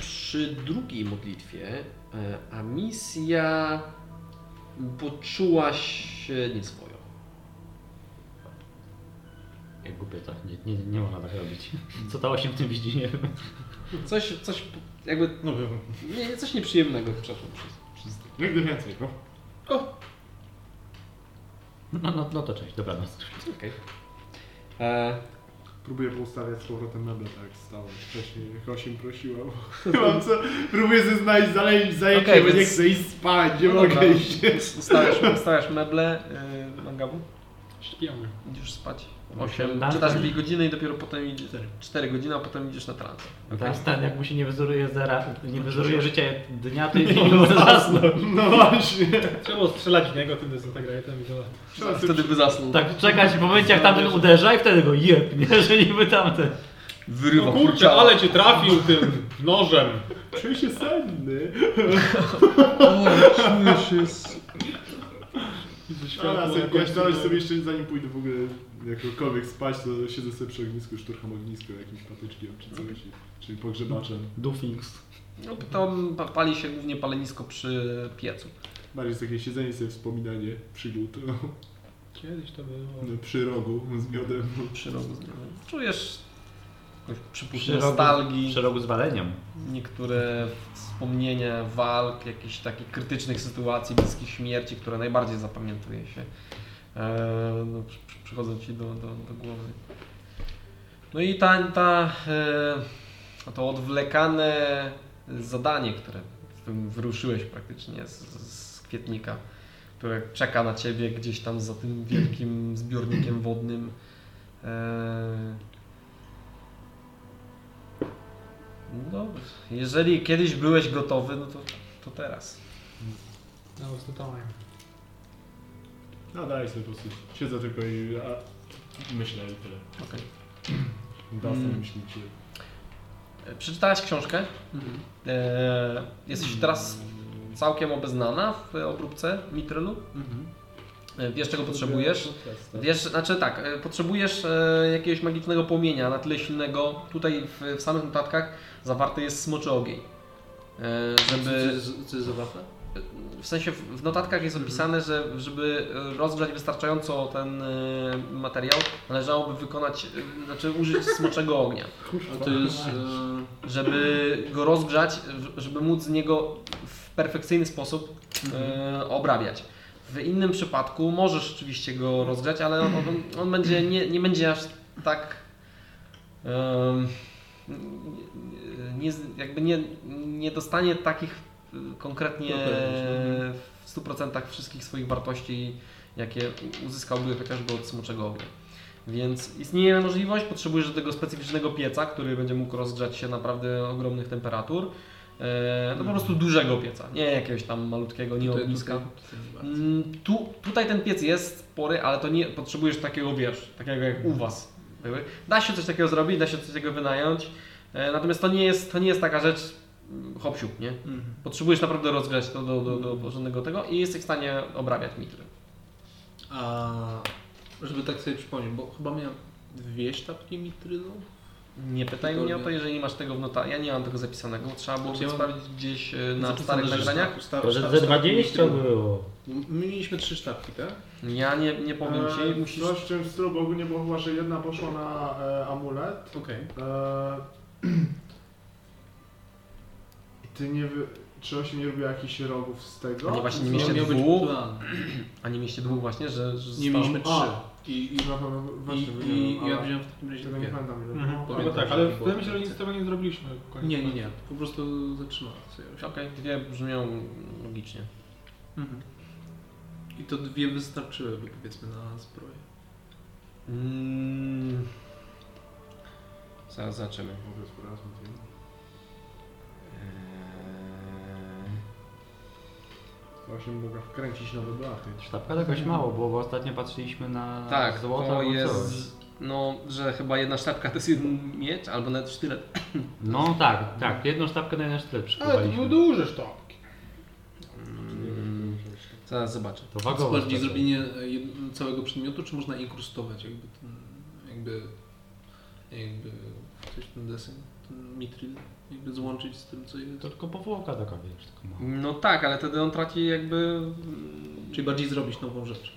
Speaker 1: przy drugiej modlitwie e, Amisja poczuła się nieswojo.
Speaker 4: Jak głupie to, nie, nie, nie można tak robić. Co ta 8 w tym widzi, nie wiem.
Speaker 1: Coś, coś po- jakby,
Speaker 6: No wiem.
Speaker 1: nie, coś
Speaker 6: No
Speaker 1: nieprzyjemnego przeszło przez, przez
Speaker 6: Nigdy więcej, no.
Speaker 4: No, no, no to cześć, dobranoc.
Speaker 1: Okej. E,
Speaker 6: Próbuję poustawiać z powrotem meble, tak jak stało wcześniej, jak Osim prosiła. bo Mam co, próbuję sobie znaleźć zale- zajęcie,
Speaker 1: Okej,
Speaker 6: bo nie
Speaker 1: więc-
Speaker 6: chcę iść spać, nie
Speaker 1: No
Speaker 6: mogę
Speaker 1: dobra.
Speaker 6: iść.
Speaker 1: Ustawiasz, ustawiasz meble, yy, Mangabu?
Speaker 13: Śpiamy.
Speaker 1: Idziesz spać. 8,
Speaker 4: Tak.
Speaker 1: czytasz 2 godziny i dopiero potem idziesz 4 godziny, a potem idziesz na trans.
Speaker 4: Ten stan jak mu się nie wyzoruje, zera, nie wyzoruje życia dnia, to nie no, zasnął.
Speaker 6: No właśnie.
Speaker 13: Trzeba było strzelać w niego tym dezintegratem i tyle.
Speaker 1: A Wtedy by zasnął.
Speaker 4: Tak, czekać w momencie jak tamten uderza i wtedy go jebnie, że niby tamten.
Speaker 3: No
Speaker 1: Wyrywa
Speaker 13: No Kurczę,
Speaker 1: kurczała.
Speaker 13: ale cię trafił tym nożem.
Speaker 6: Czuję się senny. Teraz jak głaśnąłeś sobie jeszcze zanim pójdę w ogóle jakkolwiek spać, to siedzę sobie przy ognisku, szturcham ognisko jakimś patyczkiem czy coś, czyli pogrzebaczem.
Speaker 4: Dufings.
Speaker 1: No, tam pa- pali się głównie palenisko przy piecu.
Speaker 6: Bardziej jest takie siedzenie sobie, wspominanie przygód
Speaker 13: Kiedyś to było.
Speaker 6: no, przy rogu z miodem.
Speaker 1: Przy rogu. z niewolą. Czujesz jakąś przypływ
Speaker 4: Przy rogu-
Speaker 1: nostalgii,
Speaker 4: Przy rogu z waleniem.
Speaker 1: niektóre wspomnienia walk, jakichś takich krytycznych sytuacji, bliskich śmierci, które najbardziej zapamiętuje się. E, no, przy, przy, przychodzą ci do, do, do głowy. No i ta, ta, e, to odwlekane zadanie, które z którym wyruszyłeś praktycznie z, z kwietnika, które czeka na ciebie gdzieś tam za tym wielkim zbiornikiem wodnym. E, no, jeżeli kiedyś byłeś gotowy, no to, to teraz.
Speaker 13: No, was the time.
Speaker 6: No daj sobie po prostu. Siedzę tylko i a, myślę i tyle.
Speaker 1: Okej.
Speaker 6: Da sobie
Speaker 1: Mm.
Speaker 6: myślicie.
Speaker 1: E, Przeczytałaś książkę.
Speaker 5: Mhm,
Speaker 1: E, jesteś
Speaker 5: Mm.
Speaker 1: teraz całkiem obeznana w obróbce mitrylu.
Speaker 5: mhm.
Speaker 1: E, wiesz, czego potrzebujesz. Wiesz, znaczy tak, e, potrzebujesz e, jakiegoś magicznego płomienia na tyle silnego. Tutaj w, w samych notatkach zawarty jest smoczy ogień. E, żeby...
Speaker 5: Co, co, co jest zawarte?
Speaker 1: W sensie w w notatkach jest opisane, że żeby e, rozgrzać wystarczająco ten e, materiał, należałoby wykonać, e, znaczy użyć smoczego ognia.
Speaker 5: A to jest... E,
Speaker 1: Żeby go rozgrzać, w- żeby móc z niego w perfekcyjny sposób e, obrabiać. W innym przypadku możesz oczywiście go rozgrzać, ale on, on, on będzie, nie, nie będzie aż tak. em, e, nie, nie, jakby nie, nie dostanie takich y, konkretnie
Speaker 5: No pewnie,
Speaker 1: w 100% wszystkich swoich wartości, jakie uzyskałby chociażby od smoczego ognia. Więc istnieje możliwość, potrzebujesz do tego specyficznego pieca, który będzie mógł rozgrzać się naprawdę ogromnych temperatur. E,
Speaker 5: Mm.
Speaker 1: No po prostu dużego pieca, nie jakiegoś tam malutkiego, nie
Speaker 5: tutaj-
Speaker 1: ogniska.
Speaker 5: tutaj-
Speaker 1: Mm, Tu, tutaj ten piec jest spory, ale to nie potrzebujesz takiego, wiesz, takiego jak u Was. były. Da się coś takiego zrobić, da się coś takiego wynająć, e, natomiast to nie jest, to nie jest taka rzecz mm, hopsiu, nie?
Speaker 5: Mhm.
Speaker 1: Potrzebujesz naprawdę rozgrzać to do, do, do porządnego tego i jesteś w stanie obrabiać mitry.
Speaker 5: A żeby tak sobie przypomnieć, bo chyba miałem dwie sztabki mitrylu.
Speaker 1: Nie pytaj mnie o to, jeżeli nie masz tego w notach. Ja nie mam tego zapisanego, No, trzeba było
Speaker 5: Znaczy ja mam-
Speaker 1: sprawdzić gdzieś e, na
Speaker 5: Zapisane,
Speaker 1: starych
Speaker 5: że
Speaker 1: nagraniach.
Speaker 5: sztab- sztab-
Speaker 4: To że
Speaker 5: sztab-
Speaker 4: ze
Speaker 5: sztabki
Speaker 4: 20
Speaker 5: mitrylu.
Speaker 4: było.
Speaker 5: My mieliśmy trzy sztabki, tak?
Speaker 1: Ja nie, nie powiem Ci, musisz...
Speaker 6: E, Coś w tym stylu, bo ogólnie było chyba, że jedna poszła na e, amulet.
Speaker 5: Okej.
Speaker 6: E, I ty nie wy... Czy Osim nie robił jakichś rogów z tego?
Speaker 1: Nie, właśnie nie
Speaker 6: Z-
Speaker 1: mieście
Speaker 5: No, miał być
Speaker 1: dwóch.
Speaker 5: plan.
Speaker 1: A nie mieście dwóch właśnie, że, że
Speaker 5: Nie
Speaker 1: zostało-
Speaker 5: mieliśmy trzy.
Speaker 6: A.
Speaker 5: I, i,
Speaker 6: No, no, no,
Speaker 5: i,
Speaker 6: właśnie,
Speaker 5: i
Speaker 6: wymieniłem,
Speaker 5: ja
Speaker 6: ale
Speaker 5: wziąłem w takim razie
Speaker 6: Tego nie
Speaker 5: dwie.
Speaker 6: pamiętam ile
Speaker 13: Mhm.
Speaker 6: było.
Speaker 5: Pamiętam,
Speaker 13: Chyba tak,
Speaker 5: że
Speaker 13: ale
Speaker 5: nie było
Speaker 13: wydaje mi się, że
Speaker 5: tacy.
Speaker 13: nic z tego nie zrobiliśmy. Koniec.
Speaker 5: Nie, nie, nie. Po prostu zatrzymałem sobie.
Speaker 1: Okej, dwie brzmią logicznie.
Speaker 5: Mhm. I to dwie wystarczyłyby powiedzmy na zbroję.
Speaker 1: Mm. Zaraz Eee, zobaczymy.
Speaker 6: Mówię z porazem, ty. Właśnie mogę wkręcić nowe blachy.
Speaker 4: Sztabka to jakoś mało było, bo ostatnio patrzyliśmy na
Speaker 1: Tak,
Speaker 4: złoto
Speaker 1: to
Speaker 4: albo coś.
Speaker 1: jest. No, że chyba jedna sztabka to jest jeden miecz, albo nawet sztylet.
Speaker 4: No tak, tak. Jedną sztabkę na jeden sztylet
Speaker 3: Ale to były
Speaker 4: przykupaliśmy.
Speaker 3: duże sztabki.
Speaker 1: Mm. Zaraz zobaczę.
Speaker 4: To
Speaker 5: A co
Speaker 4: wagowo.
Speaker 5: bardziej zrobienie e, jed- całego przedmiotu, czy można inkrustować jakby ten, jakby, jakby coś ten desen, ten mitril, jakby złączyć z tym, co jest.
Speaker 4: To tylko powłoka taka, wiesz, tylko mała.
Speaker 1: No tak, ale wtedy on traci jakby. mm,
Speaker 5: Czyli bardziej zrobić nową rzecz,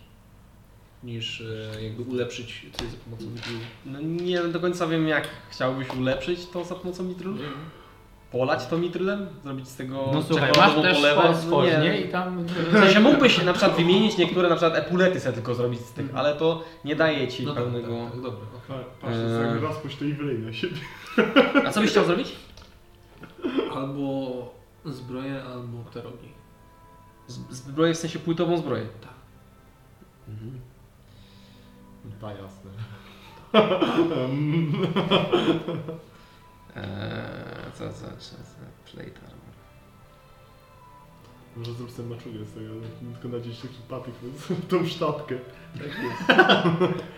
Speaker 5: niż e, jakby ulepszyć coś za
Speaker 1: Mhm.
Speaker 5: pomocą mitrilu.
Speaker 1: No nie do końca wiem, jak chciałbyś ulepszyć to za pomocą mitrylu.
Speaker 5: Nie,
Speaker 1: Polać to mitrylem? Zrobić z tego
Speaker 4: No słuchaj, masz
Speaker 1: czekoladową
Speaker 4: też
Speaker 1: polewę?
Speaker 4: fosfor,
Speaker 1: no Nie.
Speaker 4: nie? I tam...
Speaker 1: W sensie mógłbyś na przykład wymienić niektóre, na przykład epulety sobie tylko zrobić z tych, ale to nie daje ci
Speaker 5: No tak, tak,
Speaker 1: pełnego...
Speaker 5: tak, dobra. okej.
Speaker 6: Patrz,
Speaker 1: Eee.
Speaker 6: eee. rozpuść to i wylej na siebie.
Speaker 1: A co byś chciał zrobić?
Speaker 5: Albo zbroję, albo pterogi.
Speaker 1: Z- Zbroję w sensie płytową zbroję.
Speaker 5: Tak.
Speaker 1: Mhm.
Speaker 2: Ta jasne.
Speaker 1: Eee, co, co, co, co, plate armor.
Speaker 6: Może zrób sobie maczugę z tego, tylko nadzieć taki patyk w tą sztabkę.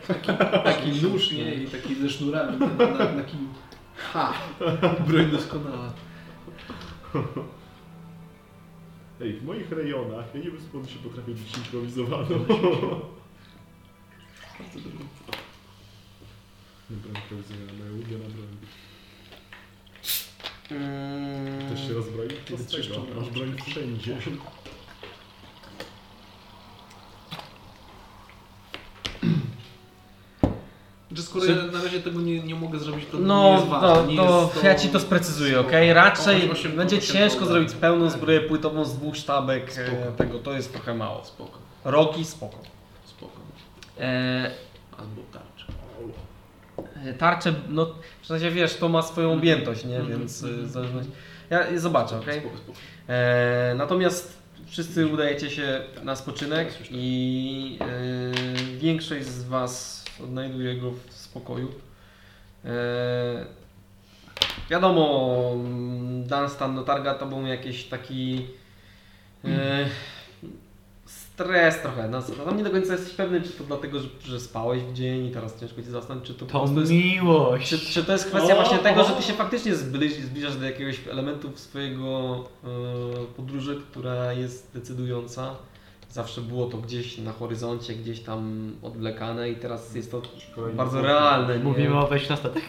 Speaker 5: Taki nóż, nie? I taki ze sznurami na, na, na kiju. Ha! Broń doskonała.
Speaker 6: Ej, w moich rejonach, ja nie wiem skąd się potrafię być improwizowaną. Nie broń improwizowana, moja ulubiona broń.
Speaker 5: Mm,
Speaker 6: Ktoś się rozbroił? To z tego, masz broń wszędzie.
Speaker 5: Że skoro ja na razie tego nie, nie mogę zrobić, to nie
Speaker 1: No,
Speaker 5: jest ważne.
Speaker 1: to,
Speaker 5: nie
Speaker 1: to,
Speaker 5: jest
Speaker 1: ja ci to sprecyzuję, ok? Raczej
Speaker 5: Osiem- osiem-
Speaker 1: będzie
Speaker 5: osiem
Speaker 1: ciężko
Speaker 5: dolarów.
Speaker 1: zrobić pełną zbroję płytową z dwóch sztabek e, tego, to jest trochę mało.
Speaker 5: Spoko,
Speaker 1: Roki spoko.
Speaker 5: spoko.
Speaker 1: E,
Speaker 5: Albo tarcza.
Speaker 1: E, Tarcze, no w sensie wiesz, to ma swoją
Speaker 5: Mhm.
Speaker 1: objętość, nie? Więc y, w zależności. Ja zobaczę, okej?
Speaker 5: Spoko, spoko.
Speaker 1: E, Natomiast wszyscy udajecie się
Speaker 5: Tak.
Speaker 1: na spoczynek i e, większość z Was odnajduje go w spokoju. E, wiadomo, mm, Dunstan no, targa tobą jakiś taki e, stres trochę. No, tam nie do końca jesteś pewny, czy to dlatego, że, że spałeś w dzień i teraz ciężko ci zasnąć, czy to po
Speaker 4: To
Speaker 1: prostu jest
Speaker 4: miłość.
Speaker 1: czy, czy to jest kwestia właśnie tego, że ty się faktycznie zbliż, zbliżasz do jakiegoś elementu w swojego e, podróży, która jest decydująca? Zawsze było to gdzieś na horyzoncie, gdzieś tam odwlekane i teraz jest to
Speaker 2: Kolejny
Speaker 1: bardzo
Speaker 2: punkt.
Speaker 1: realne. Nie,
Speaker 4: Mówimy o wejściu na statek.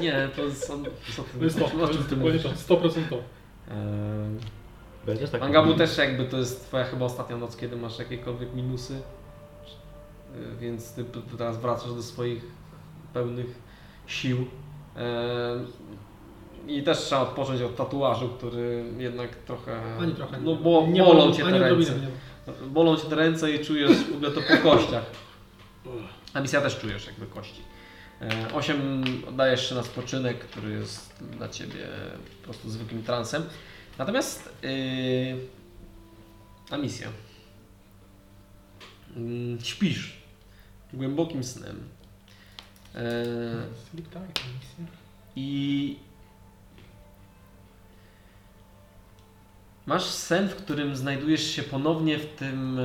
Speaker 1: nie to są... Co ty,
Speaker 13: To jest to,
Speaker 1: o
Speaker 13: to
Speaker 1: czym
Speaker 13: jest
Speaker 1: ty
Speaker 13: dokładnie
Speaker 1: mówisz?
Speaker 13: to, 100%.
Speaker 1: Ehm,
Speaker 4: Będziesz tak
Speaker 1: Mangabu też jakby to jest twoja chyba ostatnia noc, kiedy masz jakiekolwiek minusy, E, więc ty p- teraz wracasz do swoich pełnych sił. E, I też trzeba odpocząć od tatuażu, który jednak trochę...
Speaker 13: Ani trochę.
Speaker 1: No bo
Speaker 13: Nie
Speaker 1: bolą
Speaker 13: bolą,
Speaker 1: cię
Speaker 13: ani
Speaker 1: te ręce.
Speaker 13: odrobinę nie
Speaker 1: Bolą cię te ręce i czujesz w ogóle to po kościach. A misja też czujesz jakby kości. 8 oddajesz się na spoczynek, który jest dla ciebie po prostu zwykłym transem. Natomiast yy, a misja. Mm, Śpisz głębokim snem. Yy,
Speaker 13: Sleep tight, Tak, misja.
Speaker 1: I masz sen, w którym znajdujesz się ponownie w tym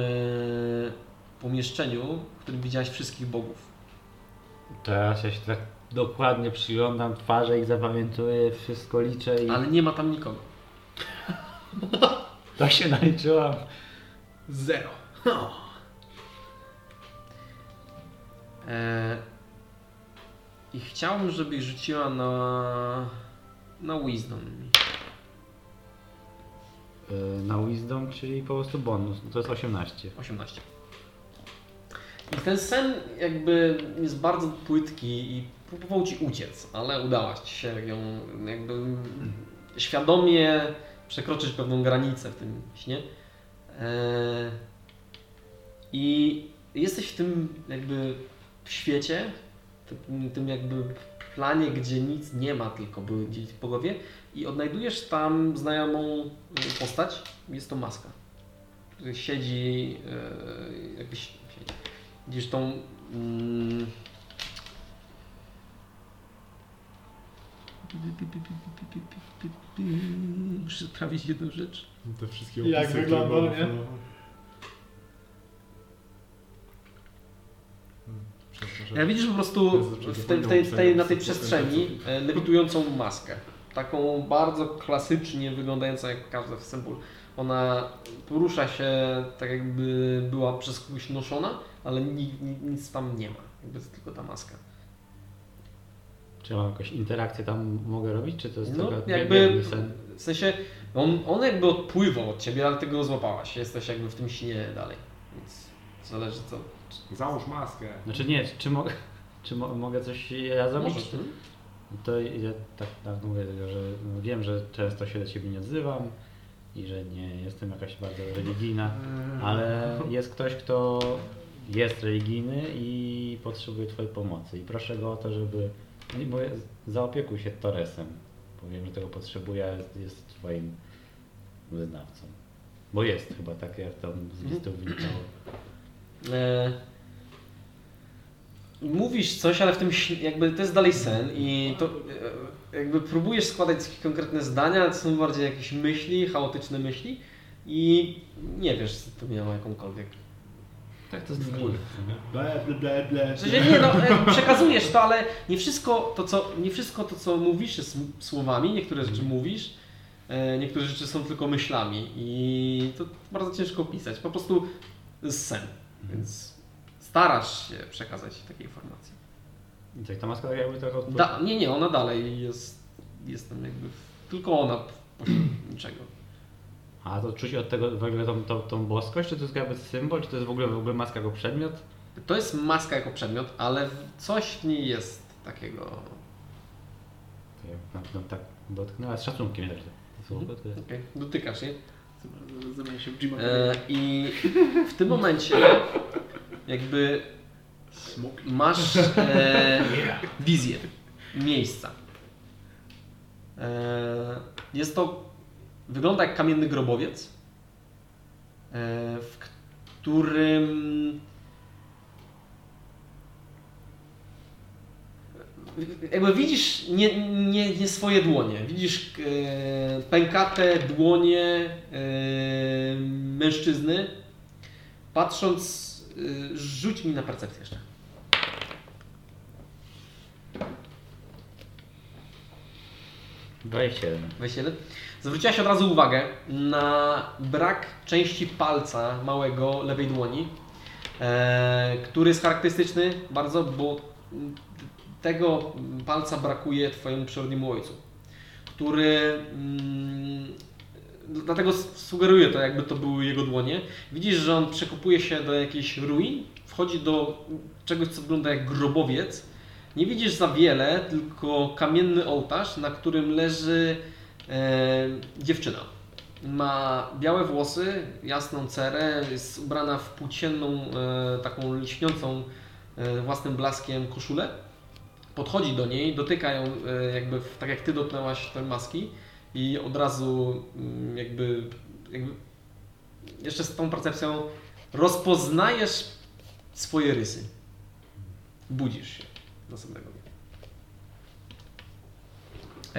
Speaker 1: yy, pomieszczeniu, w którym widziałeś wszystkich bogów.
Speaker 4: Teraz ja się tak dokładnie przyglądam, twarze ich zapamiętuję, wszystko liczę i...
Speaker 1: Ale nie ma tam nikogo.
Speaker 4: To się naliczyłam.
Speaker 13: Zero.
Speaker 1: E, I chciałbym, żebyś rzuciła na. na Wisdom.
Speaker 4: Y, Na Wisdom, czyli po prostu bonus. To jest 18.
Speaker 1: 18. I ten sen jakby jest bardzo płytki i próbował ci uciec, ale udałaś ci się ją jakby świadomie przekroczyć pewną granicę w tym śnie. E, I jesteś w tym jakby świecie, tym, tym jakby planie, gdzie nic nie ma, tylko były gdzieś bogowie i odnajdujesz tam znajomą y, postać, jest to maska który siedzi yy, jakbyś siedzi. widzisz tą mm, muszę sprawdzić jedną rzecz
Speaker 6: Te wszystkie opisy,
Speaker 13: Jak wygląda,
Speaker 6: które mam,
Speaker 13: nie?
Speaker 6: no. Hmm, przepraszam.
Speaker 1: ja widzisz po prostu
Speaker 6: To jest
Speaker 1: w tej, w tej, w tej, na tej
Speaker 6: dokładnie
Speaker 1: przestrzeni e, lewitującą maskę taką bardzo klasycznie wyglądającą jak każda w symbol ona porusza się tak jakby była przez kogoś noszona ale ni, ni, nic tam nie ma jakby to tylko ta maska
Speaker 4: Czy ja mam jakąś interakcję tam mogę robić, czy to jest
Speaker 1: No,
Speaker 4: taka
Speaker 1: jakby
Speaker 4: biedny sen?
Speaker 1: w sensie on, on jakby odpływał od ciebie, ale ty go złapałaś. Jesteś jakby w tym śnie dalej. Więc zależy co.
Speaker 2: Załóż maskę.
Speaker 4: Znaczy nie, czy mogę, czy mo mogę coś ja zrobić?
Speaker 1: Możesz. mhm.
Speaker 4: No To ja tak, tak mówię, że wiem, że często się do ciebie nie odzywam i że nie jestem jakaś bardzo religijna,
Speaker 1: mhm.
Speaker 4: ale jest ktoś, kto jest religijny i potrzebuje twojej pomocy. I proszę go o to, żeby... nie, Bo zaopiekuj się Torresem, bo wiem, że tego potrzebuje, a jest, jest twoim wyznawcą. Bo jest chyba tak, jak tam z listu wynikało.
Speaker 1: E, mówisz coś, ale w tym śnie- jakby to jest dalej sen i to e, jakby próbujesz składać jakieś konkretne zdania, ale to są bardziej jakieś myśli, chaotyczne myśli i nie wiesz, co to miało jakąkolwiek.
Speaker 4: Tak, to jest cool.
Speaker 6: Ble, ble, ble, ble.
Speaker 1: W sensie nie, no, e, przekazujesz to, ale nie wszystko to, co, nie wszystko to, co mówisz jest m- słowami, niektóre rzeczy mówisz, e, niektóre rzeczy są tylko myślami i to bardzo ciężko opisać, po prostu jest sen, więc starasz się przekazać takie informacje.
Speaker 4: I tak ta maska tak jakby trochę odpływa.
Speaker 1: Da, nie, nie, ona dalej jest, jest tam jakby, w- tylko ona pośród niczego.
Speaker 4: A to czuć od tego w ogóle tą, tą, tą boskość, czy to jest jakby symbol, czy to jest w ogóle, w ogóle maska jako przedmiot?
Speaker 1: To jest maska jako przedmiot, ale w- coś w niej jest takiego,
Speaker 4: To ja na pewno tak dotknęła z szacunkiem. Tak, to słowo, to jest-
Speaker 1: okej, dotykasz jej.
Speaker 5: Zamienia się w Jima.
Speaker 1: E, I w tym momencie jakby masz e, wizję miejsca. E, jest to, wygląda jak kamienny grobowiec, e, w którym jakby widzisz nie, nie, nie swoje dłonie, widzisz e, pękate dłonie e, mężczyzny. Patrząc, e, rzuć mi na percepcję jeszcze.
Speaker 4: Dwadzieścia
Speaker 1: Wesiele. Zwróciłaś od razu uwagę na brak części palca małego lewej dłoni, e, który jest charakterystyczny bardzo, bo mm, tego palca brakuje Twojemu przyrodniemu ojcu, który. Mm, dlatego s- sugeruję to, jakby to były jego dłonie. Widzisz, że on przekopuje się do jakichś ruin, wchodzi do czegoś, co wygląda jak grobowiec. Nie widzisz za wiele, tylko kamienny ołtarz, na którym leży e, dziewczyna. Ma białe włosy, jasną cerę, jest ubrana w płócienną, e, taką lśniącą e, własnym blaskiem koszulę. Podchodzi do niej, dotyka ją e, jakby w, tak jak ty dotknęłaś tej maski i od razu mm, jakby, jakby jeszcze z tą percepcją rozpoznajesz swoje rysy. Budzisz się następnego dnia.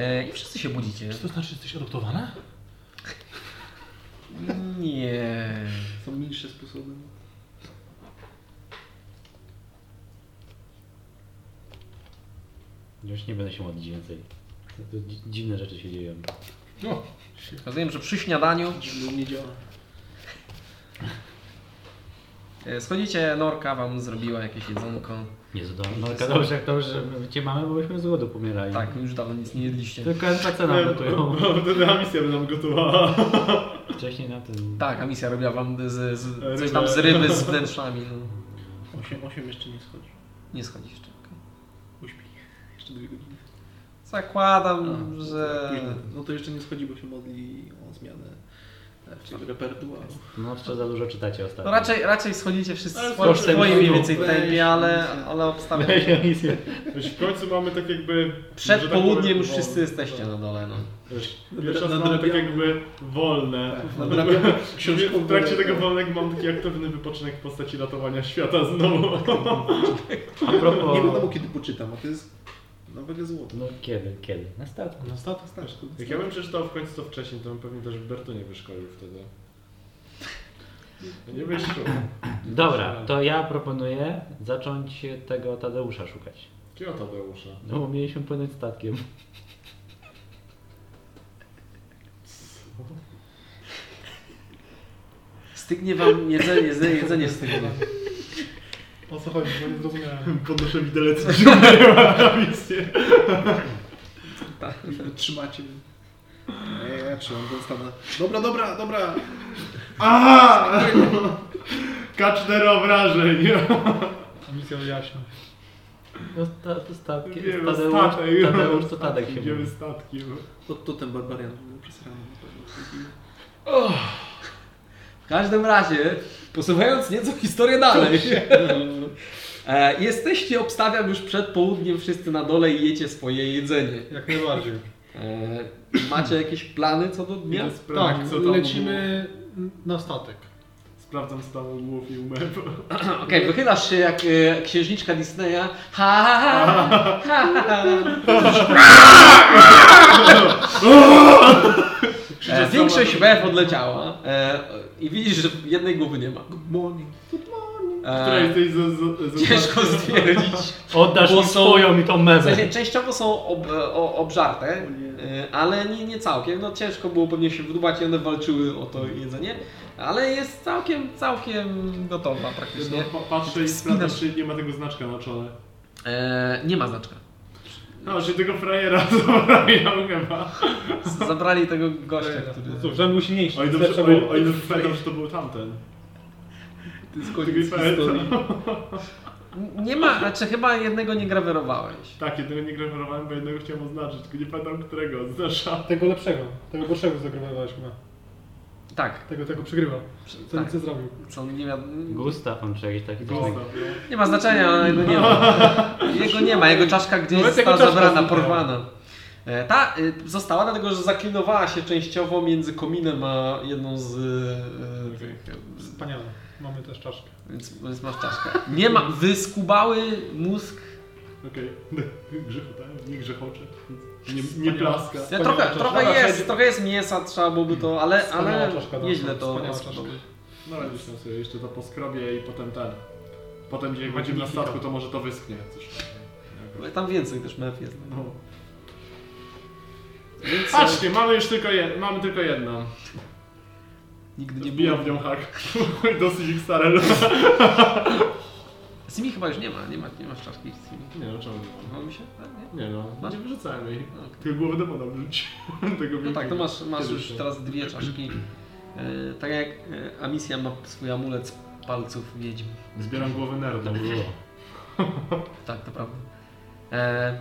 Speaker 1: E, I wszyscy się budzicie.
Speaker 13: to znaczy, że jesteś adoptowana?
Speaker 1: Nie.
Speaker 5: Są mniejsze sposoby.
Speaker 4: Już nie będę się modlić więcej. To dzi- Dziwne rzeczy się dzieją.
Speaker 1: Rozumiem, że przy śniadaniu
Speaker 5: Dziwne nie działa.
Speaker 1: e, schodzicie, Norka wam zrobiła jakieś jedzonko.
Speaker 4: Nie zadałem. No ale dobrze, jak dobrze, że cię mamy, bo byśmy z głodu pomierali.
Speaker 1: Tak, już dawno nic nie jedliście.
Speaker 4: Tylko NPC nam gotują.
Speaker 6: Wtedy Amisja by nam gotowała.
Speaker 4: Wcześniej na tym...
Speaker 1: Tak, a misja robiła wam z, z, coś tam z ryby z wnętrzami. No.
Speaker 5: 8, 8 jeszcze nie schodzi.
Speaker 1: Nie schodzi jeszcze. okej.
Speaker 5: Uśpi. Jeszcze dwie godziny.
Speaker 1: Zakładam, że...
Speaker 5: Późno. No to jeszcze nie schodzi, bo się modli o zmianę e, w tym repertuaru.
Speaker 4: No jeszcze za dużo czytacie
Speaker 1: No
Speaker 4: ostatnio.
Speaker 1: raczej, raczej schodzicie wszyscy
Speaker 6: Ale
Speaker 1: w swoim- w
Speaker 4: kosztem
Speaker 1: swoim mniej
Speaker 4: ludu.
Speaker 1: więcej
Speaker 5: Weź,
Speaker 1: tempie, ale,
Speaker 5: misja.
Speaker 1: ale obstawiam.
Speaker 4: Weź misję.
Speaker 6: Wiesz, w końcu mamy tak jakby... że
Speaker 1: Przed
Speaker 6: tak powiem,
Speaker 1: południem już
Speaker 6: wolne.
Speaker 1: wszyscy jesteście na dole. No.
Speaker 6: Wiesz, Pierwszy raz
Speaker 5: Nadrabiamy.
Speaker 6: mam tak jakby wolne.
Speaker 4: Tak,
Speaker 5: Nadrabiamy książką
Speaker 6: W trakcie
Speaker 5: wolę.
Speaker 6: tego wolnego mam taki aktywny wypoczynek w postaci ratowania świata znowu.
Speaker 4: A
Speaker 5: Nie
Speaker 4: propos...
Speaker 5: wiadomo kiedy poczytam, a to jest na wagę złota.
Speaker 4: No kiedy, kiedy? Na statku.
Speaker 13: Na status tak.
Speaker 6: Jak ja bym przeczytał w końcu to wcześniej, to bym pewnie też Bertonie wyszkolił wtedy. Nie wyszło.
Speaker 4: Dobra, to ja proponuję zacząć tego Tadeusza szukać.
Speaker 6: Kiego Tadeusza?
Speaker 4: No bo mieliśmy płynąć statkiem.
Speaker 1: Stygnie wam jedzenie, jedzenie, jedzenie stygnie.
Speaker 5: Tak,
Speaker 13: O co chodzi, bo nie zrozumiałem.
Speaker 6: Podnoszę widelec i na misję.
Speaker 5: Trzymacie. Nie, ja trzymam Konstanta. Dobra, dobra, dobra.
Speaker 6: Aha! Kaczner obrażeń.
Speaker 13: Misja wyjaśnia.
Speaker 4: No, ta, to statki,
Speaker 6: Wiemy,
Speaker 4: Tadeusz,
Speaker 6: statek.
Speaker 4: Tadeusz to Tadek się
Speaker 6: Idziemy
Speaker 4: mówi.
Speaker 6: statkiem.
Speaker 5: To, to ten barbarian był przesrany na pewno.
Speaker 1: W każdym razie, posuwając nieco historię dalej. E, Jesteście, obstawiam, już przed południem wszyscy na dole i jecie swoje jedzenie.
Speaker 13: Jak najbardziej.
Speaker 1: E, Macie jakieś plany co do dnia?
Speaker 6: Idę sprawdzić,
Speaker 13: Tak,
Speaker 6: co tam
Speaker 13: lecimy na statek.
Speaker 6: Było. Sprawdzam, co tam u głów i u
Speaker 4: Tak.
Speaker 6: mep.
Speaker 1: Okej, wychylasz się jak e, księżniczka Disneya. Ha, ha, ha, ha, ha. E, Większość wef odleciała e, i widzisz, że jednej głowy nie ma.
Speaker 5: Good morning.
Speaker 6: Która
Speaker 1: E,
Speaker 6: jesteś za, za, za
Speaker 1: ciężko stwierdzić.
Speaker 4: Oddasz
Speaker 1: Bo
Speaker 4: mi
Speaker 1: są-
Speaker 4: swoją i tą
Speaker 1: W
Speaker 4: mezę.
Speaker 1: sensie częściowo są ob, o, obżarte,
Speaker 5: O nie.
Speaker 1: y, ale nie, nie całkiem. No ciężko było pewnie się wydubać i one walczyły o to jedzenie, ale jest całkiem, całkiem gotowa praktycznie.
Speaker 6: No, pa- patrzę i sprawdzam, czy nie ma tego znaczka na czole.
Speaker 1: E, nie ma znaczka.
Speaker 6: No, czy tego frajera zabrali nam chyba.
Speaker 1: Z- Zabrali tego gościa, który...
Speaker 13: No cóż, żeby był silniejszy.
Speaker 6: O ile
Speaker 13: Zawsze
Speaker 3: Znaczy,
Speaker 6: dobrze,
Speaker 13: był-
Speaker 6: o, o ile dobrze pamiętam, że to był tamten.
Speaker 5: To jest
Speaker 6: Tego
Speaker 5: koniec
Speaker 6: jest
Speaker 5: historii.
Speaker 1: Nie ma, znaczy chyba jednego nie grawerowałeś.
Speaker 6: Tak, jednego nie grawerowałem, bo jednego chciałem oznaczyć, tylko nie pamiętam którego oznaczam.
Speaker 13: Tego lepszego, tego gorszego zagrywałeś chyba.
Speaker 1: Tak,
Speaker 13: Tego, tego przegrywa. Co
Speaker 1: tak.
Speaker 13: nic nie zrobił.
Speaker 1: Co nie ma...
Speaker 4: Gustaw, on czy jakiś taki
Speaker 6: Gustaw,
Speaker 4: coś.
Speaker 6: no.
Speaker 1: Nie ma znaczenia, ale jego nie ma. Jego nie ma, jego czaszka gdzieś
Speaker 13: Nawet No, jego
Speaker 1: została
Speaker 13: czaszka
Speaker 1: zabrana,
Speaker 13: zniknęła.
Speaker 1: porwana. E, Ta y, została dlatego, że zaklinowała się częściowo między kominem a jedną z... y,
Speaker 6: Okej.
Speaker 1: tych, z-
Speaker 13: Wspaniale. Mamy też czaszkę.
Speaker 1: Więc, więc masz czaszkę. Nie ma, wyskubały mózg.
Speaker 6: Okej. Grzechotałem, nie grzechoczę. Nie, nie plaska.
Speaker 1: Ja,
Speaker 13: Wspaniała
Speaker 1: trochę,
Speaker 13: czaszka.
Speaker 1: trochę,
Speaker 13: Dobra,
Speaker 1: jest,
Speaker 13: siedzi-
Speaker 1: trochę jest mięsa, trzeba byłoby to, ale,
Speaker 13: Wspaniała
Speaker 1: ale
Speaker 13: czaszka, no,
Speaker 1: nieźle to...
Speaker 13: Wspaniała czaszka.
Speaker 6: No ale gdzieś tam sobie jeszcze to poskrobię i potem ten. Potem gdzie jak będziemy na statku, to może to wyschnie. Coś.
Speaker 1: Tam więcej też mew jest.
Speaker 6: No.
Speaker 1: Więc e,
Speaker 6: Patrzcie, mamy już tylko, jed- mamy tylko jedną.
Speaker 1: nigdy nie
Speaker 6: Wbijam
Speaker 1: było.
Speaker 6: w nią hak. Dosyć ich stare lata.
Speaker 1: Simi chyba już nie ma, nie ma, nie masz czaszki z Simi.
Speaker 6: Nie no, czemu nie mam?
Speaker 1: Wydawało mi się? Tak, nie?
Speaker 6: Nie no,
Speaker 1: Masz?
Speaker 6: nie wyrzucałem jej.
Speaker 1: No, okej.
Speaker 6: Tylko głowę demona wrzuć.
Speaker 1: No tak,
Speaker 6: Tego
Speaker 1: to
Speaker 6: wielkiego.
Speaker 1: masz, masz już
Speaker 6: Kiedyś,
Speaker 1: teraz dwie czaszki. E, tak jak e, Amisja ma swój amulet z palców wiedźm.
Speaker 6: Zbieram głowę nerda.
Speaker 1: Tak, to prawda. E,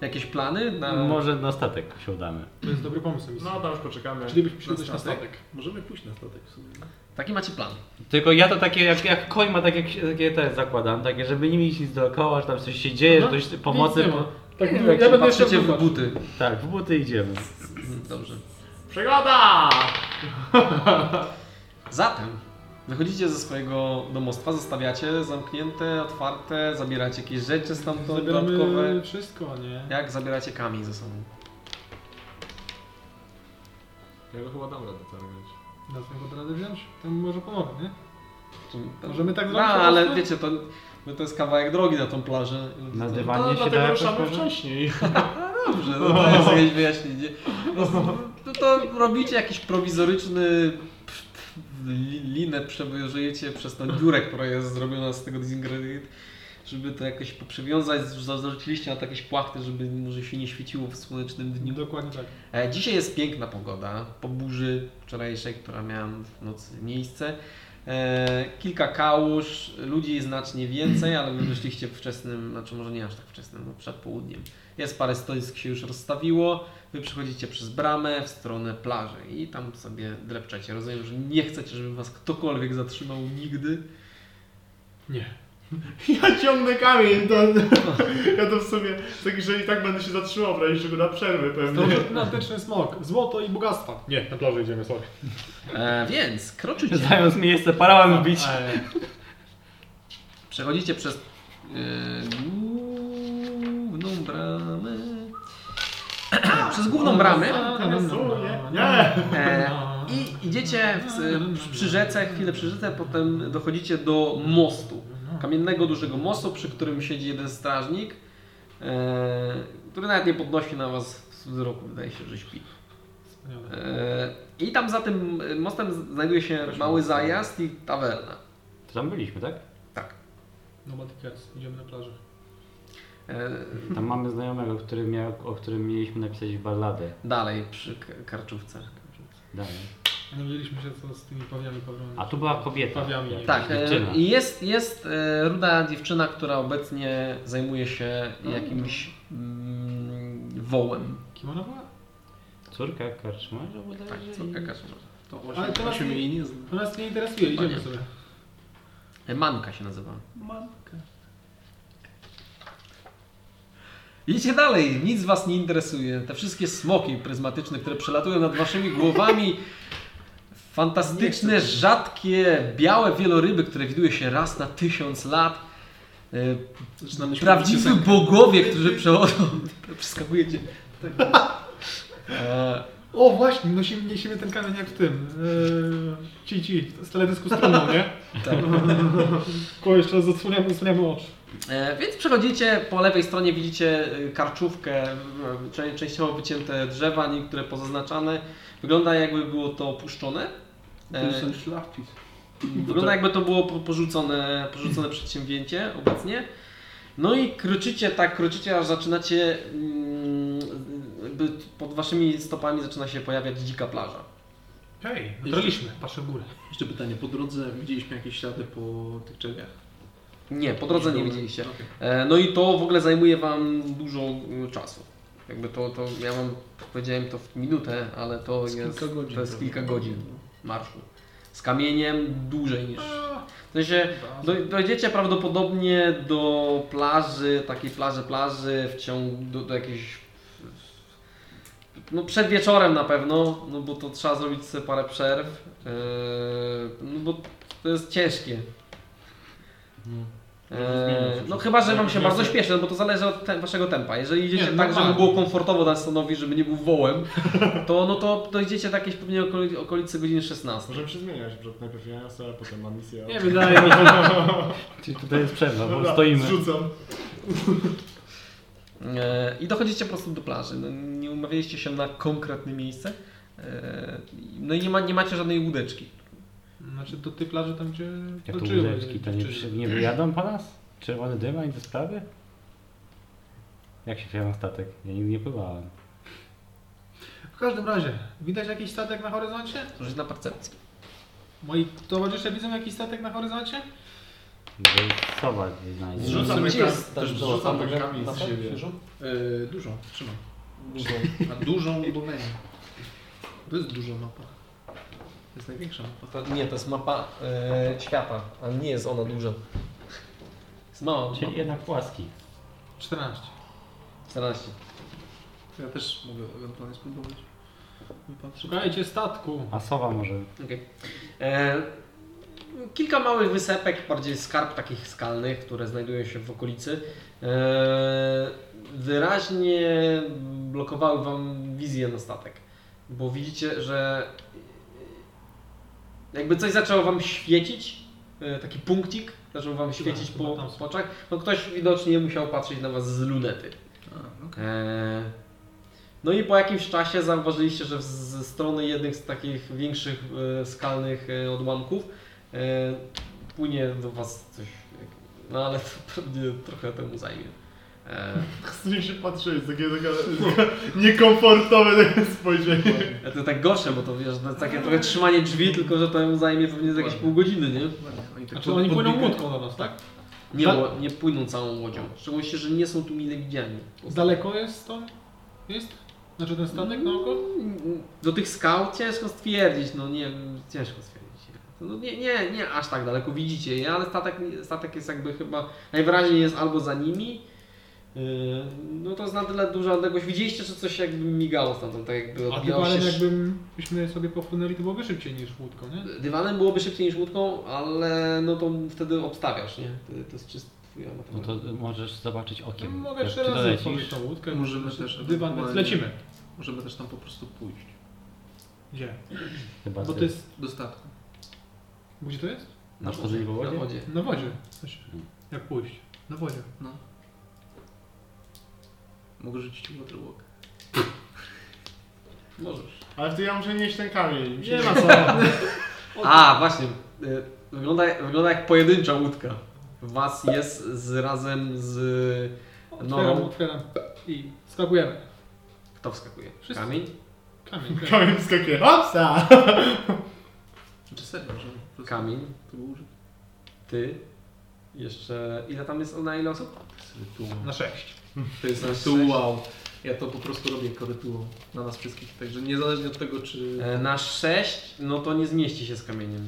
Speaker 1: jakieś plany na...
Speaker 4: Może na statek się udamy.
Speaker 13: To jest dobry pomysł. No. tak.
Speaker 6: No tam już poczekamy.
Speaker 13: Czyli byśmy przyszedł na statek.
Speaker 5: Możemy pójść na statek w sumie.
Speaker 1: Taki macie plan.
Speaker 4: Tylko ja to takie, jak, jak koń ma takie, takie te zakładam, takie, żeby nie mieć nic dookoła, że tam coś się dzieje,
Speaker 6: No,
Speaker 4: że ktoś pomocy...
Speaker 13: Nic nie ma. Tak,
Speaker 4: Nie,
Speaker 13: ja
Speaker 4: jak się
Speaker 13: będę jeszcze
Speaker 1: Patrzycie w
Speaker 13: wdupać.
Speaker 1: buty.
Speaker 4: Tak, w buty idziemy.
Speaker 1: Mm, Dobrze.
Speaker 6: Przegoda!
Speaker 1: Zatem wychodzicie ze swojego domostwa, zostawiacie zamknięte, otwarte, zabieracie jakieś rzeczy stamtąd
Speaker 13: Zabieramy
Speaker 1: dodatkowe.
Speaker 13: wszystko, nie?
Speaker 1: Jak zabieracie kamień ze sobą?
Speaker 6: Ja go chyba dam radę targać.
Speaker 13: Na tego da radę wziąć? Tam może pomogę, nie? Możemy tak
Speaker 1: No,
Speaker 13: zrobić po
Speaker 1: ale
Speaker 13: prostu?
Speaker 1: wiecie, to, bo to jest kawałek drogi na tą plażę.
Speaker 4: Na
Speaker 1: To-
Speaker 4: dywanie
Speaker 6: No,
Speaker 4: się
Speaker 6: dlatego
Speaker 4: da
Speaker 6: ruszamy
Speaker 4: jakoś może?
Speaker 6: wcześniej.
Speaker 1: Dobrze, no to jest jakieś wyjaśnienie. No to robicie jakiś prowizoryczny pf- pf- li- linę, przewyżujecie przez tą dziurę, która jest zrobiona z tego dizingredient, żeby to jakoś poprzywiązać. Zarzuciliście na to jakieś płachty, żeby może się nie świeciło w słonecznym dniu.
Speaker 13: Dokładnie tak.
Speaker 1: E, Dzisiaj jest piękna pogoda, po burzy wczorajszej, która miała w nocy miejsce. E, Kilka kałuż, ludzi znacznie więcej, ale wy wyszliście wczesnym, znaczy może nie aż tak wczesnym, no przed południem. Jest parę stoisk się już rozstawiło, wy przychodzicie przez bramę w stronę plaży i tam sobie drepczecie. Rozumiem, że nie chcecie, żeby was ktokolwiek zatrzymał nigdy.
Speaker 6: Ja ciągnę kamień, to... Ja to w sumie, tak, jeżeli tak będę się zatrzymał w razie czego na przerwy pewnie.
Speaker 13: Antyczny smok, złoto i bogactwa. Nie, na plaży idziemy, sorry.
Speaker 1: E, Więc kroczycie.
Speaker 4: Zając miejsce
Speaker 6: No,
Speaker 4: parałem bić.
Speaker 1: Przechodzicie przez y, główną bramę. przez główną bramę
Speaker 6: Pasuje. Nie!
Speaker 1: e, i idziecie w, w, przy rzece, chwilę przy rzece, potem dochodzicie do mostu. Kamiennego dużego mostu, przy którym siedzi jeden strażnik, e, który nawet nie podnosi na was wzroku, wydaje się, że śpi. E, I tam za tym mostem znajduje się mały zajazd i tawerna.
Speaker 4: To tam byliśmy, tak?
Speaker 1: Tak.
Speaker 13: No Matikers, idziemy na plażę.
Speaker 1: E,
Speaker 4: Tam mamy znajomego, który miał, o którym mieliśmy napisać balladę.
Speaker 1: dalej przy k- karczówce.
Speaker 4: Dalej.
Speaker 3: No widzieliśmy się co z tymi pawiami pawrami.
Speaker 4: A tu była kobieta.
Speaker 3: Pawiami.
Speaker 4: jakaś
Speaker 1: Tak, e,
Speaker 4: dziewczyna.
Speaker 1: i jest, jest e, ruda dziewczyna, która obecnie zajmuje się jakimś mm, wołem.
Speaker 3: Kim ona była?
Speaker 4: Córka karczmarza bodajże.
Speaker 1: Tak, córka Kasuma.
Speaker 5: To
Speaker 3: Ale
Speaker 5: właśnie,
Speaker 3: to
Speaker 5: to się
Speaker 3: właśnie-
Speaker 5: mnie nie zna.
Speaker 3: To nas nie interesuje, idziemy
Speaker 1: Panie.
Speaker 3: sobie.
Speaker 1: E, Manka się nazywa.
Speaker 5: Manka.
Speaker 1: Idźcie dalej, nic was nie interesuje. Te wszystkie smoki pryzmatyczne, które przelatują nad waszymi głowami. Fantastyczne, rzadkie, białe wieloryby, które widuje się raz na tysiąc lat. E,
Speaker 5: Zaczynamy się
Speaker 1: Prawdziwi
Speaker 5: piosenkę.
Speaker 1: bogowie, którzy przechodzą.
Speaker 5: Przeskakujecie.
Speaker 1: Tak. E,
Speaker 3: O właśnie, nosimy, niesiemy ten kamień jak w tym. Eee, ci, ci, z teledysku stroną, nie?
Speaker 1: tak.
Speaker 3: Koło jeszcze raz zasłaniamy, zasłaniamy oczy.
Speaker 1: E, Więc przechodzicie, po lewej stronie widzicie e, karczówkę, e, czę- częściowo wycięte drzewa, niektóre pozaznaczane. Wygląda jakby było to opuszczone.
Speaker 5: To
Speaker 1: E,
Speaker 5: jest ten szlachcic.
Speaker 1: Wygląda jakby to było po- porzucone, porzucone przedsięwzięcie obecnie. No i kroczycie, tak kroczycie, aż zaczynacie, mm, jakby pod waszymi stopami zaczyna się pojawiać dzika plaża.
Speaker 3: Hej, dotraliśmy, patrzę w górę.
Speaker 5: Jeszcze pytanie, po drodze widzieliśmy jakieś ślady po tych czepiach?
Speaker 1: Nie, po drodze nie widzieliście.
Speaker 5: Okej.
Speaker 1: E, No i to w ogóle zajmuje wam dużo mm, czasu. Jakby to, to ja wam powiedziałem to w minutę, ale to
Speaker 5: Z
Speaker 1: jest
Speaker 5: kilka godzin.
Speaker 1: to jest kilka
Speaker 5: prawda?
Speaker 1: godzin marszu. Z kamieniem dłużej niż. W sensie doj- dojdziecie prawdopodobnie do plaży, takiej plaży, plaży w ciągu do, do jakiejś. No przed wieczorem na pewno, no bo to trzeba zrobić sobie parę przerw. Yy, no bo to jest ciężkie. Eee, no chyba, że wam się bardzo śpieszy, no bo to zależy od te, waszego tempa. Jeżeli idziecie
Speaker 3: Nie,
Speaker 1: tak, żeby
Speaker 3: normalnie.
Speaker 1: było komfortowo Dunstonowi, żeby nie był wołem, to no to dojdziecie do jakiejś pewnie okoli, okolicy godziny 16.
Speaker 6: Możemy się zmieniać, że najpierw ja sobie, potem mam misję.
Speaker 4: Nie wydaje mi się. Czyli tutaj jest przerwa, bo
Speaker 6: Dobra,
Speaker 4: stoimy.
Speaker 6: Zrzucam.
Speaker 1: Eee, I dochodzicie po prostu do plaży. No, nie umawialiście się na konkretne miejsce. Eee, no i nie, ma, nie macie żadnej łódeczki.
Speaker 3: Znaczy do tej plaży tam gdzie
Speaker 4: Jak to
Speaker 3: walczyły
Speaker 4: łódeczki, to nie,
Speaker 3: dziewczyny.
Speaker 4: przy- nie wyjadą po nas? Czerwony dywan i te sprawy? Jak się wsiadł na statek? Ja nigdy nie pływałem.
Speaker 3: W każdym razie, widać jakiś statek na horyzoncie?
Speaker 1: Rzuć na percepcję.
Speaker 3: Moi towarzysze widzą jakiś statek na horyzoncie?
Speaker 4: Może sowa nie znajdzie.
Speaker 6: Zrzucam
Speaker 1: Gdzie jest
Speaker 6: też
Speaker 1: ta
Speaker 6: zrzucam
Speaker 1: żoła?
Speaker 6: kamień z siebie.
Speaker 5: Eee, dużą, trzymam. Dużą. A dużą do mnie. To jest duża mapa. To jest największa mapa.
Speaker 1: To, nie, to jest mapa eee, świata, a nie jest ona duża. Jest mała,
Speaker 4: No, Czyli jednak płaski.
Speaker 3: 14.
Speaker 1: 14.
Speaker 5: Ja też mogę ewentualnie spróbować. Wypatrzę.
Speaker 3: Szukajcie statku.
Speaker 4: A sowa może.
Speaker 1: Okej. E, Kilka małych wysepek, bardziej skarb takich skalnych, które znajdują się w okolicy, e, wyraźnie blokowały Wam wizję na statek, bo widzicie, że jakby coś zaczęło Wam świecić, e, taki punkcik zaczął Wam świecić
Speaker 3: Tak, chyba
Speaker 1: po,
Speaker 3: tam
Speaker 1: po oczach, no ktoś widocznie musiał patrzeć na Was z lunety.
Speaker 5: A, okej.
Speaker 1: Eee, No i po jakimś czasie zauważyliście, że z- ze strony jednych z takich większych e, skalnych e, odłamków e, płynie do Was coś. jak- No ale to pewnie trochę temu zajmie. Eee,
Speaker 18: Z nim się patrzę, jest takie taka, niekomfortowe takie spojrzenie.
Speaker 1: To tak gorsze, bo to wiesz, to jest takie trochę trzymanie drzwi, tylko że to mu zajmie pewnie z jakieś pół godziny, nie?
Speaker 5: Ładnie, Oni tak
Speaker 3: Znaczy oni płyną
Speaker 5: podbiegają.
Speaker 3: łódką do nas, tak?
Speaker 1: Nie,
Speaker 3: Tak.
Speaker 1: ło- nie płyną całą łodzią. W szczególności, że nie są tu mile widziani.
Speaker 3: Daleko jest to? Jest? Znaczy ten statek na
Speaker 1: Mm.
Speaker 3: oko?
Speaker 1: Do tych skał ciężko stwierdzić, no nie, ciężko stwierdzić. No nie, nie, nie aż tak daleko widzicie je, ale statek, statek jest jakby chyba, najwyraźniej jest albo za nimi, yy, no to jest na tyle duża odległość. Widzieliście, że coś jakby migało stamtąd, tak jakby
Speaker 3: A
Speaker 1: odbijało
Speaker 3: chyba
Speaker 1: się... sz-
Speaker 3: jakbyśmy sobie popłynęli, to byłoby szybciej niż łódką, nie?
Speaker 1: Dywanem byłoby szybciej niż łódką, ale no to wtedy obstawiasz, nie? To, to jest czysto twoja
Speaker 4: No to
Speaker 1: matematyka.
Speaker 4: możesz zobaczyć
Speaker 3: Ja
Speaker 4: okiem.
Speaker 3: No, mogę
Speaker 4: Jak
Speaker 3: jeszcze
Speaker 4: ty
Speaker 3: raz otworzyć
Speaker 4: dolecisz.
Speaker 3: tą łódkę.
Speaker 5: Możemy
Speaker 3: Znaczy,
Speaker 5: też
Speaker 3: Dywan, więc
Speaker 5: ewentualnie-
Speaker 3: lecimy.
Speaker 5: Możemy też tam po prostu pójść.
Speaker 3: Gdzie?
Speaker 4: Chyba
Speaker 3: Bo
Speaker 4: ty.
Speaker 3: to jest...
Speaker 5: Do statku.
Speaker 3: Gdzie to jest?
Speaker 4: Na wchodzeniu po
Speaker 1: Na
Speaker 4: wodzie?
Speaker 1: wodzie.
Speaker 3: Na wodzie. Znaczy, jak pójść? Na wodzie.
Speaker 5: Mogę rzucić waterwalk.
Speaker 1: Możesz.
Speaker 6: Ale wtedy ja muszę nieść ten kamień.
Speaker 3: Nie ma co.
Speaker 1: A, właśnie. y, Wygląda, wygląda jak pojedyncza łódka. Was jest z, razem z
Speaker 3: Otwieram,
Speaker 1: No.
Speaker 3: otwieram i skakujemy.
Speaker 1: Kto wskakuje?
Speaker 3: Wszyscy.
Speaker 1: Kamień?
Speaker 3: Kamień.
Speaker 6: Kamień wskakuje. Hopsa!
Speaker 5: Znaczy serio, że po prostu
Speaker 1: Kamień,
Speaker 5: to był użyt.
Speaker 1: ty, jeszcze... Ile tam jest, na ile osób?
Speaker 3: Na 6.
Speaker 5: To jest
Speaker 1: Na
Speaker 5: rytuał. Ja to po prostu robię jako rytuał na nas wszystkich. Także niezależnie od tego, czy
Speaker 1: E, Na 6, no to nie zmieści się z kamieniem.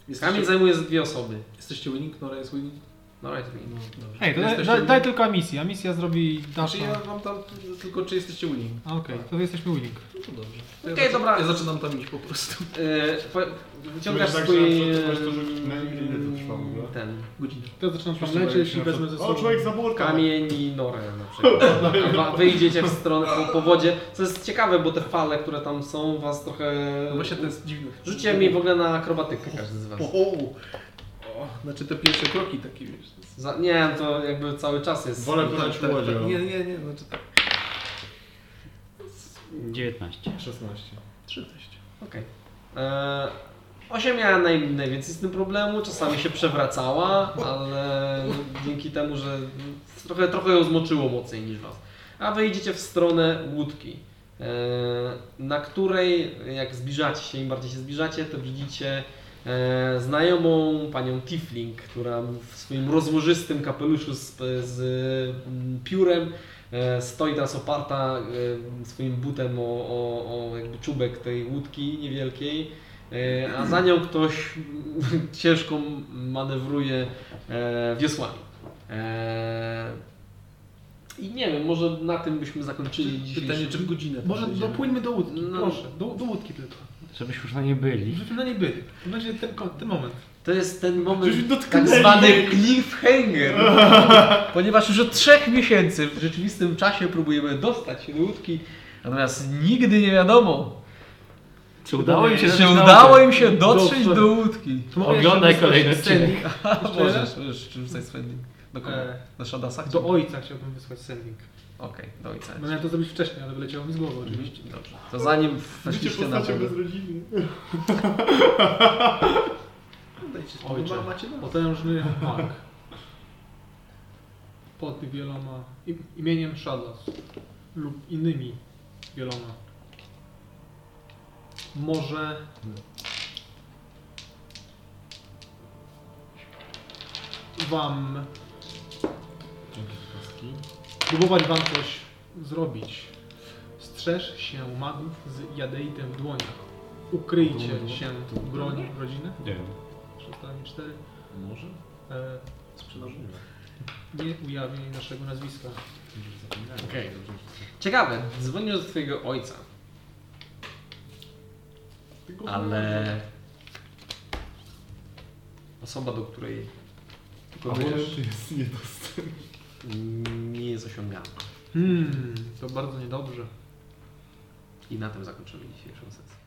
Speaker 1: Kamień
Speaker 5: jesteście,
Speaker 1: zajmuje z dwie osoby.
Speaker 5: jesteście winning, Nora jest winning.
Speaker 1: No, right, me.
Speaker 5: No, dobrze.
Speaker 3: Ej, to daj,
Speaker 5: Jesteście
Speaker 3: daj,
Speaker 5: winning.
Speaker 3: daj tylko misję. A misja zrobi
Speaker 5: Znaczy
Speaker 3: naszą.
Speaker 5: ja mam tam tylko, czy jesteście winning.
Speaker 3: A, Okej, to jesteśmy winning.
Speaker 5: No to dobrze. To ja
Speaker 1: Okej,
Speaker 5: zaczynam-
Speaker 1: dobra.
Speaker 5: Ja zaczynam tam iść po prostu.
Speaker 1: E, po- Wyciągasz
Speaker 6: Myślę, że
Speaker 1: swój...
Speaker 6: na
Speaker 1: e,
Speaker 6: przykład to żeby- na ile- ile to trwa w ogóle?
Speaker 1: Ten.
Speaker 5: Godzinę.
Speaker 3: To zaczynam tam
Speaker 6: Wszyscy
Speaker 3: lecieć
Speaker 6: będą
Speaker 3: i
Speaker 6: się
Speaker 3: wezmę
Speaker 6: na
Speaker 3: ze
Speaker 6: przykład,
Speaker 3: sobą.
Speaker 6: O, człowiek za burtą.
Speaker 1: Kamień i norę na przykład. Wa- Wyjdziecie w stronę po, po wodzie, co jest ciekawe, bo te fale, które tam są, was trochę...
Speaker 5: No właśnie to jest dziwne.
Speaker 1: Rzućcie mi w ogóle na akrobatykę każdy z was.
Speaker 5: O, o, o. Znaczy te pierwsze kroki takie, wiesz. to jest-
Speaker 1: Za, nie, to jakby cały czas jest...
Speaker 6: Wolę płynąć
Speaker 5: tak,
Speaker 6: łodzią.
Speaker 5: tak. Nie, nie, nie, znaczy tak.
Speaker 3: No,
Speaker 4: 19.
Speaker 6: 16.
Speaker 5: 13.
Speaker 1: Okej. Okay. Osiem miała naj, najwięcej z tym problemu, czasami się przewracała, ale dzięki temu, że trochę, trochę ją zmoczyło mocniej niż was. A wyjdziecie w stronę łódki, e, na której jak zbliżacie się, im bardziej się zbliżacie, to widzicie e, znajomą panią Tifling, która w swoim rozłożystym kapeluszu z, z mm, piórem E, Stoi teraz oparta e, swoim butem o, o, o jakby czubek tej łódki niewielkiej, e, a za nią ktoś ciężko manewruje e, wiosłami. E, I nie wiem, może na tym byśmy zakończyli
Speaker 5: Pytanie,
Speaker 1: dzisiejszy...
Speaker 5: czy w godzinę tam
Speaker 3: Może
Speaker 5: wejdziemy?
Speaker 3: dopłyńmy do łódki,
Speaker 1: No.
Speaker 3: proszę. Do, do łódki tylko.
Speaker 4: Żebyśmy już na nie byli.
Speaker 3: Żebyśmy na niej byli. To będzie ten, ko- ten moment.
Speaker 1: To jest ten moment tak
Speaker 6: Żeśmy dotknęli
Speaker 1: zwany
Speaker 6: jej.
Speaker 1: cliffhanger, ponieważ już od trzech miesięcy w rzeczywistym czasie próbujemy dostać się do łódki, natomiast nigdy nie wiadomo,
Speaker 4: Czy udało im się?
Speaker 1: Czy
Speaker 4: zaczynamy?
Speaker 1: udało im się dotrzeć do łódki?
Speaker 3: To mogę
Speaker 4: Oglądaj
Speaker 3: jeszcze
Speaker 4: kolejny
Speaker 3: wysłać
Speaker 4: odcinek.
Speaker 3: sending
Speaker 1: A,
Speaker 3: jeszcze
Speaker 1: możesz,
Speaker 3: raz?
Speaker 1: możesz czym wstać spędzi. Do kogo?
Speaker 3: E,
Speaker 1: Do Shadasa?
Speaker 3: Do No ojca chciałbym wysłać sending.
Speaker 1: Okej, do ojca.
Speaker 3: Będę to zrobić wcześniej, ale wyleciało mi z głowy oczywiście.
Speaker 1: Dobrze. To zanim
Speaker 6: Życie
Speaker 1: weszliście na
Speaker 6: postacią
Speaker 1: wodę.
Speaker 6: bez rodziny.
Speaker 5: Dajcie spokój,
Speaker 3: Ojcze,
Speaker 5: ma- macie nas?
Speaker 3: potężny mag. Pod wieloma... im- imieniem Shadows. Lub innymi wieloma. Może... Wam... Próbować wam coś zrobić. Strzeż się magów z jadeitem w dłoniach. Ukryjcie się broń rodziny.
Speaker 4: Nie wiem.
Speaker 3: 4
Speaker 6: Może?
Speaker 3: E,
Speaker 6: Sprzedażujemy.
Speaker 3: nie ujawnij naszego nazwiska.
Speaker 1: Okej. Ciekawe, dzwonił do twojego ojca. Ale... Osoba, do której próbujesz,
Speaker 6: jest niedostępny.
Speaker 1: nie jest osiągana.
Speaker 3: Hmm, to bardzo niedobrze.
Speaker 1: I na tym zakończymy dzisiejszą sesję.